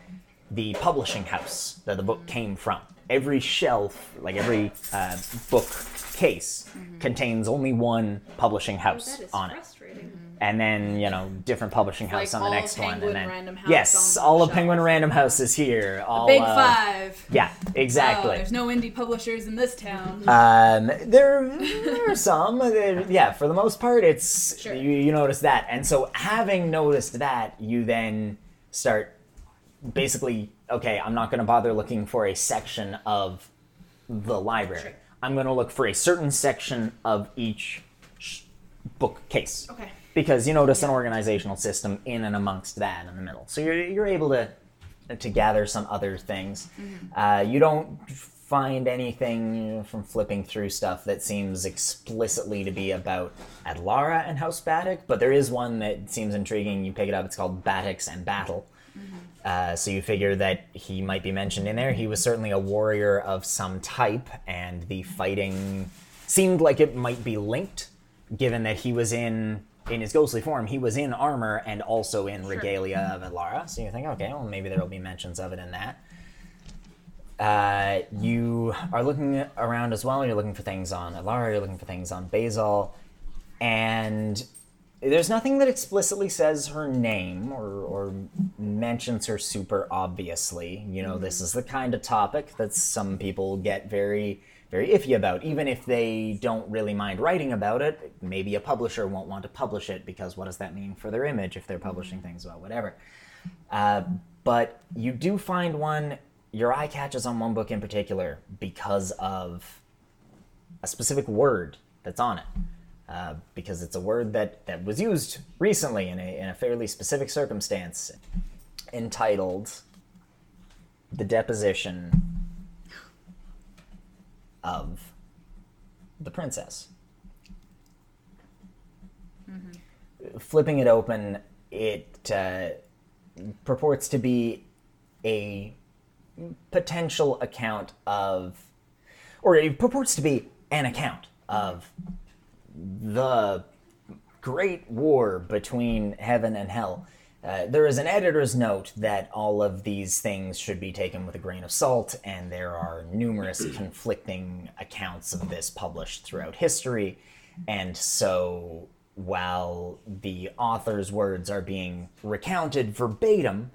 Speaker 8: the publishing house that the book came from. Every shelf, like every uh, book case,
Speaker 7: Mm-hmm.
Speaker 8: contains only one
Speaker 7: Oh,
Speaker 8: publishing house
Speaker 17: that is
Speaker 8: on it. Mm-hmm.
Speaker 17: frustrating.
Speaker 8: And then you know different publishing
Speaker 7: Like
Speaker 8: house on the
Speaker 7: all
Speaker 8: next
Speaker 7: of
Speaker 8: one, and
Speaker 7: Penguin
Speaker 8: then
Speaker 7: Random House
Speaker 8: yes,
Speaker 7: on
Speaker 8: all of Penguin Random House is here. All
Speaker 7: Big
Speaker 8: of-
Speaker 7: Five.
Speaker 8: Yeah,
Speaker 7: Oh,
Speaker 8: exactly.
Speaker 7: there's no indie publishers in this town.
Speaker 8: Um, there, there are some. There, yeah, for the most part, it's
Speaker 7: Sure.
Speaker 8: you, you notice that, and so having noticed that, you then start basically okay. I'm not going to bother looking for a section of the library. I'm going to look for a certain section of each sh- bookcase.
Speaker 7: Okay.
Speaker 8: Because you notice an organizational system in and amongst that in the middle, so you're you're able to to gather some other things.
Speaker 1: Mm-hmm.
Speaker 8: Uh, you don't find anything from flipping through stuff that seems explicitly to be about Adlara and House Batic, but there is one that seems intriguing. You pick it up. It's called Batics and Battle. Uh, so you figure that he might be mentioned in there. He was certainly a warrior of some type, and the fighting seemed like it might be linked, given that he was in in his ghostly form. He was in armor and also in regalia of Elara. So you think, okay, well maybe there will be mentions of it in that. Uh, you are looking around as well. You're looking for things on Alara. You're looking for things on Basil, and there's nothing that explicitly says her name or, or mentions her super obviously. You know, this is the kind of topic that some people get very, very iffy about, even if they don't really mind writing about it. Maybe a publisher won't want to publish it because what does that mean for their image if they're publishing things about whatever? Uh, but you do find one, your eye catches on one book in particular because of a specific word that's on it. uh, because it's a word that, that was used recently in a, in a fairly specific circumstance entitled The Deposition of the Princess. flipping it open, it uh, purports to be a potential account of, or it purports to be an account of the great war between heaven and hell. Uh, there is an editor's note that all of these things should be taken with a grain of salt, and there are numerous conflicting accounts of this published throughout history. And so, while the author's words are being recounted verbatim,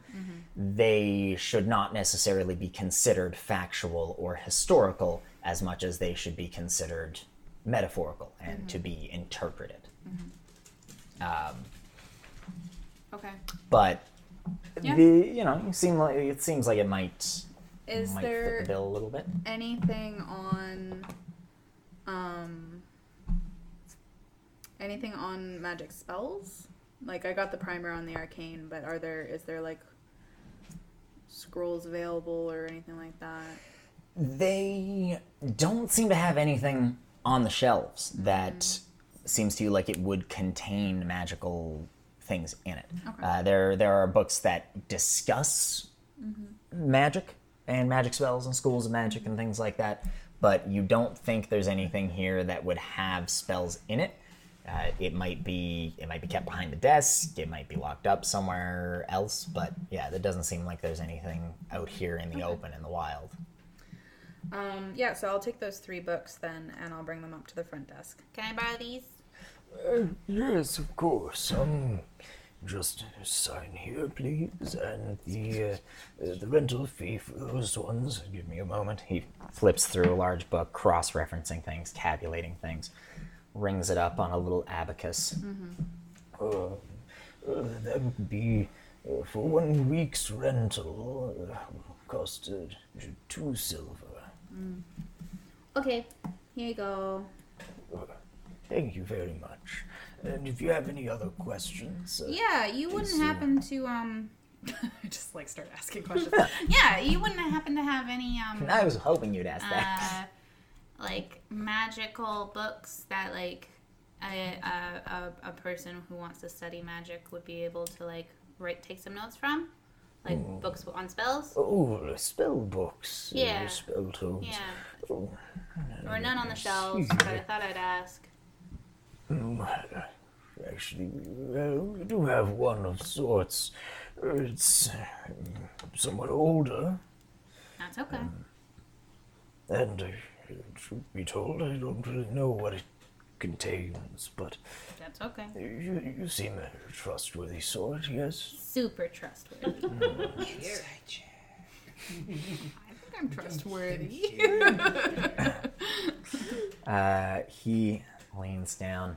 Speaker 8: they should not necessarily be considered factual or historical as much as they should be considered metaphorical and to be interpreted. Um,
Speaker 7: Mm-hmm. Okay.
Speaker 8: but
Speaker 7: Yeah.
Speaker 8: the Oh you know you seem like it seems like it might
Speaker 7: Is
Speaker 8: might
Speaker 7: there-
Speaker 8: fit the bill a little bit.
Speaker 7: Anything on, um, anything on magic spells? Like I got the primer on the arcane, but are there is there like scrolls available or anything like that?
Speaker 8: They don't seem to have anything on the shelves that
Speaker 7: Mm.
Speaker 8: seems to you like it would contain magical things in it. Uh, there there are books that discuss magic and magic spells and schools of magic and things like that. But you don't think there's anything here that would have spells in it. Uh, it might be it might be kept behind the desk. It might be locked up somewhere else. But yeah, that doesn't seem like there's anything out here in the open in the wild.
Speaker 7: Um, yeah, so I'll take those three books then, and I'll bring them up to the front desk.
Speaker 5: Can I borrow these?
Speaker 1: Uh, yes, of course. Um, just sign here, please, and the uh, uh, the rental fee for those ones. Give me a moment.
Speaker 8: He flips through a large book, cross referencing things, tabulating things, rings it up on a little abacus.
Speaker 18: Mm-hmm.
Speaker 1: Uh, uh, that would be uh, for one week's rental. Uh, cost uh, two silver.
Speaker 5: Mm. Okay, here you go.
Speaker 1: Uh, Thank you very much. And if you have any other questions, uh,
Speaker 5: Yeah, you wouldn't
Speaker 1: please, uh,
Speaker 5: happen to um.
Speaker 7: I just like start asking questions.
Speaker 5: yeah, you wouldn't happen to have any um.
Speaker 8: I was hoping you'd ask that.
Speaker 5: uh,
Speaker 7: Ah.
Speaker 5: like magical books that like a, a, a, a person who wants to study magic would be able to like write take some notes from like
Speaker 1: Ooh.
Speaker 5: books on spells
Speaker 1: Oh, spell books. uh,
Speaker 5: Yeah.
Speaker 1: Spell tomes.
Speaker 5: yeah
Speaker 1: Oh,
Speaker 5: or none on the shelves
Speaker 1: see.
Speaker 5: but i thought i'd ask
Speaker 1: Hmm, Actually, well, we do have one of sorts. Uh, It's uh, somewhat older,
Speaker 5: that's okay
Speaker 1: and uh, truth be told, I don't really know what it contains, but
Speaker 5: that's okay
Speaker 1: you, you seem a trustworthy sort, yes?
Speaker 5: super trustworthy
Speaker 7: I think I'm trustworthy. Hmm.
Speaker 8: Uh, he leans down.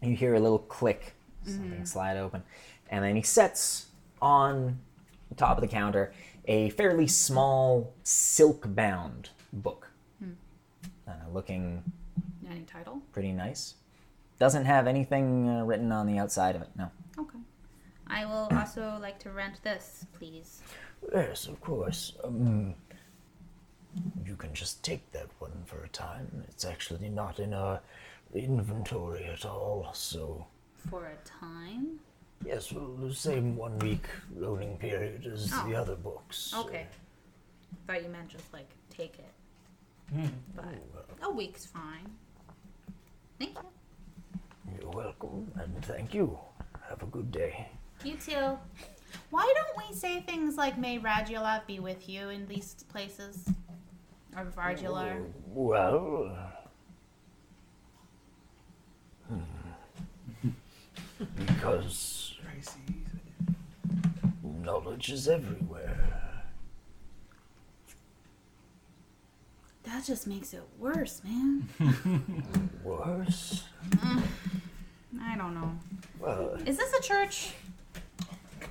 Speaker 8: You hear a little click, something
Speaker 1: Mhm.
Speaker 8: slide open, and then he sets on the top of the counter a fairly small silk-bound book,
Speaker 7: Hmm.
Speaker 8: uh, looking
Speaker 7: Any title?
Speaker 8: pretty nice. Doesn't have anything uh, written on the outside of it. No.
Speaker 5: okay i will also like to rent this please
Speaker 1: Yes, of course. Um, you can just take that one for a time. It's actually not in our inventory at all, so.
Speaker 5: for a time
Speaker 1: Yes, well, the same one week loading period as the other books.
Speaker 5: Oh. okay thought you meant just like take it but a week's fine thank you
Speaker 1: You're welcome, and thank you. Have a good day.
Speaker 5: You too. Why don't we say things like "May Radulov be with you" in these places, or Vargular?
Speaker 1: Well. hmm. Because knowledge is everywhere.
Speaker 5: That just makes it worse, man.
Speaker 1: Worse?
Speaker 5: Mm, I don't know.
Speaker 1: Well,
Speaker 5: Is this a church?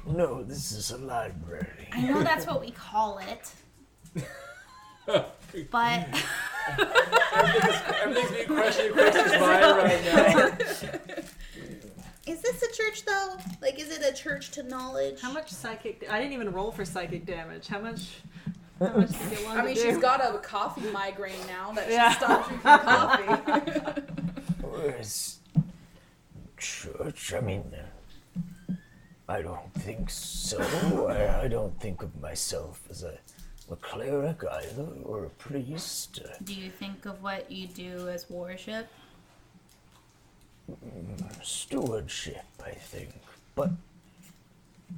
Speaker 1: no, this is a library.
Speaker 5: I know that's what we call it, but
Speaker 4: Everything's being questioned. Questions mine right now.
Speaker 5: Is this a church though? Like, is it a church to knowledge?
Speaker 10: How much psychic? I didn't even roll for psychic damage. How much? How much did you want
Speaker 7: I mean,
Speaker 10: to
Speaker 7: she's
Speaker 10: do?
Speaker 7: got a coffee migraine now that she
Speaker 10: Yeah.
Speaker 7: stopped drinking coffee.
Speaker 1: Where's church? I mean, uh, I don't think so. I, I don't think of myself as a, a cleric either or a priest. Uh,
Speaker 5: Do you think of what you do as worship?
Speaker 1: mm, stewardship, I think. But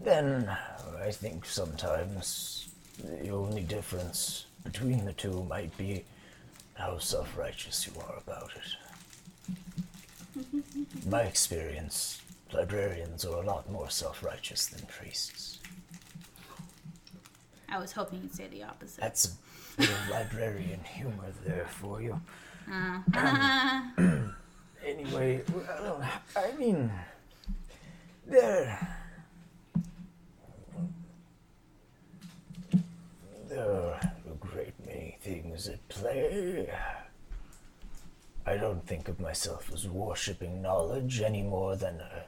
Speaker 1: then I think sometimes the only difference between the two might be how self righteous you are about it. In my experience, librarians are a lot more self righteous than priests.
Speaker 5: I was hoping you'd say the opposite.
Speaker 1: That's a bit of librarian humor there for you.
Speaker 5: Uh,
Speaker 1: Anyway, well, I mean, there. There are a great many things at play. I don't think of myself as worshipping knowledge any more than a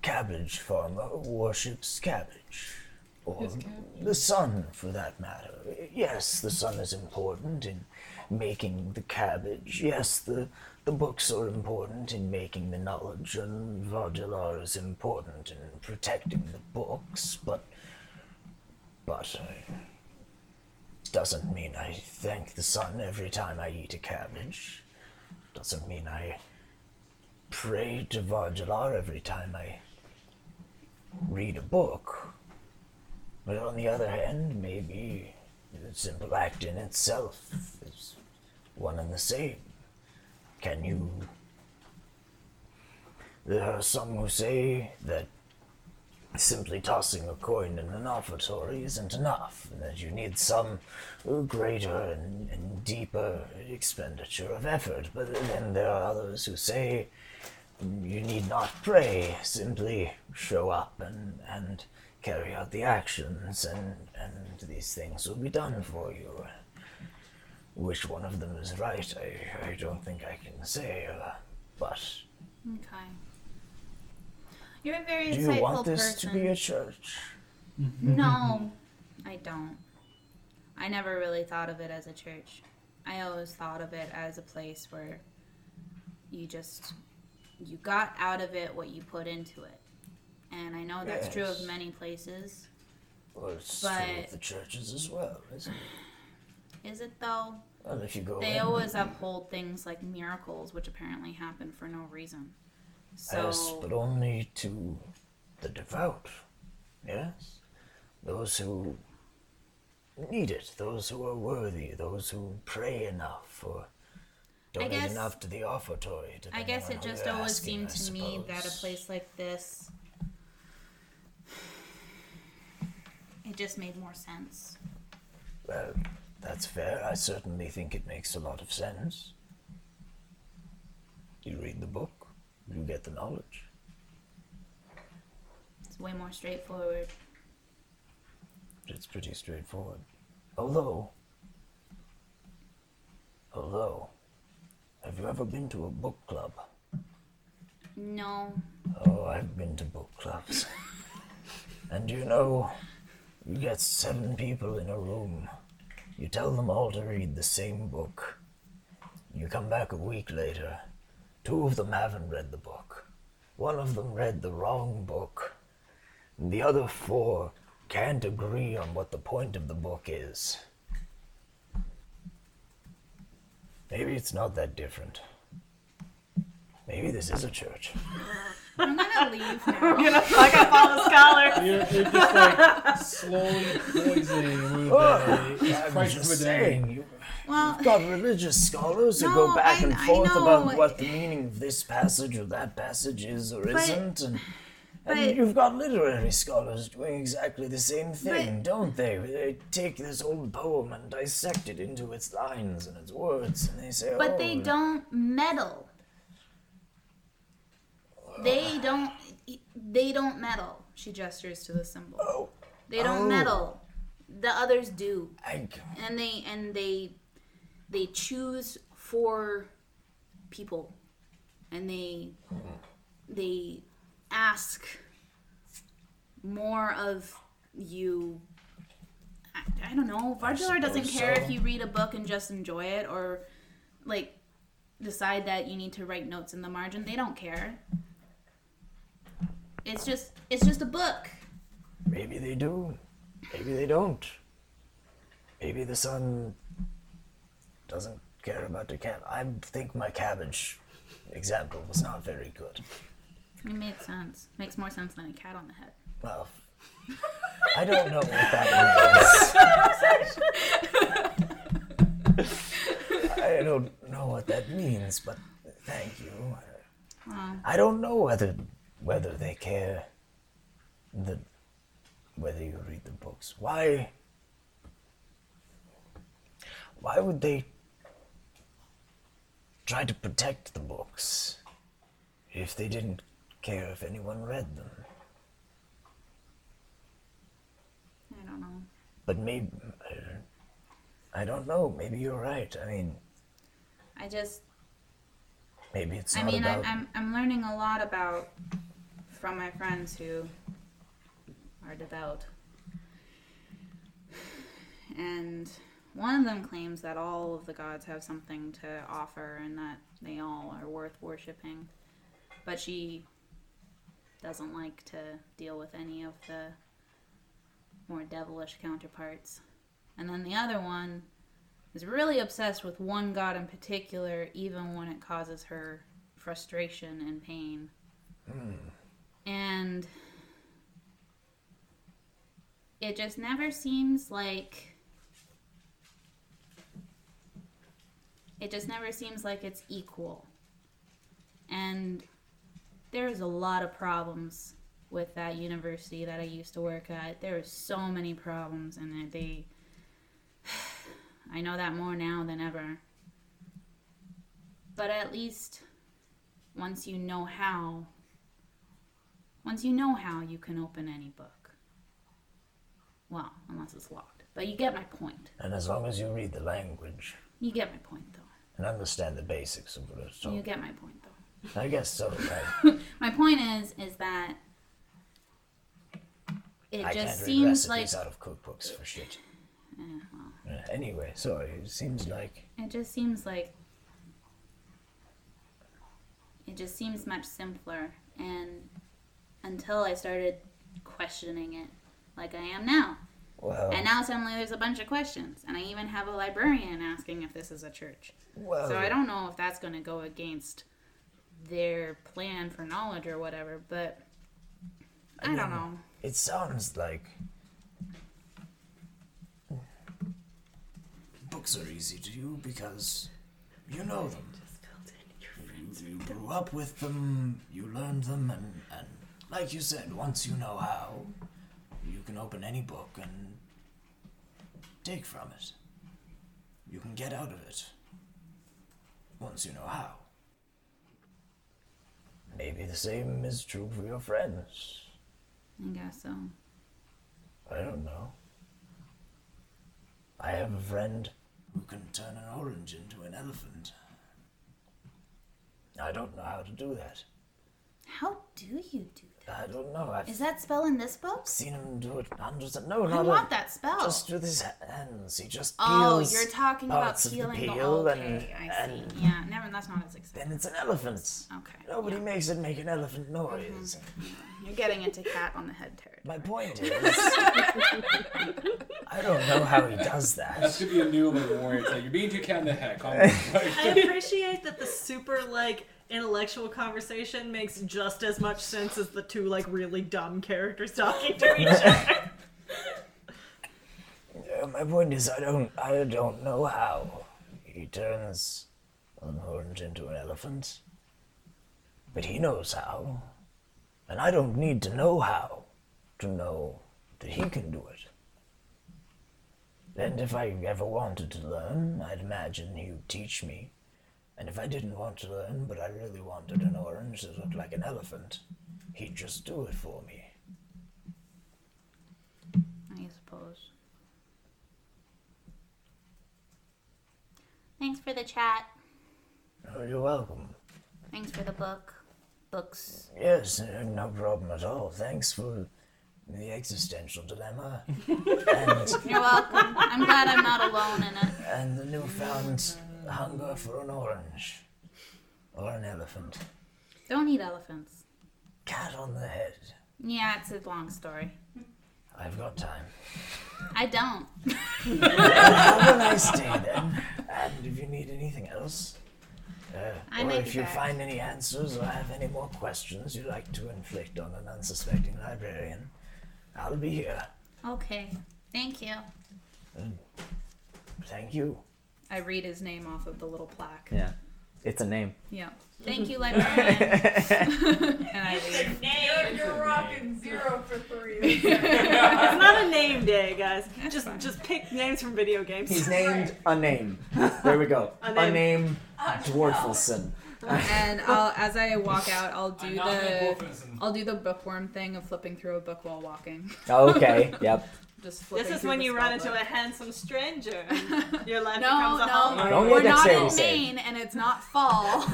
Speaker 1: cabbage farmer worships cabbage. Or the sun, for that matter. Yes, the sun is important in making the cabbage. Yes, the, the books are important in making the knowledge, and Vaudelar is important in protecting the books, but. But. I, doesn't mean I thank the sun every time I eat a cabbage. Doesn't mean I pray to Varjalar every time I read a book. But on the other hand, maybe the simple act in itself is one and the same. Can you. There are some who say that simply tossing a coin in an offertory isn't enough, and that you need some greater and, and deeper expenditure of effort. But then there are others who say you need not pray, simply show up and, and carry out the actions, and, and these things will be done for you. Which one of them is right, I, I don't think I can say, uh, but
Speaker 5: okay. You're a very
Speaker 1: do
Speaker 5: insightful
Speaker 1: you want this
Speaker 5: person.
Speaker 1: to be a Mm-hmm. church?
Speaker 5: No, I don't. I never really thought of it as a church. I always thought of it as a place where you just you got out of it what you put into it. And I know that's true of
Speaker 1: Yes.
Speaker 5: many places.
Speaker 1: Well, it's true
Speaker 5: But-
Speaker 1: of the churches as well, isn't it?
Speaker 5: Is it though?
Speaker 1: Well, if you go
Speaker 5: They
Speaker 1: in,
Speaker 5: always uphold things like miracles which apparently happen for no reason. So
Speaker 1: yes, but only to the devout. Yes, those who need it, those who are worthy, those who pray enough or donate
Speaker 5: guess-
Speaker 1: enough to the offertory.
Speaker 5: I
Speaker 1: depending
Speaker 5: guess
Speaker 1: on
Speaker 5: it
Speaker 1: who
Speaker 5: just
Speaker 1: you're
Speaker 5: always
Speaker 1: asking,
Speaker 5: seemed
Speaker 1: I
Speaker 5: to me that a
Speaker 1: suppose.
Speaker 5: place like this, it just made more sense.
Speaker 1: Well, that's fair. I certainly think it makes a lot of sense. You read the book, you get the knowledge.
Speaker 5: It's way more straightforward.
Speaker 1: It's pretty straightforward. Although, although, have you ever been to a book club?
Speaker 5: No,
Speaker 1: Oh, I've been to book clubs. and you know, you get seven people in a room. You tell them all to read the same book. You come back a week later. Two of them haven't read the book. One of them read the wrong book. And the other four can't agree on what the point of the book is. Maybe it's not that different. Maybe this is a church.
Speaker 5: I'm gonna leave now.
Speaker 10: You're not like a follow scholar.
Speaker 4: You're, you're just like slowly poisoning the mood.
Speaker 1: Oh,
Speaker 4: It's
Speaker 1: I'm
Speaker 4: priceless
Speaker 1: just
Speaker 4: for the
Speaker 1: saying,
Speaker 4: day.
Speaker 1: you-
Speaker 5: Well,
Speaker 1: You've got religious scholars who
Speaker 5: No,
Speaker 1: go back
Speaker 5: I-
Speaker 1: and
Speaker 5: I
Speaker 1: forth about
Speaker 5: know.
Speaker 1: what the meaning of this passage or that passage is or
Speaker 5: But-
Speaker 1: isn't, and,
Speaker 5: but-
Speaker 1: and you've got literary scholars doing exactly the same thing, don't they? They take this old poem and dissect it into its lines and its words, and they say,
Speaker 5: but
Speaker 1: oh,
Speaker 5: they don't meddle. They don't. They don't meddle. She gestures to the symbol. They don't
Speaker 1: Oh.
Speaker 5: meddle. The others do,
Speaker 1: I,
Speaker 5: and they and they they choose four people and they they ask more of you I, I don't know vargelar doesn't
Speaker 17: suppose
Speaker 5: care
Speaker 17: so.
Speaker 5: if you read a book and just enjoy it or like decide that you need to write notes in the margin they don't care it's just it's just a book
Speaker 1: Maybe they do. Maybe they don't. Maybe the sun doesn't care about the cab. I think my cabbage example was not very good.
Speaker 5: it makes sense makes more sense than a cat on the head
Speaker 1: Well, I don't know what that means. I don't know what that means, but thank you. I don't know whether whether they care the whether you read the books. Why why would they try to protect the books if they didn't care if anyone read them?
Speaker 5: i don't know
Speaker 1: But maybe I don't know. Maybe you're right. I mean,
Speaker 5: i just
Speaker 1: maybe it's
Speaker 5: I
Speaker 1: not
Speaker 5: mean,
Speaker 1: about.
Speaker 5: I'm, I'm, I'm learning a lot about from my friends who are devout. And one of them claims that all of the gods have something to offer and that they all are worth worshipping. But she doesn't like to deal with any of the more devilish counterparts. And then the other one is really obsessed with one god in particular, even when it causes her frustration and pain.
Speaker 1: Hmm.
Speaker 5: And it just never seems like. It just never seems like it's equal. And there's a lot of problems with that university that I used to work at. There are so many problems, and they. I know that more now than ever. But at least once you know how, once you know how, you can open any book. Well, unless it's locked. But you get my point.
Speaker 1: and as long as you read the language
Speaker 5: You get my point, though.
Speaker 1: and understand the basics of what it's
Speaker 5: You
Speaker 1: talking,
Speaker 5: get my point, though.
Speaker 1: I guess so. Right?
Speaker 5: My point is, is that it
Speaker 1: I can't
Speaker 5: just
Speaker 1: read recipes
Speaker 5: seems like
Speaker 1: out of cookbooks for shit.
Speaker 5: Eh, well,
Speaker 1: Yeah, Anyway, sorry. It seems like
Speaker 5: it just seems like it just seems much simpler. And until I started questioning it, like I am now,
Speaker 1: well.
Speaker 5: and now suddenly there's a bunch of questions, and I even have a librarian asking if this is a church.
Speaker 1: Well-
Speaker 5: so I don't know if that's going to go against their plan for knowledge or whatever, but I,
Speaker 1: mean,
Speaker 5: don't know.
Speaker 1: It sounds like books are easy to you because you know them. You, you grew up with them, you learned them, and, and like you said, once you know how, you can open any book and take from it. You can get out of it once you know how. Maybe the same is true for your friends.
Speaker 5: I guess so.
Speaker 1: I don't know. I have a friend who can turn an orange into an elephant. I don't know how to do that.
Speaker 5: How do you do
Speaker 1: I don't know. I've
Speaker 5: Is that spell in this book?
Speaker 1: seen him do it hundreds of. No,
Speaker 5: I
Speaker 1: not
Speaker 5: want
Speaker 1: a-
Speaker 5: that spell.
Speaker 1: Just with his hands. He just
Speaker 5: Oh,
Speaker 1: peels
Speaker 5: you're talking about
Speaker 1: parts of
Speaker 5: peeling
Speaker 1: the
Speaker 5: the-
Speaker 1: peel
Speaker 5: okay,
Speaker 1: and,
Speaker 5: I see.
Speaker 1: and
Speaker 5: Yeah, never. That's not as exciting.
Speaker 1: then it's an elephant.
Speaker 5: Okay. Mm-hmm.
Speaker 1: Nobody makes it make an elephant noise.
Speaker 5: You're getting into cat on the head territory.
Speaker 1: My point is, I don't know how he does that.
Speaker 4: That could be a new award. It's like you're being too cat in the head. Calm down.
Speaker 10: I appreciate that the super like intellectual conversation makes just as much sense as the two like really dumb characters talking to each other.
Speaker 1: Yeah, Uh, my point is, I don't, I don't know how he turns an orange into an elephant, but he knows how, and I don't need to know how to know that he can do it. And if I ever wanted to learn, I'd imagine he would teach me. And if I didn't want to learn, but I really wanted an orange that looked like an elephant, he'd just do it for me.
Speaker 5: I suppose. Thanks for the chat.
Speaker 25: Oh, you're welcome.
Speaker 5: Thanks for the book. Books.
Speaker 25: Yes, uh, no problem at all. Thanks for the existential dilemma
Speaker 5: You're welcome. I'm glad I'm not alone in it.
Speaker 25: and the newfound hunger for an orange or an elephant.
Speaker 5: Don't eat elephants.
Speaker 25: Cat on the head.
Speaker 5: Yeah, it's a long story.
Speaker 25: I've got time.
Speaker 5: I don't.
Speaker 25: Have a nice day then. And if you need anything else, uh,
Speaker 5: I
Speaker 25: or
Speaker 5: may
Speaker 25: if
Speaker 5: be
Speaker 25: you
Speaker 5: back.
Speaker 25: find any answers or have any more questions you'd like to inflict on an unsuspecting librarian, I'll be here.
Speaker 5: Okay. Thank you.
Speaker 25: And thank you.
Speaker 7: I read his name off of the little plaque.
Speaker 8: Yeah. It's a name.
Speaker 7: Yeah.
Speaker 5: Thank you, librarian.
Speaker 7: and I leave.
Speaker 3: You're, you're rocking zero for three.
Speaker 2: it's not a name day, guys. Just just pick names from video games.
Speaker 8: He's named Unname. There we go. Unname
Speaker 2: Unname.
Speaker 8: Dwarfelson.
Speaker 7: and I'll, as I walk out, I'll do
Speaker 4: not
Speaker 7: the
Speaker 4: a dwarfism.
Speaker 7: I'll do the bookworm thing of flipping through a book while walking.
Speaker 8: Okay. Yep.
Speaker 7: Just flipping
Speaker 2: This is
Speaker 7: through
Speaker 2: when
Speaker 7: the
Speaker 2: you run
Speaker 7: spell
Speaker 2: into a
Speaker 7: book.
Speaker 2: handsome stranger. and Your life
Speaker 7: No,
Speaker 2: becomes a
Speaker 7: no,
Speaker 2: holiday.
Speaker 8: Don't
Speaker 7: we're
Speaker 8: get
Speaker 7: not
Speaker 8: that
Speaker 7: in
Speaker 8: save.
Speaker 7: Maine, and it's not fall.
Speaker 4: No, no, no,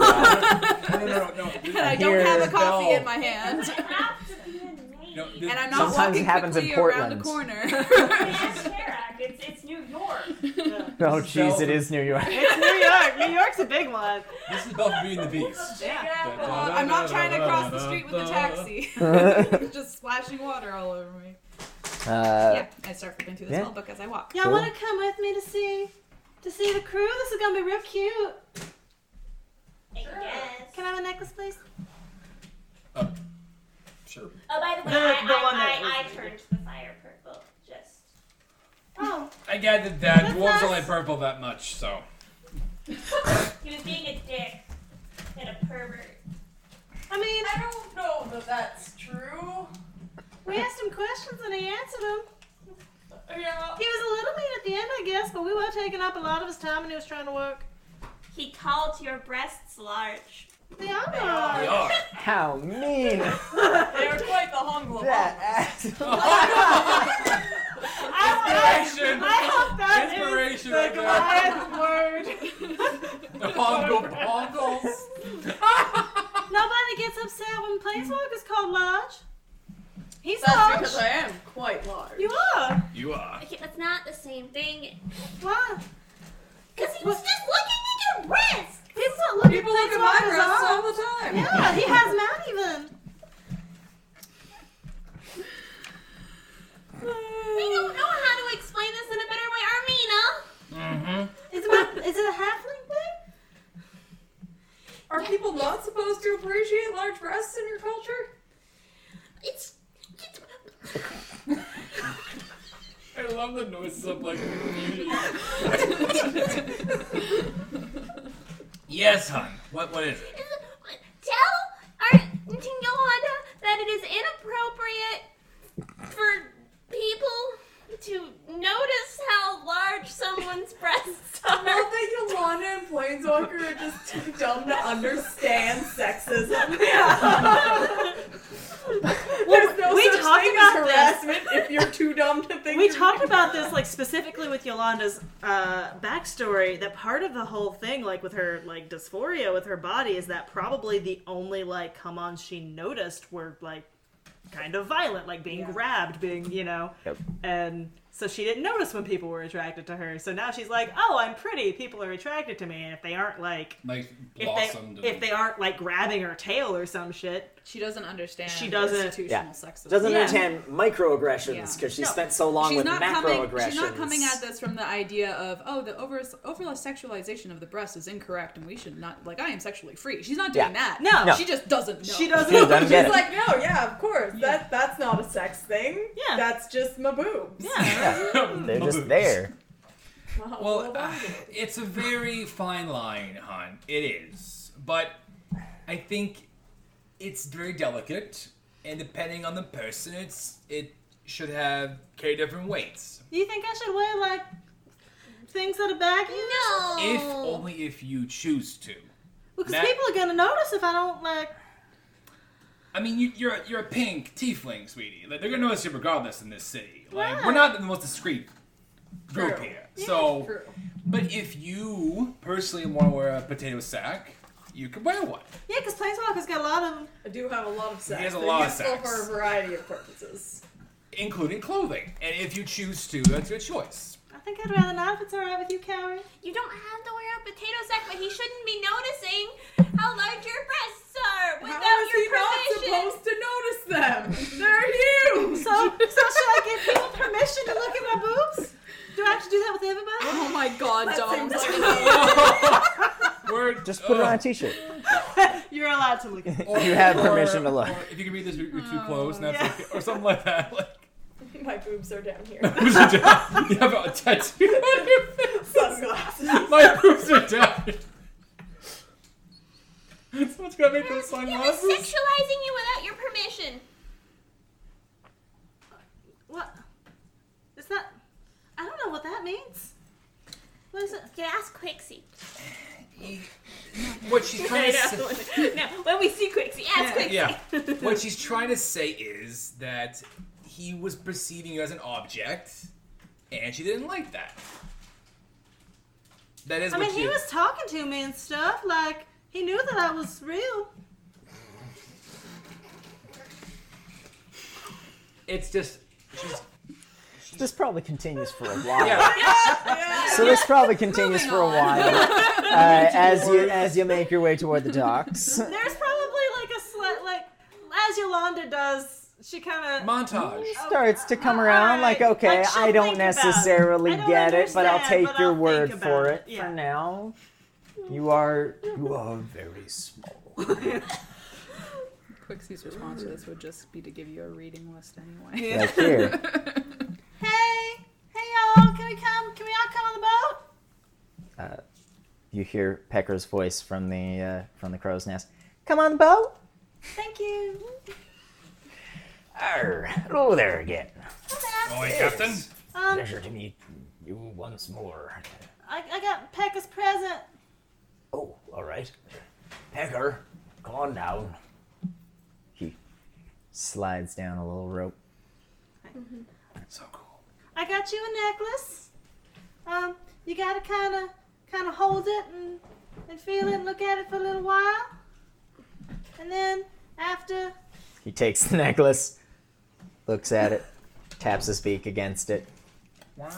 Speaker 4: no.
Speaker 7: and I don't
Speaker 8: Here,
Speaker 7: have a coffee
Speaker 8: no.
Speaker 7: in my hand,
Speaker 4: No, this,
Speaker 7: and I'm not
Speaker 8: Sometimes it
Speaker 7: walking
Speaker 8: happens in
Speaker 7: quickly around a
Speaker 8: Portland.
Speaker 7: corner.
Speaker 17: It's, it's New York.
Speaker 8: Oh, jeez, it is New York.
Speaker 2: It's New York. New York's a big one.
Speaker 4: this is about Beauty and the Beast.
Speaker 7: Uh, I'm not trying to cross the street with a taxi. It's just splashing water all over me.
Speaker 8: Uh,
Speaker 7: yeah, I start flipping through the
Speaker 8: yeah.
Speaker 7: spell book as I walk.
Speaker 2: Y'all want to come with me to see to see the crew? This is gonna be real cute. Can I have a necklace, please?
Speaker 4: Sure.
Speaker 6: Oh, by the way,
Speaker 2: The-
Speaker 6: I,
Speaker 2: the
Speaker 6: I,
Speaker 2: one that
Speaker 6: I, I
Speaker 2: was-
Speaker 6: turned the fire purple. Just.
Speaker 2: Oh,
Speaker 4: I gathered that
Speaker 6: That's
Speaker 4: dwarves
Speaker 6: us.
Speaker 4: only purple that much, so.
Speaker 6: He was being a dick and a pervert.
Speaker 2: I mean,
Speaker 3: I don't know that that's true.
Speaker 2: we asked him questions and he answered them.
Speaker 3: Yeah.
Speaker 2: He was a little mean at the end, I guess, but we were taking up a lot of his time and he was trying to work.
Speaker 6: He called your breasts large.
Speaker 2: They are
Speaker 6: are.
Speaker 2: large.
Speaker 6: They are.
Speaker 8: How mean.
Speaker 3: They were quite the hungle.
Speaker 4: Inspiration!
Speaker 2: I hope that is
Speaker 4: Inspiration
Speaker 2: the
Speaker 4: right there.
Speaker 2: Goliath word.
Speaker 4: The Pongo Pongos.
Speaker 2: Nobody gets upset when Planeswalk is called large. He's
Speaker 3: That's
Speaker 2: large.
Speaker 3: because I am quite large.
Speaker 2: You are.
Speaker 4: You are.
Speaker 6: Okay, that's not the same thing.
Speaker 2: Why?
Speaker 6: Because he was just looking at your breasts.
Speaker 2: He's not looking
Speaker 3: People look at my breasts all the time.
Speaker 2: Yeah, he has mad even.
Speaker 6: We don't know how to explain this in a better way, Armina. Mm-hmm.
Speaker 2: Is it, my, is it a halfling thing?
Speaker 3: Are people not supposed to appreciate large breasts in your culture?
Speaker 6: It's. it's
Speaker 4: I love the noises of like. yes, hon. What? What is it?
Speaker 6: tell our Yohana that it is inappropriate for people to notice how large someone's breasts
Speaker 3: I love
Speaker 6: are.
Speaker 3: that Yolanda and Planeswalker are just too dumb to understand sexism. There's no
Speaker 2: we
Speaker 3: such
Speaker 2: talked
Speaker 3: thing
Speaker 2: about
Speaker 3: as
Speaker 2: this.
Speaker 3: harassment if you're too dumb to think.
Speaker 2: We
Speaker 3: you're-
Speaker 2: talked about this like specifically with Yolanda's uh, backstory. That part of the whole thing, like with her like dysphoria with her body, is that probably the only like come on she noticed were like kind of violent, like being grabbed, being you know,
Speaker 8: Yep.
Speaker 2: and so she didn't notice when people were attracted to her. So now she's like, oh, I'm pretty. People are attracted to me, and if they aren't like
Speaker 4: Like
Speaker 2: if
Speaker 4: blossomed.
Speaker 2: they, if they aren't like grabbing her tail or some shit,
Speaker 7: She doesn't understand.
Speaker 2: She doesn't-
Speaker 7: institutional
Speaker 8: Yeah.
Speaker 7: sexism.
Speaker 8: Doesn't
Speaker 2: Yeah.
Speaker 8: understand microaggressions because she
Speaker 7: No.
Speaker 8: spent so long
Speaker 7: she's
Speaker 8: with
Speaker 7: not
Speaker 8: macroaggressions.
Speaker 7: coming. She's not coming at this from the idea of oh the over over sexualization of the breast is incorrect and we should not like I am sexually free. She's not doing
Speaker 8: Yeah.
Speaker 7: that.
Speaker 2: No. No.
Speaker 7: she just doesn't. Know.
Speaker 2: She doesn't-
Speaker 8: She doesn't get
Speaker 3: She's
Speaker 8: it.
Speaker 3: like, no, yeah, of course. That that's not a sex thing.
Speaker 2: Yeah.
Speaker 3: That's just my boobs.
Speaker 8: They're just there.
Speaker 3: Wow,
Speaker 4: Well, uh, it's a very fine line, hon. It is, but I think it's very delicate, and depending on the person, it's it should have carry different weights.
Speaker 2: do you think I should wear like things that are baggy?
Speaker 6: No.
Speaker 4: If only if you choose to.
Speaker 2: Because
Speaker 4: That-
Speaker 2: Oh. people are gonna notice if I don't like.
Speaker 4: I mean, you, you're you're a pink tiefling, sweetie. Like, they're gonna notice you regardless in this city. Like, we're not the most discreet group
Speaker 3: True.
Speaker 4: here, so
Speaker 3: True.
Speaker 4: But if you personally want to wear a potato sack, you can wear one.
Speaker 2: Yeah, because Planeswalker's got a lot of.
Speaker 3: I do have a lot of sex.
Speaker 4: has a
Speaker 3: They're
Speaker 4: lot of
Speaker 3: useful
Speaker 4: sex.
Speaker 3: for a variety of purposes.
Speaker 4: including clothing. And if you choose to, that's your choice.
Speaker 2: I think I'd rather not if it's alright with you, Carrie.
Speaker 6: You don't have to wear a potato sack, but he shouldn't be noticing how large your breasts are without
Speaker 3: How is
Speaker 6: your
Speaker 3: he not
Speaker 6: permission.
Speaker 3: supposed to notice them? They're huge.
Speaker 2: So, so should I give people permission to look at my boobs? Do I have to do that with everybody?
Speaker 26: Oh my god,
Speaker 2: Dom.
Speaker 8: Just put it on a t-shirt.
Speaker 2: You're allowed to look at
Speaker 8: You have permission to look.
Speaker 4: uh, Or if you can read this, you're, you're
Speaker 3: Oh,
Speaker 4: too close, and that's okay, or something like that. Like,
Speaker 27: My boobs are down here.
Speaker 4: boobs are down. You have a tattoo on your face.
Speaker 27: Sunglasses.
Speaker 4: My boobs are down. Someone's gonna make those sunglasses.
Speaker 6: Sexualizing you without your permission.
Speaker 2: What? Is that. I don't know what that means. What is it?
Speaker 6: You ask Quixie.
Speaker 4: What she's trying to say.
Speaker 6: no, when we see Quixie, ask Quixie.
Speaker 4: Yeah. What she's trying to say is that he was perceiving you as an object, and she didn't like that. That is
Speaker 2: I
Speaker 4: what
Speaker 2: mean,
Speaker 4: she
Speaker 2: he was talking to me and stuff. Like, he knew that I was real.
Speaker 4: It's just. She's,
Speaker 8: This probably continues for a while.
Speaker 4: yeah.
Speaker 8: So this probably continues for a while uh, as you as you make your way toward the docks.
Speaker 2: There's probably like a slight, like, as Yolanda does, she kind of.
Speaker 4: Montage.
Speaker 8: Starts to come around like, okay,
Speaker 2: Like, she'll
Speaker 8: I
Speaker 2: think
Speaker 8: don't
Speaker 2: about it.
Speaker 8: necessarily
Speaker 2: I don't
Speaker 8: get it, but I'll
Speaker 2: understand,
Speaker 8: take
Speaker 2: but
Speaker 8: your
Speaker 2: I'll think
Speaker 8: word
Speaker 2: about
Speaker 8: for
Speaker 2: it.
Speaker 8: it
Speaker 2: Yeah.
Speaker 8: for now. You are
Speaker 1: You are very small.
Speaker 7: Quixie's response to this would just be to give you a reading list anyway.
Speaker 8: Right here.
Speaker 2: Hey, hey y'all, can we come? Can we all come on the boat?
Speaker 8: uh, you hear Pecker's voice from the uh, from the crow's nest. Come on, boat.
Speaker 2: Thank you.
Speaker 1: Arr, hello there again.
Speaker 4: Oi, Captain.
Speaker 2: Um,
Speaker 1: Pleasure to meet you once more.
Speaker 2: I, I got Pekka's present.
Speaker 1: Oh, all right. Pecker, come on down.
Speaker 8: He slides down a little rope.
Speaker 4: So cool.
Speaker 2: I got you a necklace. Um, you gotta kind of, kind of hold it and and feel it and look at it for a little while, and then after,
Speaker 8: He takes the necklace, looks at it, taps his beak against it,
Speaker 4: Wow.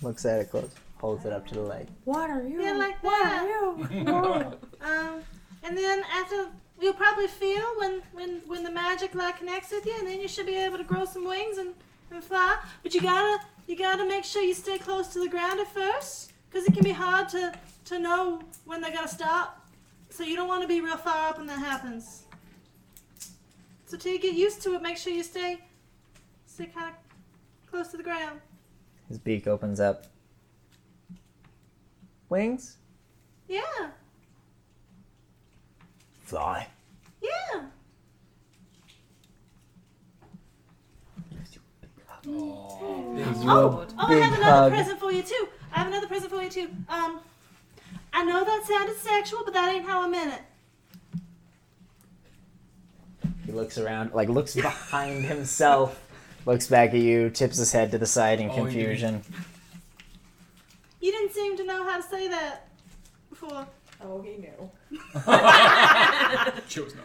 Speaker 8: looks at it close, holds it up to the light.
Speaker 2: what are you? Yeah, like that. um, and then after, you'll probably feel when when when the magic like connects with you, and then you should be able to grow some wings and and fly. But you gotta you gotta make sure you stay close to the ground at first, because it can be hard to to know when they're gonna stop. So you don't want to be real far up when that happens. So till you get used to it, make sure you stay stay kind of close to the ground.
Speaker 8: His beak opens up. Wings?
Speaker 2: Yeah,
Speaker 1: Fly.
Speaker 2: yeah.
Speaker 8: Oh,
Speaker 2: Oh, I have another present for you too. I have another present for you too. Um, I know that sounded sexual, but that ain't how I meant it.
Speaker 8: He looks around, like looks behind himself, looks back at you, tips his head to the side in
Speaker 4: Oh, you mean-
Speaker 8: confusion.
Speaker 2: You didn't seem to know how to say that before.
Speaker 27: Oh, he knew.
Speaker 4: Chose not.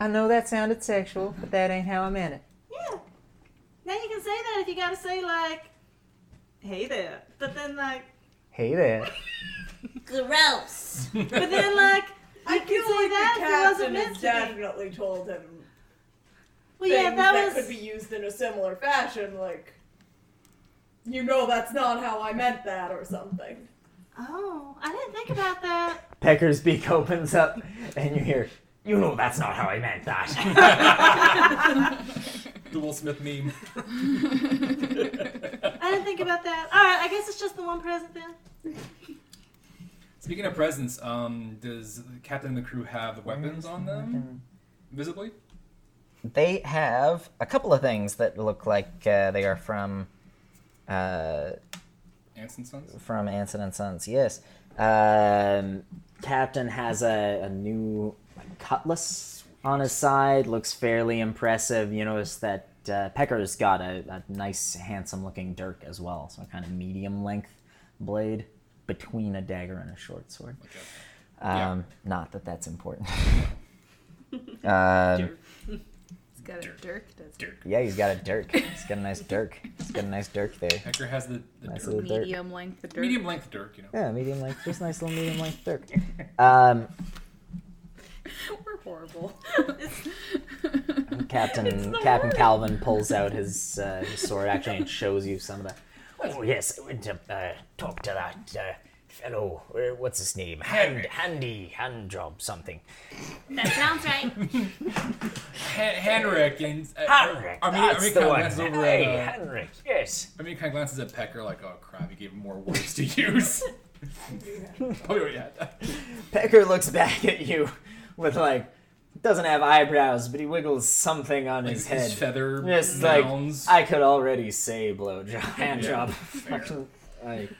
Speaker 9: I know that sounded sexual, but that ain't how I meant it.
Speaker 2: Yeah. Now you can say that if you gotta say like, "Hey there," but then like,
Speaker 8: Hey there.
Speaker 6: Gross.
Speaker 2: but then like,
Speaker 3: I
Speaker 2: you
Speaker 3: feel
Speaker 2: can say
Speaker 3: like
Speaker 2: that
Speaker 3: the
Speaker 2: if it wasn't
Speaker 3: captain
Speaker 2: meant
Speaker 3: has
Speaker 2: to be.
Speaker 3: definitely told him
Speaker 2: Well, yeah,
Speaker 3: things
Speaker 2: that,
Speaker 3: that
Speaker 2: was.
Speaker 3: could be used in a similar fashion, like you know that's not how I meant that or something.
Speaker 2: Oh, I didn't think about that.
Speaker 8: Pecker's beak opens up, and you hear, You know that's not how I meant that.
Speaker 4: The Will Smith meme.
Speaker 2: I didn't think about that. All right, I guess it's just the one present then.
Speaker 4: Speaking of presents, um, does the captain and the crew have the weapons on them? Visibly?
Speaker 8: they have a couple of things that look like uh, they are from uh,
Speaker 4: Anson Sons?
Speaker 8: from Anson and Sons. Yes, um, Captain has a, a new like, cutlass on his side. Looks fairly impressive. You notice that uh, Pecker's got a, a nice, handsome-looking dirk as well. So a kind of medium length blade. between a dagger and a short sword.
Speaker 6: Yeah.
Speaker 8: Um, Not that that's important. um,
Speaker 7: He's got a dirk, does he?
Speaker 8: yeah, he's got a dirk. He's got a nice dirk. He's got a nice dirk there.
Speaker 4: Hector has the, the
Speaker 8: nice
Speaker 4: dirk.
Speaker 8: little dirk.
Speaker 7: Medium length dirk.
Speaker 4: Medium length dirk, you know.
Speaker 8: Yeah, medium length. Just nice little medium length dirk. Um,
Speaker 7: We're horrible.
Speaker 8: Captain Captain Calvin pulls out his, uh, his sword actually and shows you some of the.
Speaker 1: Oh yes, I went to uh, talk to that uh, fellow. Uh, what's his name?
Speaker 8: Henry.
Speaker 1: Hand, handy, hand job, something.
Speaker 6: That sounds right.
Speaker 4: Henrik and uh,
Speaker 1: Henrik,
Speaker 4: I mean, I mean,
Speaker 1: that's
Speaker 4: kind
Speaker 1: the
Speaker 4: of
Speaker 1: one.
Speaker 4: glances over
Speaker 1: Hey,
Speaker 4: at uh,
Speaker 1: Henrik, yes.
Speaker 4: I mean, kind of glances at Pecker like, oh crap, he gave him more words to use. oh yeah.
Speaker 8: Pecker looks back at you with like doesn't have eyebrows, but he wiggles something on his
Speaker 4: his
Speaker 8: head.
Speaker 4: feather
Speaker 8: Just
Speaker 4: mounds.
Speaker 8: like I could already say blow job, hand
Speaker 4: Yeah,
Speaker 8: job.
Speaker 4: fair.
Speaker 8: Fucking, like,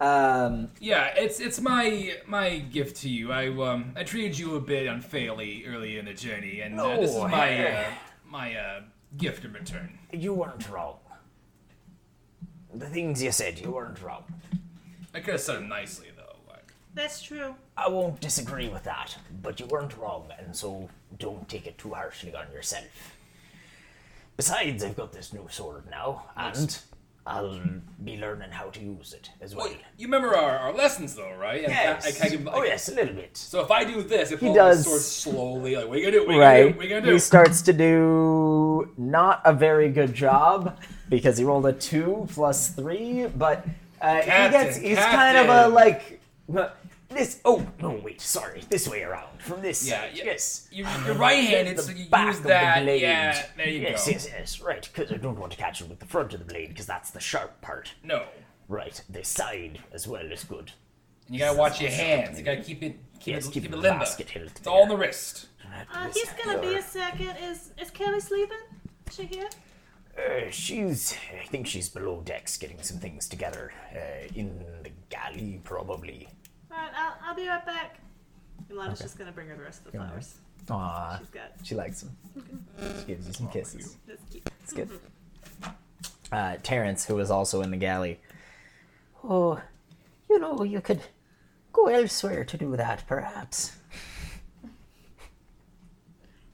Speaker 8: um,
Speaker 4: Yeah, it's it's my my gift to you. I um I treated you a bit unfairly early in the journey, and uh, this is
Speaker 1: No,
Speaker 4: my uh,
Speaker 1: Henrik.
Speaker 4: my uh, gift in return.
Speaker 1: You weren't wrong. The things you said, you weren't wrong.
Speaker 4: I could have said it nicely though. Like,
Speaker 2: That's true.
Speaker 1: I won't disagree with that, but you weren't wrong, and so don't take it too harshly on yourself. Besides, I've got this new sword now, and I'll be learning how to use it as well.
Speaker 4: you remember our, our lessons though, right? And I can't- I
Speaker 1: Yes.
Speaker 4: can't give- I
Speaker 1: Oh,
Speaker 4: can't-
Speaker 1: yes, a little bit.
Speaker 4: So if I do this, if
Speaker 8: He
Speaker 4: he does
Speaker 8: does.
Speaker 4: sword slowly, like what are you gonna do? What are you gonna do?
Speaker 8: right.
Speaker 4: What are you gonna do?
Speaker 8: He starts to do not a very good job because he rolled a two plus three, but uh,
Speaker 1: Captain,
Speaker 8: he gets he's kind of a
Speaker 1: captain.
Speaker 8: like
Speaker 1: This. Oh no! Wait. Sorry. This way around. From this
Speaker 4: Yeah,
Speaker 1: side.
Speaker 4: yeah.
Speaker 1: Yes.
Speaker 4: You-
Speaker 1: And
Speaker 4: you're
Speaker 1: then
Speaker 4: right-handed,
Speaker 1: the
Speaker 4: so you
Speaker 1: back
Speaker 4: use
Speaker 1: of the
Speaker 4: that,
Speaker 1: blade.
Speaker 4: yeah, there you
Speaker 1: yes,
Speaker 4: go.
Speaker 1: Yes. Yes. Right. Because I don't want to catch it with the front of the blade because that's the sharp part.
Speaker 4: No.
Speaker 1: Right. The side as well is good.
Speaker 4: And you gotta watch your hands. You gotta keep it keep
Speaker 1: Yes,
Speaker 4: it
Speaker 1: keep
Speaker 4: keep it
Speaker 1: the
Speaker 4: limber.
Speaker 1: basket held
Speaker 4: It's all in the wrist.
Speaker 2: Uh, he's gonna be a second. Is is Kelly sleeping? Is she here?
Speaker 1: Uh, she's. I think she's below decks getting some things together uh, in the galley, probably.
Speaker 2: All right, I'll, I'll be right back.
Speaker 28: And Lana's
Speaker 8: Okay.
Speaker 28: just gonna bring her the rest of the
Speaker 8: Yeah.
Speaker 28: flowers.
Speaker 8: Aw,
Speaker 28: She's got-
Speaker 8: she likes him. She gives you some kisses.
Speaker 28: That's cute.
Speaker 8: It's good. Uh, Terrence, who was also in the galley,
Speaker 9: Oh, you know, you could go elsewhere to do that, perhaps.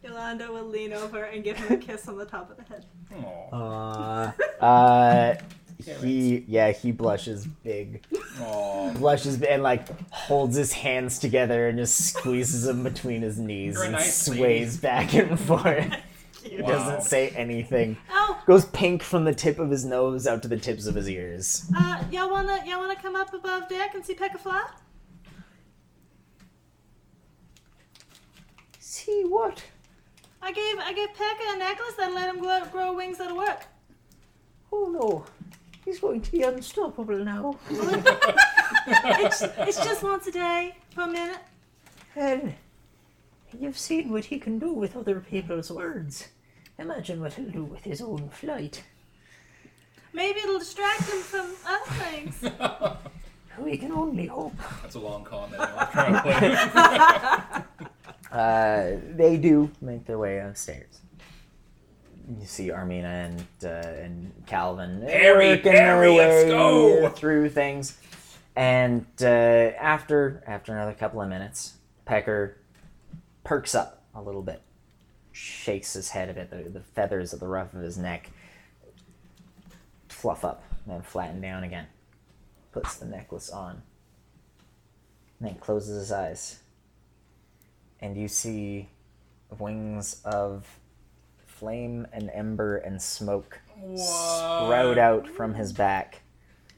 Speaker 2: Yolanda will lean over and give him a kiss on the top of the head.
Speaker 8: uh, uh, he yeah he blushes big, blushes and like holds his hands together and just squeezes them between his knees
Speaker 1: You're a
Speaker 8: and
Speaker 1: nice lady.
Speaker 8: sways back and forth. He
Speaker 1: Wow.
Speaker 8: Doesn't say anything.
Speaker 2: Oh.
Speaker 8: Goes pink from the tip of his nose out to the tips of his ears.
Speaker 2: Uh, y'all wanna y'all wanna come up above deck and see Peck a fly?
Speaker 9: See what?
Speaker 2: I gave I gave Pekka a necklace and let him grow, grow wings that'll work.
Speaker 9: Oh no, he's going to be unstoppable now.
Speaker 2: It's, it's just once a day for a minute.
Speaker 9: And you've seen what he can do with other people's words. Imagine what he'll do with his own flight.
Speaker 2: Maybe it'll distract him from other things.
Speaker 9: We can only hope.
Speaker 4: That's a long con that I'm trying to play.
Speaker 8: Uh, they do make their way upstairs. You see Armina and uh, and Calvin
Speaker 4: Harry,
Speaker 8: working
Speaker 4: Harry, let's go!
Speaker 8: through things, and uh, after after another couple of minutes, Pecker perks up a little bit, shakes his head a bit. The, the feathers at the ruff of his neck fluff up, and then flatten down again. Puts the necklace on, and then closes his eyes and you see wings of flame and ember and smoke sprout out from his back,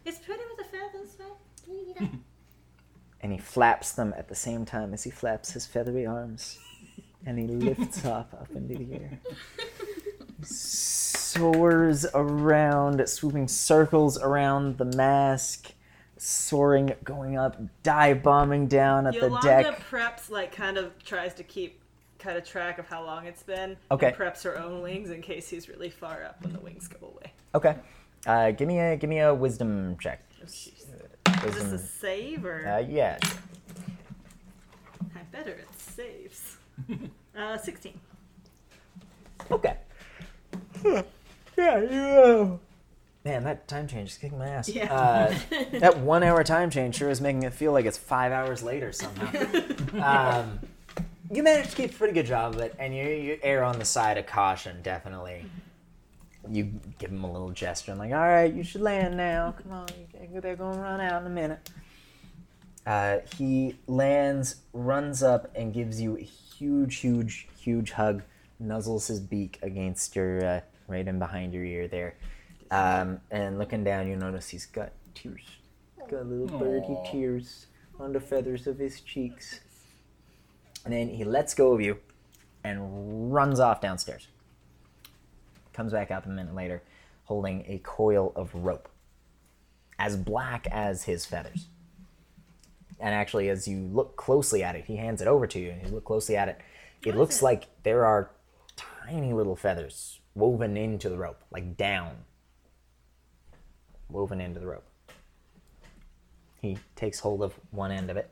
Speaker 2: It's pretty with the feathers, right?
Speaker 8: and he flaps them at the same time as he flaps his feathery arms, and he lifts up up into the air. Soars around, swooping circles around the mask, soaring, going up, dive bombing down at
Speaker 28: Yolanda
Speaker 8: the deck.
Speaker 28: preps like kind of tries to keep kind of track of how long it's been.
Speaker 8: Okay.
Speaker 28: And preps her own wings in case he's really far up when the wings go away.
Speaker 8: Okay. Uh, give me a give me a wisdom check.
Speaker 28: Oh,
Speaker 8: Uh,
Speaker 28: Is this
Speaker 8: Wisdom-
Speaker 28: a save or?
Speaker 8: Uh, yeah.
Speaker 28: I'm better at saves. uh, sixteen.
Speaker 8: Yeah, you. Man, that time change is kicking my ass.
Speaker 2: Yeah.
Speaker 8: Uh, that one hour time change sure is making it feel like it's five hours later somehow. um, you managed to keep a pretty good job of it, and you, you err on the side of caution, definitely.
Speaker 28: Mm-hmm.
Speaker 8: You give him a little gesture and, like, all right, you should land now. Come on, you- they're going to run out in a minute. Uh, he lands, runs up, and gives you a huge, huge, huge hug. Nuzzles his beak against your uh, right in behind your ear there, um, and looking down, you notice he's got tears, got little birdie
Speaker 9: Aw.
Speaker 8: tears on the feathers of his cheeks. And then he lets go of you, and runs off downstairs. Comes back up a minute later, holding a coil of rope, as black as his feathers and actually as you look closely at it he hands it over to you and you look closely at it it looks like there are tiny little feathers woven into the rope like down woven into the rope he takes hold of one end of it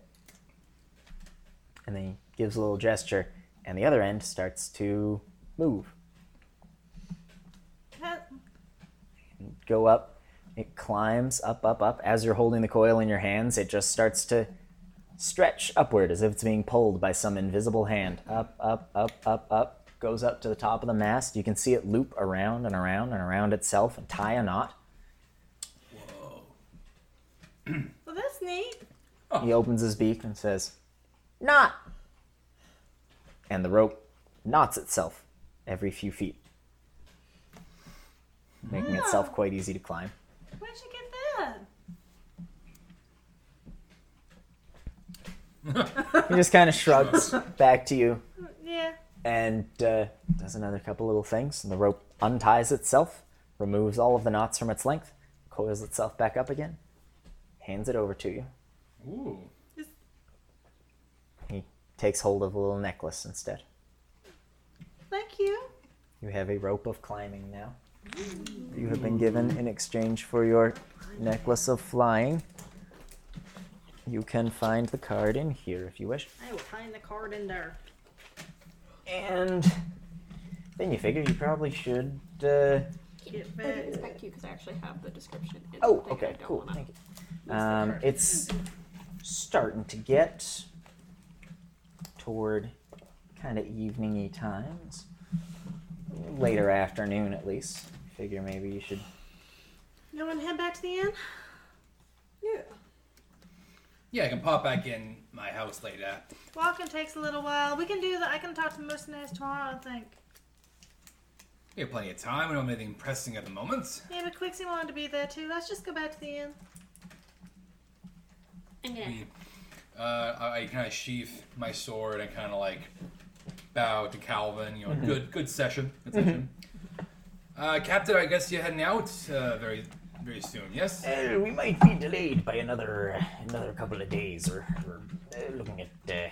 Speaker 8: and then he gives a little gesture and the other end starts to move
Speaker 2: Uh,
Speaker 8: go up. It climbs up, up, up. As you're holding the coil in your hands, it just starts to stretch upward as if it's being pulled by some invisible hand. Up, up, up, up, up. Goes up to the top of the mast. You can see it loop around and around and around itself and tie a knot.
Speaker 29: Well, that's neat.
Speaker 8: He opens his beak and says, Not. and the rope knots itself every few feet, making itself quite easy to climb.
Speaker 29: Where'd you get that?
Speaker 8: He just kind of shrugs back to you.
Speaker 29: Yeah.
Speaker 8: and uh, does another couple little things. And the rope unties itself, removes all of the knots from its length, coils itself back up again, hands it over to you.
Speaker 4: Ooh.
Speaker 8: He takes hold of a little necklace instead.
Speaker 29: Thank you.
Speaker 8: You have a rope of climbing now. You have been given in exchange for your necklace of flying. You can find the card in here if you wish.
Speaker 2: I will find the card in there.
Speaker 8: And then you figure you probably should. Uh,
Speaker 2: Get
Speaker 6: I didn't expect you because I actually have the description. In
Speaker 8: Oh,
Speaker 6: the thing.
Speaker 8: okay, cool. Thank you. Um, it's starting to get toward kind of eveningy times, later afternoon at least. Figure maybe you should.
Speaker 29: You want to head back to the inn?
Speaker 3: Yeah.
Speaker 4: Yeah, I can pop back in my house later.
Speaker 29: Walking takes a little while. We can do that. I can talk to mercenaries tomorrow, I think.
Speaker 4: We have plenty of time. We don't have anything pressing at the moment.
Speaker 29: Yeah, but Quixie wanted to be there too. Let's just go back to the inn.
Speaker 30: I'm gonna.
Speaker 4: Uh, I, I kind of sheath my sword and kind of like bow to Calvin. You know,
Speaker 1: Mm-hmm.
Speaker 8: Mhm.
Speaker 4: good good session. Good session. Uh, Captain, I guess you're heading out uh, very very soon. Yes.
Speaker 1: Uh, we might be delayed by another another couple of days. We're, we're uh, looking at uh,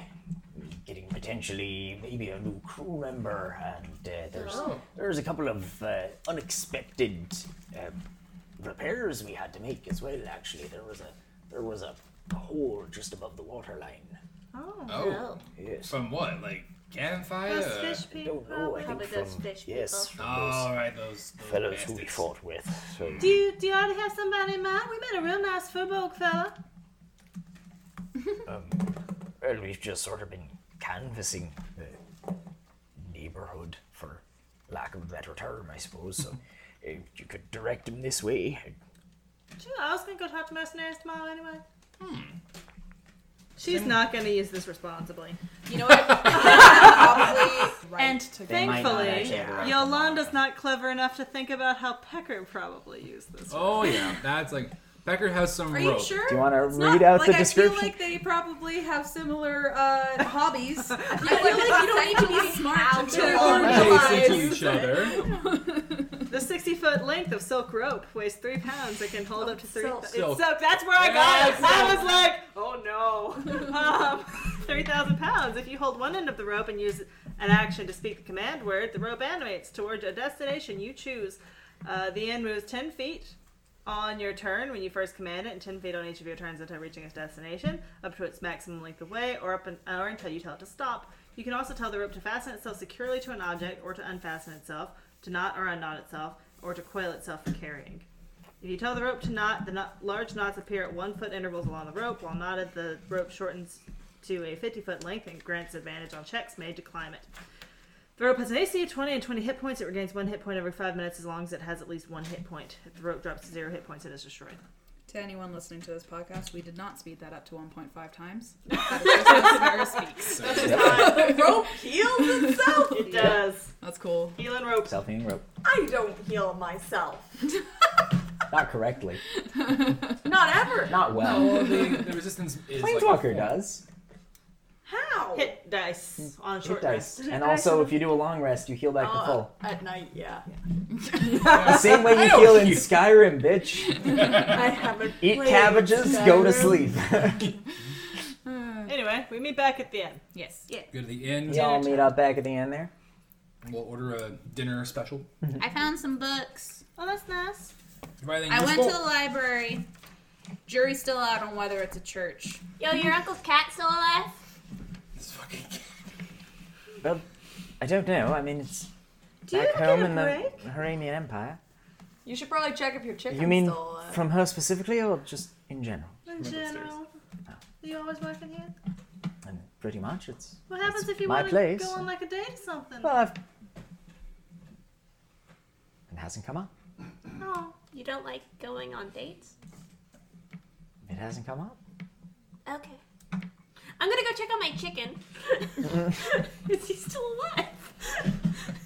Speaker 1: getting potentially maybe a new crew member, and uh, there's
Speaker 4: Oh.
Speaker 1: there's a couple of uh, unexpected um, repairs we had to make as well. Actually, there was a there was a hole just above the waterline.
Speaker 29: Oh.
Speaker 4: Oh.
Speaker 1: Yes.
Speaker 4: From what? Like cannon fire?
Speaker 29: Those fish people.
Speaker 1: Oh, I think from, yes, from
Speaker 4: All
Speaker 1: those
Speaker 4: right, those, those
Speaker 1: fellows who we
Speaker 4: bastards.
Speaker 1: fought with. So
Speaker 29: Do you do you already have somebody in mind? We met a real nice furbolg fella.
Speaker 1: Um, well, we've just sort of been canvassing the neighborhood, for lack of a better term, I suppose. So if you could direct him this way,
Speaker 29: Sure, I was gonna go talk to mercenaries tomorrow anyway.
Speaker 3: Hmm.
Speaker 2: She's not going to use this responsibly.
Speaker 7: You know what?
Speaker 2: Probably right
Speaker 29: and
Speaker 2: to
Speaker 4: They might not
Speaker 29: thankfully,
Speaker 4: actually have the right
Speaker 29: Yolanda's not clever enough to think about how Pecker probably used this.
Speaker 4: Oh yeah, that's like Becker has some.
Speaker 3: Are
Speaker 4: rope.
Speaker 3: you sure?
Speaker 8: Do you want to
Speaker 3: It's
Speaker 8: read
Speaker 3: not-
Speaker 8: out
Speaker 3: like,
Speaker 8: the
Speaker 3: I feel
Speaker 8: description?
Speaker 3: like
Speaker 7: they probably have similar uh, hobbies. I feel
Speaker 3: like you don't need to be smart
Speaker 7: to
Speaker 4: They
Speaker 7: realize.
Speaker 4: say to each other.
Speaker 2: The 60 foot length of silk rope weighs three pounds and can hold up to three.
Speaker 4: Silk.
Speaker 2: It's
Speaker 4: Silk.
Speaker 2: silk. That's where I got it.
Speaker 29: Yeah,
Speaker 2: I
Speaker 29: silk.
Speaker 2: was like, oh no. Um, 3,000 pounds. If you hold one end of the rope and use an action to speak the command word, the rope animates toward a destination you choose. Uh, the end moves 10 feet on your turn when you first command it, and 10 feet on each of your turns until reaching its destination, up to its maximum length away, or up an hour until you tell it to stop. You can also tell the rope to fasten itself securely to an object, or to unfasten itself, to knot or unknot itself, or to coil itself for carrying.
Speaker 10: If you tell the rope to knot, the knot, large knots appear at one foot intervals along the rope. While knotted, the rope shortens to a 50 foot length and grants advantage on checks made to climb it. The rope has an AC of 20 and 20 hit points. It regains one hit point every five minutes as long as it has at least one hit point. If the rope drops to zero hit points, it is destroyed.
Speaker 7: To anyone listening to this podcast, we did not speed that up to 1.5 times. That is just how Samara speaks.
Speaker 10: That is how the rope
Speaker 3: heals itself.
Speaker 10: It does.
Speaker 7: That's cool.
Speaker 10: Healing rope.
Speaker 8: Self healing rope.
Speaker 3: I don't heal myself.
Speaker 8: Not correctly.
Speaker 3: Not ever.
Speaker 8: Not well.
Speaker 4: No, the, the resistance is like a
Speaker 8: Planeswalker
Speaker 4: form.
Speaker 8: does.
Speaker 3: How?
Speaker 10: Hit dice on
Speaker 8: It
Speaker 10: short
Speaker 8: does.
Speaker 10: rest.
Speaker 8: And also, if you do a long rest, you heal back to full.
Speaker 3: At night, yeah.
Speaker 8: The same way
Speaker 3: Uh, I
Speaker 8: you
Speaker 3: don't
Speaker 8: heal in Skyrim, bitch.
Speaker 3: I haven't
Speaker 8: Eat
Speaker 3: played
Speaker 8: cabbages, go to
Speaker 3: Skyrim.
Speaker 8: sleep.
Speaker 10: Anyway, we meet back at the end.
Speaker 7: Yes.
Speaker 5: Yeah.
Speaker 4: Go to the inn.
Speaker 8: Y'all meet up back at the end there. Mm-hmm.
Speaker 4: We'll order a dinner special.
Speaker 5: I found some books.
Speaker 10: Oh, that's nice.
Speaker 4: Everything
Speaker 5: I went to
Speaker 4: useful?
Speaker 5: the library.
Speaker 7: Jury's still out on whether it's a church.
Speaker 6: Yo, your uncle's cat still alive?
Speaker 8: Well, I don't know. I mean, it's
Speaker 3: Do you
Speaker 8: back
Speaker 3: ever
Speaker 8: home
Speaker 3: get a
Speaker 8: in the Haranian Empire.
Speaker 3: You should probably check if your chicken's
Speaker 8: you mean
Speaker 3: still alive.
Speaker 8: from her specifically, or just in general?
Speaker 10: In general, you always work in here.
Speaker 8: And pretty much, it's
Speaker 10: What happens if you
Speaker 8: my
Speaker 10: want to
Speaker 8: place.
Speaker 10: go on like a date or something?
Speaker 8: Well, I've... it hasn't come up.
Speaker 6: Oh, you don't like going on dates?
Speaker 8: It hasn't come up.
Speaker 6: Okay. I'm gonna go check on my chicken. Is he still alive?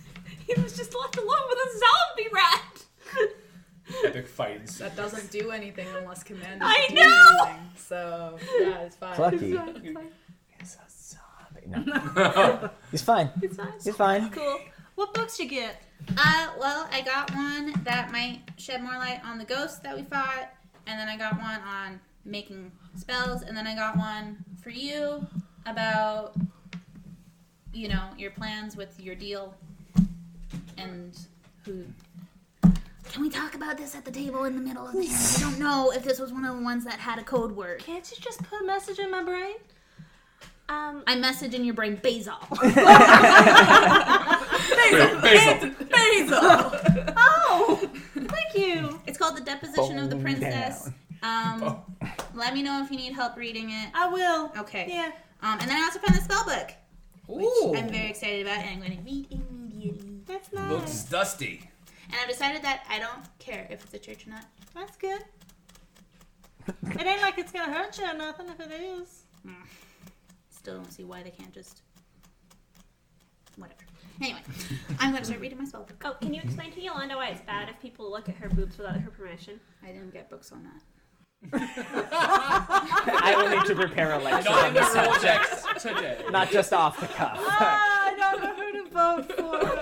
Speaker 6: he was just left alone with a zombie rat.
Speaker 4: Epic fights.
Speaker 7: That doesn't do anything unless commanders
Speaker 6: I
Speaker 7: do
Speaker 6: know!
Speaker 7: Anything, so yeah, it's fine. Uh,
Speaker 8: Clucky.
Speaker 6: It's fine.
Speaker 8: No. He's fine.
Speaker 6: It's fine.
Speaker 8: He's fine.
Speaker 10: Cool. What books you get?
Speaker 5: Uh, well, I got one that might shed more light on the ghosts that we fought, and then I got one on making spells, and then I got one for you about, you know, your plans with your deal, and who. Can we talk about this at the table in the middle of the night? I don't know if this was one of the ones that had a code word.
Speaker 2: Can't you just put a message in my brain?
Speaker 6: Um,
Speaker 5: I message in your brain, Basil.
Speaker 4: Basil.
Speaker 5: Basil.
Speaker 10: oh, thank you.
Speaker 5: It's called The Deposition of the
Speaker 8: Bone
Speaker 5: Princess. Um, let me know if you need help reading it.
Speaker 10: I will.
Speaker 5: Okay.
Speaker 10: Yeah.
Speaker 5: Um, and then I also found the spell book, which
Speaker 4: Ooh.
Speaker 5: I'm very excited about, and I'm going to read immediately.
Speaker 10: That's
Speaker 4: Looks dusty.
Speaker 5: And I've decided that I don't care if it's a church or not.
Speaker 10: That's good. It ain't like it's gonna hurt you or nothing if it is.
Speaker 5: Mm. Still don't see why they can't just. Whatever. Anyway, I'm going to start reading my spell book.
Speaker 6: Oh, can you explain to Yolanda why it's bad if people look at her boobs without her permission?
Speaker 5: I didn't get books on that.
Speaker 8: I will need to prepare a lecture on the subject,
Speaker 4: today.
Speaker 8: not just off the cuff.
Speaker 10: I don't know who to vote for.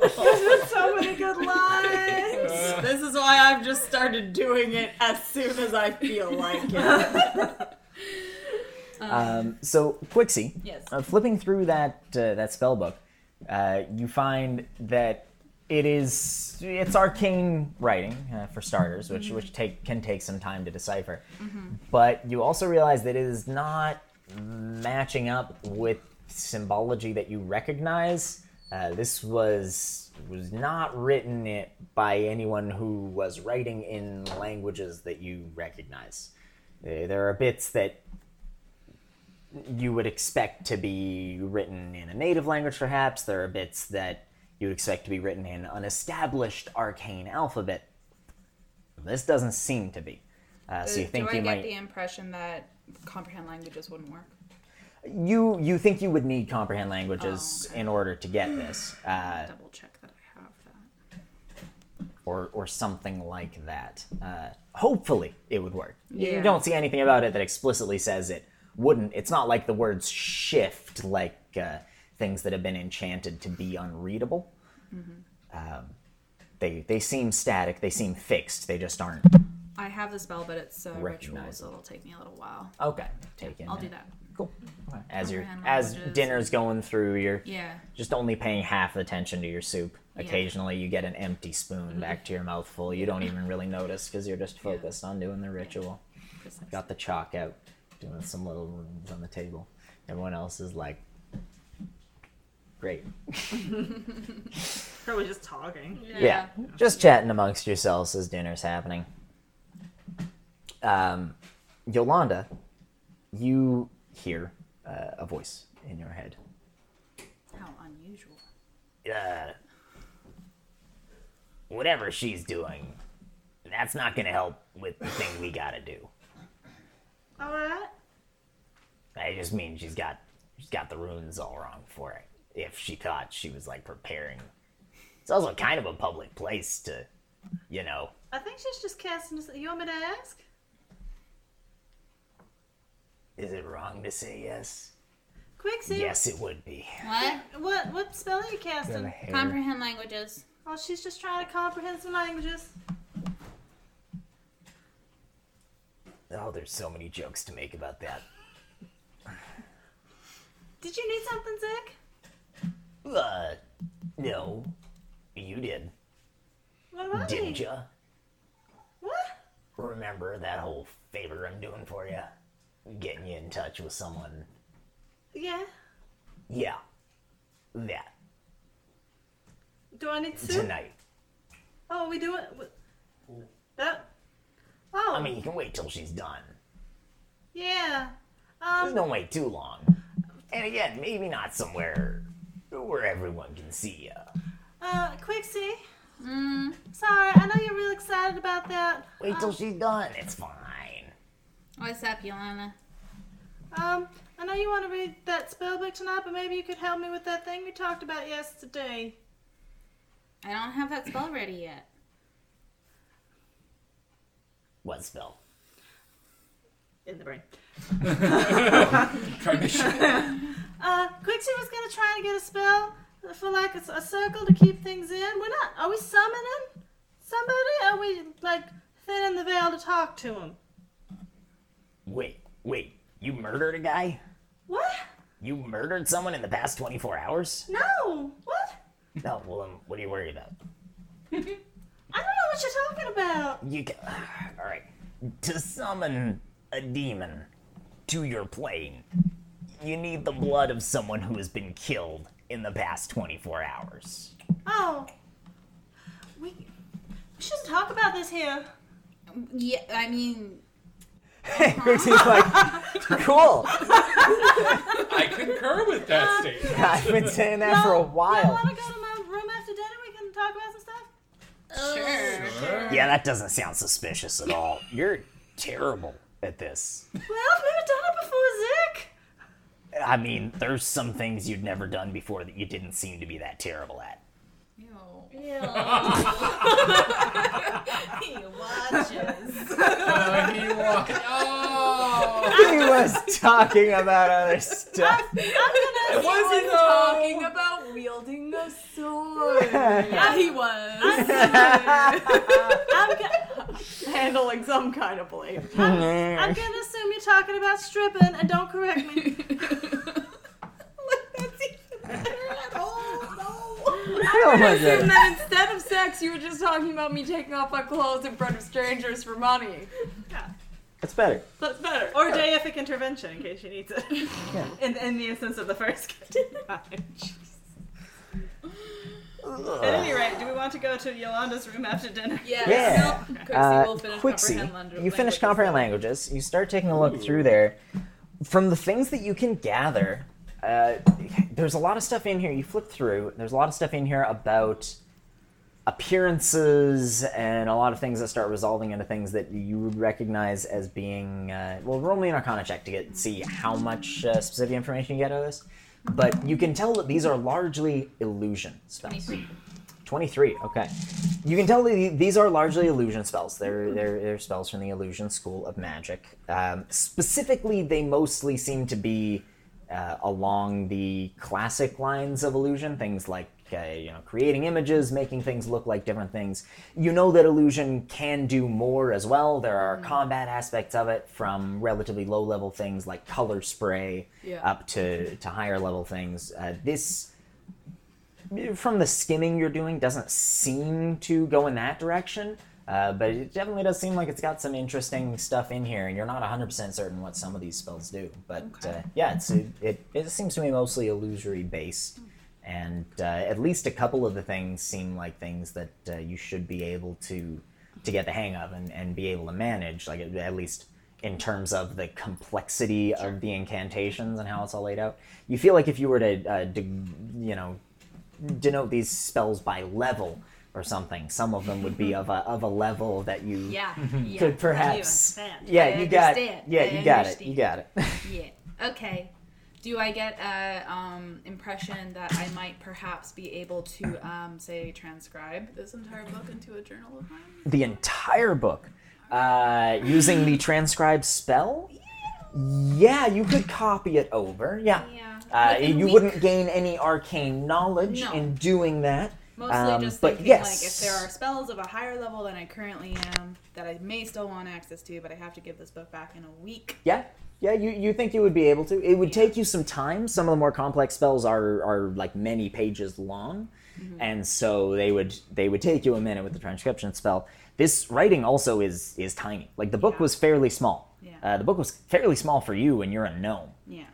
Speaker 10: There's been so many good lines.
Speaker 3: This is why I've just started doing it as soon as I feel like it.
Speaker 8: Um, so, Quixie,
Speaker 3: Yes.
Speaker 8: uh, flipping through that uh, that spell book, uh, you find that it is it's arcane writing uh, for starters, which
Speaker 25: Mhm.
Speaker 8: which take can take some time to decipher. But you also realize that it is not matching up with symbology that you recognize. Uh, this was was not written it by anyone who was writing in languages that you recognize. Uh, There are bits that you would expect to be written in a native language, perhaps. There are bits that you would expect to be written in an established arcane alphabet. This doesn't seem to be. Uh, so you
Speaker 7: Do-
Speaker 8: think
Speaker 7: do I
Speaker 8: you
Speaker 7: get
Speaker 8: might
Speaker 7: the impression that comprehend languages wouldn't work?
Speaker 8: you you think you would need comprehend
Speaker 7: Oh,
Speaker 8: languages in order to get this, uh,
Speaker 7: Double check that I have that.
Speaker 8: or or something like that. Uh, hopefully, it would work.
Speaker 7: Yeah.
Speaker 8: You don't see anything about it that explicitly says it wouldn't. It's not like the words shift, like uh, things that have been enchanted to be unreadable. Um, they they seem static. They seem fixed. They just aren't.
Speaker 7: I have the spell, but it's a ritual,
Speaker 8: Recognize
Speaker 7: so it'll take me a little while.
Speaker 8: Okay, take it.
Speaker 7: I'll do that.
Speaker 8: Cool. As you're
Speaker 7: Comprehend
Speaker 8: as
Speaker 7: languages.
Speaker 8: dinner's going through, you're
Speaker 7: Yeah.
Speaker 8: just only paying half attention to your soup.
Speaker 7: Yeah.
Speaker 8: Occasionally, you get an empty spoon back to your mouthful. You don't even really notice because you're just focused on doing the ritual.
Speaker 7: Precisely.
Speaker 8: Got the chalk out, doing some little runes on the table. Everyone else is like, great.
Speaker 2: Probably just talking.
Speaker 8: Yeah. Just chatting amongst yourselves as dinner's happening. Um, Yolanda, you hear uh, a voice in your head.
Speaker 4: How unusual.
Speaker 1: Uh, whatever she's doing, that's not going to help with the thing we got to do.
Speaker 2: All right.
Speaker 1: I just mean she's got she's got the runes all wrong for it. If she thought she was like preparing, it's also kind of a public place to, you know.
Speaker 2: I think she's just casting. us- You want me to ask?
Speaker 1: Is it wrong to say yes?
Speaker 2: Quick, see.
Speaker 1: Yes, it would be.
Speaker 4: What?
Speaker 2: What? What spell are you
Speaker 1: Got a
Speaker 2: casting?
Speaker 1: hair.
Speaker 4: Comprehend languages.
Speaker 2: Oh, she's just trying to comprehend some languages.
Speaker 1: Oh, there's so many jokes to make about that.
Speaker 2: Did you need something, Zach?
Speaker 1: Uh, no, you did,
Speaker 2: What do I
Speaker 1: didn't
Speaker 2: need?
Speaker 1: you?
Speaker 2: What?
Speaker 1: Remember that whole favor I'm doing for you, getting you in touch with someone.
Speaker 2: Yeah.
Speaker 1: Yeah, that
Speaker 2: Do I need soup?
Speaker 1: tonight.
Speaker 2: Oh, we do it. That. Oh.
Speaker 1: I mean, you can wait till she's done.
Speaker 2: Yeah.
Speaker 1: There's
Speaker 2: Um.
Speaker 1: no wait too long. And again, maybe not somewhere where everyone can see you.
Speaker 2: Uh, Quixie. Mm. Sorry, I know you're real excited about that.
Speaker 1: Wait till
Speaker 2: Um,
Speaker 1: she's done. It's fine.
Speaker 4: What's up, Yolana?
Speaker 2: Um, I know you want to read that spell book tonight, but maybe you could help me with that thing we talked about yesterday.
Speaker 4: I don't have that spell ready yet.
Speaker 1: What spell?
Speaker 2: In the brain.
Speaker 6: Try to make sure.
Speaker 2: Uh, Quixie was gonna try and get a spell for like a, a circle to keep things in. We're not. Are we summoning somebody? Are we like thinning the veil to talk to him?
Speaker 1: Wait, wait. You murdered a guy?
Speaker 2: What?
Speaker 1: You murdered someone in the past 24 hours?
Speaker 2: No. What?
Speaker 1: No, well, um, what are you worried about?
Speaker 2: I don't know what you're talking about.
Speaker 1: You ca all right. To summon a demon to your plane, you need the blood of someone who has been killed in the past 24 hours.
Speaker 2: Oh. We. We shouldn't talk about this here.
Speaker 4: Yeah, I mean.
Speaker 8: He's like, cool.
Speaker 6: I concur with
Speaker 2: um,
Speaker 6: that statement.
Speaker 8: I've been saying that for a while.
Speaker 2: Want to go to my room after dinner? We can talk about some stuff.
Speaker 4: Sure.
Speaker 1: Yeah, that doesn't sound suspicious at all. You're terrible at this.
Speaker 2: Well, I've never done it before, Zick.
Speaker 1: I mean, there's some things you'd never done before that you didn't seem to be that terrible at.
Speaker 4: he watches. Uh,
Speaker 3: oh,
Speaker 4: Oh.
Speaker 8: he was talking about other stuff.
Speaker 3: Was
Speaker 8: Was he
Speaker 3: he talking about wielding a sword? yeah, he was.
Speaker 2: I'm, go-
Speaker 3: Handling some kind of blade.
Speaker 2: I'm gonna assume you're talking about stripping, and don't correct me.
Speaker 3: I'm gonna
Speaker 8: my
Speaker 3: assume
Speaker 8: God.
Speaker 3: that instead of sex, you were just talking about me taking off my clothes in front of strangers for money.
Speaker 8: That's better.
Speaker 2: That's better. Or deific intervention, in case you need it. in, in the instance of the first cottage. At any rate, do we want to go to Yolanda's room after dinner?
Speaker 8: Yeah. Uh, Quixie, you finish comprehend languages. You start taking a look through there. From the things that you can gather, uh, there's a lot of stuff in here. You flip through. There's a lot of stuff in here about appearances and a lot of things that start resolving into things that you would recognize as being. Uh, well, roll me an Arcana check to get see how much uh, specific information you get out of this. But you can tell that these are largely illusion spells. 23 okay you can tell the- these are largely illusion spells they're, they're, they're spells from the illusion school of magic um, specifically they mostly seem to be uh, along the classic lines of illusion things like uh, you know creating images making things look like different things you know that illusion can do more as well there are combat aspects of it from relatively low level things like color spray
Speaker 31: Yeah.
Speaker 8: up to, to higher level things uh, this from the skimming you're doing doesn't seem to go in that direction uh, but it definitely does seem like it's got some interesting stuff in here and you're not 100% certain what some of these spells do but uh, yeah it's, it, it, it seems to be mostly illusory based and uh, at least a couple of the things seem like things that uh, you should be able to to get the hang of and, and be able to manage like at, at least in terms of the complexity of the incantations and how it's all laid out you feel like if you were to, uh, de- you know denote these spells by level or something some of them would be of a, of a level that you
Speaker 5: Yeah,
Speaker 8: could
Speaker 5: yeah. I do
Speaker 8: perhaps
Speaker 5: understand.
Speaker 8: yeah
Speaker 5: I
Speaker 8: you got yeah
Speaker 5: understand. I
Speaker 8: you got it you got it
Speaker 5: Yeah. Okay.
Speaker 7: Do I get a um, impression that I might perhaps be able to um, say transcribe this entire book into a journal of mine?
Speaker 8: the entire book uh, using the transcribe spell. Yeah, you could copy it over. Yeah, Uh,
Speaker 7: Within
Speaker 8: you
Speaker 7: a
Speaker 8: wouldn't gain any arcane knowledge
Speaker 7: No.
Speaker 8: in doing that.
Speaker 7: Mostly
Speaker 8: um,
Speaker 7: just
Speaker 8: but
Speaker 7: thinking
Speaker 8: yes,
Speaker 7: like if there are spells of a higher level than I currently am that I may still want access to, but I have to give this book back in a week.
Speaker 8: yeah, yeah, you, you think you would be able to? It would take you some time. Some of the more complex spells are are like many pages long. and so they would they would take you a minute with the transcription spell. This writing also is is tiny. Like the book was fairly small. Uh, the book was fairly small for you, and you're a gnome.
Speaker 7: Yeah.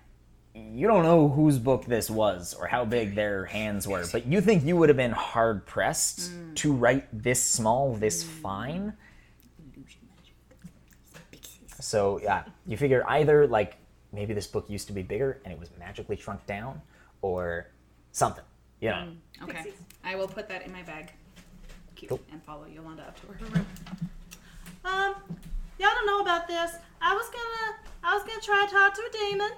Speaker 8: You don't know whose book this was or how big their hands were, but you think you would have been hard pressed to write this small, this fine. So yeah, you figure either like maybe this book used to be bigger and it was magically shrunk down, or something. You know.
Speaker 7: Mm, Okay. I will put that in my bag. Cute.
Speaker 8: Cool.
Speaker 7: And follow Yolanda up to her room.
Speaker 2: Um, y'all don't know about this. I was gonna, I was gonna try to talk to a demon.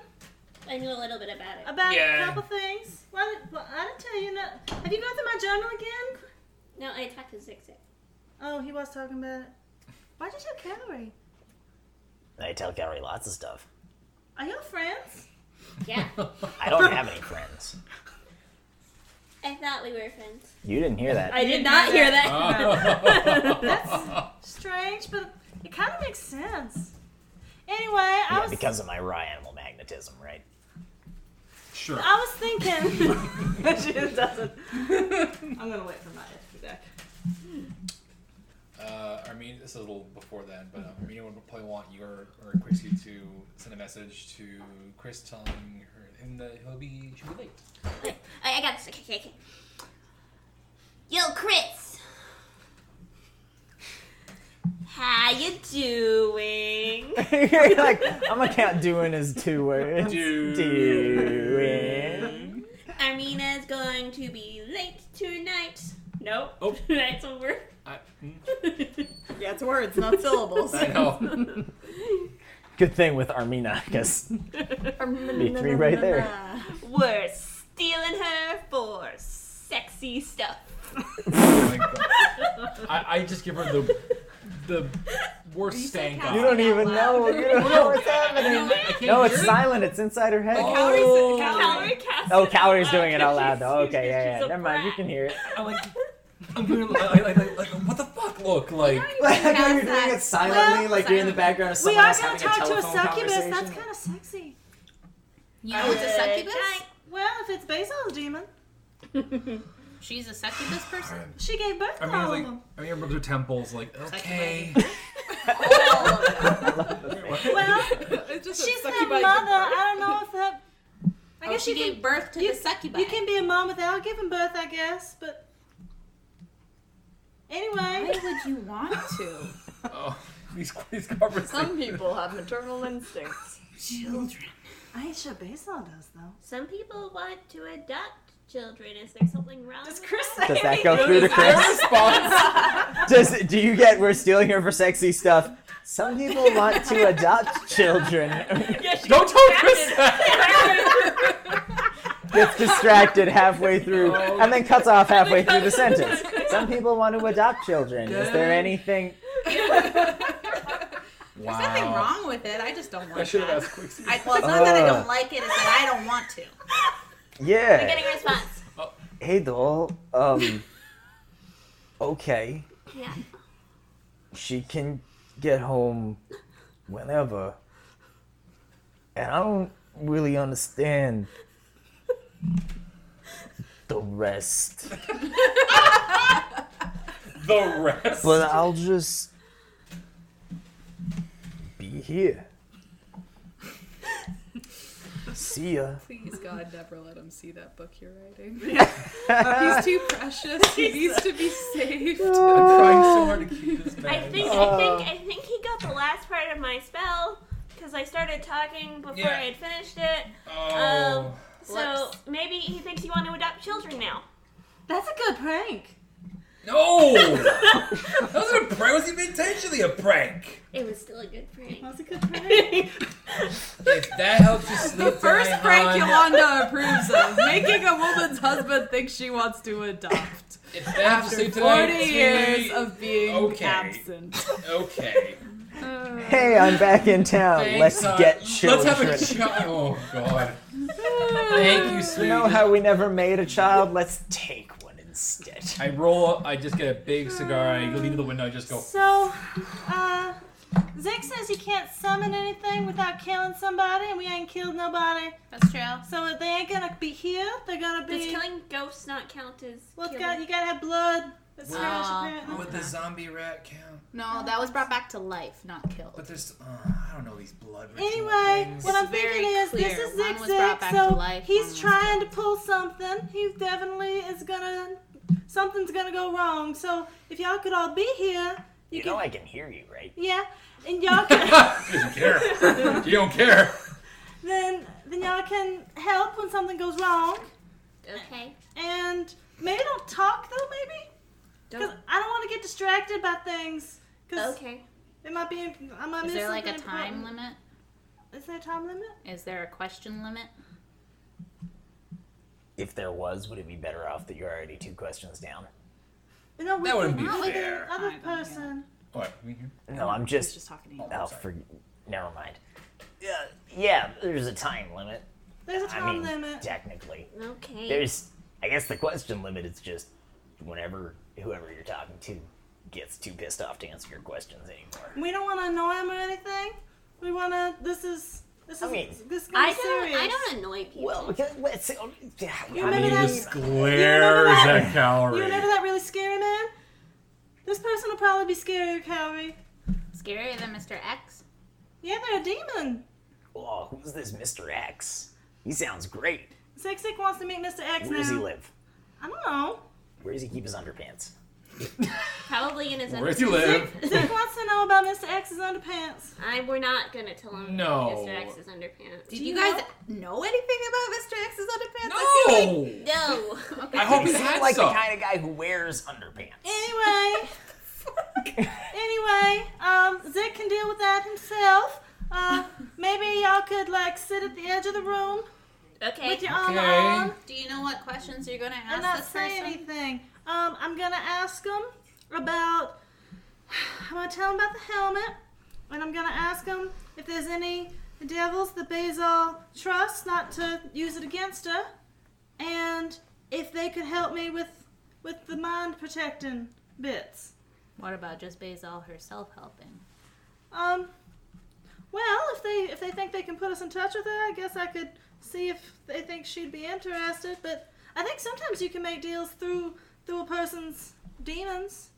Speaker 6: I knew a little bit about it.
Speaker 2: About
Speaker 6: Yeah.
Speaker 2: a couple things. Well, I didn't- well, I didn't tell you. No. Have you gone through my journal again?
Speaker 6: No, I talked to Zix.
Speaker 2: Oh, he was talking about it. Why'd you tell Calvary?
Speaker 25: I tell Gary lots of stuff.
Speaker 2: Are y'all friends?
Speaker 6: Yeah.
Speaker 25: I don't have any friends.
Speaker 6: I thought we were friends.
Speaker 8: You didn't hear that.
Speaker 6: I did not hear that.
Speaker 2: That's strange, but it kind of makes sense. Anyway, I
Speaker 25: Yeah,
Speaker 2: was
Speaker 25: because of my raw animal magnetism, right?
Speaker 4: Sure.
Speaker 2: I was thinking. she just doesn't. I'm gonna wait for my deck.
Speaker 4: Uh, I mean, this is a little before then, but
Speaker 8: Mm-hmm.
Speaker 4: um, Armenia would probably want your or Quixie to send a message to Chris telling her him that he'll be she'll be late.
Speaker 6: I, I got this. Okay, okay, okay. Yo, Chris. How you doing?
Speaker 8: You're like, I'm gonna count doing as two words. Doing.
Speaker 6: Armina's going to be late tonight. Nope. Oh. Tonight's a word.
Speaker 3: Yeah, it's words, not syllables.
Speaker 8: I know. Good thing with Armina, because be three right there.
Speaker 6: We're stealing her for sexy stuff.
Speaker 4: I, I just give her the the worst stank.
Speaker 8: You don't even know. You don't know what's happening. No, it's silent. It's inside her head.
Speaker 4: Oh.
Speaker 6: Calorie cast.
Speaker 8: Oh, Cowrie's doing it out loud though. Okay, yeah, yeah. Never mind. You can hear it.
Speaker 4: I'm like, I'm gonna, like, like, like, like, what the fuck? Look, like.
Speaker 8: I know you're doing it silently, like you're in the background of
Speaker 2: We
Speaker 8: someone
Speaker 2: are
Speaker 8: else
Speaker 2: gonna
Speaker 8: having a
Speaker 2: talk to a
Speaker 8: telephone
Speaker 2: succubus. That's
Speaker 8: conversation.
Speaker 2: kind of sexy.
Speaker 5: You know what's a succubus?
Speaker 2: Well, if it's Basil's demon,
Speaker 5: She's a succubus person.
Speaker 2: she gave birth to
Speaker 4: I mean,
Speaker 2: all
Speaker 4: like,
Speaker 2: of them.
Speaker 4: I mean, her temples, like, okay.
Speaker 2: Well, she's their mother. I don't know if that. I
Speaker 5: Oh,
Speaker 2: guess
Speaker 5: she
Speaker 2: you
Speaker 5: gave
Speaker 2: can,
Speaker 5: birth to
Speaker 2: you,
Speaker 5: the succubi.
Speaker 2: You can be a mom without giving birth, I guess. But anyway,
Speaker 7: Why would you want to?
Speaker 4: Oh, these, these conversations.
Speaker 3: Some people have maternal instincts.
Speaker 7: Children.
Speaker 2: I ain't sure Basil does though.
Speaker 6: Some people want to adopt children. Is there something wrong? Does Chris
Speaker 8: Does that go through to Chris? Does do you get? We're stealing her for sexy stuff. Some people want to adopt children.
Speaker 4: Don't tell Chris
Speaker 8: gets distracted halfway through and then cuts off halfway through the sentence. Some people want to adopt children. Is there anything?
Speaker 7: There's nothing wrong with it. I just don't like
Speaker 8: I should've
Speaker 7: that.
Speaker 8: asked Quixie.
Speaker 7: I, well, it's not that I
Speaker 8: Oh.
Speaker 7: don't like it. It's that I don't want to.
Speaker 8: Yeah.
Speaker 6: a response.
Speaker 8: Oh. Hey, doll. Um. Okay,
Speaker 6: Yeah.
Speaker 8: she can get home whenever, and I don't really understand the rest.
Speaker 4: the rest.
Speaker 8: But I'll just be here.
Speaker 1: see ya.
Speaker 7: Please, God, never let him see that book you're writing. He's too precious. He needs to be saved.
Speaker 4: I'm trying so hard to keep this
Speaker 6: I
Speaker 4: bad.
Speaker 6: think
Speaker 7: Uh.
Speaker 6: I think I think he got the last part of my spell because I started talking before
Speaker 4: Yeah.
Speaker 6: I had finished it. Um,
Speaker 4: Oh.
Speaker 6: so maybe he thinks you want to adopt children now. That's a good prank.
Speaker 4: No! that was a prank. It was even intentionally a prank.
Speaker 6: It was still a good prank.
Speaker 2: That's a good prank.
Speaker 4: If that helps you sleep
Speaker 7: The first
Speaker 4: tonight,
Speaker 7: prank
Speaker 4: hon,
Speaker 7: Yolanda approves of making a woman's husband think she wants to adopt.
Speaker 4: If that helps you
Speaker 7: After
Speaker 4: sleep
Speaker 7: 40
Speaker 4: tonight,
Speaker 7: years
Speaker 4: sweetie.
Speaker 7: of being
Speaker 4: Okay.
Speaker 7: absent.
Speaker 4: Okay.
Speaker 8: Hey, I'm back in town.
Speaker 4: Thanks,
Speaker 8: let's
Speaker 4: hon.
Speaker 8: get children.
Speaker 4: Let's have a child. Oh God. Thank you, sweetie.
Speaker 8: You know how we never made a child? Let's take one instead.
Speaker 4: I roll up. I just get a big cigar. I lean to the window. I just go.
Speaker 2: So, uh, Zeke says you can't summon anything without killing somebody, and we ain't killed nobody.
Speaker 5: That's true.
Speaker 2: So they ain't gonna be here. They're gonna be.
Speaker 6: Does killing ghosts not count as?
Speaker 2: Well, it's
Speaker 6: killing?
Speaker 2: got, you gotta have blood. That's
Speaker 5: Well,
Speaker 2: fresh, apparently.
Speaker 4: Would the zombie rat count?
Speaker 5: No, that was brought back to life, not killed.
Speaker 4: But there's. Uh, I don't know these blood. ritual
Speaker 2: Anyway,
Speaker 4: things.
Speaker 2: what I'm
Speaker 5: Very
Speaker 2: thinking is this
Speaker 5: clear. One
Speaker 2: is
Speaker 5: was
Speaker 2: zigzag,
Speaker 5: brought back to
Speaker 2: so
Speaker 5: life, one
Speaker 2: he's
Speaker 5: was
Speaker 2: trying to pull something. He definitely is gonna something's gonna go wrong. So if y'all could all be here,
Speaker 1: You know I can hear you, right?
Speaker 2: yeah, and y'all can
Speaker 4: You don't care. you don't care.
Speaker 2: then then y'all can help when something goes wrong.
Speaker 6: Okay.
Speaker 2: And maybe don't talk though, maybe. Because I don't want to get distracted by things. Cause
Speaker 6: okay.
Speaker 2: It might be. I might
Speaker 5: Is
Speaker 2: miss
Speaker 5: there like a
Speaker 2: something
Speaker 5: time
Speaker 2: important.
Speaker 5: limit?
Speaker 2: Is there a time limit?
Speaker 5: Is there a question limit?
Speaker 1: If there was, would it be better off that you're already two questions down?
Speaker 2: No, we
Speaker 1: That wouldn't
Speaker 2: can-
Speaker 1: be
Speaker 2: not with
Speaker 1: fair.
Speaker 2: the other person.
Speaker 4: What?
Speaker 1: No, I'm just.
Speaker 5: talking
Speaker 1: to you. Oh,
Speaker 25: for,
Speaker 1: never mind.
Speaker 25: Yeah, yeah, there's a time limit.
Speaker 2: There's a
Speaker 25: I mean,
Speaker 2: time limit.
Speaker 25: Technically.
Speaker 6: Okay.
Speaker 25: There's, I guess the question limit is just whenever whoever you're talking to gets too pissed off to answer your questions anymore.
Speaker 2: We don't want to annoy him or anything. We want to. This is. This is.
Speaker 25: I mean,
Speaker 2: this is gonna
Speaker 6: I
Speaker 2: be
Speaker 6: don't.
Speaker 2: serious.
Speaker 6: I don't annoy people.
Speaker 25: Well, let's. oh, Yeah,
Speaker 2: You remember that?
Speaker 4: just glares at
Speaker 2: You
Speaker 4: Calorie.
Speaker 2: remember that really scary man? This person will probably be scarier, Cowrie.
Speaker 5: Scarier than Mr. X?
Speaker 2: Yeah, they're a demon.
Speaker 1: Oh, who's this Mr. X? He sounds great.
Speaker 2: Sick Sick wants to meet Mr. X
Speaker 1: Where does
Speaker 2: now.
Speaker 1: he live?
Speaker 2: I don't know.
Speaker 1: Where does he keep his underpants?
Speaker 6: Probably in his.
Speaker 1: Where does he live?
Speaker 2: Sick wants to know about Mr. X's underpants.
Speaker 6: I. We're not gonna tell him.
Speaker 4: No.
Speaker 6: Mr. X's underpants.
Speaker 5: Did you guys know anything about Mr. X's underpants?
Speaker 4: No.
Speaker 6: No.
Speaker 5: Okay.
Speaker 1: I hope
Speaker 25: he
Speaker 1: he's
Speaker 25: seemed
Speaker 1: had
Speaker 25: like
Speaker 1: some.
Speaker 25: the kind of guy who wears underpants.
Speaker 2: Anyway, anyway, um, Zeke can deal with that himself. Uh, maybe y'all could like sit at the edge of the room
Speaker 5: Okay.
Speaker 2: with your arm on
Speaker 5: Do you know what questions you're going to ask
Speaker 2: and not
Speaker 5: this
Speaker 2: say
Speaker 5: person?
Speaker 2: anything. Um, I'm gonna ask him about. I'm gonna tell him about the helmet, and I'm gonna ask him if there's any devils that Basil trusts not to use it against her, and if they could help me with with the mind protecting bits.
Speaker 5: What about just Basil herself helping?
Speaker 2: Um. Well, if they if they think they can put us in touch with her, I guess I could see if they think she'd be interested. But I think sometimes you can make deals through through a person's demons,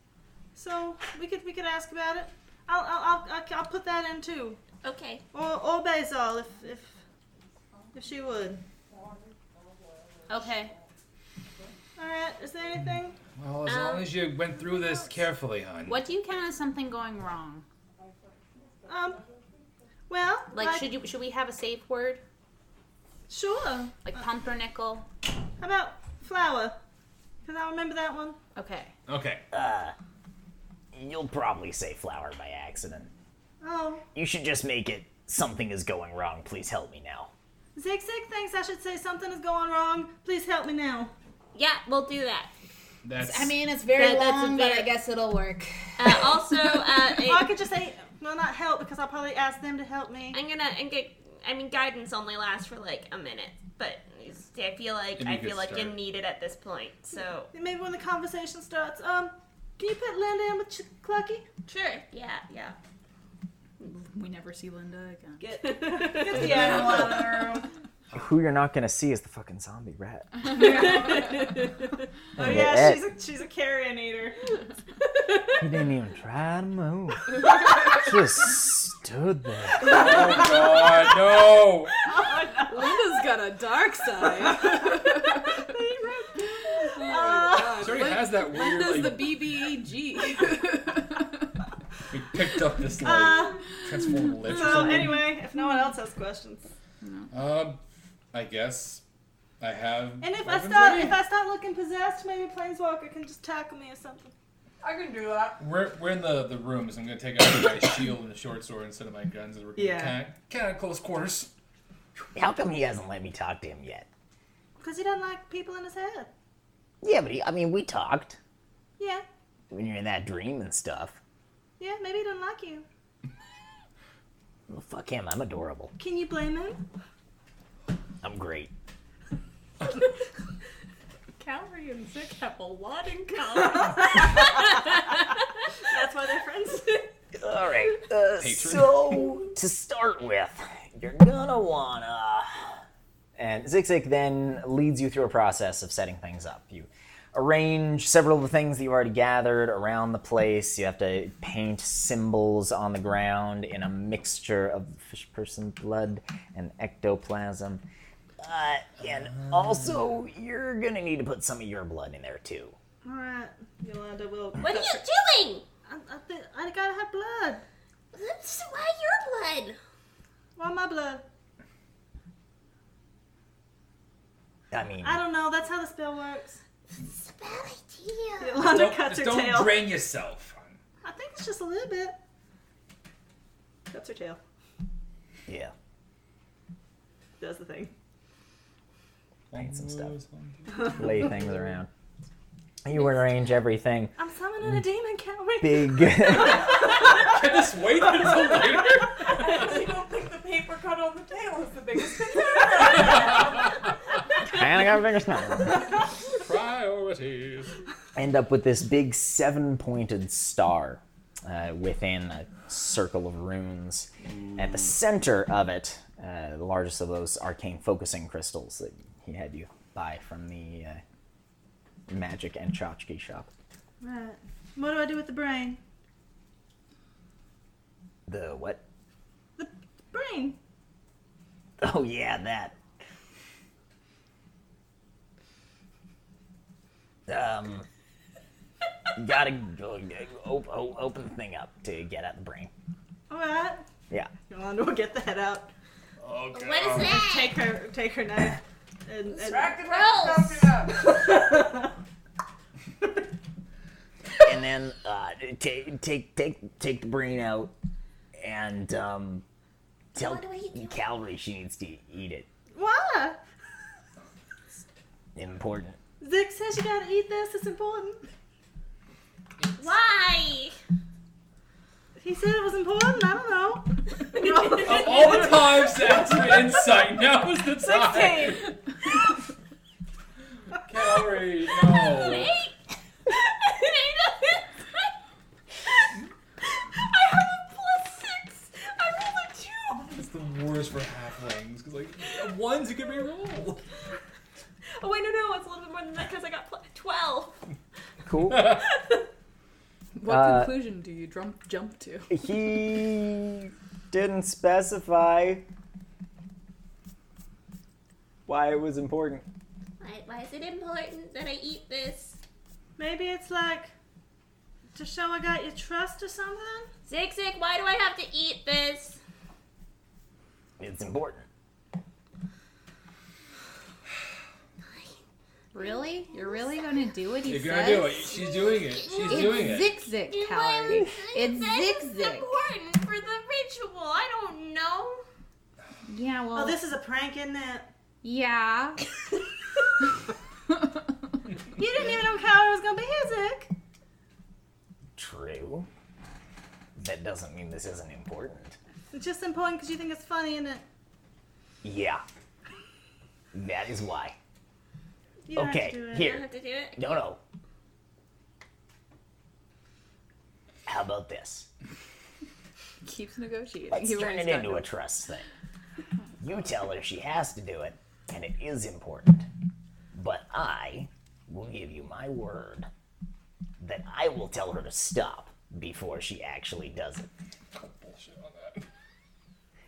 Speaker 2: so we could we could ask about it. I'll I'll I'll, I'll, I'll put that in too.
Speaker 6: Okay.
Speaker 2: Or or Basil if if if she would.
Speaker 5: Okay.
Speaker 2: All right. Is there anything?
Speaker 4: Well, as long as you went through this carefully, hon.
Speaker 5: What do you count as something going wrong?
Speaker 2: Um. Well,
Speaker 5: Like,
Speaker 2: like-
Speaker 5: should you should we have a safe word?
Speaker 2: Sure.
Speaker 5: Like pumpernickel.
Speaker 2: How about flower? Cause I remember that one.
Speaker 5: Okay.
Speaker 4: Okay.
Speaker 1: Uh, you'll probably say flower by accident.
Speaker 2: Oh.
Speaker 1: You should just make it something is going wrong. Please help me now.
Speaker 2: Zig Zig thinks I should say something is going wrong. Please help me now.
Speaker 6: Yeah, we'll do that.
Speaker 4: That's.
Speaker 5: I mean, it's very
Speaker 6: That- that's a
Speaker 5: long, but I
Speaker 6: very-
Speaker 5: guess it'll work.
Speaker 6: Uh, also, uh,
Speaker 2: Or I could just say, no, not help, because I'll probably ask them to help me.
Speaker 6: I'm gonna and get. I mean, guidance only lasts for like a minute, but it's- I feel like
Speaker 2: It'd be
Speaker 6: I
Speaker 2: a good
Speaker 6: feel like you
Speaker 2: start.
Speaker 6: need it at this point. So
Speaker 2: And Maybe when the conversation starts, um, can you put Linda in with Ch- Clucky?
Speaker 6: sure, yeah, yeah.
Speaker 7: We never see Linda again.
Speaker 2: Get, get the animal out of the room.
Speaker 8: Who you're not gonna see is the fucking zombie rat.
Speaker 2: oh
Speaker 8: Look
Speaker 2: yeah,
Speaker 8: at
Speaker 2: she's a, she's a carrion eater.
Speaker 8: He didn't even try to move. Just stood there.
Speaker 4: Oh God, no!
Speaker 7: Linda's
Speaker 3: got a dark side. oh my god.
Speaker 4: She already has that
Speaker 3: When
Speaker 4: weird,
Speaker 3: does
Speaker 4: like-
Speaker 3: the E BBEG?
Speaker 4: We picked up this like
Speaker 2: Uh,
Speaker 4: transformed lich. or
Speaker 2: So
Speaker 4: something.
Speaker 2: anyway, if no one else has questions,
Speaker 4: Um, I guess I have.
Speaker 2: and if I
Speaker 4: weapons
Speaker 2: start
Speaker 4: ready.
Speaker 2: if I start looking possessed, maybe Planeswalker can just tackle me or something.
Speaker 9: I can do that.
Speaker 4: We're, we're in the, the room, so I'm gonna take out my shield and short sword instead of my guns. And we're
Speaker 2: Yeah.
Speaker 4: kind of, kind of close quarters.
Speaker 1: How come he hasn't let me talk to him yet?
Speaker 2: Because he doesn't like people in his head.
Speaker 1: Yeah, but he, I mean, we talked
Speaker 2: Yeah,
Speaker 1: when you're in that dream and stuff.
Speaker 2: yeah. Maybe he doesn't like you.
Speaker 1: Well, fuck him, I'm adorable.
Speaker 2: Can you blame him?
Speaker 1: I'm great.
Speaker 32: Calorie and Vic have a lot in common.
Speaker 2: That's why they're friends.
Speaker 1: All right. Uh,
Speaker 8: Patron.
Speaker 1: so to start with, you're gonna wanna.
Speaker 8: And Zigzag then leads you through a process of setting things up. You arrange several of the things that you already gathered around the place. You have to paint symbols on the ground in a mixture of fish person blood and ectoplasm.
Speaker 1: Uh, and also, you're gonna need to put some of your blood in there too.
Speaker 2: All right, Yolanda will.
Speaker 6: What are you doing?
Speaker 2: I, I think I gotta have blood.
Speaker 6: So why your blood?
Speaker 2: Why my blood?
Speaker 1: I mean,
Speaker 2: I don't know. That's how the spell works.
Speaker 6: It's a bad idea.
Speaker 2: Yolanda
Speaker 4: Don't-
Speaker 2: cuts
Speaker 4: just
Speaker 2: her
Speaker 4: don't
Speaker 2: tail.
Speaker 4: drain yourself.
Speaker 2: I think it's just a little bit. Cuts her tail.
Speaker 1: Yeah.
Speaker 2: Does the thing.
Speaker 8: Paint some stuff. Lay things around. You arrange everything.
Speaker 2: I'm summoning a demon, Calvary.
Speaker 8: Big.
Speaker 4: Can this wait until later?
Speaker 9: I actually don't think the paper cut on the tail is the biggest concern.
Speaker 8: And I got fingers now.
Speaker 4: Priorities.
Speaker 8: End up with this big seven pointed star uh, within a circle of runes. At the center of it, uh, the largest of those arcane focusing crystals that he had you buy from the uh, magic and tchotchke shop.
Speaker 2: Right. What do I do with the brain?
Speaker 1: The what?
Speaker 2: Brain.
Speaker 1: Oh yeah, that. Um, you gotta go, op- o- open the thing up to get at the brain.
Speaker 2: All right.
Speaker 1: Yeah.
Speaker 2: Yolanda will get the head out.
Speaker 4: Oh
Speaker 2: god.
Speaker 6: What is that?
Speaker 2: Take her, take her knife. And, and
Speaker 9: Distracted
Speaker 1: and then uh, take take take take the brain out and um, tell Calvary she needs to eat it.
Speaker 2: Why?
Speaker 1: Important.
Speaker 2: Zick says you gotta eat this. It's important.
Speaker 6: Why?
Speaker 2: He said it was important. I don't know.
Speaker 4: Of all the times to ask for insight, now is the time. Calorie,
Speaker 3: Oh.
Speaker 4: no. It's the worst for halflings. Cause like ones you can re-roll.
Speaker 6: Oh wait, no, no, it's a little bit more than that because I got pl- twelve.
Speaker 8: Cool.
Speaker 3: What
Speaker 8: Uh,
Speaker 3: conclusion do you jump jump to?
Speaker 8: he didn't specify why it was important.
Speaker 6: Why, why is it important that I eat this?
Speaker 2: Maybe it's like to show I got your trust or something.
Speaker 6: Zig Zig, why do I have to eat this?
Speaker 1: It's important.
Speaker 5: Really? You're really gonna do what he
Speaker 4: You're
Speaker 5: says?
Speaker 4: gonna do it. She's doing it. She's
Speaker 5: it's
Speaker 4: doing it.
Speaker 5: Zig-zig, Callie. It's
Speaker 6: This is
Speaker 5: zig-zig.
Speaker 6: important for the ritual. I don't know.
Speaker 5: Yeah, well.
Speaker 2: Oh, this is a prank, isn't it?
Speaker 5: Yeah.
Speaker 2: You didn't even know Calvary was gonna be here, Zick.
Speaker 1: True. That doesn't mean this isn't important.
Speaker 2: It's just important because you think it's funny, isn't it?
Speaker 1: Yeah. That is why.
Speaker 2: You don't have to
Speaker 1: okay,
Speaker 2: do it.
Speaker 1: here.
Speaker 6: I have to do it.
Speaker 1: No, no. How about this?
Speaker 3: Keeps negotiating.
Speaker 1: Let's
Speaker 3: He
Speaker 1: turn
Speaker 3: always
Speaker 1: it
Speaker 3: got
Speaker 1: into a trust thing. You tell her she has to do it, and it is important. But I will give you my word that I will tell her to stop before she actually does it.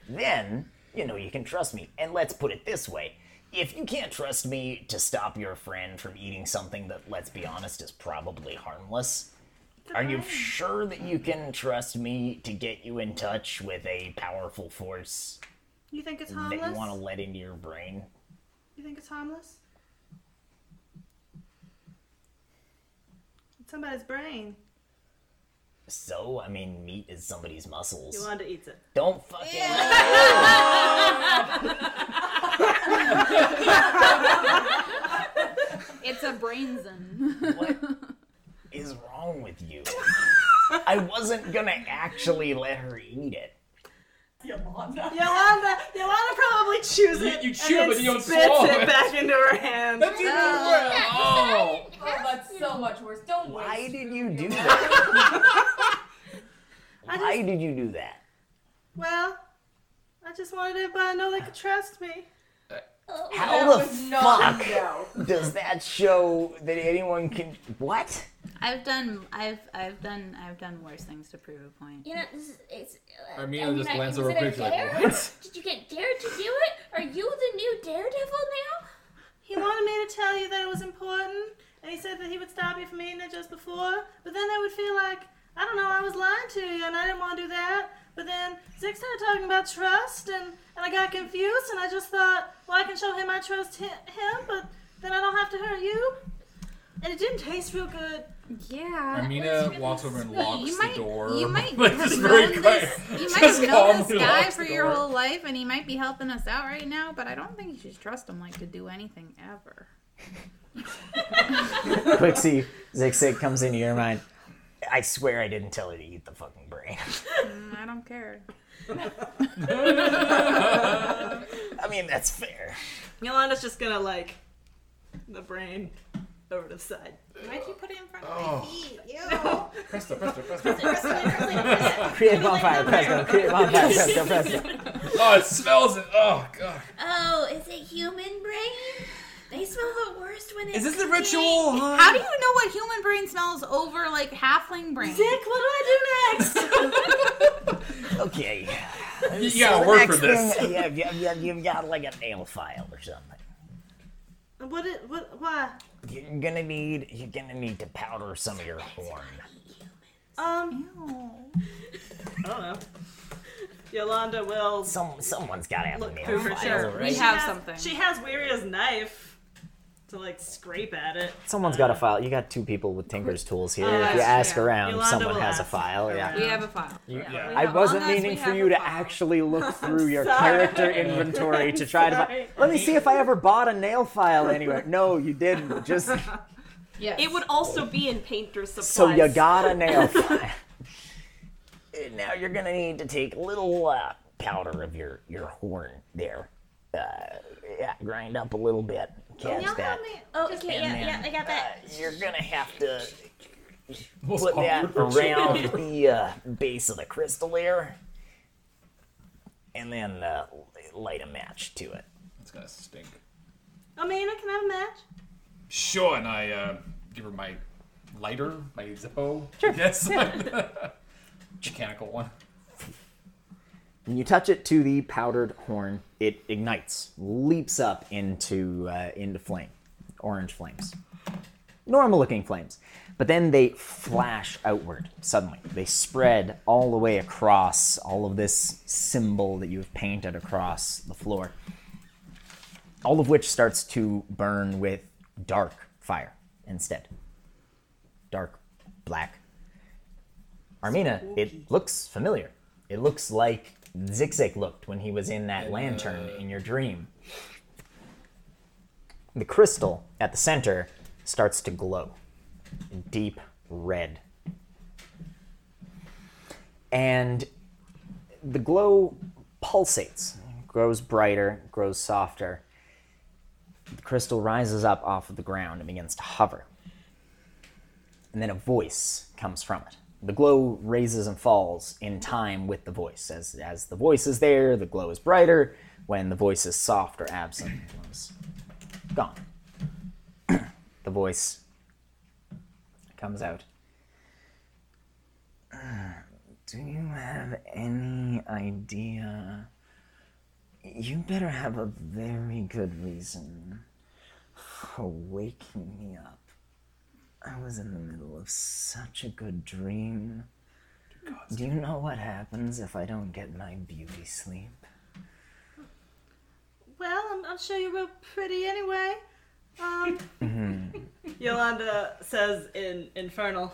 Speaker 1: Then, you know, you can trust me. And let's put it this way
Speaker 25: if you can't trust me to stop your friend from eating something that, let's be honest, is probably harmless, are you sure that you can trust me to get you in touch with a powerful force
Speaker 2: You think it's
Speaker 25: that you
Speaker 2: harmless?
Speaker 25: want to let into your brain?
Speaker 2: You think it's harmless? It's somebody's brain.
Speaker 25: So, I mean, meat is somebody's muscles.
Speaker 2: Yolanda eats it.
Speaker 25: Don't fucking.
Speaker 5: it's a brainzen.
Speaker 25: is wrong with you? I wasn't gonna actually let her eat it.
Speaker 10: Yolanda, Yolanda probably chews it.
Speaker 4: You
Speaker 10: and
Speaker 4: chew it,
Speaker 10: then
Speaker 4: but you don't
Speaker 10: spits
Speaker 4: swallow
Speaker 10: it
Speaker 4: it.
Speaker 10: back into her hand.
Speaker 4: That's even worse. Oh.
Speaker 3: Oh, that's so much worse. Don't
Speaker 25: Why
Speaker 3: waste
Speaker 25: did you do that? Why did you do that?
Speaker 2: Well, I just wanted everybody to know they could trust me.
Speaker 25: How the fuck does that show that anyone can? What?
Speaker 5: I've done I've I've done I've done worse things to prove a point.
Speaker 6: You know, this is, it's. Uh,
Speaker 4: Armina
Speaker 6: I mean,
Speaker 4: just
Speaker 6: I-
Speaker 4: glanced
Speaker 6: was
Speaker 4: over
Speaker 6: it a
Speaker 4: quickly, like,
Speaker 6: dare?
Speaker 4: "What?"
Speaker 6: Did you get dared to do it? Are you the new daredevil now?
Speaker 2: He wanted me to tell you that it was important, and he said that he would stop you from eating it just before, but then I would feel like, I don't know, I was lying to you, and I didn't want to do that. But then Zig started talking about trust, and, and I got confused, and I just thought, well, I can show him I trust him, him but then I don't have to hurt you. And it didn't taste real good.
Speaker 5: Yeah.
Speaker 4: Armina walks over and locks
Speaker 5: You
Speaker 4: the
Speaker 5: might-
Speaker 4: door.
Speaker 5: you might
Speaker 4: like,
Speaker 5: have
Speaker 4: just
Speaker 5: known
Speaker 4: very
Speaker 5: this-
Speaker 4: quiet.
Speaker 5: You might
Speaker 4: Just
Speaker 5: have known
Speaker 4: calmly
Speaker 5: this guy
Speaker 4: locks
Speaker 5: for
Speaker 4: the
Speaker 5: your
Speaker 4: door.
Speaker 5: whole life, and he might be helping us out right now. But I don't think you should trust him like to do anything ever.
Speaker 8: Quixie, Zixit comes into your mind.
Speaker 25: I swear I didn't tell her to eat the fucking brain.
Speaker 5: Mm, I don't care.
Speaker 25: I mean, that's fair.
Speaker 10: Yolanda's just gonna like the brain over to the side.
Speaker 5: Why'd you put it in front
Speaker 4: Oh.
Speaker 5: feet?
Speaker 4: Presto, presto, presto.
Speaker 8: Create bonfire, presto. Create bonfire, presto, presto.
Speaker 4: Oh, it smells it. Oh, God.
Speaker 6: Oh, is it human brain? They smell the worst when it's.
Speaker 5: How do you know what human brain smells over like halfling brain? Dick,
Speaker 2: what do I do next?
Speaker 25: Okay.
Speaker 4: You
Speaker 25: So
Speaker 4: gotta
Speaker 25: the
Speaker 4: work for
Speaker 25: next
Speaker 4: this.
Speaker 25: thing- yeah, yeah, yeah, you've got like a nail file or something.
Speaker 2: What? It, what? Why?
Speaker 25: You're gonna need. You're gonna need to powder some of your horn.
Speaker 2: Um. I don't know. Yolanda will.
Speaker 25: Some someone's got to have a
Speaker 2: Look
Speaker 25: nail
Speaker 2: through her
Speaker 25: file,
Speaker 2: chair.
Speaker 25: right?
Speaker 2: She has- She has Weirya's knife to like scrape at it.
Speaker 8: Someone's got a file. You got two people with Tinker's tools here.
Speaker 2: Oh,
Speaker 8: if you
Speaker 2: that's
Speaker 8: ask
Speaker 2: fair.
Speaker 8: around,
Speaker 2: Yolanda
Speaker 8: someone
Speaker 2: will
Speaker 8: has a
Speaker 2: ask
Speaker 8: file. Yeah.
Speaker 7: We have a file.
Speaker 8: You-
Speaker 7: Yeah. We
Speaker 8: I
Speaker 7: have-
Speaker 8: wasn't
Speaker 7: on us, we
Speaker 8: meaning for
Speaker 7: have
Speaker 8: you
Speaker 7: a
Speaker 8: to
Speaker 7: file.
Speaker 8: actually look through your
Speaker 7: sorry.
Speaker 8: character inventory to try to. Buy.
Speaker 7: Sorry.
Speaker 8: Let me see if I ever bought a nail file anywhere. No, you didn't. Just
Speaker 17: Yes. It would also be in painter's supplies.
Speaker 8: so you got a nail. file.
Speaker 25: And now you're gonna need to take a little uh, powder of your your horn there. Uh, yeah, grind up a little bit. Catch that.
Speaker 6: Oh, okay, yeah,
Speaker 25: and uh,
Speaker 6: yeah, I got that.
Speaker 25: You're gonna have to
Speaker 6: Most
Speaker 25: put that
Speaker 6: awkward person
Speaker 25: around
Speaker 6: ever.
Speaker 25: the uh, base of the crystal there, and then uh, light a match to it.
Speaker 4: It's gonna stink.
Speaker 2: Amina, can I have a match?
Speaker 4: Sure, and I uh, give her my lighter, my Zippo. Sure. Yes. Mechanical one.
Speaker 8: When you touch it to the powdered horn, it ignites, leaps up into uh, into flame, orange flames, normal looking flames. But then they flash outward suddenly. They spread all the way across all of this symbol that you've painted across the floor. All of which starts to burn with dark fire instead. Dark black Armina, it looks familiar. It looks like Zixik looked when he was in that lantern in your dream. The crystal at the center starts to glow deep red. And the glow pulsates, grows brighter, grows softer. The crystal rises up off of the ground and begins to hover and then a voice comes from it. The glow raises and falls in time with the voice. As as the voice is there, the glow is brighter. When the voice is soft or absent, the glow is gone. the voice comes out.
Speaker 33: Do you have any idea
Speaker 9: You better have a very good reason for waking me up. I was in the middle of such a good dream. Do you know what happens if I don't get my beauty sleep?
Speaker 2: Well, I'm, I'm sure you're real pretty anyway. Um,
Speaker 10: Yolanda says in Infernal.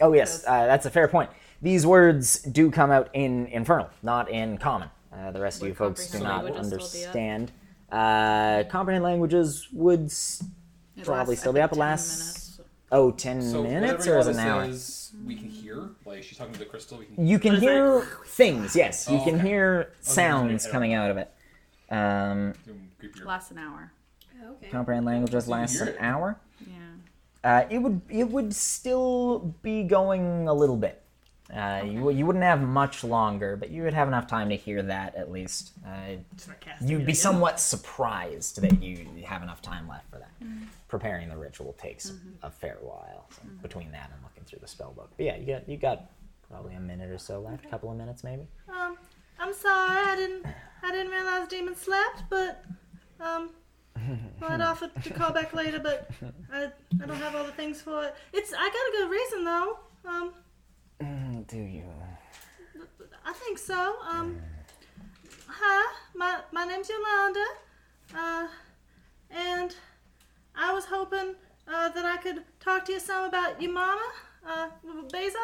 Speaker 8: Oh yes, uh, that's a fair point. These words do come out in Infernal, not in Common. Uh, the rest of you folks do not
Speaker 7: comprehend languages still be up?
Speaker 8: understand. Uh, comprehend languages would s-
Speaker 7: It
Speaker 8: probably
Speaker 7: lasts,
Speaker 8: still
Speaker 7: I
Speaker 8: be
Speaker 7: think,
Speaker 8: up. It
Speaker 7: 10
Speaker 8: lasts oh, 10
Speaker 4: So
Speaker 8: minutes
Speaker 4: whatever
Speaker 8: or is it an
Speaker 4: Yolanda
Speaker 8: hour?
Speaker 4: says, we can hear. Like she's talking to the crystal. We can.
Speaker 8: You can hear things. Yes, you
Speaker 4: Oh,
Speaker 8: can
Speaker 4: okay.
Speaker 8: hear
Speaker 4: was gonna
Speaker 8: sounds
Speaker 4: say, I
Speaker 8: coming out of it. Um,
Speaker 7: Lasts an hour. Okay.
Speaker 8: comprehend languages
Speaker 7: You
Speaker 8: lasts
Speaker 7: hear
Speaker 8: an
Speaker 7: it.
Speaker 8: hour.
Speaker 7: Yeah.
Speaker 8: Uh, it would it would still be going a little bit. Uh, you, you wouldn't have much longer, but you would have enough time to hear that at least. Uh, you'd be somewhat surprised that you have enough time left for that.
Speaker 7: Mhm.
Speaker 8: Preparing the ritual takes
Speaker 7: Mhm.
Speaker 8: a fair while so between that and looking through the spell book. But yeah, you got you got probably a minute or so left, a couple of minutes maybe.
Speaker 2: um, I'm sorry, I didn't, I didn't realize demons slept, but um, well, I'd offer to call back later, but I, I don't have all the things for it. It's, I got a good reason though. Um,
Speaker 9: Mm, Do you?
Speaker 2: I think so. Um, hi, my my name's Yolanda, uh, and I was hoping uh, that I could talk to you some about your mama, uh, Basil,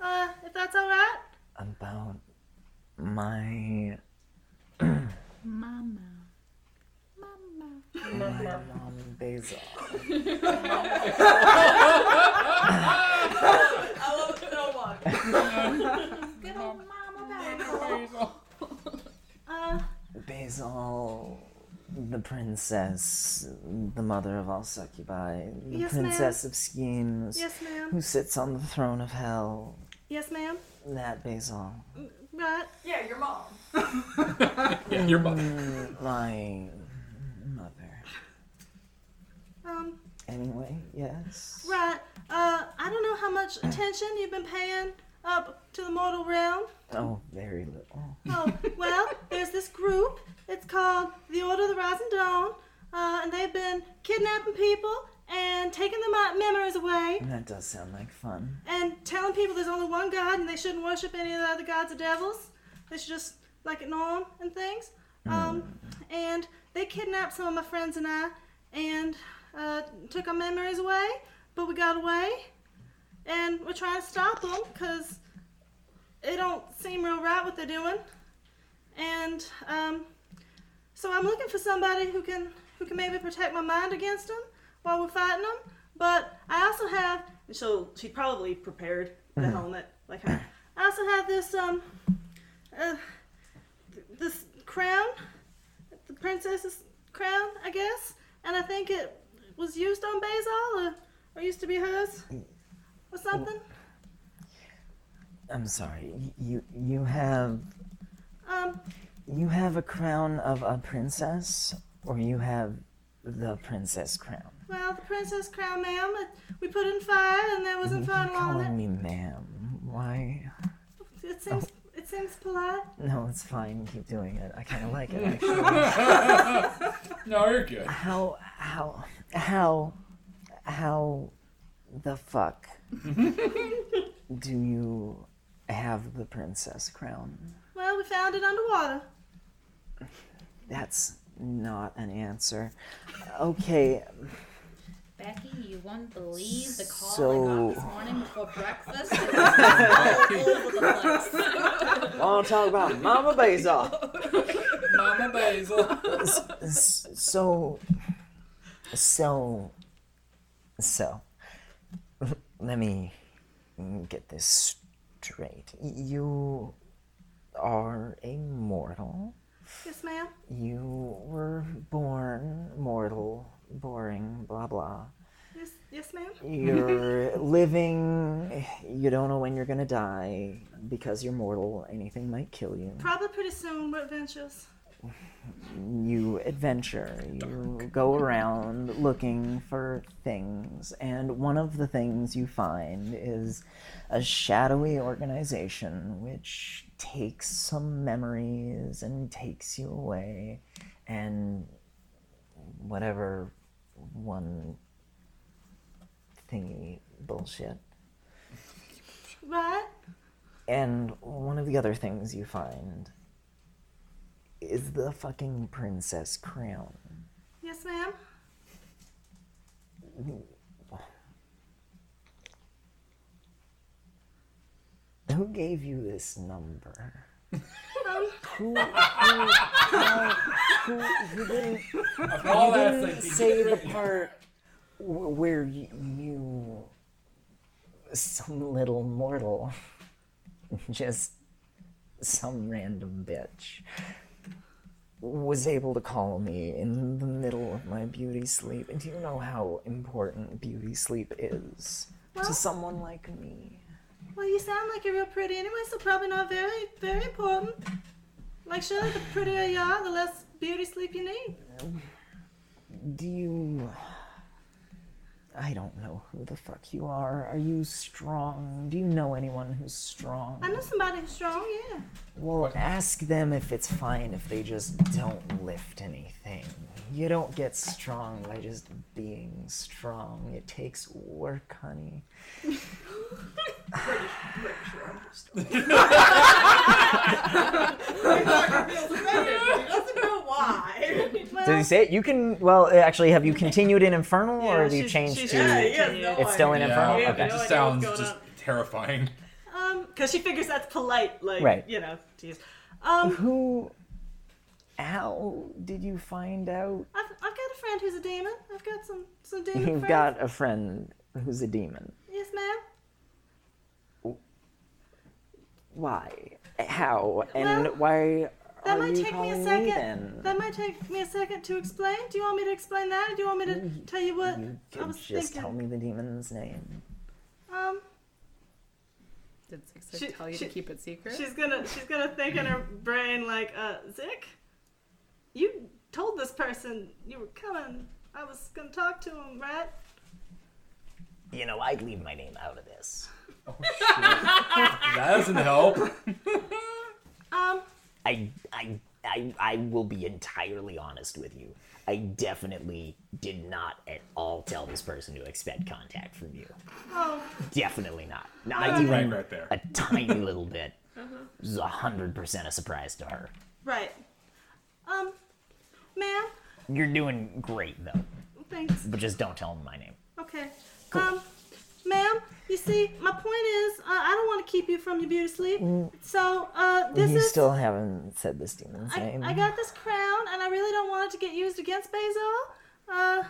Speaker 2: uh, if that's all right.
Speaker 9: About my.
Speaker 7: Mama.
Speaker 9: My mom, Basil.
Speaker 3: I love the no one.
Speaker 5: Good old
Speaker 3: mama
Speaker 2: Uh,
Speaker 9: Basil, the princess, the mother of all succubi, the
Speaker 2: Yes, ma'am.
Speaker 9: princess of schemes,
Speaker 2: Yes, ma'am.
Speaker 9: who sits on the throne of hell.
Speaker 2: yes, ma'am. Mm,
Speaker 9: That Basil.
Speaker 2: Right.
Speaker 3: Yeah, your mom.
Speaker 4: Yeah, your mother.
Speaker 9: Mm, my mother.
Speaker 2: Um,
Speaker 9: Anyway, yes.
Speaker 2: right. Uh, I don't know how much attention you've been paying up to the mortal realm.
Speaker 9: Oh, very little.
Speaker 2: Oh, well, there's this group. It's called the Order of the Rising Dawn. Uh, and they've been kidnapping people and taking their mi- memories away
Speaker 9: That does sound like fun.
Speaker 2: and telling people there's only one God and they shouldn't worship any of the other gods or devils. They should just, like, ignore 'em and things. Um, and they kidnapped some of my friends and I and uh, took our memories away, but we got away. And we're trying to stop them because it don't seem real right what they're doing. And um, so I'm looking for somebody who can who can maybe protect my mind against them while we're fighting them. But I also have, and she'll she probably prepared the
Speaker 10: Mhm.
Speaker 2: helmet like her. I also have this um uh, th- this crown, the princess's crown, I guess. And I think it was used on Basil or, or used to be hers or something.
Speaker 9: I'm sorry. y- You you have
Speaker 2: Um,
Speaker 9: you have a crown of a princess, or you have the princess crown.
Speaker 2: Well, the princess crown, ma'am. It, we put in fire, and there was
Speaker 9: You keep
Speaker 2: infernal on
Speaker 9: calling
Speaker 2: it.
Speaker 9: me ma'am. Why?
Speaker 2: It seems it seems polite.
Speaker 9: No, it's fine. Keep doing it. I kind of like it.
Speaker 4: no, you're good.
Speaker 9: How how how how the fuck do you have the princess crown?
Speaker 2: Well, we found it underwater.
Speaker 9: That's not an answer. Okay.
Speaker 5: Becky, you won't believe the call I got
Speaker 9: So-
Speaker 5: this morning before breakfast. It was all over the place.
Speaker 9: I'll talk about Mama Basil.
Speaker 4: Mama Basil.
Speaker 9: S- s- so so so let me get this straight you are a mortal
Speaker 2: Yes, ma'am.
Speaker 9: you were born mortal boring blah blah
Speaker 2: Yes, yes, ma'am.
Speaker 9: you're living you don't know when you're gonna die because you're mortal anything might kill you
Speaker 2: Probably pretty soon we're adventures.
Speaker 9: You adventure, you go around looking for things, and one of the things you find is a shadowy organization which takes some memories and takes you away, and whatever one thingy bullshit.
Speaker 2: What?
Speaker 9: And one of the other things you find is the fucking princess crown.
Speaker 2: Yes, ma'am.
Speaker 9: Who gave you this number?
Speaker 2: Who?
Speaker 9: Who, you didn't,
Speaker 4: Of all
Speaker 9: you
Speaker 4: that,
Speaker 9: didn't
Speaker 4: it's like-
Speaker 9: say the part w- where y- you, some little mortal, just some random bitch, was able to call me in the middle of my beauty sleep. And do you know how important beauty sleep is to someone like me?
Speaker 2: Well, you sound like you're real pretty anyway, so probably not very, very important. Like, surely the prettier you are, the less beauty sleep you need.
Speaker 9: Do you. I don't know who the fuck you are. Are you strong? Do you know anyone who's strong?
Speaker 2: I know somebody who's strong, yeah.
Speaker 9: Well, ask them if it's fine if they just don't lift anything. You don't get strong by just being strong. It takes work, honey.
Speaker 8: Did he say it? You can. Well,
Speaker 25: uh,
Speaker 8: actually, have you continued in Infernal, or have you
Speaker 10: she's-
Speaker 8: changed
Speaker 10: she's-
Speaker 8: to?
Speaker 10: yeah, he has no
Speaker 8: it's still in
Speaker 10: idea.
Speaker 8: Infernal.
Speaker 10: We have no
Speaker 4: It
Speaker 8: okay.
Speaker 10: idea what's
Speaker 4: sounds
Speaker 10: going
Speaker 4: just terrifying.
Speaker 10: Um, because she figures that's polite, like
Speaker 9: Right.
Speaker 10: you know, to use.
Speaker 2: Um,
Speaker 9: Who. How did you find out?
Speaker 2: I've, I've got a friend who's a demon. I've got some, some demon
Speaker 9: You've
Speaker 2: friends.
Speaker 9: got a friend who's a demon.
Speaker 2: Yes, ma'am.
Speaker 9: Why? How? And why
Speaker 2: That
Speaker 9: are
Speaker 2: might
Speaker 9: you
Speaker 2: take me
Speaker 9: calling
Speaker 2: a
Speaker 9: me
Speaker 2: second.
Speaker 9: then?
Speaker 2: that might take me a second to explain. Do you want me to explain that, or do you want me to
Speaker 9: Mm-hmm.
Speaker 2: tell you what
Speaker 9: You
Speaker 2: I
Speaker 9: could
Speaker 2: was
Speaker 9: just
Speaker 2: thinking?
Speaker 9: tell me the demon's name. Mm-hmm.
Speaker 2: Um,
Speaker 7: Did Six
Speaker 10: She-
Speaker 7: tell you
Speaker 10: she-
Speaker 7: to keep it secret?
Speaker 10: She's gonna she's gonna think in her brain like, uh, Zick, you told this person you were coming. I was gonna talk to him, right?
Speaker 25: You know, I'd leave my name out of this.
Speaker 1: Oh,
Speaker 4: That doesn't help.
Speaker 2: Um,
Speaker 25: I, I, I, I will be entirely honest with you. I definitely did not at all tell this person to expect contact from you.
Speaker 2: oh,
Speaker 25: Definitely not.
Speaker 2: That's
Speaker 25: Not even
Speaker 2: right,
Speaker 4: right there.
Speaker 25: a tiny little bit.
Speaker 2: uh-huh.
Speaker 25: This is hundred percent a surprise to her.
Speaker 2: right. Um, ma'am,
Speaker 25: You're doing great though,
Speaker 2: thanks.
Speaker 25: but just don't tell them my name.
Speaker 2: Okay. Um, ma'am, you see, my point is, uh, I don't want to keep you from your beauty sleep. So, uh, this
Speaker 9: Mm. you
Speaker 2: is.
Speaker 9: still haven't said this demon's
Speaker 2: I,
Speaker 9: name.
Speaker 2: I got this crown, and I really don't want it to get used against Basil. Uh,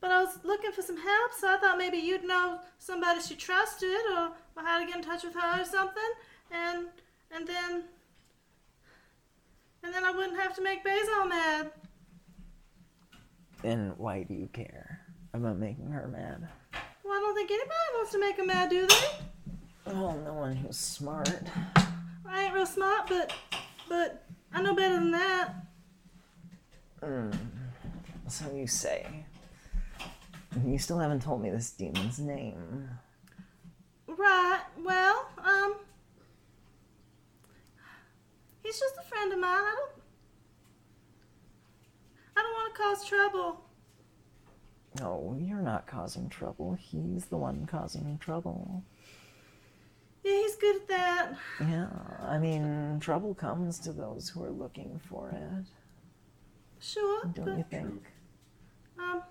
Speaker 2: but I was looking for some help, so I thought maybe you'd know somebody she trusted, or, or how to get in touch with her, or something. And and then and then I wouldn't have to make Basil mad.
Speaker 9: And why do you care about making her mad?
Speaker 2: Well, I don't think anybody wants to make her mad, do they?
Speaker 9: Oh, no one who's smart.
Speaker 2: I ain't real smart, but but I know better than that.
Speaker 9: Mm. So you say. You still haven't told me this demon's name.
Speaker 2: Right. Well, um, he's just a friend of mine. I don't, I don't want to cause trouble.
Speaker 9: No, you're not causing trouble. He's the one causing trouble.
Speaker 2: Yeah, he's good at that.
Speaker 9: Yeah, I mean, trouble comes to those who are looking for it,
Speaker 2: Sure,
Speaker 9: don't you
Speaker 2: but
Speaker 9: think?
Speaker 2: um,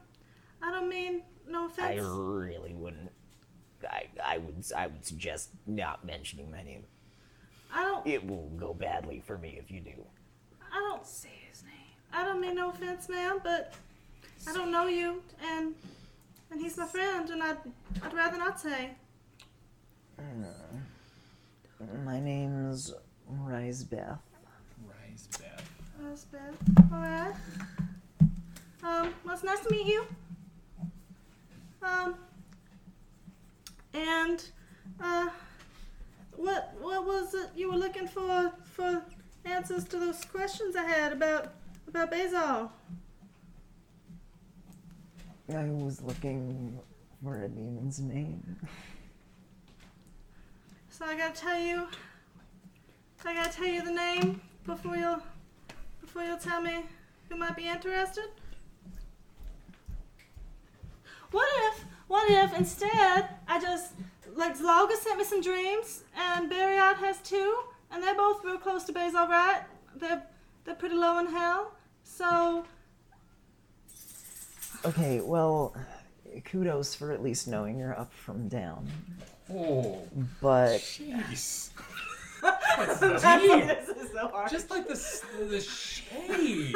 Speaker 2: I don't mean no
Speaker 25: I
Speaker 2: offense.
Speaker 25: really wouldn't. I, I would I would suggest not mentioning my name.
Speaker 2: I don't.
Speaker 25: It will go badly for me if you do.
Speaker 2: I don't say his name. I don't mean no offense, ma'am, but I don't know you, and and he's my friend, and I'd I'd rather not say.
Speaker 9: Mm. My name's Risebeth.
Speaker 4: Risebeth.
Speaker 2: That's bad. All right. Um, well, it's nice to meet you. Um, and uh, what what was it you were looking for for answers to those questions I had about about Basil?
Speaker 9: I was looking for a demon's name.
Speaker 2: So I gotta tell you, I gotta tell you the name before you'll, before you'll tell me who might be interested.
Speaker 34: What if, what if instead I just, like, Zloga sent me some dreams and Barriot has two, and they're both real close to Basil, right? They're, they're pretty low in hell. So,
Speaker 9: Okay, well, kudos for at least knowing you're up from down.
Speaker 4: Oh.
Speaker 9: But
Speaker 4: Jeez.
Speaker 34: this is so hard.
Speaker 4: Just like the, s- the shade.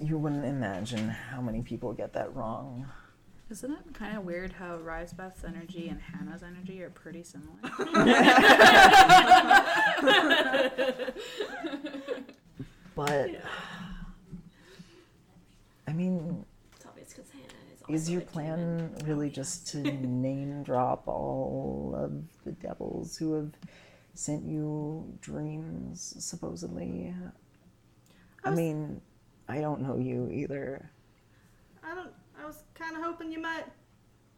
Speaker 9: you wouldn't imagine how many people get that wrong.
Speaker 7: Isn't it kind of weird how Risebeth's energy and Hannah's energy are pretty similar?
Speaker 9: But I mean,
Speaker 6: It's obvious 'cause Hannah is.
Speaker 9: is
Speaker 6: also
Speaker 9: your
Speaker 6: a
Speaker 9: plan really just to name drop all of the devils who have sent you dreams, supposedly? I mean, I don't know you either.
Speaker 2: I don't. I was kind of hoping you might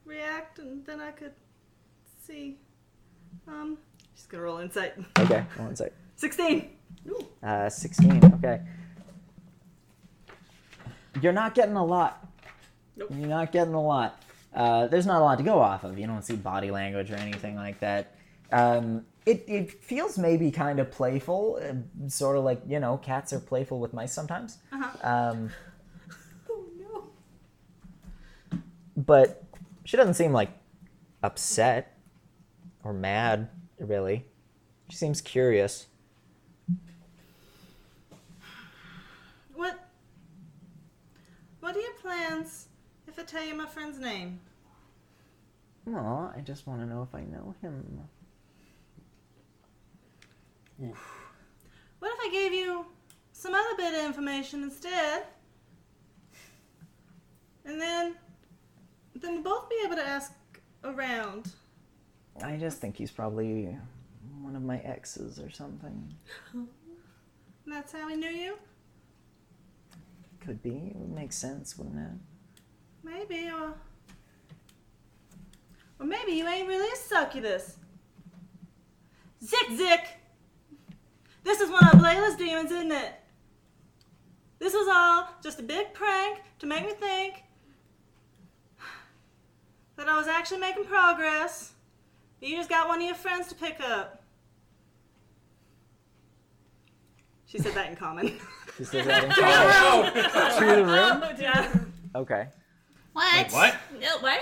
Speaker 2: react, and then I could see. Um, she's gonna roll insight.
Speaker 8: Okay, one sec.
Speaker 2: Sixteen.
Speaker 8: Uh, 16, okay.
Speaker 9: You're not getting a lot.
Speaker 2: Nope.
Speaker 8: You're not getting a lot.
Speaker 9: Uh, there's not a lot to go off of. You don't see body language or anything like that. Um, it, it feels maybe kind of playful, uh, sort of like, you know, cats are playful with mice sometimes.
Speaker 8: Uh-huh.
Speaker 9: Um, but
Speaker 8: She doesn't seem like upset or mad, really. She seems curious.
Speaker 2: What? What are your plans if I tell you my friend's name?
Speaker 9: Aw, I just want to know if I know him.
Speaker 2: What if I gave you some other bit of information instead? And then, then we'll both be able to ask around.
Speaker 9: I just think he's probably one of my exes or something.
Speaker 2: And that's how we knew you.
Speaker 9: Could be. It would make sense, wouldn't it?
Speaker 2: Maybe, or. Or maybe you ain't really a succubus. Zick Zick! This is one of Layla's demons, isn't it? This was all just a big prank to make me think that I was actually making progress. But you just got one of your friends to pick up. She said that in common.
Speaker 8: She says that in
Speaker 2: To
Speaker 8: common. To the room?
Speaker 6: Oh, yeah.
Speaker 8: Okay.
Speaker 6: What?
Speaker 8: Wait, what?
Speaker 6: No, what?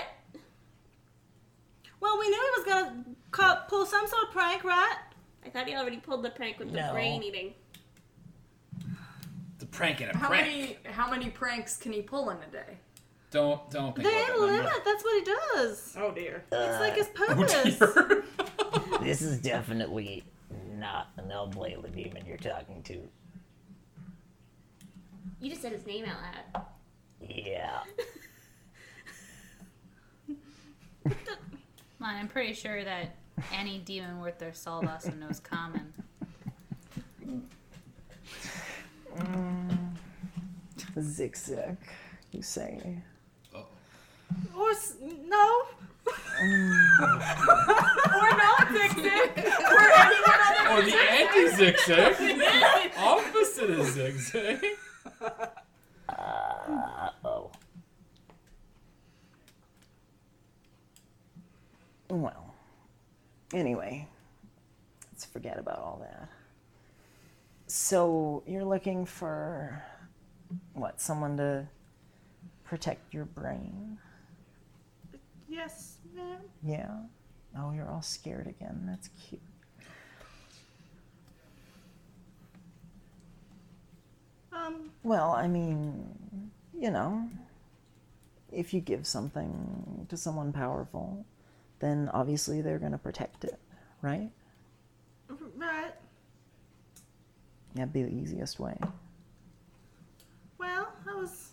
Speaker 2: Well, we knew he was gonna call, pull some sort of prank, right?
Speaker 6: I thought he already pulled the prank with
Speaker 4: No.
Speaker 6: the brain eating.
Speaker 4: The prank in a
Speaker 3: How
Speaker 4: prank.
Speaker 3: many how many pranks can he pull in a day?
Speaker 4: Don't don't think
Speaker 2: They
Speaker 4: about
Speaker 2: ain't
Speaker 4: that
Speaker 2: a
Speaker 4: number.
Speaker 2: limit. That's what he does.
Speaker 3: Oh dear.
Speaker 2: It's like his
Speaker 3: Uh,
Speaker 1: Uh,
Speaker 2: purpose.
Speaker 4: purpose.
Speaker 1: this is definitely not an Elblade demon you're talking to.
Speaker 6: You just said his name out loud.
Speaker 1: Yeah.
Speaker 5: Well, I'm pretty sure that any demon worth their salt also knows common.
Speaker 9: Mm. Zigzag, you say.
Speaker 2: Or s- no.
Speaker 3: or not Zick Zick. Or anyone other
Speaker 4: Or
Speaker 3: than
Speaker 4: the
Speaker 3: Zick Zack.
Speaker 4: anti zigzag. Opposite of zigzag.
Speaker 1: Uh oh.
Speaker 9: Well, anyway, let's forget about all that. So, you're looking for what? Someone to protect your brain?
Speaker 2: Yes, ma'am.
Speaker 9: Yeah. Oh, you're all scared again. That's cute.
Speaker 2: Um,
Speaker 9: Well, I mean, you know, if you give something to someone powerful, then obviously they're going to protect it, right?
Speaker 2: r- right.
Speaker 9: That'd be the easiest way.
Speaker 2: Well, I was.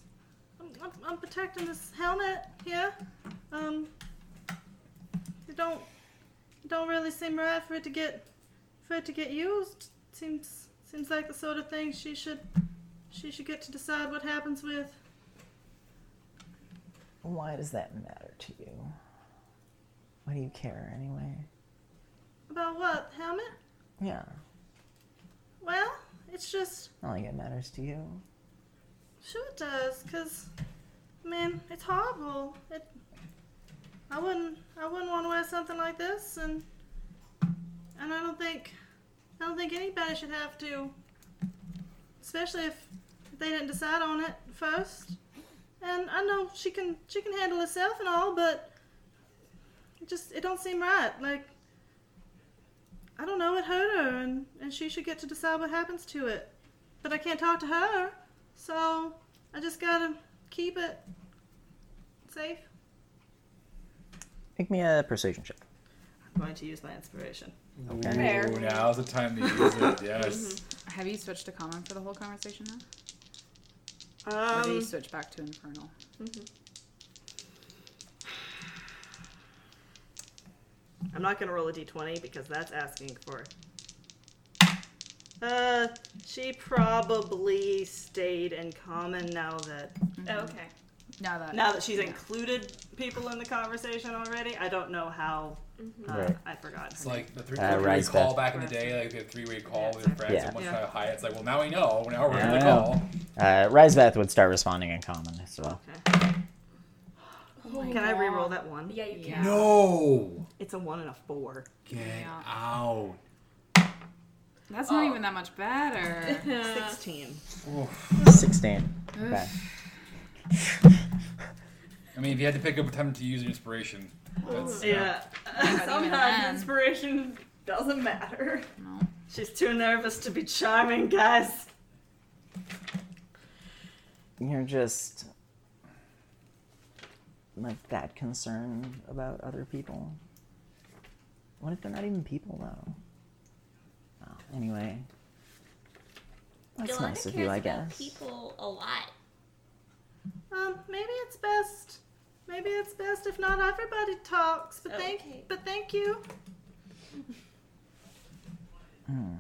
Speaker 2: I'm, I'm, I'm protecting this helmet here. Um, it don't it don't really seem right for it to get for it to get used. Seems seems like the sort of thing she should She should get to decide what happens with.
Speaker 9: Why does that matter to you? Why do you care anyway?
Speaker 2: About what? Helmet?
Speaker 9: Yeah,
Speaker 2: Well, it's just.
Speaker 9: I don't think it matters to you.
Speaker 2: Sure it does, because. I mean, it's horrible. It. I wouldn't. I wouldn't want to wear something like this, and. And I don't think. I don't think anybody should have to. Especially if they didn't decide on it first. And I know she can. She can handle herself and all, but. It just. It don't seem right. Like. I don't know, it hurt her, and, and she should get to decide what happens to it. But I can't talk to her, so I just gotta keep it safe.
Speaker 8: Make me a persuasion check.
Speaker 2: I'm going to use my inspiration.
Speaker 8: Okay.
Speaker 7: Fair.
Speaker 4: Ooh, now's the time to use it. Yes.
Speaker 7: Mm-hmm. Have you switched to common for the whole conversation now? or do you
Speaker 2: Um, mm-hmm.
Speaker 7: switch back to infernal?
Speaker 2: I'm not gonna roll a d20 because that's asking for. Uh, she probably stayed in common now that.
Speaker 5: Okay.
Speaker 7: Now that
Speaker 2: Now that she's
Speaker 7: yeah.
Speaker 2: included people in the conversation already, I don't know how. Uh,
Speaker 8: Right.
Speaker 2: I forgot.
Speaker 4: It's like the three,
Speaker 8: Uh,
Speaker 4: three-way
Speaker 8: Rise
Speaker 4: call
Speaker 8: Beth.
Speaker 4: back in the day, like the three-way call with your friends,
Speaker 8: Yeah.
Speaker 4: and one's
Speaker 2: Yeah.
Speaker 4: trying to hide. It's like, well, now we know. Now we're in the
Speaker 8: Yeah.
Speaker 4: call.
Speaker 8: Uh, Rizvath would start responding in common as well.
Speaker 2: Can I re-roll that one? Yeah, you
Speaker 4: can. No.
Speaker 2: It's a one and a four.
Speaker 4: Get out.
Speaker 7: That's not even that much better.
Speaker 2: Oh. Sixteen.
Speaker 8: Sixteen. Okay.
Speaker 4: I mean, if you had to pick up a time to use your inspiration, that's,
Speaker 2: Yeah. Sometimes inspiration doesn't matter.
Speaker 7: No.
Speaker 2: She's too nervous to be charming, guys.
Speaker 9: You're just like that concerned about other people. What if they're not even people though? Oh, anyway, that's
Speaker 35: Yolanda
Speaker 9: nice of
Speaker 35: cares
Speaker 9: you, I
Speaker 35: about
Speaker 9: guess.
Speaker 35: people a lot.
Speaker 2: Um, maybe it's best. Maybe it's best if not everybody talks. But thank, but thank you.
Speaker 9: Hmm.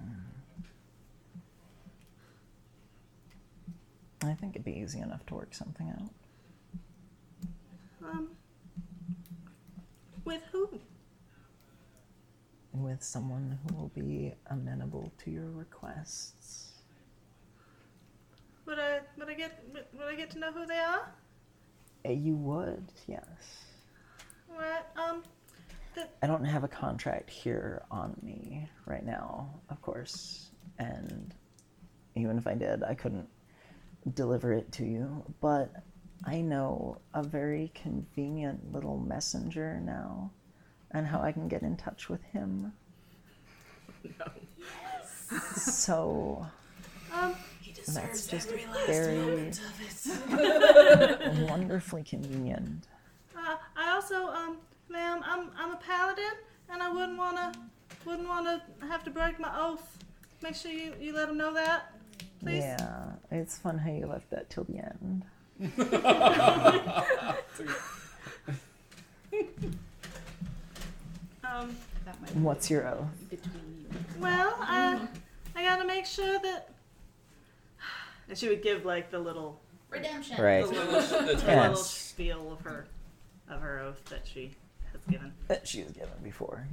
Speaker 9: I think it'd be easy enough to work something out.
Speaker 2: Um, with who?
Speaker 9: with someone who will be amenable to your requests.
Speaker 2: Would I? Would I get? Would would I get to know who they are?
Speaker 9: Eh, You would, yes.
Speaker 2: Right. Um. The,
Speaker 9: I don't have a contract here on me right now, of course, and even if I did, I couldn't deliver it to you, but I know a very convenient little messenger now and how I can get in touch with him. So
Speaker 2: um.
Speaker 9: That's just
Speaker 2: every last
Speaker 9: very
Speaker 2: moment of it.
Speaker 9: wonderfully convenient.
Speaker 2: Uh, I also, um, ma'am, I'm I'm a paladin, and I wouldn't wanna wouldn't wanna have to break my oath. Make sure you you let them know that, please.
Speaker 9: Yeah, it's fun how you left that till the end.
Speaker 2: Um.
Speaker 9: What's your oath?
Speaker 2: Well, I I gotta make sure that. And she would give like the little
Speaker 3: Redemption.
Speaker 8: Right.
Speaker 2: the little, the little
Speaker 8: Yes.
Speaker 2: spiel of her of her oath that she has given.
Speaker 9: That she was given before.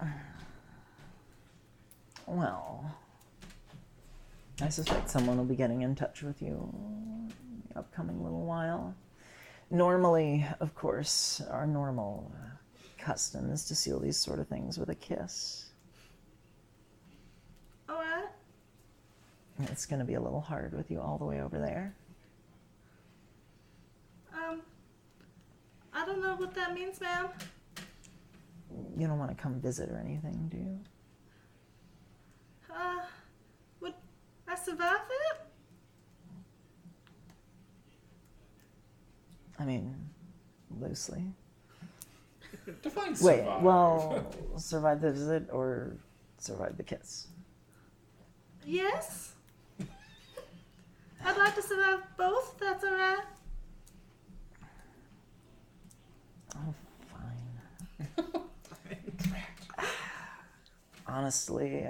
Speaker 2: Yeah.
Speaker 9: Well, I suspect someone will be getting in touch with you in the upcoming little while. Normally, of course, our normal uh, custom is to seal these sort of things with a kiss.
Speaker 2: All right.
Speaker 9: It's going to be a little hard with you all the way over there.
Speaker 2: Um. I don't know what that means, ma'am.
Speaker 9: You don't want to come visit or anything, do you?
Speaker 2: Uh, would I survive it?
Speaker 9: I mean, loosely.
Speaker 4: Define
Speaker 9: Wait,
Speaker 4: survive.
Speaker 9: well, survive the visit or survive the kiss?
Speaker 2: Yes. I'd like to survive both. if That's all right.
Speaker 9: Oh, fine. Honestly,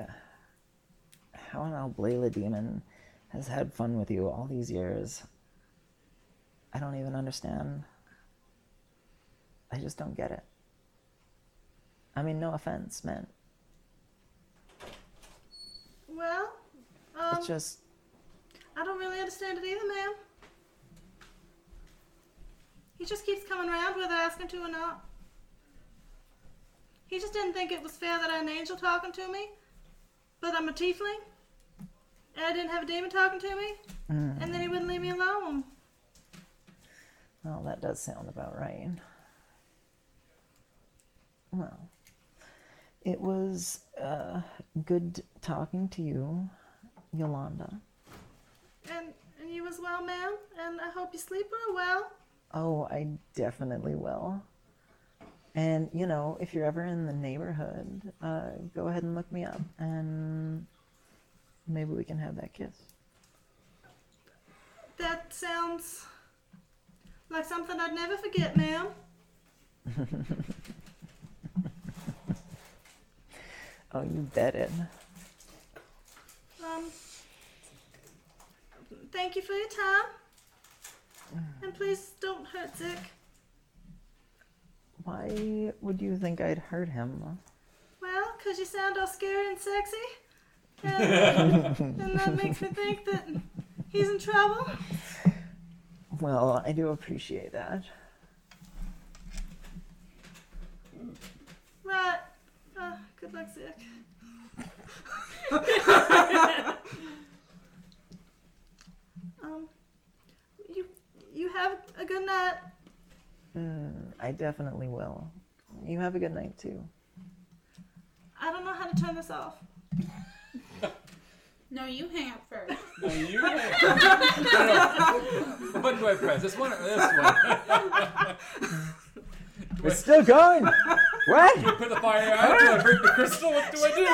Speaker 9: how an Alblela demon
Speaker 8: has had fun with you all these years. I don't even understand. I just don't get it. I mean, no offense, man.
Speaker 2: Well, um,
Speaker 8: It's just
Speaker 2: I don't really understand it either, ma'am. He just keeps coming around whether I ask him to or not. He just didn't think it was fair that I had an angel talking to me, but I'm a tiefling, and I didn't have a demon talking to me,
Speaker 8: mm,
Speaker 2: and then he wouldn't leave me alone.
Speaker 8: well, that does sound about right. Well, it was uh, good talking to you, Yolanda.
Speaker 2: And and you as well, ma'am. And I hope you sleep real well.
Speaker 8: Oh, I definitely will. And you know, if you're ever in the neighborhood, uh, go ahead and look me up, and maybe we can have that kiss.
Speaker 2: That sounds like something I'd never forget, ma'am.
Speaker 8: oh, you bet it.
Speaker 2: Um, thank you for your time. And please don't hurt Zick.
Speaker 8: Why would you think I'd hurt him?
Speaker 2: Well, 'cause you sound all scary and sexy. And, and that makes me think that he's in trouble.
Speaker 8: Well, I do appreciate that.
Speaker 2: Right. Uh, good luck, Zick. um, you, you have a good night.
Speaker 8: Mm, I definitely will. You have a good night too.
Speaker 2: I don't know how to turn this off.
Speaker 5: No, you hang up first.
Speaker 4: No, you. no, no. What do I press? This one or this one?
Speaker 8: It's still going. what?
Speaker 4: Do I put the fire out? Do I hurt the crystal? What do I do?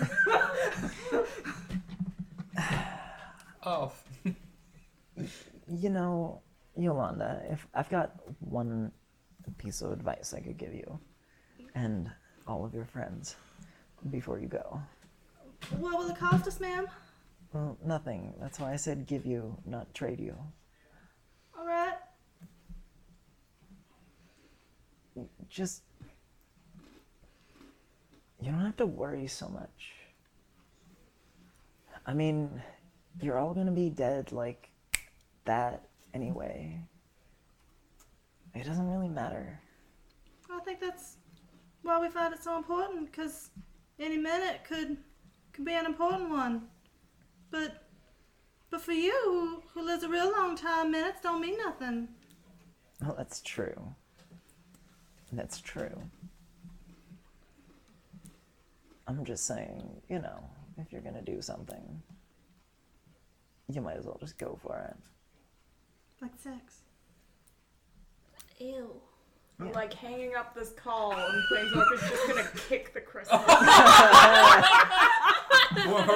Speaker 2: never done this before.
Speaker 4: Oh,
Speaker 8: You know, Yolanda, if I've got one piece of advice I could give you and all of your friends before you go.
Speaker 2: What will it cost us, ma'am?
Speaker 8: Well, nothing. That's why I said give you, not trade you.
Speaker 2: All right.
Speaker 8: Just you don't have to worry so much. I mean, you're all going to be dead like that anyway. It doesn't really matter.
Speaker 2: I think that's why we find it so important, because any minute could could be an important one. But but for you, who, who lives a real long time, minutes don't mean nothing.
Speaker 8: Well, that's true. That's true. I'm just saying, you know, if you're gonna do something, you might as well just go for it.
Speaker 2: Like sex.
Speaker 6: Ew.
Speaker 3: I'm
Speaker 2: Oh.
Speaker 3: like hanging up this call, and Planeswalker's just gonna kick the crystal.
Speaker 4: more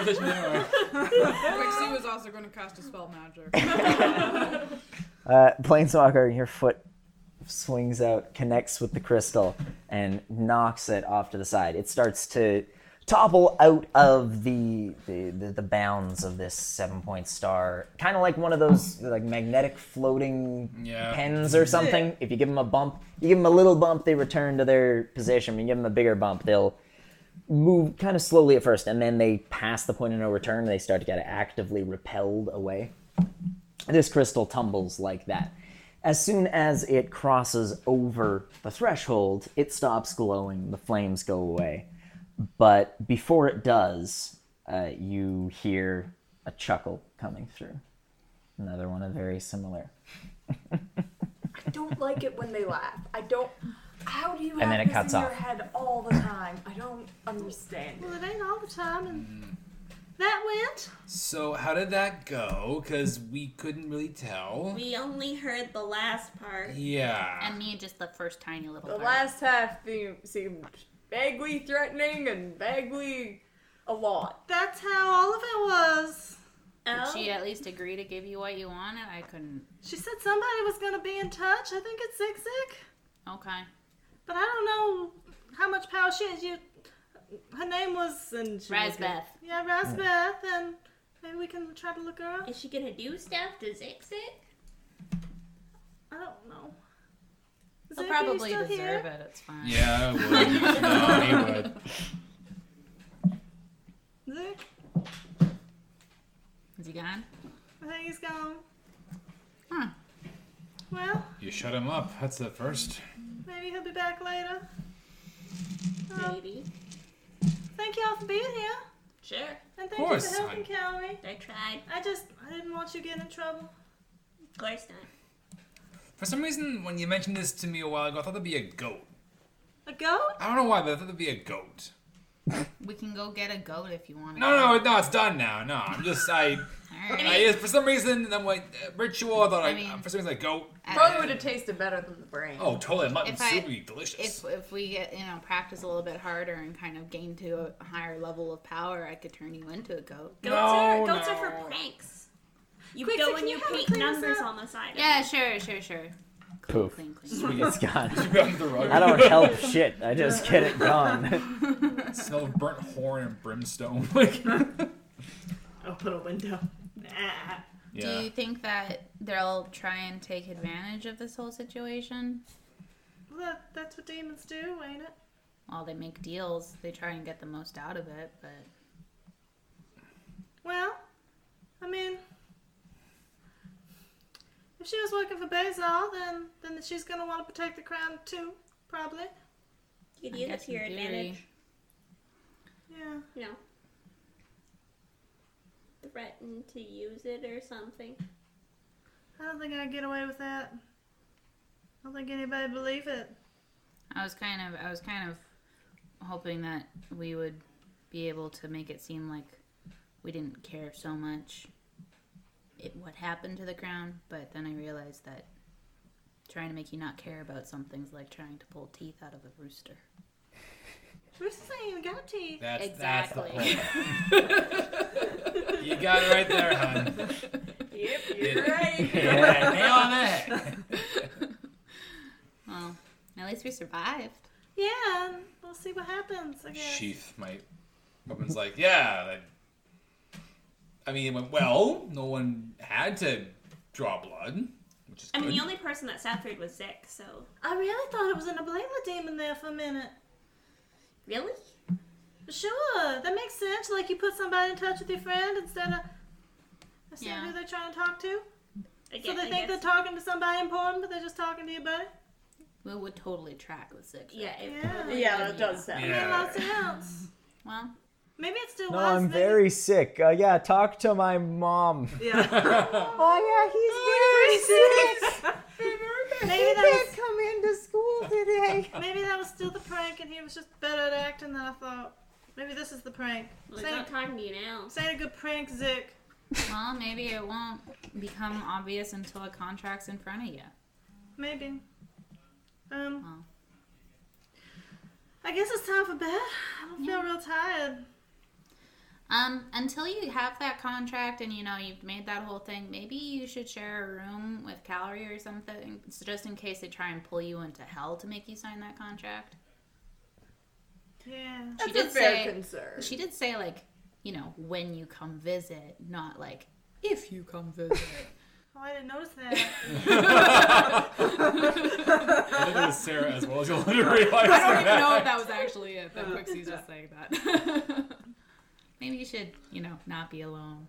Speaker 4: this now.
Speaker 7: Rixie was also going to cast a spell magic.
Speaker 8: Uh, Planeswalker, your foot swings out, connects with the crystal, and knocks it off to the side. It starts to topple out of the the, the, the bounds of this seven point star, kind of like one of those like magnetic floating
Speaker 4: Yeah.
Speaker 8: pens or something. If you give them a bump, you give them a little bump, they return to their position. When you give them a bigger bump, they'll move kind of slowly at first, and then they pass the point of no return. and They start to get actively repelled away. This crystal tumbles like that. As soon as it crosses over the threshold, it stops glowing. The flames go away. But before it does, uh, you hear a chuckle coming through. Another one of very similar.
Speaker 11: I don't like it when they laugh. I don't. How do you
Speaker 8: And
Speaker 11: have
Speaker 8: then it
Speaker 11: this
Speaker 8: cuts
Speaker 11: in
Speaker 8: off.
Speaker 11: your head all the time? I don't understand.
Speaker 2: Well, it ain't all the time, and that went.
Speaker 4: So how did that go? Because we couldn't really tell.
Speaker 5: We only heard the last part.
Speaker 4: Yeah.
Speaker 5: And me just the first tiny little
Speaker 3: The
Speaker 5: part.
Speaker 3: last half theme seemed vaguely threatening and vaguely a lot.
Speaker 2: That's how all of it was.
Speaker 5: Did she at least agree to give you what you wanted? I couldn't.
Speaker 2: She said somebody was gonna be in touch. I think it's Zig Zig.
Speaker 5: Okay.
Speaker 2: But I don't know how much power she has. You, her name was and she was-
Speaker 6: Razbeth.
Speaker 2: Yeah, Razbeth, and maybe we can try to look her up.
Speaker 6: Is she gonna do stuff? Does Zip sick?
Speaker 2: I don't know.
Speaker 6: Oh,
Speaker 5: They'll
Speaker 2: Zip, are you
Speaker 5: probably
Speaker 2: still
Speaker 5: deserve
Speaker 2: here?
Speaker 5: it. It's fine.
Speaker 4: Yeah, I would. no, he would.
Speaker 2: Zip,
Speaker 5: Is he gone?
Speaker 2: I think he's gone.
Speaker 5: Huh.
Speaker 2: Well,
Speaker 4: You shut him up. That's the first.
Speaker 2: maybe he'll be back later. maybe. Thank you all for being here.
Speaker 6: Sure.
Speaker 2: And thank
Speaker 6: Of
Speaker 2: you
Speaker 6: course.
Speaker 2: for helping, Calorie.
Speaker 6: I tried.
Speaker 2: I just, I didn't want you to get in trouble.
Speaker 6: Of course not.
Speaker 4: For some reason, when you mentioned this to me a while ago, I thought there'd be a goat.
Speaker 2: A goat?
Speaker 4: I don't know why, but I thought there'd be a goat.
Speaker 5: We can go get a goat if you want.
Speaker 4: No, no, no, it's done now. No, I'm just, I. I just- for some reason, I'm like, uh, ritual, I thought I, for some reason, like, goat.
Speaker 7: Probably would have tasted better than the brain.
Speaker 4: Oh, totally. Mutton
Speaker 5: If I-
Speaker 4: soup would be delicious.
Speaker 5: If, if we get you know practice a little bit harder and kind of gain to a higher level of power, I could turn you into a goat.
Speaker 6: Goats
Speaker 8: Oh,
Speaker 6: are goats are for pranks. You
Speaker 5: Quick,
Speaker 6: go
Speaker 5: so
Speaker 6: and
Speaker 5: can
Speaker 6: you
Speaker 5: you help me
Speaker 6: paint
Speaker 5: clean this
Speaker 6: numbers
Speaker 5: up?
Speaker 6: on the side. of
Speaker 5: Yeah,
Speaker 6: it.
Speaker 5: sure, sure, sure.
Speaker 8: Poof. Sweet, it's gone.
Speaker 4: rug.
Speaker 8: I don't help shit. I just get it gone.
Speaker 4: Smell of burnt horn and brimstone. Like,
Speaker 2: Open a window. Ah.
Speaker 5: Do
Speaker 4: yeah.
Speaker 5: you think that they'll try and take advantage of this whole situation?
Speaker 2: Well, that, that's what demons do, ain't it?
Speaker 5: While they make deals, they try and get the most out of it, but
Speaker 2: Well, I mean, if she was working for Basil, then then she's gonna want to protect the crown too, probably.
Speaker 6: You could use it to your advantage.
Speaker 2: Yeah.
Speaker 6: No. Threaten to use it or something.
Speaker 2: I don't think I get away with that. I don't think anybody believe it.
Speaker 5: I was kind of I was kind of hoping that we would be able to make it seem like we didn't care so much it, what happened to the crown, but then I realized that trying to make you not care about something's like trying to pull teeth out of a rooster.
Speaker 2: Roosters ain't even got teeth.
Speaker 4: That's- that's the
Speaker 5: exactly.
Speaker 4: You got it right there, hon.
Speaker 5: Yep,
Speaker 4: you're right. Yeah, nail on
Speaker 5: well, at least we survived.
Speaker 2: Yeah, and we'll see what happens. I guess.
Speaker 4: Sheath my weapon's like, yeah. That, I mean, it went well. No one had to draw blood, which is
Speaker 6: I mean,
Speaker 4: good.
Speaker 6: the only person that suffered was Zick, so.
Speaker 2: I really thought it was an Ablama demon there for a minute.
Speaker 6: Really?
Speaker 2: Sure, that makes sense. Like you put somebody in touch with your friend instead of instead
Speaker 6: Yeah.
Speaker 2: of who they're trying to talk to.
Speaker 6: I
Speaker 2: so
Speaker 6: get-
Speaker 2: they
Speaker 6: I
Speaker 2: think
Speaker 6: guess.
Speaker 2: they're talking to somebody important, but they're just talking to you about it.
Speaker 5: We would totally track with six.
Speaker 6: Yeah, it
Speaker 2: Yeah,
Speaker 6: Yeah, that does sound
Speaker 2: I mean,
Speaker 8: Yeah.
Speaker 2: lots of else.
Speaker 5: Well,
Speaker 2: maybe it's still
Speaker 8: No,
Speaker 2: wise.
Speaker 8: I'm very sick. Uh, yeah, talk to my mom.
Speaker 2: Yeah.
Speaker 3: Oh, yeah, he's very sick.
Speaker 2: Maybe
Speaker 3: Maybe
Speaker 2: that
Speaker 3: that
Speaker 2: was-
Speaker 3: come into school today.
Speaker 2: Maybe that was still the prank, and he was just better at acting than I thought. Maybe this is the prank.
Speaker 6: Well, he's not talking to you now.
Speaker 2: Say a good prank, Zick.
Speaker 5: well, maybe it won't become obvious until a contract's in front of you.
Speaker 2: Maybe. Um. I guess it's time for bed. I don't feel real tired.
Speaker 5: Um, until you have that contract and you know you've made that whole thing, maybe you should share a room with Calorie or something, so just in case they try and pull you into hell to make you sign that contract.
Speaker 2: Yeah.
Speaker 5: She did say, She did say like, you know, when you come visit, not like if you come visit.
Speaker 2: Oh, I didn't notice that.
Speaker 4: I think it was Sarah as well. You'll realize
Speaker 5: I don't even
Speaker 4: that.
Speaker 5: know if that was actually it. That Quixie's just saying that. Maybe you should, you know, not be alone.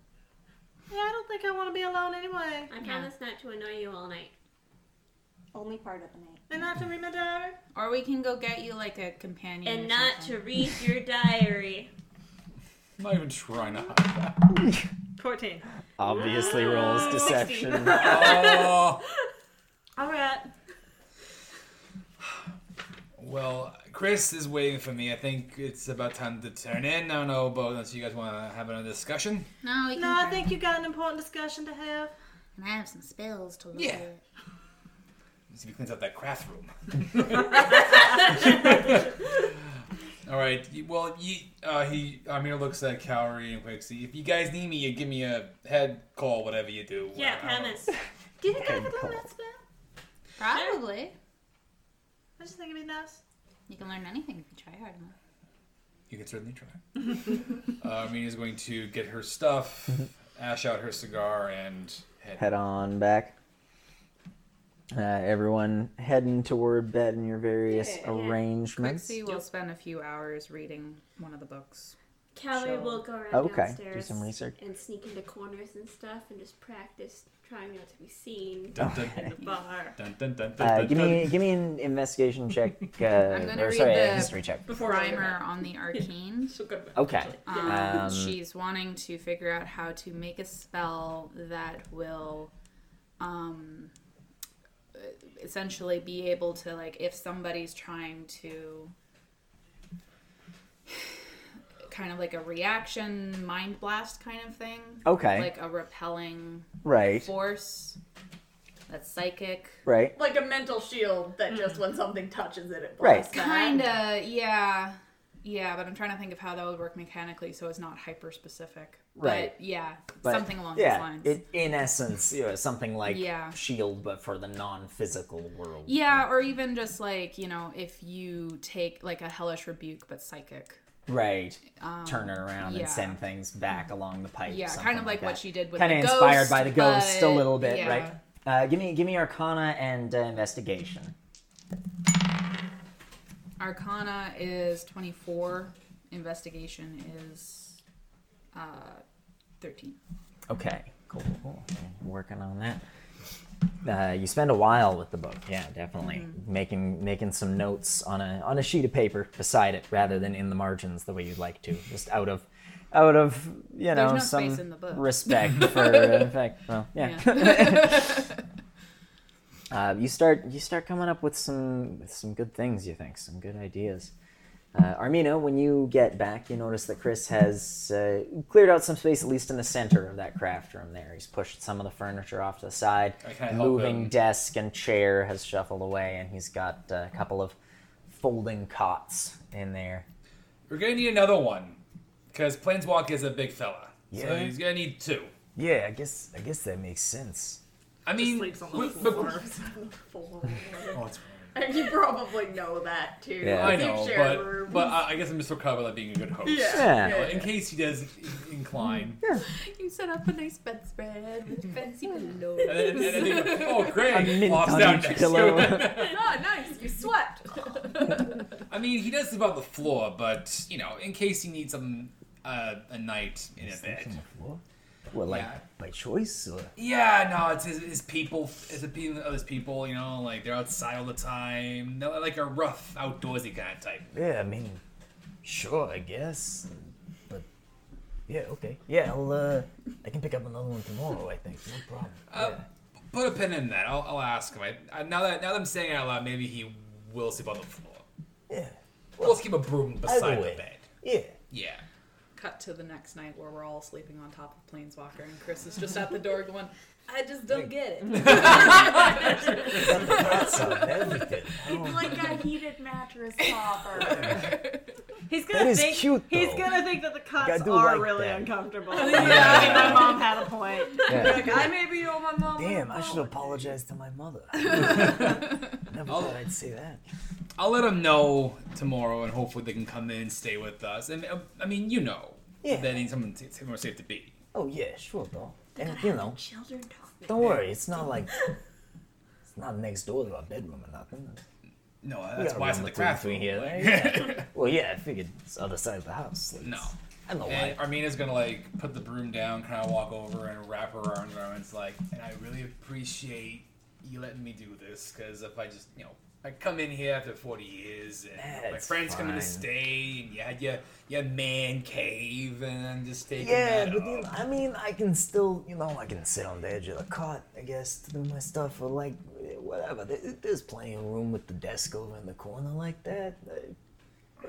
Speaker 2: Yeah, I don't think I want to be alone anyway.
Speaker 6: I promise not to annoy you all night.
Speaker 36: Only part of the night.
Speaker 2: And not to read my diary.
Speaker 5: Or we can go get you like a companion.
Speaker 6: And
Speaker 5: or
Speaker 6: not
Speaker 5: something.
Speaker 6: to read your diary.
Speaker 4: I'm not even trying to hide.
Speaker 2: 14.
Speaker 8: Obviously, rolls
Speaker 7: Ah,
Speaker 8: deception.
Speaker 4: Oh.
Speaker 2: All right.
Speaker 4: Well, Chris is waiting for me. I think it's about time to turn in. I don't know about unless you guys want to have another discussion.
Speaker 5: No, we can
Speaker 2: no, I
Speaker 5: try.
Speaker 2: think you got an important discussion to have.
Speaker 5: And I have some spells to look
Speaker 2: Yeah.
Speaker 5: at.
Speaker 4: Let's see if he cleans out that craft room. All right. you- Well, you, uh, he Amir looks at Cowrie and Quixie. If you guys need me, you give me a head call, whatever you do.
Speaker 6: Yeah,
Speaker 4: I don't know.
Speaker 6: promise.
Speaker 2: Do you think I could learn that spell?
Speaker 5: Probably.
Speaker 2: I just think it'd be nice.
Speaker 5: You can learn anything if you try hard enough.
Speaker 4: You can certainly try. uh, Amina's going to get her stuff, ash out her cigar, and head.
Speaker 8: Head on back. Uh, everyone heading toward bed in your various
Speaker 7: Yeah.
Speaker 8: arrangements.
Speaker 7: Quixie will spend a few hours reading one of the books.
Speaker 6: Callie will go around
Speaker 8: Okay, do
Speaker 6: downstairs
Speaker 8: some research.
Speaker 6: and sneak into corners and stuff and just practice trying not to be seen
Speaker 8: Dun, dun.
Speaker 6: in the bar.
Speaker 4: Dun, dun, dun, dun,
Speaker 8: Uh,
Speaker 4: dun,
Speaker 8: give me
Speaker 4: dun.
Speaker 8: give me an investigation check. Uh,
Speaker 7: I'm gonna
Speaker 8: or
Speaker 7: read
Speaker 8: sorry,
Speaker 7: the
Speaker 8: a history check.
Speaker 7: primer on the arcane.
Speaker 8: Okay.
Speaker 7: Um,
Speaker 8: Um,
Speaker 7: she's wanting to figure out how to make a spell that will, um, essentially be able to like if somebody's trying to kind of like a reaction mind blast kind of thing.
Speaker 8: Okay.
Speaker 7: Like a repelling
Speaker 8: Right.
Speaker 7: force that's psychic.
Speaker 8: Right.
Speaker 3: Like a mental shield that
Speaker 2: Mm.
Speaker 3: just when something touches it, it
Speaker 8: Right.
Speaker 3: blasts back.
Speaker 7: Kinda, yeah. Yeah, but I'm trying to think of how that would work mechanically so it's not hyper specific.
Speaker 8: Right.
Speaker 7: But yeah,
Speaker 8: But,
Speaker 7: something along
Speaker 8: yeah,
Speaker 7: those lines.
Speaker 8: It, in essence, you know, something like
Speaker 7: Yeah.
Speaker 8: shield, E but for the non-physical world.
Speaker 7: yeah, or even just like, you know, if you take like a hellish rebuke but psychic.
Speaker 8: Right.
Speaker 7: Um,
Speaker 8: Turn it around
Speaker 7: yeah.
Speaker 8: and send things back along the pipe.
Speaker 7: Yeah,
Speaker 8: something
Speaker 7: kind of like what
Speaker 8: that.
Speaker 7: she did with
Speaker 8: Kinda
Speaker 7: the
Speaker 8: inspired
Speaker 7: ghost,
Speaker 8: by the ghost a
Speaker 7: but-
Speaker 8: little bit,
Speaker 7: yeah.
Speaker 8: right? Uh, give me give me Arcana and uh, investigation.
Speaker 7: Arcana is 24, investigation is uh 13.
Speaker 8: Okay, cool. Working on that. Uh, you spend a while with the book, yeah, definitely
Speaker 7: Mhm.
Speaker 8: making making some notes on a on a sheet of paper beside it rather than in the margins the way you'd like to, just out of out of you
Speaker 7: There's
Speaker 8: know
Speaker 7: no
Speaker 8: some
Speaker 7: space in the book.
Speaker 8: respect for uh, in fact, well, yeah.
Speaker 7: Yeah.
Speaker 8: uh, you start you start coming up with some with some good things. You think some good ideas. Uh, Armina, when you get back, you notice that Chris has uh, cleared out some space, at least in the center of that craft room. There, he's pushed some of the furniture off to the side.
Speaker 4: I kinda help
Speaker 8: Moving
Speaker 4: him.
Speaker 8: desk and chair has shuffled away, and he's got uh, a couple of folding cots in there.
Speaker 4: We're gonna need another one because Planeswalk is a big fella, so
Speaker 8: Yeah.
Speaker 4: he's gonna need two.
Speaker 8: Yeah, I guess I guess that makes sense.
Speaker 4: I mean, we- but- Oh, it's
Speaker 3: And you probably know that too.
Speaker 8: Yeah.
Speaker 4: I
Speaker 3: You've
Speaker 4: know,
Speaker 3: shared
Speaker 4: but,
Speaker 3: rooms.
Speaker 4: but I I guess I'm just so caught by like, being a good host.
Speaker 3: Yeah. Yeah.
Speaker 4: You know,
Speaker 3: Yeah,
Speaker 4: in case he does incline.
Speaker 17: You set up a nice bedspread
Speaker 3: Mm-hmm.
Speaker 17: with fancy pillows.
Speaker 4: And then- and then they go, "Oh, great."
Speaker 8: A mint
Speaker 4: Flops
Speaker 8: on
Speaker 4: down
Speaker 8: each
Speaker 4: next to
Speaker 8: pillow.
Speaker 3: Ah, nice. You swept.
Speaker 4: I mean, he does sleep on the floor, but you know, in case he needs some uh, a night in a bed.
Speaker 8: Well, like
Speaker 4: Yeah.
Speaker 8: by choice, or
Speaker 4: Yeah, no, it's his, his people, it's the people, his people. You know, like they're outside all the time. They're like a rough, outdoorsy kind of type.
Speaker 8: yeah, I mean,
Speaker 1: Sure, I guess. But yeah, okay.
Speaker 8: yeah, I'll, uh,
Speaker 1: I can pick up another one tomorrow. I think no problem.
Speaker 4: Uh, Put a pin in that. I'll, I'll ask him. I, I, now that now that I'm saying it out loud, maybe he will sleep on the floor.
Speaker 1: Yeah.
Speaker 4: Well, Let's keep a broom beside the bed.
Speaker 1: Yeah.
Speaker 4: Yeah.
Speaker 7: Cut to the next night where we're all sleeping on top of Planeswalker and Chris is just at the door going, I just don't get it.
Speaker 4: Oh.
Speaker 11: like a heated mattress topper.
Speaker 10: He's gonna
Speaker 11: That is
Speaker 10: think
Speaker 11: cute,
Speaker 10: he's
Speaker 11: though.
Speaker 10: gonna think that the
Speaker 11: Like,
Speaker 10: cuts
Speaker 11: I do
Speaker 10: are
Speaker 11: like
Speaker 10: really
Speaker 11: that.
Speaker 10: uncomfortable.
Speaker 11: Yeah.
Speaker 10: yeah, I mean, my mom had a point.
Speaker 8: Yeah. You're like, I
Speaker 3: maybe owe my mom.
Speaker 1: Damn, I should apologize to my mother. Never
Speaker 4: I'll-
Speaker 1: thought I'd say that.
Speaker 4: I'll let them know tomorrow, and hopefully they can come in and stay with us. And uh, I mean, you know,
Speaker 1: Yeah.
Speaker 4: that ain't someone somewhere safe to be.
Speaker 1: Oh yeah, sure, bro.
Speaker 4: They
Speaker 1: And
Speaker 4: gotta
Speaker 1: you
Speaker 4: have
Speaker 1: know,
Speaker 6: Children talk.
Speaker 1: don't worry. It's not like it's not next door to our bedroom or nothing.
Speaker 4: No,
Speaker 1: We
Speaker 4: that's
Speaker 1: got a
Speaker 4: why it's
Speaker 1: room
Speaker 4: in the
Speaker 1: or two
Speaker 4: craft
Speaker 1: between
Speaker 4: room.
Speaker 1: here,
Speaker 4: like-
Speaker 1: right? Yeah. well, yeah, I figured it's the other side of the house. like,
Speaker 4: No.
Speaker 1: I don't know why.
Speaker 4: And Armina's gonna like put the broom down, kind of walk over and wrap her arms around. And it's like, and I really appreciate you letting me do this because if I just, you know, I come in here after 40 years and my
Speaker 1: That's
Speaker 4: friends coming to
Speaker 1: fine.
Speaker 4: stay, and you had your your man cave, and I'm just taking
Speaker 1: Yeah,
Speaker 4: that
Speaker 1: but
Speaker 4: up.
Speaker 1: you know, I mean, I can still, you know, I can sit on the edge of the cot, I guess, to do my stuff or like whatever. There- There's plenty of room with the desk over in the corner like that. Like,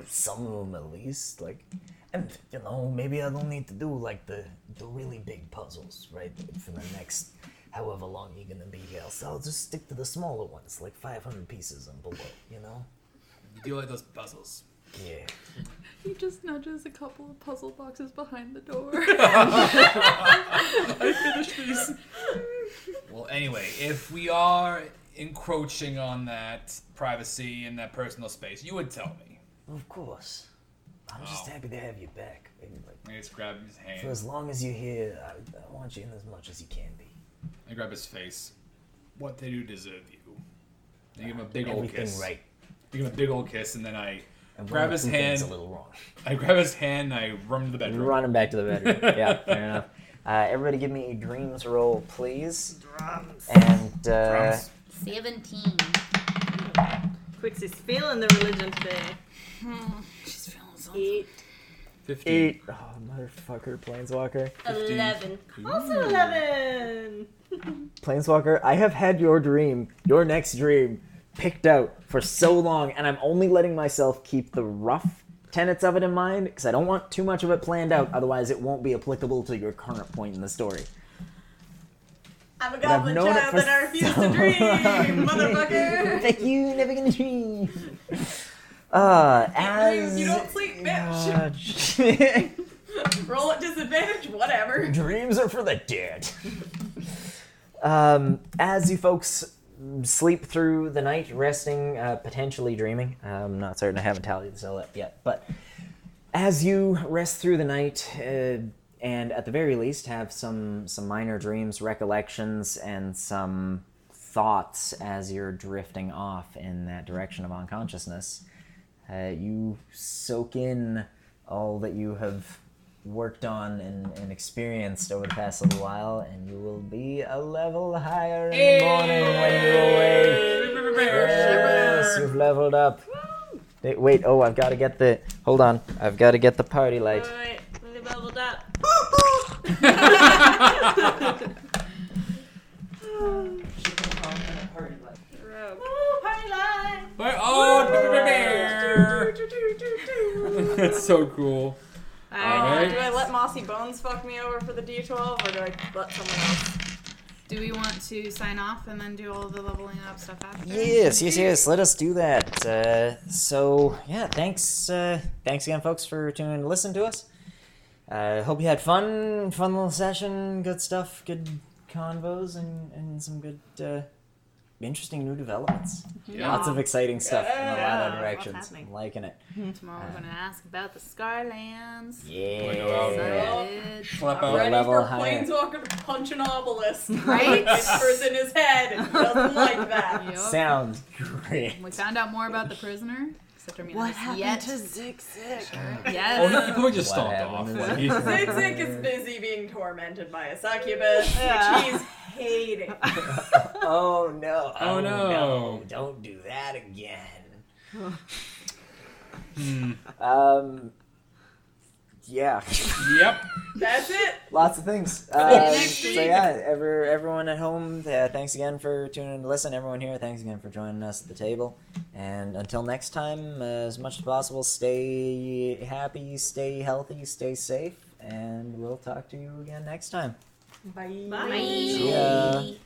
Speaker 1: Some room at least, like, and you know, maybe I don't need to do like the the really big puzzles, right? For the next however long you're gonna be here, so I'll just stick to the smaller ones, like 500 pieces and below, you know?
Speaker 4: You do like those puzzles.
Speaker 1: Yeah.
Speaker 3: He just nudges a couple of puzzle boxes behind the door.
Speaker 4: I finished these. Well, anyway, if we are encroaching on that privacy and that personal space, you would tell me.
Speaker 1: Of course.
Speaker 9: I'm just happy to have you back. And, like,
Speaker 4: I just grab his hand.
Speaker 9: For as long as you're here, I, I want you in as much as you can be.
Speaker 4: I grab his face. What they do deserve you. I give him a big old
Speaker 9: Everything
Speaker 4: kiss.
Speaker 9: right.
Speaker 4: I give him a big old kiss, and then I
Speaker 9: And
Speaker 4: grab
Speaker 9: one or
Speaker 4: his
Speaker 9: two things
Speaker 4: hand.
Speaker 9: a little wrong.
Speaker 4: I grab his hand. and I run to the bedroom.
Speaker 8: Running back to the bedroom. yeah, fair enough. Uh, everybody, give me a dreams roll, please. Drums. And uh,
Speaker 4: Drums.
Speaker 5: 17.
Speaker 10: Quixie's feeling the religion today.
Speaker 5: Hmm. She's feeling
Speaker 10: something. Eight.
Speaker 8: eight. Oh, motherfucker, planeswalker.
Speaker 10: Eleven. Also
Speaker 8: Ooh.
Speaker 10: eleven.
Speaker 8: Planeswalker, I have had your dream, your next dream, picked out for so long, and I'm only letting myself keep the rough tenets of it in mind because I don't want too much of it planned out. Otherwise, it won't be applicable to your current point in the story.
Speaker 3: I'm a
Speaker 8: But I've
Speaker 3: goblin
Speaker 8: known it
Speaker 3: child
Speaker 8: for
Speaker 3: and I refuse
Speaker 8: so
Speaker 3: to dream,
Speaker 8: long.
Speaker 3: motherfucker.
Speaker 8: Like you, never gonna dream. Uh, as
Speaker 3: You don't sleep, bitch.
Speaker 8: bitch.
Speaker 3: Roll at disadvantage, whatever.
Speaker 8: Dreams are for the dead. um, as you folks sleep through the night, resting, uh, potentially dreaming, I'm not certain I haven't tallied this all up yet, but as you rest through the night, uh, and at the very least have some some minor dreams, recollections, and some thoughts as you're drifting off in that direction of unconsciousness, uh, you soak in all that you have worked on and, and experienced over the past little while, and you will be a level higher in the morning when you awake. Yes, you've leveled up. Wait, wait, oh, I've got to get the. Hold on, I've got to get the party light.
Speaker 10: Alright, they bubbled up. Rogue.
Speaker 3: Ooh, party line.
Speaker 4: But oh, that's so cool.
Speaker 3: do I let Mossy Bones fuck me over for the D12, or do I let someone else?
Speaker 7: Do we want to sign off and then do all the leveling up stuff after?
Speaker 8: Yes, yes, yes. Let us do that. Uh, so yeah, thanks, uh, thanks again, folks, for tuning in to listen to us. uh, hope you had fun, fun little session, good stuff, good convos, and and some good, uh, interesting new developments.
Speaker 5: Yeah.
Speaker 8: Lots of exciting stuff in a lot
Speaker 5: Yeah.
Speaker 8: of
Speaker 5: Lots
Speaker 8: directions.
Speaker 5: happening.
Speaker 8: I'm liking it. Uh,
Speaker 5: Tomorrow we're gonna ask about the Scarlands.
Speaker 8: Yeah.
Speaker 4: Wanna go out and
Speaker 5: Excited.
Speaker 4: schlep
Speaker 8: I'm
Speaker 4: out?
Speaker 8: ready Level for higher.
Speaker 3: Planeswalker to punch an obelisk.
Speaker 7: Right?
Speaker 3: Whispers in his head and he doesn't like that.
Speaker 7: Yup.
Speaker 8: Sounds great.
Speaker 7: We found out more about the prisoner. Except I'm
Speaker 3: What happened
Speaker 7: yet.
Speaker 3: to
Speaker 7: Zig Zig?
Speaker 4: Oh,
Speaker 7: Yes.
Speaker 4: no, he probably just stomped
Speaker 8: What happened
Speaker 4: off. Like, he-
Speaker 8: to
Speaker 3: Zig Zig is busy being tormented by a succubus,
Speaker 10: Yeah.
Speaker 3: which he's hating.
Speaker 8: Oh no!
Speaker 4: Oh, no.
Speaker 8: Don't do that again.
Speaker 4: Hmm.
Speaker 8: Um. Yeah.
Speaker 4: Yep.
Speaker 3: That's it.
Speaker 8: Lots of things. Uh, so yeah, ever, everyone at home, uh, thanks again for tuning in to listen. Everyone here, thanks again for joining us at the table. And until next time, uh, as much as possible, stay happy, stay healthy, stay safe, and we'll talk to you again next time.
Speaker 3: Bye.
Speaker 8: See ya.